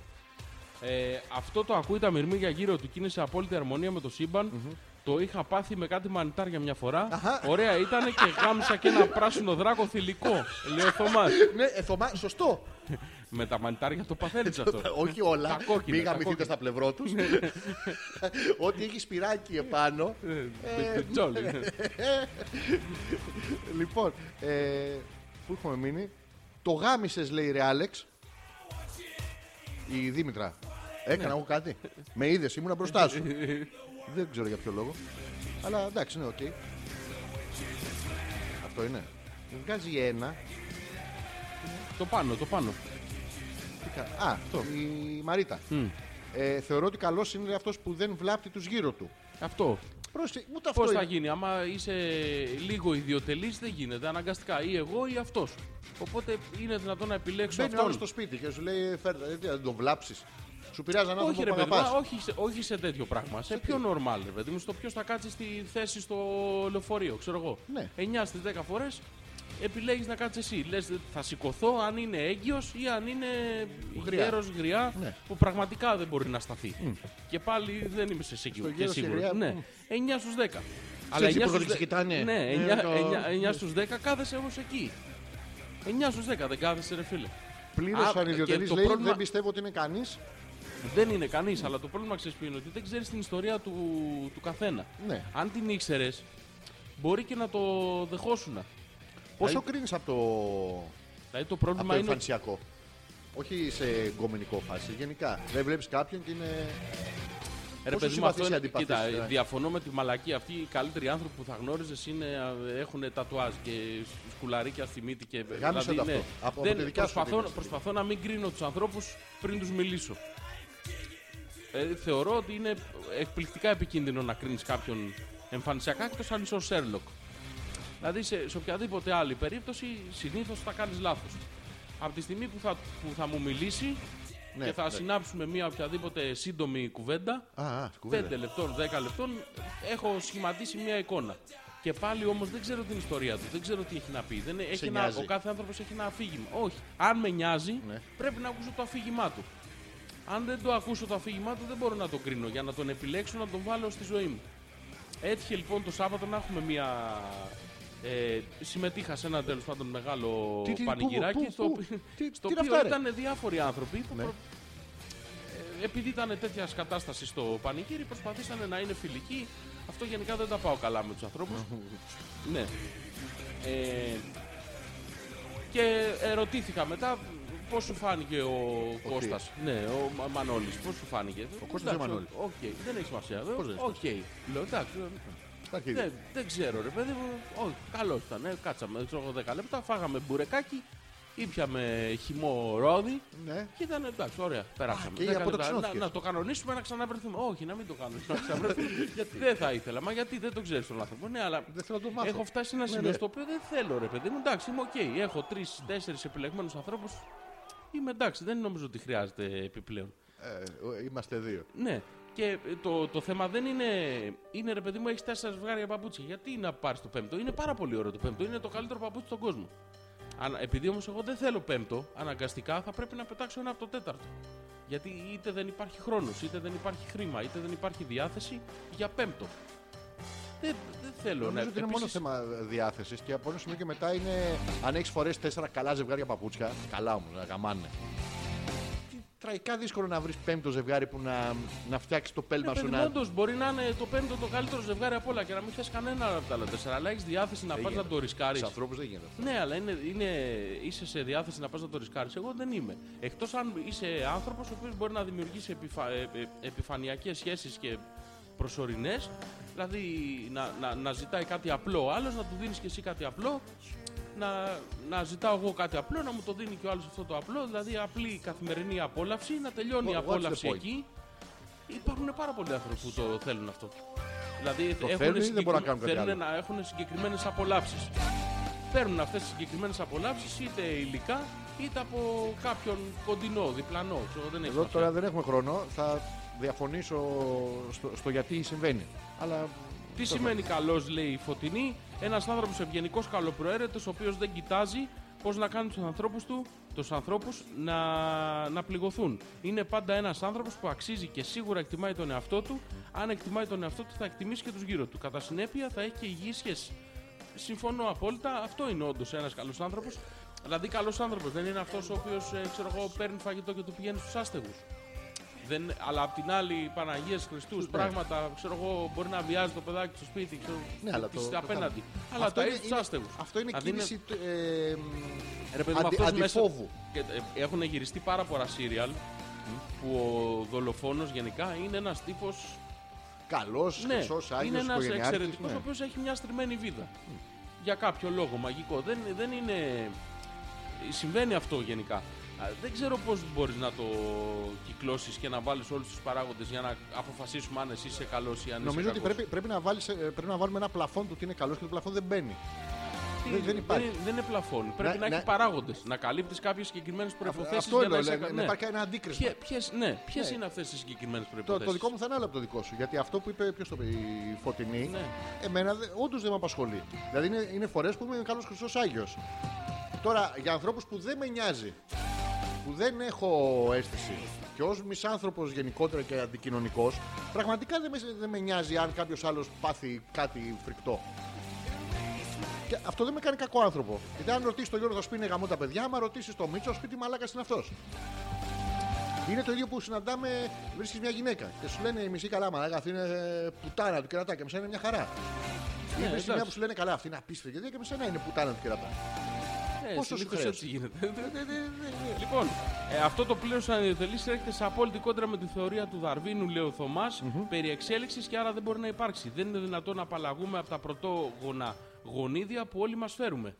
[SPEAKER 2] Ε, αυτό το ακούει τα μυρμήγια γύρω του και είναι σε απόλυτη αρμονία με το συμπαν Το είχα πάθει με κάτι μανιτάρια μια φορά. Ωραία ήταν και γάμισα και ένα πράσινο δράκο θηλυκό. Λέει ο Θωμάς.
[SPEAKER 1] Ναι, ε, Θωμά, σωστό.
[SPEAKER 2] Με τα μανιτάρια το παθαίνεις
[SPEAKER 1] Ε,
[SPEAKER 2] αυτό.
[SPEAKER 1] Όχι όλα.
[SPEAKER 2] Τα κόκκινα,
[SPEAKER 1] Μην
[SPEAKER 2] τα
[SPEAKER 1] γαμηθείτε
[SPEAKER 2] κόκκινα.
[SPEAKER 1] στα πλευρό τους. Ό,τι έχει σπυράκι επάνω.
[SPEAKER 2] Με το τζόλι.
[SPEAKER 1] Ε. Λοιπόν, ε, πού έχουμε μείνει. Το γάμισες, λέει η Ρε Άλεξ. Η Δήμητρα. Έκανα εγώ κάτι. Με είδες, ήμουν μπροστά σου. Δεν ξέρω για ποιο λόγο. Αλλά εντάξει, ναι, οκ. Αυτό είναι. Βγάζει ένα.
[SPEAKER 2] Το πάνω, το πάνω.
[SPEAKER 1] Τι κα- Α, η Μαρίτα. Ε, θεωρώ ότι καλός είναι αυτός που δεν βλάπτει τους γύρω του.
[SPEAKER 2] Αυτό.
[SPEAKER 1] Πρόσεχε, ούτε αυτό
[SPEAKER 2] Πώς θα
[SPEAKER 1] είναι.
[SPEAKER 2] γίνει, άμα είσαι λίγο ιδιωτελής, δεν γίνεται. Αναγκαστικά ή εγώ ή αυτός. Οπότε είναι δυνατόν να επιλέξω
[SPEAKER 1] Μπαίνει ο
[SPEAKER 2] αυτό.
[SPEAKER 1] άλλος στο σπίτι και σου λέει φέρτα, γιατί να τον βλάψεις. Σου πειράζει έναν
[SPEAKER 2] Όχι,
[SPEAKER 1] άνθρωπο
[SPEAKER 2] ρε
[SPEAKER 1] που
[SPEAKER 2] παιδί,
[SPEAKER 1] αγαπάς.
[SPEAKER 2] μα, όχι, σε- όχι σε τέτοιο πράγμα. Σε πιο normal, ρε παιδί μου, στο ποιος θα κάτσει στη θέση στο λεωφορείο, ξέρω εγώ.
[SPEAKER 1] Ναι.
[SPEAKER 2] 9 στι 10 φορές επιλέγεις να κάτσεις εσύ. Λες, θα σηκωθώ αν είναι έγκυος ή αν είναι
[SPEAKER 1] Γριά.
[SPEAKER 2] γέρο γριά
[SPEAKER 1] Ναι.
[SPEAKER 2] που πραγματικά δεν μπορεί να σταθει Και πάλι δεν είμαι σε σίγουρο.
[SPEAKER 1] γέρος ή γριά,
[SPEAKER 2] Ναι.
[SPEAKER 1] μμ.
[SPEAKER 2] 9 στου 10. Αλλά
[SPEAKER 1] έτσι
[SPEAKER 2] 9
[SPEAKER 1] που
[SPEAKER 2] στους
[SPEAKER 1] τον ξεκοιτάνε.
[SPEAKER 2] 10 Ναι,
[SPEAKER 1] Ε,
[SPEAKER 2] 9,
[SPEAKER 1] το-
[SPEAKER 2] 9, στου 10 κάθεσαι όμως εκεί. 9 στου 10 δεν κάθεσαι, ρε φίλε. Α,
[SPEAKER 1] Πλήρω
[SPEAKER 2] και
[SPEAKER 1] ανιδιοτελή
[SPEAKER 2] το
[SPEAKER 1] λέει:
[SPEAKER 2] πρόβλημα-
[SPEAKER 1] Δεν πιστεύω ότι είναι κανείς.
[SPEAKER 2] Δεν είναι κανείς, αλλά το πρόβλημα ξέρεις ποιο είναι ότι δεν ξέρεις την ιστορία του, του καθένα.
[SPEAKER 1] Ναι.
[SPEAKER 2] Αν την ήξερες, μπορεί και να το δεχόσουν.
[SPEAKER 1] Πόσο
[SPEAKER 2] Δηλαδή-
[SPEAKER 1] κρίνεις από το,
[SPEAKER 2] Δηλαδή
[SPEAKER 1] από
[SPEAKER 2] το πρόβλημα
[SPEAKER 1] το
[SPEAKER 2] είναι. ότι-
[SPEAKER 1] εμφανισιακό. Όχι σε γκομενικό φάση, γενικά. Δεν βλέπεις κάποιον και είναι.
[SPEAKER 2] Ρε
[SPEAKER 1] Πόσο
[SPEAKER 2] παιδί μου, αυτό
[SPEAKER 1] συμπαθείς
[SPEAKER 2] είναι.
[SPEAKER 1] ή αντιπαθείς,
[SPEAKER 2] Κοίτα,
[SPEAKER 1] δηλαδή.
[SPEAKER 2] διαφωνώ με τη μαλακή. Αυτοί οι καλύτεροι άνθρωποι που θα γνώριζες είναι, α, έχουν τατουάζ και σκουλαρίκια στη μύτη και. δηλαδή, ναι.
[SPEAKER 1] Γάμισε το αυτό. Από- από τη δικιά σου
[SPEAKER 2] προσπαθώ,
[SPEAKER 1] δήλωση.
[SPEAKER 2] προσπαθώ να μην κρίνω τους ανθρώπους πριν τους μιλήσω. Ε, θεωρώ ότι είναι εκπληκτικά επικίνδυνο να κρίνεις κάποιον εμφανισιακά εκτός αν είσαι ο Σέρλοκ. Δηλαδή σε, σε οποιαδήποτε άλλη περίπτωση συνήθως θα κάνεις λάθος. Από τη στιγμή που θα, που θα μου μιλήσει
[SPEAKER 1] Ναι,
[SPEAKER 2] και θα
[SPEAKER 1] ναι.
[SPEAKER 2] συνάψουμε μία οποιαδήποτε σύντομη κουβέντα,
[SPEAKER 1] Α, α,
[SPEAKER 2] 5
[SPEAKER 1] κουβέντα.
[SPEAKER 2] λεπτών, 10 λεπτών, έχω σχηματίσει μια εικόνα. Και πάλι όμως δεν ξέρω την ιστορία του, δεν ξέρω τι έχει να πει. Δεν έχει ένα-
[SPEAKER 1] νοιάζει.
[SPEAKER 2] ο κάθε άνθρωπος έχει ένα αφήγημα. Όχι. Αν με νοιάζει,
[SPEAKER 1] Ναι.
[SPEAKER 2] πρέπει να ακούσω το αφήγημά του. Αν δεν το ακούσω το αφήγημά του, δεν μπορώ να το κρίνω για να τον επιλέξω να τον βάλω στη ζωή μου. Έτυχε λοιπόν το Σάββατο να έχουμε μια. Ε, συμμετείχα σε ένα τέλος πάντων μεγάλο
[SPEAKER 1] Τι, τι, πού,
[SPEAKER 2] πανηγυράκι.
[SPEAKER 1] πού,
[SPEAKER 2] στο
[SPEAKER 1] πού,
[SPEAKER 2] οποίο-
[SPEAKER 1] τι,
[SPEAKER 2] στο
[SPEAKER 1] τι είναι
[SPEAKER 2] οποίο
[SPEAKER 1] αυτά, ρε?
[SPEAKER 2] ήταν διάφοροι άνθρωποι που
[SPEAKER 1] Ναι.
[SPEAKER 2] προ- ε, επειδή ήταν τέτοια κατάσταση στο πανηγύρι, προσπαθήσανε να είναι φιλικοί. Αυτό γενικά δεν τα πάω καλά με τους ανθρώπους. ναι. Ε, και ερωτήθηκα μετά πώς σου φάνηκε ο Κώστας. Ναι, ο Μα- Μανώλης, πώς σου φάνηκε. Ο
[SPEAKER 1] Κώστας ή ο Μανώλης?
[SPEAKER 2] Οκ, δεν έχει σημασία. βέβαια.
[SPEAKER 1] Πώς δεν έχει
[SPEAKER 2] Οκ. Λέω εντάξει. λέω,
[SPEAKER 1] Τα αρχίδια.
[SPEAKER 2] Δεν, δεν ξέρω, ρε παιδί μου. Όχι, καλός ήταν. ε, Κάτσαμε ξέρω, εγώ, 10 λεπτά, φάγαμε μπουρεκάκι, ήπιαμε χυμό ρόδι.
[SPEAKER 1] Ναι.
[SPEAKER 2] Και ήταν εντάξει, ωραία, περάσαμε.
[SPEAKER 1] και
[SPEAKER 2] Δέκα
[SPEAKER 1] αποτοξινώθηκες.
[SPEAKER 2] να, να το κανονίσουμε να ξαναβρεθούμε. Όχι, να μην το κάνουμε. Να ξαναβρεθούμε. γιατί δεν θα ήθελα, μα γιατί δεν το ξέρεις τον άνθρωπο. Ναι, αλλά
[SPEAKER 1] Δεν θέλω να το μάθω.
[SPEAKER 2] έχω φτάσει σε ένα σημείο
[SPEAKER 1] ναι.
[SPEAKER 2] στο οποίο δεν θέλω, ρε παιδί μου. Εντάξει, είμαι οκ. Έχω τρει-τέσσερι επιλεγμένους ανθρώπους. Είμαι εντάξει, δεν νομίζω ότι χρειάζεται επιπλέον.
[SPEAKER 1] Ε, ο- είμαστε δύο.
[SPEAKER 2] Ναι. Και ε, το, το θέμα δεν είναι. Είναι ρε παιδί μου, έχεις τέσσερα ζευγάρια παπούτσια. Γιατί να πάρεις το πέμπτο, Είναι πάρα πολύ ωραίο το πέμπτο. Είναι το καλύτερο παπούτσι στον κόσμο. Αν, επειδή όμως εγώ δεν θέλω πέμπτο, αναγκαστικά θα πρέπει να πετάξω ένα από το τέταρτο. Γιατί είτε δεν υπάρχει χρόνος, είτε δεν υπάρχει χρήμα, είτε δεν υπάρχει διάθεση για πέμπτο. Δεν, δεν θέλω
[SPEAKER 1] Νομίζω
[SPEAKER 2] να
[SPEAKER 1] ότι είναι μόνο
[SPEAKER 2] Ναι, επίσης-
[SPEAKER 1] θέμα διάθεσης και από ένα σημείο και μετά είναι αν έχεις φορέσει τέσσερα καλά ζευγάρια παπούτσια. Καλά όμως, να γαμάνε. Τι Τραγικά δύσκολο να βρεις πέμπτο ζευγάρι που να, να φτιάξει το πέλμα
[SPEAKER 2] Ναι,
[SPEAKER 1] σου
[SPEAKER 2] παιδί,
[SPEAKER 1] να.
[SPEAKER 2] όντως, μπορεί να είναι το πέμπτο το καλύτερο ζευγάρι από όλα και να μην θες κανένα από τα άλλα τέσσερα. Αλλά έχεις διάθεση να πας να
[SPEAKER 1] γίνεται.
[SPEAKER 2] το ρισκάρεις.
[SPEAKER 1] Σε ανθρώπους δεν γίνεται.
[SPEAKER 2] Ναι, αλλά είναι, είναι, είσαι σε διάθεση να πας να το ρισκάρεις. Εγώ δεν είμαι. Εκτός αν είσαι άνθρωπος ο οποίος μπορεί να δημιουργήσει επιφα, ε, ε, επιφανειακές σχέσεις και προσωρινές. Δηλαδή να, να, να ζητάει κάτι απλό ο άλλος, να του δίνεις και εσύ κάτι απλό. Να, να ζητάω εγώ κάτι απλό, να μου το δίνει και ο άλλος αυτό το απλό. Δηλαδή απλή καθημερινή απόλαυση, να τελειώνει η
[SPEAKER 1] What's the
[SPEAKER 2] απόλαυση
[SPEAKER 1] point?
[SPEAKER 2] εκεί. Υπάρχουν πάρα πολλοί άνθρωποι που το θέλουν αυτό. Δηλαδή
[SPEAKER 1] Το
[SPEAKER 2] έχουν
[SPEAKER 1] θέλουν ή δεν
[SPEAKER 2] συγκεκρι-
[SPEAKER 1] μπορούν να κάνουν κάτι
[SPEAKER 2] θέλουν
[SPEAKER 1] άλλο?
[SPEAKER 2] να έχουν συγκεκριμένες απολαύσεις. Παίρνουν αυτές τις συγκεκριμένες απολαύσεις είτε υλικά είτε από κάποιον κοντινό, διπλανό. Ξέρω, δεν
[SPEAKER 1] Εδώ
[SPEAKER 2] έχει σημασία.
[SPEAKER 1] τώρα δεν έχουμε χρόνο. Θα διαφωνήσω στο, στο γιατί συμβαίνει. Αλλά
[SPEAKER 2] Τι σημαίνει καλός, λέει η φωτεινή, ένας άνθρωπος ευγενικός, καλοπροαίρετος, ο οποίος δεν κοιτάζει πώς να κάνει τους ανθρώπους του τους ανθρώπους να, να πληγωθούν. Είναι πάντα ένας άνθρωπος που αξίζει και σίγουρα εκτιμάει τον εαυτό του. Αν εκτιμάει τον εαυτό του, θα εκτιμήσει και τους γύρω του. Κατά συνέπεια, θα έχει και υγιή σχέση. Συμφωνώ απόλυτα. Αυτό είναι όντως ένας καλός άνθρωπος. Δηλαδή, καλός άνθρωπος. Δεν είναι αυτός ο οποίος ξέρω εγώ, παίρνει φαγητό και το πηγαίνει στους άστεγους. Δεν, αλλά απ' την άλλη, Παναγίες Χριστούς, πράγματα, ξέρω εγώ, μπορεί να βιάζει το παιδάκι στο σπίτι, ξέρω,
[SPEAKER 1] Ναι, αλλά
[SPEAKER 2] της-
[SPEAKER 1] το- το
[SPEAKER 2] απέναντι.
[SPEAKER 1] κάνουμε.
[SPEAKER 2] αλλά
[SPEAKER 1] Αυτό
[SPEAKER 2] το
[SPEAKER 1] είναι-
[SPEAKER 2] έχεις στου
[SPEAKER 1] είναι-
[SPEAKER 2] άστεγους.
[SPEAKER 1] Αυτό είναι κίνηση του, ε, μ,
[SPEAKER 2] Ρε παιδί μου,
[SPEAKER 1] αντι-
[SPEAKER 2] αυτός μέσα-
[SPEAKER 1] αντιφόβου.
[SPEAKER 2] Και, ε, Έχουν γυριστεί πάρα πολλά σύριαλ που ο δολοφόνος γενικά είναι ένας τύπος
[SPEAKER 1] Καλός,
[SPEAKER 2] ναι,
[SPEAKER 1] χρυσός,
[SPEAKER 2] είναι
[SPEAKER 1] άγιος,
[SPEAKER 2] ένας
[SPEAKER 1] οικογενειάρχης.
[SPEAKER 2] εξαιρετικός
[SPEAKER 1] ναι.
[SPEAKER 2] ο οποίος έχει μια στριμμένη βίδα για κάποιο λόγο μαγικό δεν, δεν είναι συμβαίνει αυτό γενικά Α, δεν ξέρω πώς μπορείς να το κυκλώσεις και να βάλεις όλους τους παράγοντες για να αποφασίσουμε αν εσύ είσαι καλός ή αν είσαι
[SPEAKER 1] Νομίζω ότι
[SPEAKER 2] κακός.
[SPEAKER 1] πρέπει, πρέπει, να βάλεις, ε, πρέπει να βάλουμε ένα πλαφόν του ότι είναι καλός και το πλαφόν δεν μπαίνει.
[SPEAKER 2] Τι-
[SPEAKER 1] δεν- δεν υπάρχει.
[SPEAKER 2] Δεν, δεν είναι πλαφόν. Πρέπει να,
[SPEAKER 1] να-
[SPEAKER 2] έχει παράγοντες. Να καλύπτεις κάποιες συγκεκριμένες προϋποθέσεις
[SPEAKER 1] Ε, Αυτό
[SPEAKER 2] για να
[SPEAKER 1] λέω,
[SPEAKER 2] είσαι
[SPEAKER 1] λέει,
[SPEAKER 2] κα-
[SPEAKER 1] να
[SPEAKER 2] ναι.
[SPEAKER 1] υπάρχει ένα αντίκρισμα.
[SPEAKER 2] Ποιε ποιες- ναι, ποιες είναι αυτές οι συγκεκριμένες
[SPEAKER 1] Το,
[SPEAKER 2] προποθέσει.
[SPEAKER 1] το δικό μου θα είναι άλλο από το δικό σου. Γιατί αυτό που είπε ποιος το είπε, η Φωτεινή,
[SPEAKER 2] Ναι.
[SPEAKER 1] εμένα όντως δεν με απασχολεί. Δηλαδή είναι, είναι φορές που είμαι καλός χρυσό Άγιος. Τώρα για ανθρώπους που δεν με νοιάζει, που δεν έχω αίσθηση και ως μισάνθρωπος γενικότερα και αντικοινωνικός, πραγματικά δεν με, δεν με νοιάζει αν κάποιος άλλος πάθει κάτι φρικτό. Και αυτό δεν με κάνει κακό άνθρωπο. Γιατί αν ρωτήσεις τον Γιώργο θα σου πει είναι γαμό τα παιδιά, άμα ρωτήσεις τον Μίτσο, θα σου πει τι μαλάκας είναι αυτός. Είναι το ίδιο που συναντάμε, βρίσκεις μια γυναίκα και σου λένε η μισή καλά μαλάκα, αυτή είναι ε, πουτάνα του κερατά και μισή είναι μια χαρά.
[SPEAKER 2] Ναι,
[SPEAKER 1] Ή βρίσκεις μια
[SPEAKER 2] εντάξει.
[SPEAKER 1] που σου λένε καλά, αυτή είναι απίστευτη γιατί και μισένα είναι πουτάνα του κερατά.
[SPEAKER 2] Ε,
[SPEAKER 1] πόσο σου
[SPEAKER 2] συνήθως
[SPEAKER 1] χρειάζεται.
[SPEAKER 2] έτσι γίνεται. Ναι, λοιπόν, ε, αυτό το πλέον σαν ιδιωτελής έρχεται σε απόλυτη κόντρα με τη θεωρία του Δαρβίνου, λέει ο Θωμάς, περί εξέλιξης και άρα δεν μπορεί να υπάρξει. Δεν είναι δυνατόν να απαλλαγούμε από τα πρωτόγωνα γονίδια που όλοι μας φέρουμε.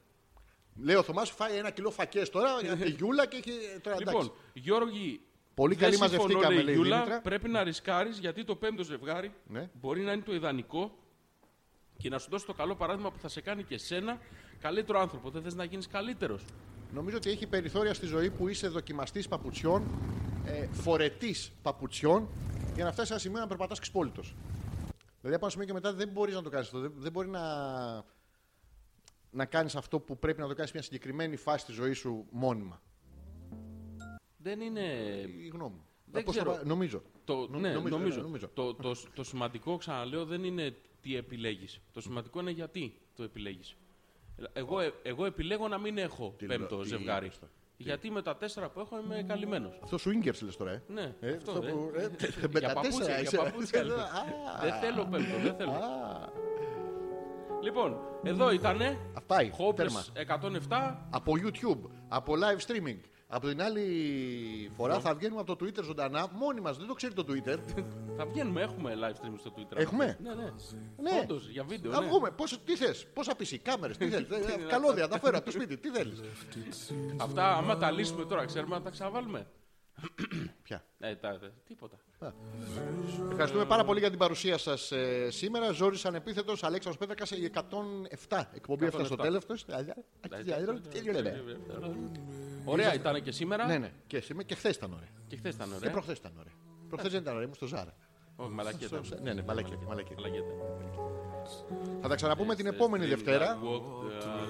[SPEAKER 1] Λέει ο Θωμάς φάει ένα κιλό φακές τώρα για τη Γιούλα και έχει ε, τώρα εντάξει.
[SPEAKER 2] Λοιπόν, Γιώργη,
[SPEAKER 1] Πολύ
[SPEAKER 2] δεν
[SPEAKER 1] καλή
[SPEAKER 2] συμφωνώ,
[SPEAKER 1] μαζευτήκαμε,
[SPEAKER 2] λέει,
[SPEAKER 1] λέει η
[SPEAKER 2] Γιούλα,
[SPEAKER 1] Δήμητρα.
[SPEAKER 2] Πρέπει να ρισκάρεις γιατί το πέμπτο ζευγάρι
[SPEAKER 1] Ναι.
[SPEAKER 2] μπορεί να είναι το ιδανικό και να σου δώσει το καλό παράδειγμα που θα σε κάνει και σένα καλύτερο άνθρωπο. Δεν θες να γίνεις καλύτερος.
[SPEAKER 1] Νομίζω ότι έχει περιθώρια στη ζωή που είσαι δοκιμαστής παπουτσιών, ε, φορετής παπουτσιών, για να φτάσεις σε ένα σημείο να περπατάς ξυπόλυτος. Δηλαδή από ένα σημείο και μετά δεν μπορείς να το κάνεις αυτό. Δεν, δεν μπορεί να, να κάνεις αυτό που πρέπει να το κάνεις σε μια συγκεκριμένη φάση της ζωής σου μόνιμα.
[SPEAKER 2] Δεν είναι.
[SPEAKER 1] Η γνώμη μου.
[SPEAKER 2] Δεν
[SPEAKER 1] Πώς θα
[SPEAKER 2] ξέρω.
[SPEAKER 1] πα- Νομίζω.
[SPEAKER 2] Το,
[SPEAKER 1] Νο-
[SPEAKER 2] ναι, νομίζω.
[SPEAKER 1] ναι, νομίζω.
[SPEAKER 2] Το, το, το σημαντικό, ξαναλέω, δεν είναι τι επιλέγεις. Το σημαντικό είναι γιατί το επιλέγεις. Εγώ, ε- εγώ επιλέγω να μην έχω
[SPEAKER 1] Τι
[SPEAKER 2] πέμπτο
[SPEAKER 1] λέω, τι
[SPEAKER 2] ζευγάρι.
[SPEAKER 1] είπες τώρα,
[SPEAKER 2] Γιατί με τα τέσσερα που έχω είμαι καλυμμένος.
[SPEAKER 1] Αυτό σου ίγκερς λες τώρα, ε.
[SPEAKER 2] Ναι,
[SPEAKER 1] Ε,
[SPEAKER 2] αυτό,
[SPEAKER 1] αυτό
[SPEAKER 2] ε.
[SPEAKER 1] που- ε, με
[SPEAKER 2] Για
[SPEAKER 1] τα
[SPEAKER 2] παπούτσια,
[SPEAKER 1] τέσσερα
[SPEAKER 2] για
[SPEAKER 1] είσαι.
[SPEAKER 2] παπούτσια. λοιπόν. λέω. Δεν θέλω πέμπτο, δεν θέλω. Λοιπόν, εδώ ήτανε.
[SPEAKER 1] Αυτά είναι,
[SPEAKER 2] Χόπες
[SPEAKER 1] τέρμα.
[SPEAKER 2] 107.
[SPEAKER 1] Από YouTube, από live streaming. Από την άλλη φορά θα βγαίνουμε από το Twitter ζωντανά. Μόνοι μας, δεν το ξέρει το Twitter.
[SPEAKER 2] Θα βγαίνουμε, έχουμε live stream στο Twitter.
[SPEAKER 1] Έχουμε?
[SPEAKER 2] Ναι, ναι.
[SPEAKER 1] Ναι.
[SPEAKER 2] Όντως, για βίντεο.
[SPEAKER 1] Θα
[SPEAKER 2] ναι.
[SPEAKER 1] βγούμε. Πόσο, τι θες, πόσα PC, κάμερες, τι θέλεις. Ε, Καλώδια, τα φέρω από το σπίτι, τι θέλεις.
[SPEAKER 2] Αυτά, άμα τα λύσουμε τώρα, ξέρουμε να τα ξαβάλουμε.
[SPEAKER 1] Πια.
[SPEAKER 2] Ε, τα, τα- τίποτα.
[SPEAKER 1] Ευχαριστούμε πάρα πολύ για την παρουσία σας ε, σήμερα. Ζόρις Ανεπίθετος, Αλέξανδρος Πέτρακας, η 107. Εκπομπή έφτασε στο
[SPEAKER 2] 107.
[SPEAKER 1] τέλος. Αλλιά,
[SPEAKER 2] Ναι,
[SPEAKER 1] αρχίζει, αλλιά, τελειώνεται.
[SPEAKER 2] Ωραία ήταν και σήμερα.
[SPEAKER 1] Ναι, ναι. Και σήμερα και χθες ήταν ωραία.
[SPEAKER 2] Και χθες ήταν
[SPEAKER 1] Και
[SPEAKER 2] ωραία.
[SPEAKER 1] προχθές ήταν ωραία. Προχθές δεν ήταν ωραία, ήμουν στο Ζάρα.
[SPEAKER 2] Όχι, μαλακία ήταν.
[SPEAKER 1] Ναι, ναι, μαλακή. μαλακή.
[SPEAKER 2] Μαλακία ήταν.
[SPEAKER 1] Θα τα ξαναπούμε την επόμενη Δευτέρα.
[SPEAKER 2] I ε, walked alone.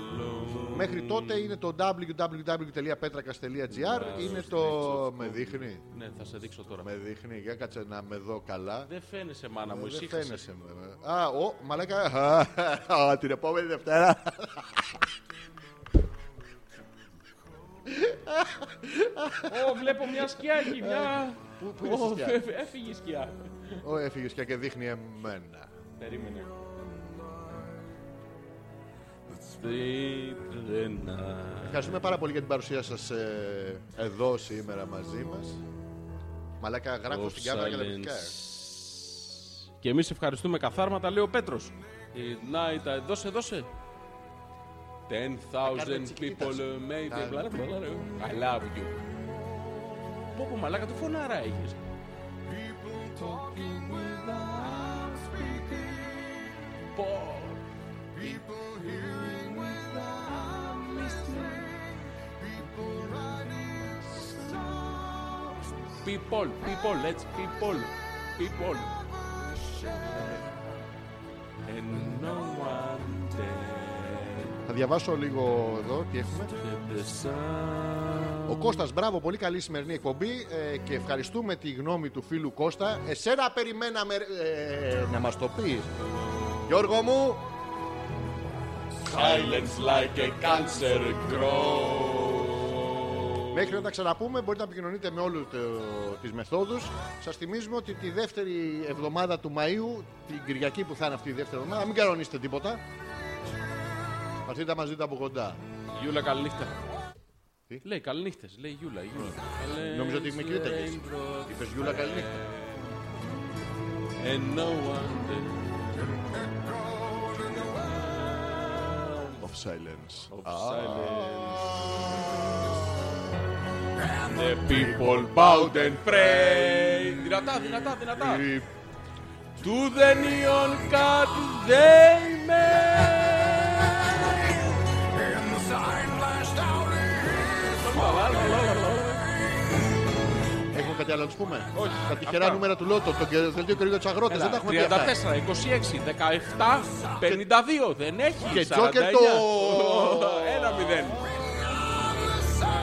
[SPEAKER 1] Μέχρι τότε είναι το www.petrakas.gr. Είναι το. Με δείχνει.
[SPEAKER 2] Ναι, θα σε δείξω τώρα.
[SPEAKER 1] Με Ε, δείχνει. Για κάτσε να με δω καλά.
[SPEAKER 2] Δεν φαίνεσαι, μάνα μου, εσύ
[SPEAKER 1] Δεν
[SPEAKER 2] χασες.
[SPEAKER 1] φαίνεσαι. με. Α, ο, μαλάκα. Α, α, Την επόμενη Δευτέρα.
[SPEAKER 2] Ω, βλέπω μια σκιά εκεί, μια.
[SPEAKER 1] Πού- πού είναι στη
[SPEAKER 2] Ω,
[SPEAKER 1] Ε, σκιά?
[SPEAKER 2] φε- Έφυγε η σκιά.
[SPEAKER 1] Ω, έφυγε και- και δείχνει εμένα.
[SPEAKER 2] Περίμενε. Στρίτρενα.
[SPEAKER 1] Ευχαριστούμε πάρα πολύ για την παρουσία σας εδώ σήμερα μαζί μας. Μαλάκα, γράφω στην κάμερα και τα
[SPEAKER 2] Silence.
[SPEAKER 1] βυθικά.
[SPEAKER 2] Και εμείς ευχαριστούμε καθάρματα, λέει ο Πέτρος. Να, τα δώσε, δώσε. 10,000 people ε, made
[SPEAKER 1] Τα-
[SPEAKER 2] blah, blah, blah. I love you. Πω πω μαλάκα, το φωνάρα έχεις. Πω. People, people, let's people, people. And no one there.
[SPEAKER 1] Θα διαβάσω λίγο εδώ τι έχουμε.
[SPEAKER 2] The sun.
[SPEAKER 1] Ο Κώστας, μπράβο, πολύ καλή σημερινή εκπομπή ε, και ευχαριστούμε τη γνώμη του φίλου Κώστα. Εσένα περιμέναμε ρε, ε, να μας το πεις. Γιώργο μου,
[SPEAKER 2] Silence like a cancer grows.
[SPEAKER 1] Μέχρι να τα ξαναπούμε, μπορείτε να επικοινωνείτε με ε, όλου τις μεθόδους. Σας θυμίζουμε ότι τη δεύτερη εβδομάδα του Μαΐου, την Κυριακή που θα είναι αυτή η δεύτερη εβδομάδα, μην κανονίσετε τίποτα. Αρθείτε να μα δείτε από κοντά.
[SPEAKER 2] Γιούλα, καληνύχτα.
[SPEAKER 1] Τι?
[SPEAKER 2] Λέει καληνύχτες, λέει Γιούλα. η Γιούλα.
[SPEAKER 1] Νόμιζα ότι με κοίταγες. Είπες Γιούλα, καληνύχτα.
[SPEAKER 2] And no one did.
[SPEAKER 1] Of silence.
[SPEAKER 2] And the people bowed and prayed. Δυνατά, δυνατά, δυνατά.
[SPEAKER 1] Η-
[SPEAKER 2] To the neon god they made.
[SPEAKER 1] Έχουμε κάτι άλλο να τους πούμε.
[SPEAKER 2] Όχι.
[SPEAKER 1] Τα τυχερά
[SPEAKER 2] Αυτά.
[SPEAKER 1] νούμερα του Λότο, το κε- δελτίο καιρού για του αγρότε. Ε, Δεν τα έχουμε πει. αυτά.
[SPEAKER 2] 34, 26, 17, 52. Δεν έχει.
[SPEAKER 1] Και
[SPEAKER 2] 49.
[SPEAKER 1] Joker το-
[SPEAKER 2] Ένα μηδέν.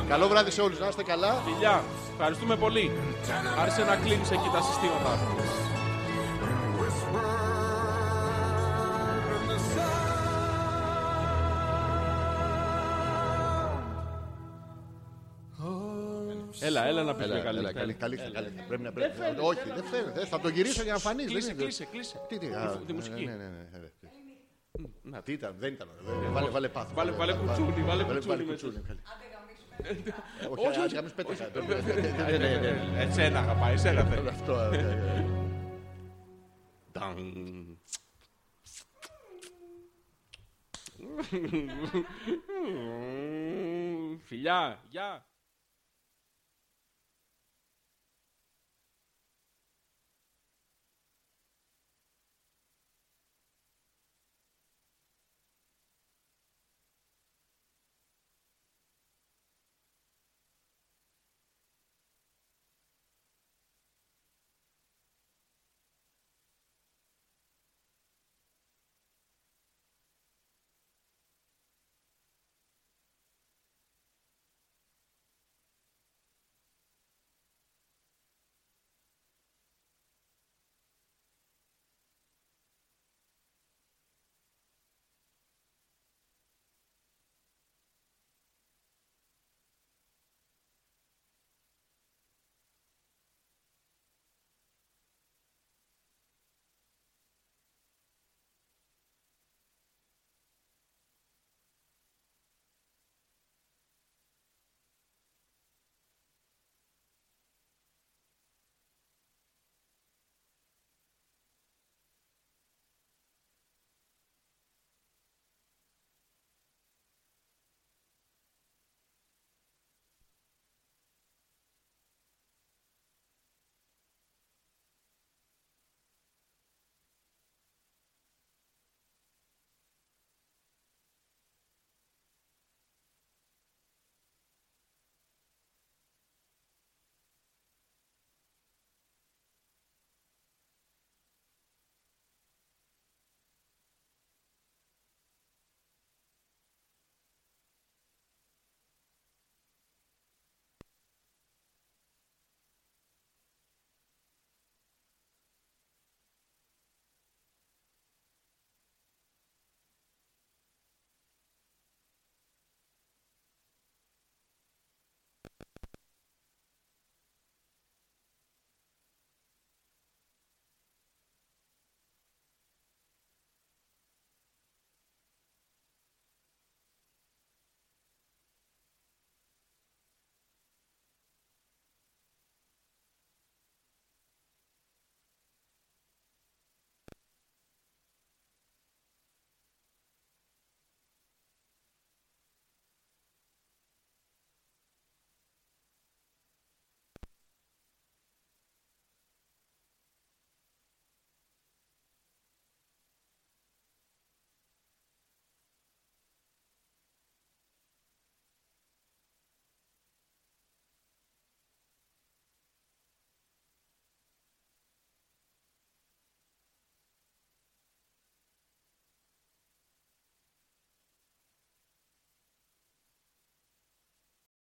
[SPEAKER 1] Καλό βράδυ σε όλους, να είστε καλά.
[SPEAKER 2] Φιλιά. Ευχαριστούμε πολύ. Άρχισε να κλείνεις εκεί τα συστήματα. Έλα, έλα να πεις μια καλή.
[SPEAKER 1] Έλα,
[SPEAKER 2] νύχτα.
[SPEAKER 1] καλή, καλή,
[SPEAKER 2] Έλα.
[SPEAKER 1] καλή. Πρέπει να πρέπει. να- Όχι, δεν φαίνεται. Θα το γυρίσω για να φανείς.
[SPEAKER 2] Κλείσε, κλείσε, κλείσε.
[SPEAKER 1] Τι, τι,
[SPEAKER 2] Τη-
[SPEAKER 1] α,
[SPEAKER 2] τη μουσική.
[SPEAKER 1] ναι, ναι, ναι, ναι, ναι.
[SPEAKER 2] Να,
[SPEAKER 1] Τι ήταν, δεν ήταν. ωραίο. Βάλε, βάλε πάθος.
[SPEAKER 2] Ε, Βάλε- βάλε κουτσούνι, βάλε κουτσούνι μέσα.
[SPEAKER 1] καλή.
[SPEAKER 2] Όχι,
[SPEAKER 1] Όχι,
[SPEAKER 2] όχι.
[SPEAKER 1] όχι, αμέσως πέταξα.
[SPEAKER 2] Όχι, όχι, όχι. Ε, ναι, ναι, ναι. Εσένα αγαπάει, εσένα θέλει.
[SPEAKER 1] Αυτό. ε, ε, ε.
[SPEAKER 2] Ταγκ. Φιλιά, γεια.